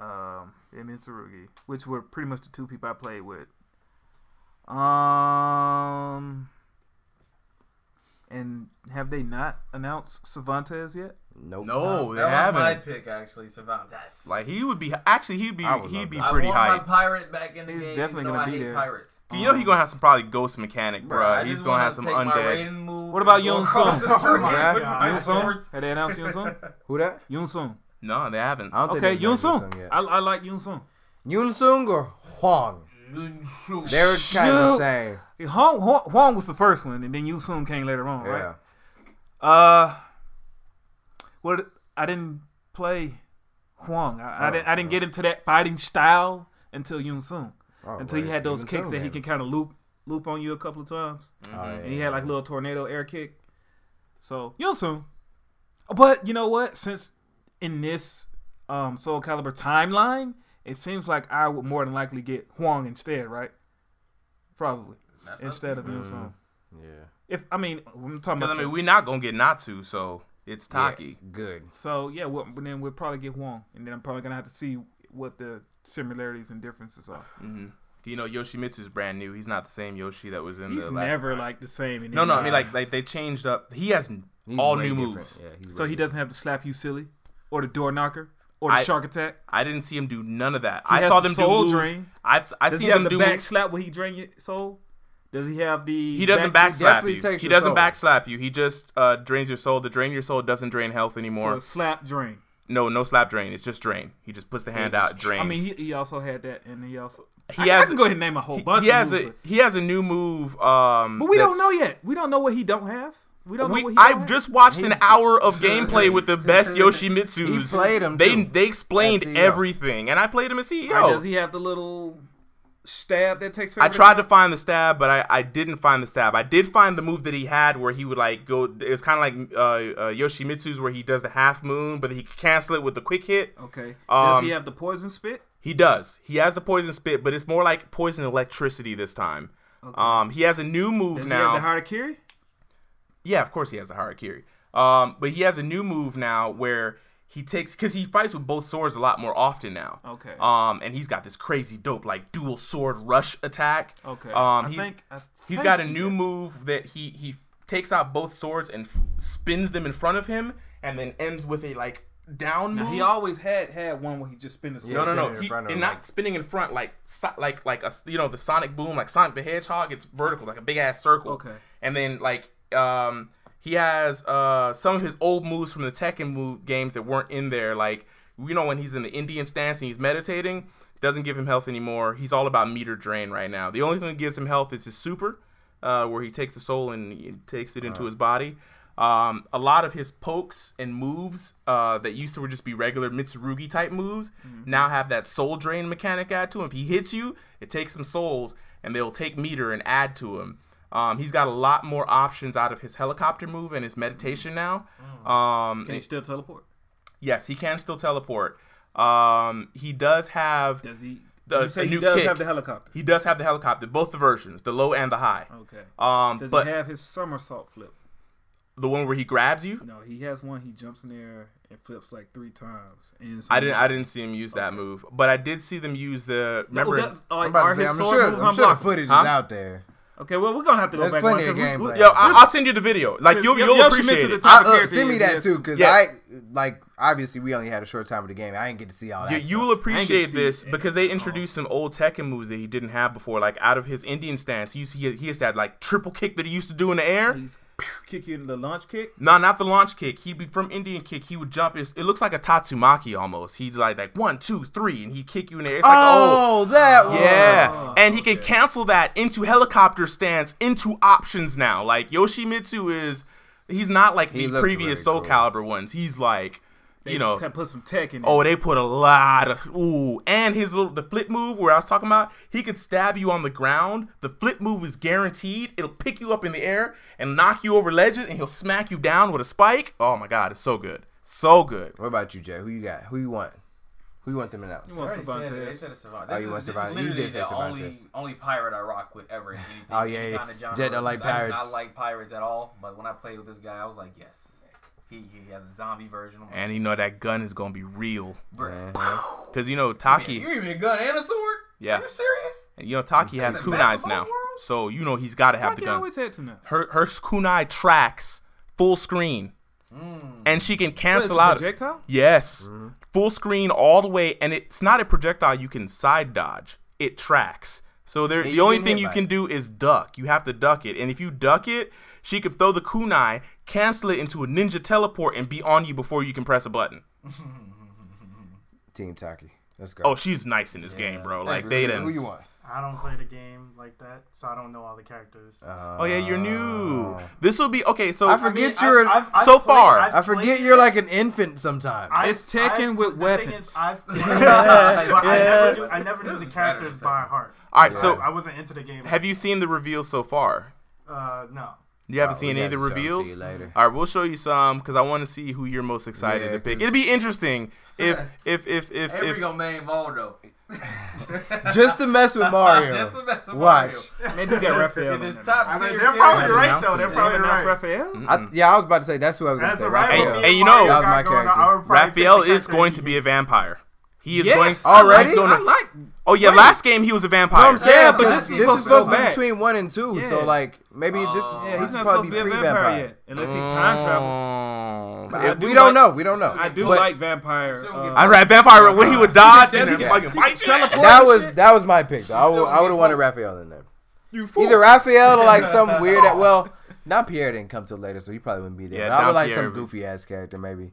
[SPEAKER 4] um, and Mitsurugi, which were pretty much the two people I played with. Um, and have they not announced Cervantes yet?
[SPEAKER 1] Nope.
[SPEAKER 5] No, they
[SPEAKER 6] that was my
[SPEAKER 5] haven't.
[SPEAKER 6] pick actually, Cervantes.
[SPEAKER 5] Like he would be actually he'd be
[SPEAKER 1] I would love
[SPEAKER 5] he'd be
[SPEAKER 1] that.
[SPEAKER 6] I
[SPEAKER 5] pretty
[SPEAKER 6] want
[SPEAKER 5] hype.
[SPEAKER 6] my pirate back in the
[SPEAKER 4] He's
[SPEAKER 6] game.
[SPEAKER 4] definitely
[SPEAKER 6] even though
[SPEAKER 4] gonna
[SPEAKER 6] I
[SPEAKER 4] be
[SPEAKER 6] hate
[SPEAKER 4] there.
[SPEAKER 6] Pirates.
[SPEAKER 5] You know he gonna have some probably ghost mechanic,
[SPEAKER 6] Bruh, I
[SPEAKER 5] bruh.
[SPEAKER 6] just
[SPEAKER 5] He's gonna
[SPEAKER 6] wanna
[SPEAKER 5] have some
[SPEAKER 6] take my
[SPEAKER 5] undead.
[SPEAKER 6] Raiden move
[SPEAKER 4] What
[SPEAKER 6] and
[SPEAKER 4] about
[SPEAKER 6] go
[SPEAKER 4] Yoon
[SPEAKER 6] across
[SPEAKER 4] Sung?
[SPEAKER 6] the street
[SPEAKER 3] Oh my
[SPEAKER 6] with
[SPEAKER 3] God.
[SPEAKER 6] my
[SPEAKER 4] Yoon
[SPEAKER 6] sword.
[SPEAKER 4] Sung? Have they announced Yoon Sung?
[SPEAKER 1] Who that?
[SPEAKER 4] Yoon Sung.
[SPEAKER 5] No, they haven't.
[SPEAKER 1] I don't
[SPEAKER 4] Okay,
[SPEAKER 1] think they've
[SPEAKER 4] Yoon
[SPEAKER 1] announced
[SPEAKER 4] Sung.
[SPEAKER 1] yet.
[SPEAKER 4] I, I like Yoon Sung.
[SPEAKER 1] Yoon Sung or Huang?
[SPEAKER 6] Yoon Sung.
[SPEAKER 1] They're kind of the
[SPEAKER 4] Shoot.
[SPEAKER 1] same.
[SPEAKER 4] Huang, Huang, Huang was the first one, and then Yoon Sung came later on, right?
[SPEAKER 1] Yeah.
[SPEAKER 4] Uh, what I didn't play Huang. I, I
[SPEAKER 1] Oh,
[SPEAKER 4] didn't. I didn't get into that fighting style until Yun Sung.
[SPEAKER 1] Oh,
[SPEAKER 4] until he
[SPEAKER 1] right.
[SPEAKER 4] had those
[SPEAKER 1] Yoon
[SPEAKER 4] kicks
[SPEAKER 1] Sung
[SPEAKER 4] that he
[SPEAKER 1] had
[SPEAKER 4] could kind of loop loop on you a couple of times,
[SPEAKER 1] it. Oh,
[SPEAKER 4] and he
[SPEAKER 1] yeah.
[SPEAKER 4] had like a little tornado air kick. So Yun Sung. But you know what? Since in this um, Soul Calibur timeline, it seems like I would more than likely get Huang instead, right? Probably instead of Yun Sung.
[SPEAKER 1] Yeah.
[SPEAKER 4] If I mean, I'm talking
[SPEAKER 5] 'Cause,
[SPEAKER 4] about
[SPEAKER 5] I mean, we're not gonna get Natsu, so it's Taki.
[SPEAKER 1] Good.
[SPEAKER 4] So yeah, we'll, but then we'll probably get Wong, and then I'm probably gonna have to see what the similarities and differences are.
[SPEAKER 5] Mm-hmm. You know, Yoshimitsu's brand new. He's not the same Yoshi that was in
[SPEAKER 4] He's
[SPEAKER 5] the last.
[SPEAKER 4] never like the same. in
[SPEAKER 5] no, no. I
[SPEAKER 4] any
[SPEAKER 5] mean,
[SPEAKER 4] way.
[SPEAKER 5] like, like they changed up. He has
[SPEAKER 1] He's
[SPEAKER 5] all
[SPEAKER 1] way
[SPEAKER 5] new
[SPEAKER 1] different.
[SPEAKER 5] moves.
[SPEAKER 1] Yeah, he's
[SPEAKER 4] so
[SPEAKER 1] way
[SPEAKER 4] he
[SPEAKER 1] different.
[SPEAKER 4] doesn't have to slap you silly, or the door knocker, or the
[SPEAKER 5] I-
[SPEAKER 4] shark attack.
[SPEAKER 5] I didn't see him do none of that.
[SPEAKER 4] He
[SPEAKER 5] I
[SPEAKER 4] has
[SPEAKER 5] saw
[SPEAKER 4] the
[SPEAKER 5] them do
[SPEAKER 4] soul
[SPEAKER 5] moves.
[SPEAKER 4] drain.
[SPEAKER 5] I've I
[SPEAKER 4] Does
[SPEAKER 5] seen
[SPEAKER 4] he have
[SPEAKER 5] them
[SPEAKER 4] the
[SPEAKER 5] do.
[SPEAKER 4] back
[SPEAKER 5] moves-
[SPEAKER 4] slap where he drain your soul? Does he have the?
[SPEAKER 5] He doesn't back slap
[SPEAKER 1] definitely
[SPEAKER 5] you.
[SPEAKER 1] takes
[SPEAKER 5] He
[SPEAKER 1] your
[SPEAKER 5] doesn't
[SPEAKER 1] soul.
[SPEAKER 5] back slap you. He just uh, drains your soul. The drain your soul doesn't drain health
[SPEAKER 4] or
[SPEAKER 5] anymore.
[SPEAKER 4] slap drain.
[SPEAKER 5] No, no slap drain. It's just drain. He just puts the hand out. Drains.
[SPEAKER 4] I mean, he, he also had that, and he also
[SPEAKER 5] He
[SPEAKER 4] I, I
[SPEAKER 5] has-
[SPEAKER 4] can go ahead and name a whole
[SPEAKER 5] He-
[SPEAKER 4] bunch.
[SPEAKER 5] he
[SPEAKER 4] of
[SPEAKER 5] has
[SPEAKER 4] moves,
[SPEAKER 5] a
[SPEAKER 4] but-
[SPEAKER 5] he has a new move. Um,
[SPEAKER 4] but we don't
[SPEAKER 5] that's-
[SPEAKER 4] know yet. We don't know what he don't have. We don't know what
[SPEAKER 5] We,
[SPEAKER 4] he. Don't
[SPEAKER 5] I've
[SPEAKER 4] have.
[SPEAKER 5] just watched an hour of gameplay with the best Yoshimitsu's.
[SPEAKER 1] He played 'em,
[SPEAKER 5] They
[SPEAKER 1] too,
[SPEAKER 5] they explained
[SPEAKER 1] at CEO.
[SPEAKER 5] everything, and I played him at
[SPEAKER 4] All right, does
[SPEAKER 5] CEO.
[SPEAKER 4] he have the little stab that takes?
[SPEAKER 5] I tried to find the stab, but I, I didn't find the stab. I did find the move that he had where he would like go. It was kind of like uh, uh, Yoshimitsu's where he does the half moon, but he could cancel it with a quick hit.
[SPEAKER 4] Okay.
[SPEAKER 5] Um,
[SPEAKER 4] Does he have the poison spit?
[SPEAKER 5] He does. He has the poison spit, but it's more like poison electricity this time. Um, he has a new move
[SPEAKER 4] Does
[SPEAKER 5] now.
[SPEAKER 4] he have the harakiri?
[SPEAKER 5] Yeah, of course he has a Harakiri. Um, but he has a new move now where he takes because he fights with both swords a lot more often now.
[SPEAKER 4] Okay.
[SPEAKER 5] Um, and he's got this crazy dope like dual sword rush attack.
[SPEAKER 4] Okay. I
[SPEAKER 5] Um, he's,
[SPEAKER 4] think- I
[SPEAKER 5] he's
[SPEAKER 4] think
[SPEAKER 5] got a
[SPEAKER 4] he
[SPEAKER 5] new move that he he f- takes out both swords and f- spins them in front of him, and then ends with a like down move.
[SPEAKER 4] He always had had one where he just spin the sword.
[SPEAKER 5] no, no,
[SPEAKER 1] spinning
[SPEAKER 5] no.
[SPEAKER 1] in
[SPEAKER 5] He,
[SPEAKER 1] front of
[SPEAKER 5] and
[SPEAKER 1] him,
[SPEAKER 5] not
[SPEAKER 1] like-
[SPEAKER 5] spinning in front, like so- like like a s- you know the Sonic Boom, like Sonic the Hedgehog. It's vertical, like a big ass circle.
[SPEAKER 4] Okay.
[SPEAKER 5] And then like um he has uh some of his old moves from the Tekken move games that weren't in there. Like you know when he's in the Indian stance and he's meditating, doesn't give him health anymore. He's all about meter drain right now. The only thing that gives him health is his super, uh, where he takes the soul and he takes it into his body. Um, a lot of his pokes and moves uh, that used to were just be regular Mitsurugi type moves now have that soul drain mechanic add to him. If he hits you, it takes some souls and they'll take meter and add to him. Um, he's got a lot more options out of his helicopter move and his meditation now.
[SPEAKER 4] Mm.
[SPEAKER 5] Um,
[SPEAKER 4] Can he still teleport?
[SPEAKER 5] yes, he can still teleport. Um, he does have
[SPEAKER 4] Does he?
[SPEAKER 5] The-
[SPEAKER 4] you say
[SPEAKER 5] a
[SPEAKER 4] he
[SPEAKER 5] new
[SPEAKER 4] does
[SPEAKER 5] kick.
[SPEAKER 4] have the helicopter.
[SPEAKER 5] he does have the helicopter, both the versions, the low and the high.
[SPEAKER 4] Okay. Oh.
[SPEAKER 5] Um,
[SPEAKER 4] Does
[SPEAKER 5] but
[SPEAKER 4] he have his somersault flip?
[SPEAKER 5] the one where he grabs you,
[SPEAKER 4] No, he has one. He jumps in the air and flips like three times. And it's-
[SPEAKER 5] I didn't. I didn't see him use that move, but I did see them use the.
[SPEAKER 4] Oh,
[SPEAKER 5] Remember?
[SPEAKER 4] that's- oh,
[SPEAKER 1] I'm about
[SPEAKER 4] are
[SPEAKER 1] to say,
[SPEAKER 4] his
[SPEAKER 1] I'm
[SPEAKER 4] sword
[SPEAKER 1] sure,
[SPEAKER 4] moves
[SPEAKER 1] I'm sure the
[SPEAKER 4] unblockable?
[SPEAKER 1] footage
[SPEAKER 5] Huh?
[SPEAKER 1] is out there.
[SPEAKER 4] Okay, well we're gonna have to go
[SPEAKER 1] There's
[SPEAKER 4] back.
[SPEAKER 1] plenty
[SPEAKER 4] one,
[SPEAKER 1] of
[SPEAKER 4] 'cause we-
[SPEAKER 1] gameplay.
[SPEAKER 4] we-
[SPEAKER 5] Yo, I, I'll send you the video. Like
[SPEAKER 4] Since
[SPEAKER 5] you'll,
[SPEAKER 4] Yo-
[SPEAKER 5] you'll
[SPEAKER 4] Yoshi
[SPEAKER 5] appreciate
[SPEAKER 4] mentioned
[SPEAKER 5] it.
[SPEAKER 4] the top-
[SPEAKER 1] I,
[SPEAKER 4] Type of
[SPEAKER 1] uh,
[SPEAKER 4] character
[SPEAKER 1] send me
[SPEAKER 4] he
[SPEAKER 1] that
[SPEAKER 4] is.
[SPEAKER 1] too, because
[SPEAKER 5] Yeah.
[SPEAKER 1] I like obviously we only had a short time of the game. I didn't get to see all that.
[SPEAKER 5] You,
[SPEAKER 1] stuff.
[SPEAKER 5] you'll appreciate
[SPEAKER 4] see
[SPEAKER 5] this
[SPEAKER 4] it.
[SPEAKER 5] because they introduced some old Tekken moves that he didn't have before. Like out of his Indian stance, he used to, he, he used to have like triple kick that he used to do in the air.
[SPEAKER 4] He's kick you in the launch kick.
[SPEAKER 5] No, not the launch kick. He'd be from Indian kick. He would jump. It's, it looks like a tatsumaki almost. He'd like like one, two, three, and he'd kick you in the air. It's like oh,
[SPEAKER 1] oh, that one.
[SPEAKER 5] Yeah, and he can cancel that into helicopter stance into options now. Like Yoshimitsu is, he's not like the
[SPEAKER 1] looked
[SPEAKER 5] previous
[SPEAKER 1] really
[SPEAKER 5] Soul
[SPEAKER 1] cool.
[SPEAKER 5] Caliber ones. He's like, you know,
[SPEAKER 4] Kinda put some tech in.
[SPEAKER 5] oh,
[SPEAKER 4] it.
[SPEAKER 5] they put a lot of ooh, and his little the flip move where I was talking about. He could stab you on the ground. The flip move is guaranteed. It'll pick you up in the air and knock you over ledges, and he'll smack you down with a spike. Oh my god, it's so good, so good.
[SPEAKER 1] What about you, Jay? Who you got? Who you want? Who you want them to announce?
[SPEAKER 4] You want
[SPEAKER 6] They already said it. They
[SPEAKER 4] Cervantes.
[SPEAKER 6] said it's Cervantes.
[SPEAKER 1] Oh,
[SPEAKER 6] This
[SPEAKER 1] you
[SPEAKER 6] is-
[SPEAKER 1] want
[SPEAKER 6] this is
[SPEAKER 1] Cervantes. You
[SPEAKER 6] literally
[SPEAKER 1] did say
[SPEAKER 6] the
[SPEAKER 1] Cervantes.
[SPEAKER 6] Only, only pirate I rock with ever in anything.
[SPEAKER 1] Oh, yeah,
[SPEAKER 6] any
[SPEAKER 1] yeah.
[SPEAKER 6] kind of genre,
[SPEAKER 1] Jed don't like
[SPEAKER 6] since I do not
[SPEAKER 1] pirates.
[SPEAKER 6] like pirates at all, but when I played with this guy, I was like, yes. He, he has a zombie version. I'm like,
[SPEAKER 5] And you know that gun is gonna be real,
[SPEAKER 6] bruh.
[SPEAKER 5] cause you know
[SPEAKER 6] Man,
[SPEAKER 5] Taki.
[SPEAKER 6] You even a gun and a sword?
[SPEAKER 5] Yeah.
[SPEAKER 6] you serious?
[SPEAKER 5] And you know Taki has
[SPEAKER 6] That's the best
[SPEAKER 5] kunais
[SPEAKER 6] of
[SPEAKER 5] now,
[SPEAKER 6] all worlds?
[SPEAKER 5] so you know he's got to have
[SPEAKER 4] Taki
[SPEAKER 5] the gun.
[SPEAKER 4] always had two now.
[SPEAKER 5] Her her kunai tracks full screen,
[SPEAKER 6] Hmm.
[SPEAKER 5] and she can
[SPEAKER 4] What, it's
[SPEAKER 5] cancel
[SPEAKER 4] a
[SPEAKER 5] out.
[SPEAKER 4] projectile?
[SPEAKER 5] Yes,
[SPEAKER 1] Mm-hmm.
[SPEAKER 5] full screen all the way, and it's not a projectile you can side dodge. It tracks. So there, the
[SPEAKER 1] you
[SPEAKER 5] only
[SPEAKER 1] get
[SPEAKER 5] thing
[SPEAKER 1] hit
[SPEAKER 5] you
[SPEAKER 1] by
[SPEAKER 5] can
[SPEAKER 1] it.
[SPEAKER 5] do is duck. You have to duck it, and if you duck it, she can throw the kunai, cancel it into a ninja teleport, and be on you before you can press a button.
[SPEAKER 1] Team Taki. Let's go.
[SPEAKER 5] Oh, she's nice in this game, bro. Like they
[SPEAKER 1] Who you
[SPEAKER 5] didn't.
[SPEAKER 1] want?
[SPEAKER 3] I don't play the game like that, so I don't know all the characters.
[SPEAKER 5] Oh yeah, you're new. This will be okay. So
[SPEAKER 1] Oh. I forget you're an-
[SPEAKER 5] so far.
[SPEAKER 1] I forget you're like an infant sometimes.
[SPEAKER 3] I've-
[SPEAKER 4] It's Tekken
[SPEAKER 3] I've-
[SPEAKER 4] with
[SPEAKER 3] the thing
[SPEAKER 4] weapons.
[SPEAKER 3] is, I've- but I never knew- I never knew
[SPEAKER 6] This
[SPEAKER 3] the
[SPEAKER 6] is better
[SPEAKER 3] characters
[SPEAKER 6] than
[SPEAKER 3] by heart.
[SPEAKER 5] all right,
[SPEAKER 3] So
[SPEAKER 5] so
[SPEAKER 3] I wasn't into the game.
[SPEAKER 5] have you seen the reveal so far?
[SPEAKER 3] Uh, no.
[SPEAKER 5] You haven't
[SPEAKER 1] Oh, we
[SPEAKER 5] seen any of
[SPEAKER 1] gotta
[SPEAKER 5] the
[SPEAKER 1] show 'em to you
[SPEAKER 5] reveals.
[SPEAKER 1] later.
[SPEAKER 5] All right, we'll show you some because I want to see who you're most excited
[SPEAKER 1] Yeah,
[SPEAKER 5] to pick.
[SPEAKER 1] 'cause-
[SPEAKER 5] It'd be interesting if if if if
[SPEAKER 6] Here
[SPEAKER 5] if,
[SPEAKER 6] we go, man, Valdo.
[SPEAKER 1] Just to mess with Mario.
[SPEAKER 6] Just the best of
[SPEAKER 1] Watch.
[SPEAKER 4] Maybe you got Raphael.
[SPEAKER 6] Mario.
[SPEAKER 4] on
[SPEAKER 6] It is
[SPEAKER 4] there.
[SPEAKER 6] top
[SPEAKER 3] I
[SPEAKER 6] tier
[SPEAKER 3] mean, they're
[SPEAKER 6] character.
[SPEAKER 3] probably right though. They're
[SPEAKER 4] They
[SPEAKER 3] probably
[SPEAKER 4] haven't announced
[SPEAKER 3] right.
[SPEAKER 4] Raphael?
[SPEAKER 1] I, yeah, I was about to say that's who I was gonna
[SPEAKER 3] That's
[SPEAKER 1] say.
[SPEAKER 3] the right.
[SPEAKER 1] Raphael.
[SPEAKER 5] Hey, hey, you know-
[SPEAKER 1] that was my character.
[SPEAKER 5] Raphael is going to be a vampire. He is
[SPEAKER 4] Yes,
[SPEAKER 5] going.
[SPEAKER 4] I like-
[SPEAKER 1] Already?
[SPEAKER 5] he's gonna-
[SPEAKER 4] I like.
[SPEAKER 5] oh yeah,
[SPEAKER 4] Wait.
[SPEAKER 5] last game he was a vampire.
[SPEAKER 4] I'm saying,
[SPEAKER 1] Yeah,
[SPEAKER 4] but
[SPEAKER 1] but this,
[SPEAKER 4] this is
[SPEAKER 1] this
[SPEAKER 4] supposed
[SPEAKER 1] is
[SPEAKER 4] to go
[SPEAKER 1] supposed to be
[SPEAKER 4] back.
[SPEAKER 1] between one and two, so
[SPEAKER 4] Yeah.
[SPEAKER 1] like maybe this this
[SPEAKER 4] Yeah, he's not
[SPEAKER 1] Oh, probably
[SPEAKER 4] supposed to
[SPEAKER 1] be
[SPEAKER 4] be a
[SPEAKER 1] pre
[SPEAKER 4] vampire,
[SPEAKER 1] vampire.
[SPEAKER 4] yet, unless he time
[SPEAKER 5] Mm.
[SPEAKER 4] travels. I do
[SPEAKER 1] we don't
[SPEAKER 4] like-
[SPEAKER 1] know. We don't know.
[SPEAKER 4] I do
[SPEAKER 1] But
[SPEAKER 4] like vampire.
[SPEAKER 6] Still
[SPEAKER 4] Uh,
[SPEAKER 6] get-
[SPEAKER 5] I read vampire when he would dodge and then
[SPEAKER 1] Yeah.
[SPEAKER 5] fucking bite you.
[SPEAKER 1] That was that was my pick. Though. I would I would have wanted Raphael in there. Either Raphael or like some weird. Well, not Pierre didn't come till later, so he probably wouldn't be there.
[SPEAKER 5] Yeah,
[SPEAKER 1] but I would like
[SPEAKER 5] Dompierre
[SPEAKER 1] some
[SPEAKER 5] would-
[SPEAKER 1] goofy ass character maybe.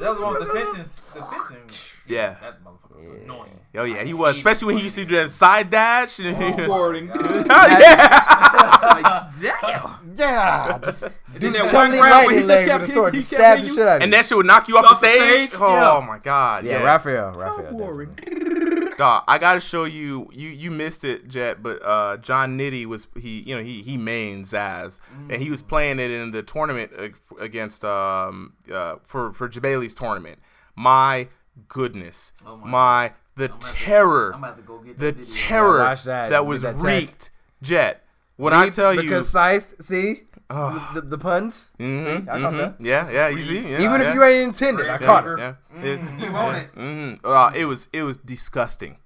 [SPEAKER 6] That was one of the Vincent's. The Vincent.
[SPEAKER 5] Yeah.
[SPEAKER 6] That motherfucker was annoying.
[SPEAKER 5] Oh yeah, he was. Especially when he used to do that side dash. Oh,
[SPEAKER 4] boarding.
[SPEAKER 5] yeah.
[SPEAKER 1] Yeah, just do
[SPEAKER 4] then that one
[SPEAKER 1] jumping
[SPEAKER 4] round
[SPEAKER 1] lightning
[SPEAKER 4] where he just
[SPEAKER 1] leg with
[SPEAKER 4] kept
[SPEAKER 1] the
[SPEAKER 4] hit-
[SPEAKER 1] sword,
[SPEAKER 4] he
[SPEAKER 1] just
[SPEAKER 4] kept
[SPEAKER 1] stab the
[SPEAKER 4] hitting
[SPEAKER 1] shit out of
[SPEAKER 5] And
[SPEAKER 1] you.
[SPEAKER 5] that shit would knock you off,
[SPEAKER 4] Off
[SPEAKER 5] the
[SPEAKER 4] the
[SPEAKER 5] stage.
[SPEAKER 4] stage,
[SPEAKER 5] Oh
[SPEAKER 4] yeah.
[SPEAKER 5] my god.
[SPEAKER 1] Yeah,
[SPEAKER 5] Yeah.
[SPEAKER 1] Raphael. Raphael.
[SPEAKER 4] boring.
[SPEAKER 1] definitely.
[SPEAKER 5] Dog, I gotta show you. You you missed it, Jet. But uh, John Nitty was he you know he he main Zaz, and he was
[SPEAKER 6] Mm.
[SPEAKER 5] playing it in the tournament ag- against um uh for for Jabali's tournament. My goodness,
[SPEAKER 6] Oh
[SPEAKER 5] my,
[SPEAKER 6] my
[SPEAKER 5] the
[SPEAKER 6] gonna have to-
[SPEAKER 5] terror,
[SPEAKER 6] I'm about to go get
[SPEAKER 5] the
[SPEAKER 6] that video.
[SPEAKER 5] terror
[SPEAKER 1] Yeah, watch that.
[SPEAKER 5] that,
[SPEAKER 1] Get
[SPEAKER 5] was
[SPEAKER 1] that tech.
[SPEAKER 5] wreaked, Jet. When I tell you,
[SPEAKER 1] because Scythe, see the, the puns.
[SPEAKER 5] Mhm,
[SPEAKER 1] I caught
[SPEAKER 5] mhm.
[SPEAKER 1] that.
[SPEAKER 5] yeah, yeah, you see, yeah,
[SPEAKER 1] Even
[SPEAKER 5] yeah.
[SPEAKER 1] if you ain't intended, I
[SPEAKER 6] Yeah.
[SPEAKER 1] caught her.
[SPEAKER 5] yeah, it,
[SPEAKER 6] You own Mm-hmm. it.
[SPEAKER 5] mhm. Uh, it was it was disgusting.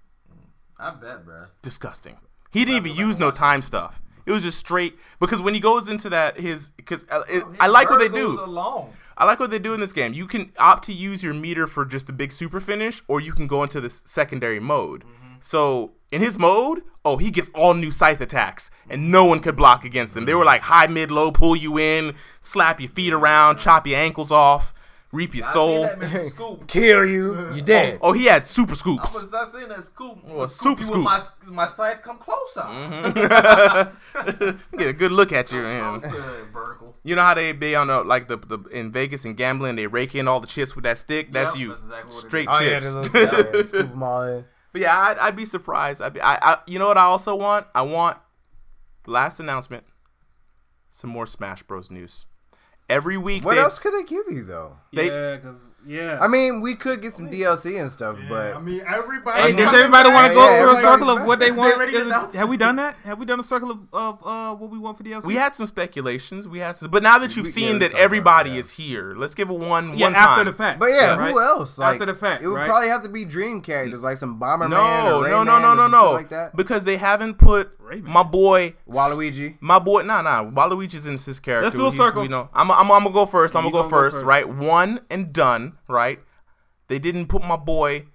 [SPEAKER 6] I bet, bro.
[SPEAKER 5] disgusting. He didn't even use no time stuff. It was just straight because when he goes into that his because uh, it-
[SPEAKER 6] Oh,
[SPEAKER 5] I like what they do.
[SPEAKER 6] Alone.
[SPEAKER 5] I like what they do in this game. You can opt to use your meter for just the big super finish, or you can go into this secondary mode.
[SPEAKER 6] Mm-hmm.
[SPEAKER 5] So in his mode, oh, he gets all new scythe attacks, and no one could block against them. They were like high, mid, low, pull you in, slap your feet around, chop your ankles off, reap your
[SPEAKER 6] I
[SPEAKER 5] soul.
[SPEAKER 6] seen that Mr. Scoop.
[SPEAKER 1] Kill you. You dead.
[SPEAKER 5] Oh, he had super
[SPEAKER 6] I
[SPEAKER 5] scoops.
[SPEAKER 6] was I seen that scoop.
[SPEAKER 5] Well,
[SPEAKER 6] scoop
[SPEAKER 5] super
[SPEAKER 6] you
[SPEAKER 5] scoop. Mm-hmm.
[SPEAKER 6] With my my side come closer.
[SPEAKER 5] Get a good look at you.
[SPEAKER 6] Oh,
[SPEAKER 5] man.
[SPEAKER 6] Closer, vertical.
[SPEAKER 5] You know how they be on the like the, the in Vegas and gambling, they rake in all the chips with that stick. That's
[SPEAKER 6] Yep,
[SPEAKER 5] you,
[SPEAKER 6] that's exactly what it
[SPEAKER 5] straight
[SPEAKER 1] Oh, yeah,
[SPEAKER 5] chips.
[SPEAKER 1] the little- yeah, scoop 'em all in.
[SPEAKER 5] but yeah, I'd, I'd be surprised. I'd be, I, I, you know what I also want? I want last announcement, some more Smash Bros. news. Every week,
[SPEAKER 1] What
[SPEAKER 5] they,
[SPEAKER 1] else could they give you though?
[SPEAKER 5] They-
[SPEAKER 4] yeah, because yeah.
[SPEAKER 1] I mean, we could get some DLC and stuff,
[SPEAKER 3] Yeah,
[SPEAKER 1] but
[SPEAKER 3] I mean, everybody.
[SPEAKER 4] Hey,
[SPEAKER 5] I'm
[SPEAKER 4] does
[SPEAKER 5] not-
[SPEAKER 4] everybody want
[SPEAKER 1] Yeah,
[SPEAKER 4] to go
[SPEAKER 1] yeah,
[SPEAKER 4] through a
[SPEAKER 1] everybody-
[SPEAKER 4] circle of what they want?
[SPEAKER 3] already
[SPEAKER 4] Is-
[SPEAKER 3] announced
[SPEAKER 4] have we done that? Have we done a circle of, of uh, what we want for DLC?
[SPEAKER 5] we had some speculations. We had, some, but now that you've
[SPEAKER 1] We- yeah, we
[SPEAKER 5] seen that
[SPEAKER 1] talked about it,
[SPEAKER 5] everybody
[SPEAKER 1] yeah.
[SPEAKER 5] is here, let's give a one
[SPEAKER 4] yeah,
[SPEAKER 5] one
[SPEAKER 4] after
[SPEAKER 5] time.
[SPEAKER 4] the fact.
[SPEAKER 1] But yeah,
[SPEAKER 4] right?
[SPEAKER 1] who else? Like,
[SPEAKER 4] After the fact,
[SPEAKER 1] it would
[SPEAKER 4] right?
[SPEAKER 1] probably have to be dream characters like some Bomberman.
[SPEAKER 5] No,
[SPEAKER 1] or
[SPEAKER 5] no,
[SPEAKER 1] Rayman
[SPEAKER 5] no, no,
[SPEAKER 1] or
[SPEAKER 5] no,
[SPEAKER 1] some
[SPEAKER 5] no,
[SPEAKER 1] shit like that.
[SPEAKER 5] because they haven't put
[SPEAKER 4] Rayman.
[SPEAKER 5] my boy
[SPEAKER 1] Waluigi.
[SPEAKER 5] My boy, nah, nah. Waluigi's in his character.
[SPEAKER 4] Let's do a
[SPEAKER 5] He's-
[SPEAKER 4] circle.
[SPEAKER 5] You know, I'm, I'm, I'm gonna go first. I'm
[SPEAKER 4] You
[SPEAKER 5] gonna go
[SPEAKER 4] gonna go
[SPEAKER 5] first,
[SPEAKER 4] first.
[SPEAKER 5] right? One and done, right? They didn't put my boy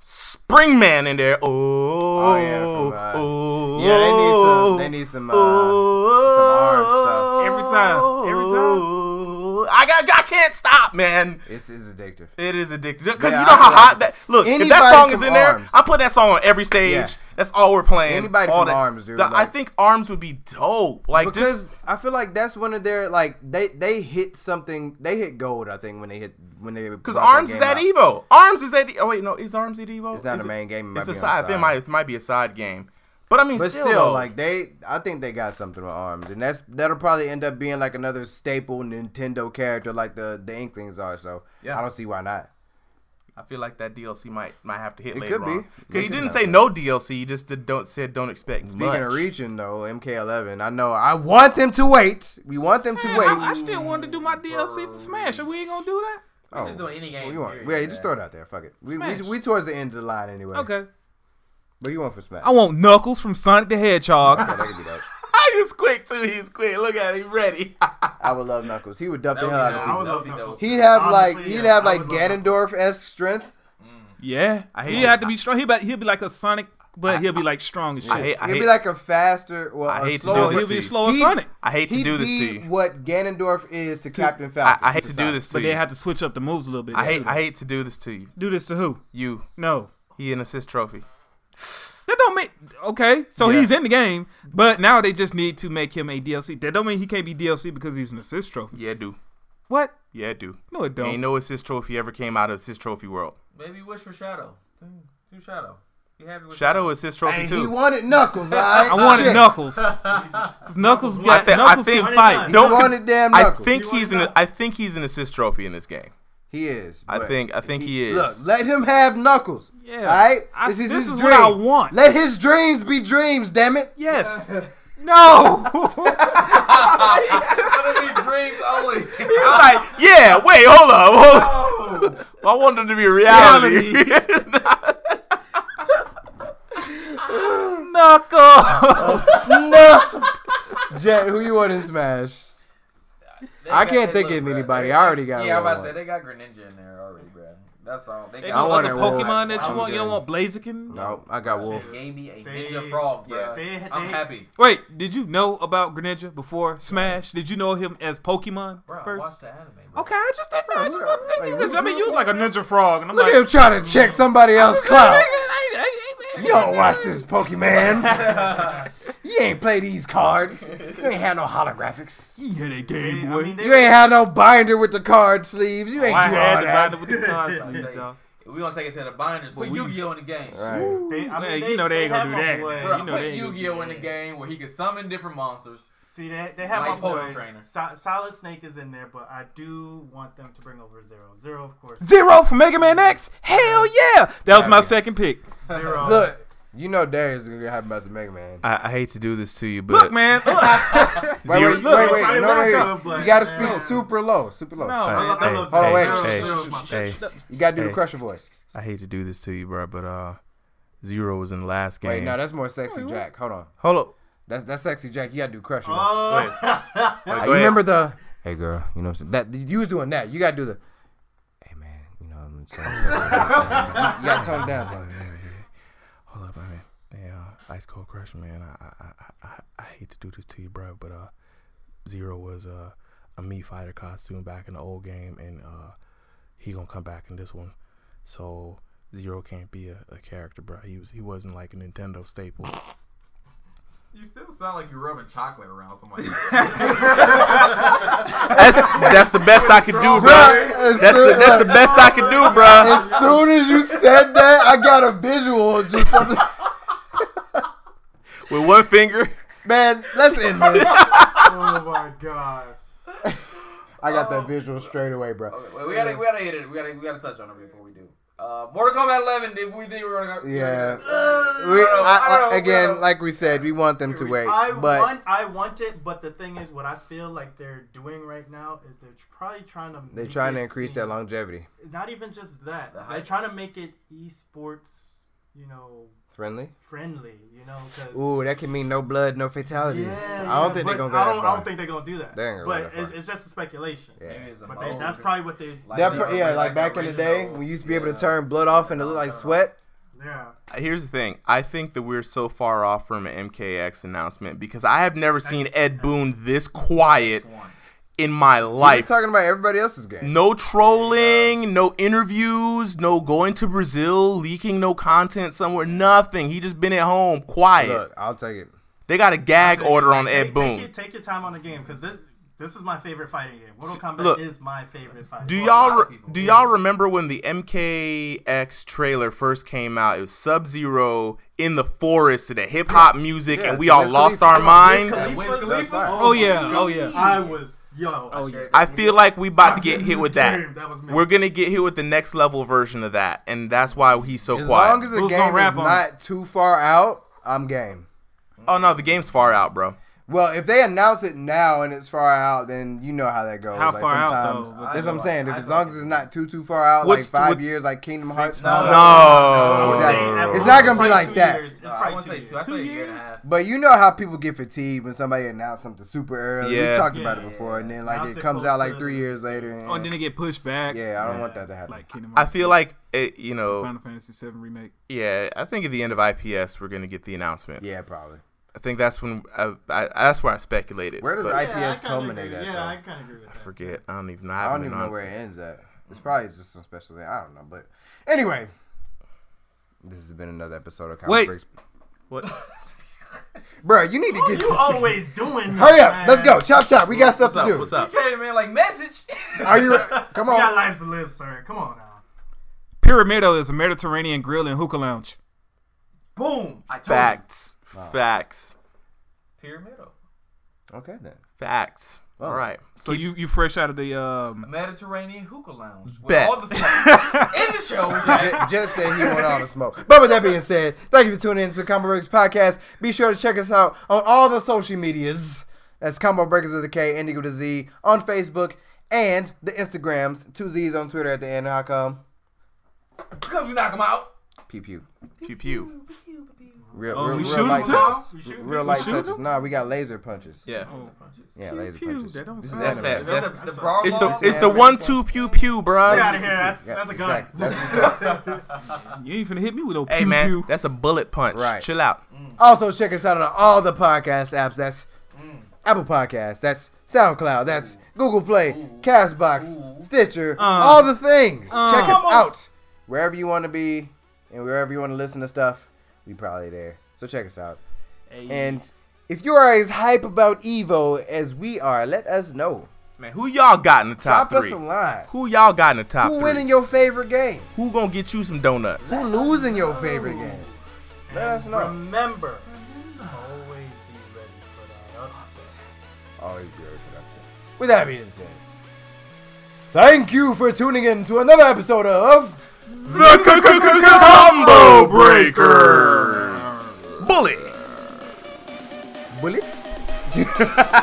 [SPEAKER 5] Springman in there. Oh,
[SPEAKER 1] Oh, yeah, from, uh,
[SPEAKER 5] oh,
[SPEAKER 1] Yeah, they need some. They need some. Uh,
[SPEAKER 5] oh,
[SPEAKER 1] some
[SPEAKER 4] Every time, every
[SPEAKER 5] Oh, I got, I can't stop, man.
[SPEAKER 1] it's, it's addictive.
[SPEAKER 5] It is addictive. Cause
[SPEAKER 1] Yeah,
[SPEAKER 5] you know
[SPEAKER 1] I
[SPEAKER 5] how
[SPEAKER 1] like
[SPEAKER 5] hot
[SPEAKER 1] it.
[SPEAKER 5] that. Look, if
[SPEAKER 1] Anybody
[SPEAKER 5] that song is
[SPEAKER 1] from
[SPEAKER 5] in there,
[SPEAKER 1] Arms.
[SPEAKER 5] I put that song on every stage.
[SPEAKER 1] Yeah.
[SPEAKER 5] That's all we're playing.
[SPEAKER 1] Anybody
[SPEAKER 5] all
[SPEAKER 1] from
[SPEAKER 5] that.
[SPEAKER 1] Arms, dude,
[SPEAKER 5] The- I
[SPEAKER 1] like-
[SPEAKER 5] think Arms would be dope. Like
[SPEAKER 1] Because
[SPEAKER 5] just
[SPEAKER 1] I feel like that's one of their like they they hit something they hit gold I think when they hit when they
[SPEAKER 5] because Arms is at Evo. Arms is at. Oh wait, no, is Arms at Evo?
[SPEAKER 1] It's not
[SPEAKER 5] Is
[SPEAKER 1] a
[SPEAKER 5] it-
[SPEAKER 1] main game. It might
[SPEAKER 5] It's
[SPEAKER 1] be
[SPEAKER 5] a
[SPEAKER 1] on
[SPEAKER 5] side. I think
[SPEAKER 1] side.
[SPEAKER 5] it might, it might be a side game. But I mean,
[SPEAKER 1] But
[SPEAKER 5] still,
[SPEAKER 1] still, like they, I think they got something on arms, and that's that'll probably end up being like another staple Nintendo character, like the the Inklings are. So
[SPEAKER 5] Yeah.
[SPEAKER 1] I don't see why not.
[SPEAKER 5] I feel like that DLC might might have to hit
[SPEAKER 1] It
[SPEAKER 5] later
[SPEAKER 1] could be.
[SPEAKER 5] on.
[SPEAKER 1] It
[SPEAKER 5] Because he
[SPEAKER 1] could
[SPEAKER 5] didn't
[SPEAKER 1] have
[SPEAKER 5] say
[SPEAKER 1] that.
[SPEAKER 5] no DLC. He just did, don't said don't expect
[SPEAKER 1] Speaking
[SPEAKER 5] much.
[SPEAKER 1] of region though, MK11, I know I want them to wait. We want them to
[SPEAKER 4] Man,
[SPEAKER 1] wait.
[SPEAKER 4] I, I still wanted to do my DLC for Smash, and we ain't gonna do that.
[SPEAKER 1] oh,
[SPEAKER 6] just doing any game,
[SPEAKER 1] well, you want?
[SPEAKER 6] period,
[SPEAKER 1] Yeah, you
[SPEAKER 6] man.
[SPEAKER 1] just throw it out there. Fuck it. We, we
[SPEAKER 4] Smash.
[SPEAKER 1] we towards the end of the line anyway.
[SPEAKER 4] Okay.
[SPEAKER 1] But you want for Smash?
[SPEAKER 4] I want Knuckles from Sonic the Hedgehog.
[SPEAKER 1] Yeah, they can do that.
[SPEAKER 5] he was quick too. He was quick. Look at him. He ready.
[SPEAKER 1] I would love Knuckles. He would dump the
[SPEAKER 6] That
[SPEAKER 1] hell
[SPEAKER 6] would
[SPEAKER 1] out
[SPEAKER 6] be nice. That'd
[SPEAKER 1] of people.
[SPEAKER 3] I would love
[SPEAKER 6] be
[SPEAKER 3] Knuckles.
[SPEAKER 1] He'd have
[SPEAKER 3] Honestly,
[SPEAKER 1] like
[SPEAKER 3] yeah,
[SPEAKER 1] he'd have
[SPEAKER 3] I
[SPEAKER 1] like
[SPEAKER 3] would love
[SPEAKER 1] Ganondorf esque strength.
[SPEAKER 4] yeah,
[SPEAKER 5] I hate
[SPEAKER 4] he
[SPEAKER 5] that.
[SPEAKER 4] had to be strong. He about, he'll be like a Sonic, but he'll be like strong as shit. Oh,
[SPEAKER 5] I hate. I
[SPEAKER 1] he'd
[SPEAKER 5] hate.
[SPEAKER 1] be like a faster, well,
[SPEAKER 5] I
[SPEAKER 1] a
[SPEAKER 5] hate to do
[SPEAKER 1] slower.
[SPEAKER 5] this
[SPEAKER 4] he'll be
[SPEAKER 5] to you.
[SPEAKER 4] slow as
[SPEAKER 1] He-
[SPEAKER 4] Sonic.
[SPEAKER 5] I hate to
[SPEAKER 1] he'd
[SPEAKER 5] do this to
[SPEAKER 1] be
[SPEAKER 5] you.
[SPEAKER 1] What Ganondorf is to Captain
[SPEAKER 5] I,
[SPEAKER 1] Falcon.
[SPEAKER 5] I hate to do
[SPEAKER 1] Sonic.
[SPEAKER 5] this to
[SPEAKER 4] But they
[SPEAKER 5] you.
[SPEAKER 4] had to switch up the moves a little bit.
[SPEAKER 5] I hate.
[SPEAKER 4] too.
[SPEAKER 5] I hate to do this to you.
[SPEAKER 4] do this to who?
[SPEAKER 5] You.
[SPEAKER 4] No,
[SPEAKER 5] He an assist trophy.
[SPEAKER 4] that don't mean okay. So
[SPEAKER 5] Yeah.
[SPEAKER 4] he's in the game, but now they just need to make him a DLC. That don't mean he can't be DLC because he's an assist trophy.
[SPEAKER 5] Yeah, do.
[SPEAKER 4] What?
[SPEAKER 5] Yeah, do.
[SPEAKER 4] No, it
[SPEAKER 5] Ain't
[SPEAKER 4] don't.
[SPEAKER 5] no assist trophy ever came out of assist trophy world.
[SPEAKER 6] Maybe wish for Shadow. Mm, Do Shadow. You happy with
[SPEAKER 5] Shadow assist trophy
[SPEAKER 1] And he
[SPEAKER 5] too.
[SPEAKER 1] wanted Knuckles. All right?
[SPEAKER 4] I wanted
[SPEAKER 1] Shit.
[SPEAKER 4] Knuckles. 'Cause Knuckles
[SPEAKER 5] I,
[SPEAKER 4] got
[SPEAKER 5] thi- I
[SPEAKER 4] Knuckles
[SPEAKER 5] think.
[SPEAKER 4] can fight.
[SPEAKER 1] He
[SPEAKER 5] Don't con-
[SPEAKER 1] wanted damn
[SPEAKER 5] I
[SPEAKER 1] Knuckles.
[SPEAKER 5] think
[SPEAKER 3] You
[SPEAKER 5] he's
[SPEAKER 3] wanted
[SPEAKER 5] an.
[SPEAKER 3] that?
[SPEAKER 5] I think he's an assist trophy in this game.
[SPEAKER 1] He is.
[SPEAKER 5] I
[SPEAKER 1] but
[SPEAKER 5] think- I think he is.
[SPEAKER 1] Look, let him have knuckles.
[SPEAKER 4] Yeah.
[SPEAKER 1] All right.
[SPEAKER 4] I- this is what I want.
[SPEAKER 1] Let his dreams be dreams. Damn it.
[SPEAKER 4] Yes. no.
[SPEAKER 6] Gonna be dreams only.
[SPEAKER 5] He's like, yeah, wait, hold up, hold up. I want it to be reality.
[SPEAKER 4] Knuckles.
[SPEAKER 1] no. Jet, who you want in Smash?
[SPEAKER 6] They
[SPEAKER 1] I
[SPEAKER 6] got-
[SPEAKER 1] can't
[SPEAKER 6] hey,
[SPEAKER 1] think
[SPEAKER 6] look,
[SPEAKER 1] of
[SPEAKER 6] bruh,
[SPEAKER 1] anybody.
[SPEAKER 6] they-
[SPEAKER 1] I already got
[SPEAKER 6] Yeah, I'm
[SPEAKER 1] what I
[SPEAKER 6] about to say
[SPEAKER 1] want.
[SPEAKER 6] they got Greninja in there already, bro. That's all. They
[SPEAKER 4] They
[SPEAKER 6] got.
[SPEAKER 1] I
[SPEAKER 4] got
[SPEAKER 1] want
[SPEAKER 4] other
[SPEAKER 1] it, Wolf.
[SPEAKER 4] Pokemon that you
[SPEAKER 6] I'm
[SPEAKER 4] want. You don't
[SPEAKER 6] good.
[SPEAKER 4] want Blaziken.
[SPEAKER 1] No, I got Wolf.
[SPEAKER 6] They gave me a
[SPEAKER 3] They-
[SPEAKER 6] Ninja Frog,
[SPEAKER 3] yeah,
[SPEAKER 6] bro.
[SPEAKER 3] they-
[SPEAKER 6] I'm
[SPEAKER 3] they-
[SPEAKER 6] happy.
[SPEAKER 4] Wait, did you know about Greninja before Smash? Did you know him as Pokemon
[SPEAKER 6] Bro, I
[SPEAKER 4] first?
[SPEAKER 6] watched the anime. Bro.
[SPEAKER 4] Okay, I just didn't know. I, just
[SPEAKER 1] Bro,
[SPEAKER 4] wasn't thinking,
[SPEAKER 1] like,
[SPEAKER 4] 'cause, I mean, you was like a ninja frog, and I'm
[SPEAKER 1] Look
[SPEAKER 4] like,
[SPEAKER 1] at him trying to check somebody else's cloud. You don't watch this Pokemon. you ain't play these cards. You ain't have no holographics.
[SPEAKER 4] he had a
[SPEAKER 3] They,
[SPEAKER 4] game
[SPEAKER 3] I
[SPEAKER 4] boy.
[SPEAKER 3] mean, they,
[SPEAKER 1] You ain't have no binder with the card sleeves.
[SPEAKER 6] Oh,
[SPEAKER 1] You ain't
[SPEAKER 4] I
[SPEAKER 1] do
[SPEAKER 4] had
[SPEAKER 1] all
[SPEAKER 4] to
[SPEAKER 1] that.
[SPEAKER 4] bind it with the cards,
[SPEAKER 6] Say,
[SPEAKER 4] dog.
[SPEAKER 6] we gonna take it to the binders. Put
[SPEAKER 4] we-
[SPEAKER 6] Yu-Gi-Oh in the game.
[SPEAKER 1] Right.
[SPEAKER 3] they, I mean,
[SPEAKER 4] Hey,
[SPEAKER 3] they,
[SPEAKER 4] you know they ain't gonna do
[SPEAKER 3] have
[SPEAKER 4] that.
[SPEAKER 3] my boy-
[SPEAKER 6] Bro,
[SPEAKER 4] You know
[SPEAKER 6] put
[SPEAKER 4] they ain't gonna
[SPEAKER 6] Yu-Gi-Oh in the
[SPEAKER 3] that.
[SPEAKER 6] game where he could summon different monsters.
[SPEAKER 3] See, they, they have
[SPEAKER 6] Like
[SPEAKER 3] my
[SPEAKER 6] Poker
[SPEAKER 3] boy.
[SPEAKER 6] Trainer.
[SPEAKER 3] Si- Solid Snake is in there, but I do want them to bring over Zero. Zero, of course.
[SPEAKER 4] Zero for Mega Man X. Hell yeah, that was my second pick.
[SPEAKER 3] Zero.
[SPEAKER 1] Look, you know Darius is gonna get happy about some Mega Man.
[SPEAKER 5] I, I hate to do this to you, but
[SPEAKER 4] Look, man. Look.
[SPEAKER 1] Wait,
[SPEAKER 5] Zero-
[SPEAKER 1] wait, wait, wait,
[SPEAKER 3] Look,
[SPEAKER 1] no, no,
[SPEAKER 3] I
[SPEAKER 1] no,
[SPEAKER 3] love
[SPEAKER 1] no.
[SPEAKER 3] that,
[SPEAKER 1] You gotta
[SPEAKER 3] but,
[SPEAKER 1] speak
[SPEAKER 3] man.
[SPEAKER 1] super low, super low.
[SPEAKER 4] No,
[SPEAKER 5] Hey,
[SPEAKER 3] I, lo- I
[SPEAKER 5] hey,
[SPEAKER 3] love
[SPEAKER 1] hold on,
[SPEAKER 3] Zero.
[SPEAKER 1] wait.
[SPEAKER 3] Zero,
[SPEAKER 5] hey,
[SPEAKER 3] Zero is my
[SPEAKER 5] shh,
[SPEAKER 3] favorite.
[SPEAKER 5] hey,
[SPEAKER 1] You gotta do
[SPEAKER 5] Hey.
[SPEAKER 1] the crusher voice.
[SPEAKER 5] I hate to do this to you, bro, but uh, zero was in the last game.
[SPEAKER 1] Wait, no, that's more sexy Jack. Hold on,
[SPEAKER 5] Hold up.
[SPEAKER 1] that's that's sexy Jack. You gotta do crusher.
[SPEAKER 3] Oh,
[SPEAKER 5] Wait,
[SPEAKER 1] Uh,
[SPEAKER 5] go
[SPEAKER 1] you
[SPEAKER 5] ahead.
[SPEAKER 1] remember the? Hey girl, you know what I'm saying? That you was doing that. You gotta do the. Hey man, you know what I'm saying? you gotta tone it down. Son.
[SPEAKER 5] Hold up, I mean, yeah, Ice Cold Crush, man. I, I, I, I, I hate to do this to you, bro, but uh, Zero was uh, a me fighter costume back in the old game, and uh, he gonna come back in this one. So Zero can't be a, a character, bro. He was he wasn't like a Nintendo staple.
[SPEAKER 6] You still sound like you're rubbing chocolate around somebody.
[SPEAKER 5] that's that's the best I could do, bro.
[SPEAKER 1] As
[SPEAKER 5] That's
[SPEAKER 1] soon-
[SPEAKER 5] the that's the best I could do, bro.
[SPEAKER 1] as soon as you said that, I got a visual. of Just something.
[SPEAKER 5] With one finger.
[SPEAKER 1] man, let's end this.
[SPEAKER 3] oh my god.
[SPEAKER 1] I got that visual straight away, bro.
[SPEAKER 6] Okay, wait, we gotta, we gotta hit it. We gotta, we gotta touch on it before we do. Uh, Mortal Kombat 11. Did we think we were gonna? go-
[SPEAKER 1] Yeah.
[SPEAKER 6] Uh,
[SPEAKER 1] We,
[SPEAKER 6] I
[SPEAKER 1] I,
[SPEAKER 6] don't
[SPEAKER 1] I,
[SPEAKER 6] know,
[SPEAKER 1] again,
[SPEAKER 6] bro.
[SPEAKER 1] like we said, we want them to wait.
[SPEAKER 3] I
[SPEAKER 1] But
[SPEAKER 3] want, I want it, but the thing is, what I feel like they're doing right now is they're tr- probably trying to.
[SPEAKER 1] they're
[SPEAKER 3] make
[SPEAKER 1] trying to
[SPEAKER 3] it
[SPEAKER 1] increase
[SPEAKER 3] seem-
[SPEAKER 1] that longevity.
[SPEAKER 3] Not even just that.
[SPEAKER 6] The
[SPEAKER 3] they're
[SPEAKER 6] hype.
[SPEAKER 3] trying to make it esports, you know,
[SPEAKER 1] Friendly?
[SPEAKER 3] friendly. You know, 'cause-
[SPEAKER 1] Ooh, that can mean no blood, no fatalities.
[SPEAKER 3] Yeah,
[SPEAKER 1] I
[SPEAKER 3] yeah,
[SPEAKER 1] don't think they're going
[SPEAKER 3] but
[SPEAKER 1] to go that
[SPEAKER 3] I don't, I
[SPEAKER 1] far.
[SPEAKER 3] don't think they're gonna do that.
[SPEAKER 1] They ain't gonna go
[SPEAKER 3] but
[SPEAKER 1] that
[SPEAKER 3] it's,
[SPEAKER 1] far.
[SPEAKER 3] it's just a speculation.
[SPEAKER 1] Yeah.
[SPEAKER 6] Maybe it's a
[SPEAKER 3] But they,
[SPEAKER 6] mode.
[SPEAKER 3] that's probably what they.
[SPEAKER 6] Like-
[SPEAKER 1] That
[SPEAKER 6] Yeah,
[SPEAKER 1] pro- yeah,
[SPEAKER 6] like
[SPEAKER 1] like
[SPEAKER 6] that
[SPEAKER 1] back in the
[SPEAKER 6] original-
[SPEAKER 1] day, we used to be able to
[SPEAKER 6] yeah.
[SPEAKER 1] turn blood off and it looked like sweat.
[SPEAKER 3] yeah.
[SPEAKER 5] Here's the thing. I think that we're so far off from an MKX announcement because I have never seen Ed Boone this quiet in my
[SPEAKER 1] We're
[SPEAKER 5] life.
[SPEAKER 1] talking about everybody else's game.
[SPEAKER 5] No trolling, no interviews, no going to Brazil, leaking no content somewhere, nothing. He just been at home, quiet.
[SPEAKER 1] Look, I'll take it.
[SPEAKER 5] They got a gag order on
[SPEAKER 3] Take-
[SPEAKER 5] Ed Boone.
[SPEAKER 3] Take, your- take your time on the game because this this is my favorite fighting game. Mortal Kombat
[SPEAKER 5] look,
[SPEAKER 3] is my favorite fighting.
[SPEAKER 5] Do
[SPEAKER 3] game.
[SPEAKER 5] y'all
[SPEAKER 6] lot of
[SPEAKER 5] re-
[SPEAKER 6] people.
[SPEAKER 5] do y'all remember when the MKX trailer first came out? It was Sub Zero in the forest to the hip hop music,
[SPEAKER 1] Yeah,
[SPEAKER 5] and we
[SPEAKER 1] to
[SPEAKER 5] all
[SPEAKER 1] Wiz
[SPEAKER 5] lost
[SPEAKER 1] Khalifa.
[SPEAKER 5] our mind.
[SPEAKER 6] Wiz Khalifa?
[SPEAKER 1] That's fine.
[SPEAKER 4] Oh yeah, oh yeah.
[SPEAKER 3] I was Yo,
[SPEAKER 4] Oh,
[SPEAKER 3] shared
[SPEAKER 4] yeah.
[SPEAKER 6] that
[SPEAKER 5] I
[SPEAKER 6] with
[SPEAKER 5] feel
[SPEAKER 6] you.
[SPEAKER 5] like we about to
[SPEAKER 3] that.
[SPEAKER 5] get hit with that.
[SPEAKER 3] Scream, was me.
[SPEAKER 5] We're gonna get hit with the next level version of that, and that's why he's so
[SPEAKER 1] As
[SPEAKER 5] quiet.
[SPEAKER 1] long as the
[SPEAKER 4] Who's gonna
[SPEAKER 1] game is
[SPEAKER 4] rap on
[SPEAKER 1] not too far out, I'm game.
[SPEAKER 5] oh no, the game's far out, bro.
[SPEAKER 1] Well, if they announce it now and it's far out, then you know how that goes.
[SPEAKER 4] How far out,
[SPEAKER 1] sometimes-
[SPEAKER 4] though?
[SPEAKER 1] That's what I'm
[SPEAKER 6] I
[SPEAKER 1] saying.
[SPEAKER 6] feel
[SPEAKER 1] If
[SPEAKER 6] like-
[SPEAKER 1] as long as it's not too too far out,
[SPEAKER 5] What's-
[SPEAKER 1] like five
[SPEAKER 5] what-
[SPEAKER 1] years, like Kingdom
[SPEAKER 4] six-
[SPEAKER 1] Hearts.
[SPEAKER 4] no,
[SPEAKER 1] now.
[SPEAKER 5] No, Oh.
[SPEAKER 1] no,
[SPEAKER 3] I would say at
[SPEAKER 1] It's
[SPEAKER 3] most
[SPEAKER 1] not gonna be
[SPEAKER 3] probably
[SPEAKER 1] like
[SPEAKER 3] two
[SPEAKER 1] that.
[SPEAKER 3] years. It's
[SPEAKER 6] Uh, I
[SPEAKER 3] probably
[SPEAKER 6] want to
[SPEAKER 3] two
[SPEAKER 6] say two. I
[SPEAKER 3] years.
[SPEAKER 6] say a year and a
[SPEAKER 4] years?
[SPEAKER 6] half.
[SPEAKER 1] But you know how people get fatigued when somebody announced something super early.
[SPEAKER 5] Yeah.
[SPEAKER 1] We talked
[SPEAKER 3] Yeah,
[SPEAKER 1] about it
[SPEAKER 3] yeah,
[SPEAKER 1] before, and then like
[SPEAKER 3] Announce
[SPEAKER 1] it
[SPEAKER 3] it
[SPEAKER 1] comes
[SPEAKER 3] close
[SPEAKER 1] out
[SPEAKER 3] to-
[SPEAKER 1] like three years later.
[SPEAKER 4] Oh, and then they get pushed back.
[SPEAKER 1] yeah, I don't
[SPEAKER 3] Yeah.
[SPEAKER 1] want that to happen.
[SPEAKER 4] Like Kingdom
[SPEAKER 5] I
[SPEAKER 4] Hearts.
[SPEAKER 5] feel like it, you know,
[SPEAKER 4] Final Fantasy VII remake.
[SPEAKER 5] yeah. I think at the end of IPS, we're gonna get the announcement.
[SPEAKER 1] yeah, probably.
[SPEAKER 5] I think that's when I, I that's where I speculated.
[SPEAKER 1] Where does
[SPEAKER 5] but
[SPEAKER 1] I-
[SPEAKER 5] I,
[SPEAKER 1] IPS
[SPEAKER 3] Yeah, I kinda
[SPEAKER 1] culminate
[SPEAKER 3] agree.
[SPEAKER 1] at,
[SPEAKER 3] Yeah,
[SPEAKER 1] though.
[SPEAKER 3] I kind of agree with that.
[SPEAKER 5] forget? I don't even know.
[SPEAKER 1] I
[SPEAKER 5] I,
[SPEAKER 1] don't even know where it ends at. It's
[SPEAKER 3] Mm.
[SPEAKER 1] probably just some special thing. I don't know. But anyway, this has been another episode of Comic
[SPEAKER 4] Wait.
[SPEAKER 1] Breaks.
[SPEAKER 5] What?
[SPEAKER 1] Bro, you need to get
[SPEAKER 3] Oh, You
[SPEAKER 1] this.
[SPEAKER 3] always doing.
[SPEAKER 1] Hurry
[SPEAKER 3] this,
[SPEAKER 1] up.
[SPEAKER 3] man.
[SPEAKER 1] Let's go. Chop chop. We got stuff
[SPEAKER 5] What's
[SPEAKER 1] to
[SPEAKER 5] up?
[SPEAKER 1] do.
[SPEAKER 5] What's up?
[SPEAKER 6] Okay, man, like message.
[SPEAKER 1] Are you? Come
[SPEAKER 3] We got
[SPEAKER 1] on.
[SPEAKER 3] lives to live, sir. Come on now.
[SPEAKER 4] Pyramido is a Mediterranean grill and hookah lounge.
[SPEAKER 6] Boom. I told
[SPEAKER 5] Facts. Facts.
[SPEAKER 6] you. Pyramidal.
[SPEAKER 1] Okay then.
[SPEAKER 5] Facts. All right.
[SPEAKER 4] So you you fresh out of the um
[SPEAKER 6] Mediterranean hookah lounge. With
[SPEAKER 5] Bet.
[SPEAKER 6] all the stuff in the show. Jack.
[SPEAKER 1] J- Just said he went all the smoke. But with that being said, thank you for tuning in to Combo Breakers Podcast. Be sure to check us out on all the social medias. That's Combo Breakers with a K, Indigo to Z on Facebook and the Instagrams. Two Z's on Twitter at the end. How come?
[SPEAKER 6] Because we knock them out.
[SPEAKER 1] Pew pew.
[SPEAKER 5] Pew pew.
[SPEAKER 1] Real,
[SPEAKER 4] Oh,
[SPEAKER 1] real,
[SPEAKER 4] we
[SPEAKER 1] real
[SPEAKER 4] shoot 'em
[SPEAKER 1] light
[SPEAKER 4] too?
[SPEAKER 1] touches.
[SPEAKER 3] We shoot
[SPEAKER 1] Real
[SPEAKER 3] 'em?
[SPEAKER 1] light
[SPEAKER 4] We shoot
[SPEAKER 1] touches.
[SPEAKER 4] 'em?
[SPEAKER 1] Nah, we got laser punches.
[SPEAKER 5] Yeah.
[SPEAKER 1] Yeah,
[SPEAKER 4] Pew,
[SPEAKER 1] laser
[SPEAKER 4] pew.
[SPEAKER 1] punches.
[SPEAKER 4] That don't
[SPEAKER 1] This is
[SPEAKER 4] sound-
[SPEAKER 5] That's
[SPEAKER 1] anime.
[SPEAKER 5] that. That's
[SPEAKER 6] The, the bra
[SPEAKER 5] it's the
[SPEAKER 6] laws?
[SPEAKER 5] it's the one two pew pew, bro.
[SPEAKER 3] Get out of here. That's that's a gun.
[SPEAKER 1] Exactly. That's-
[SPEAKER 4] you ain't finna hit me with no
[SPEAKER 5] Hey
[SPEAKER 4] pew
[SPEAKER 5] man,
[SPEAKER 4] pew.
[SPEAKER 5] that's a bullet punch.
[SPEAKER 1] Right.
[SPEAKER 5] Chill out.
[SPEAKER 1] also, check us out on all the podcast apps. That's Apple Podcasts. That's SoundCloud. That's Google Play, Castbox, Stitcher, all the things. check us out wherever you want to be and wherever you want to listen to stuff. We probably there. So check us out. And if you are as hype about Evo as we are, let us know.
[SPEAKER 5] Man, who y'all got in the top
[SPEAKER 1] Drop us
[SPEAKER 5] three?
[SPEAKER 1] a line.
[SPEAKER 5] Who y'all got in the top
[SPEAKER 1] Who
[SPEAKER 5] three?
[SPEAKER 1] winning your favorite game?
[SPEAKER 5] who gonna get you some donuts?
[SPEAKER 1] Who losing your favorite game? Let us know.
[SPEAKER 3] Remember, always be ready for that upset.
[SPEAKER 1] Always be ready for that upset. With that being said, thank you for tuning in to another episode of.
[SPEAKER 5] The combo breakers. Bullet.
[SPEAKER 1] Bullet?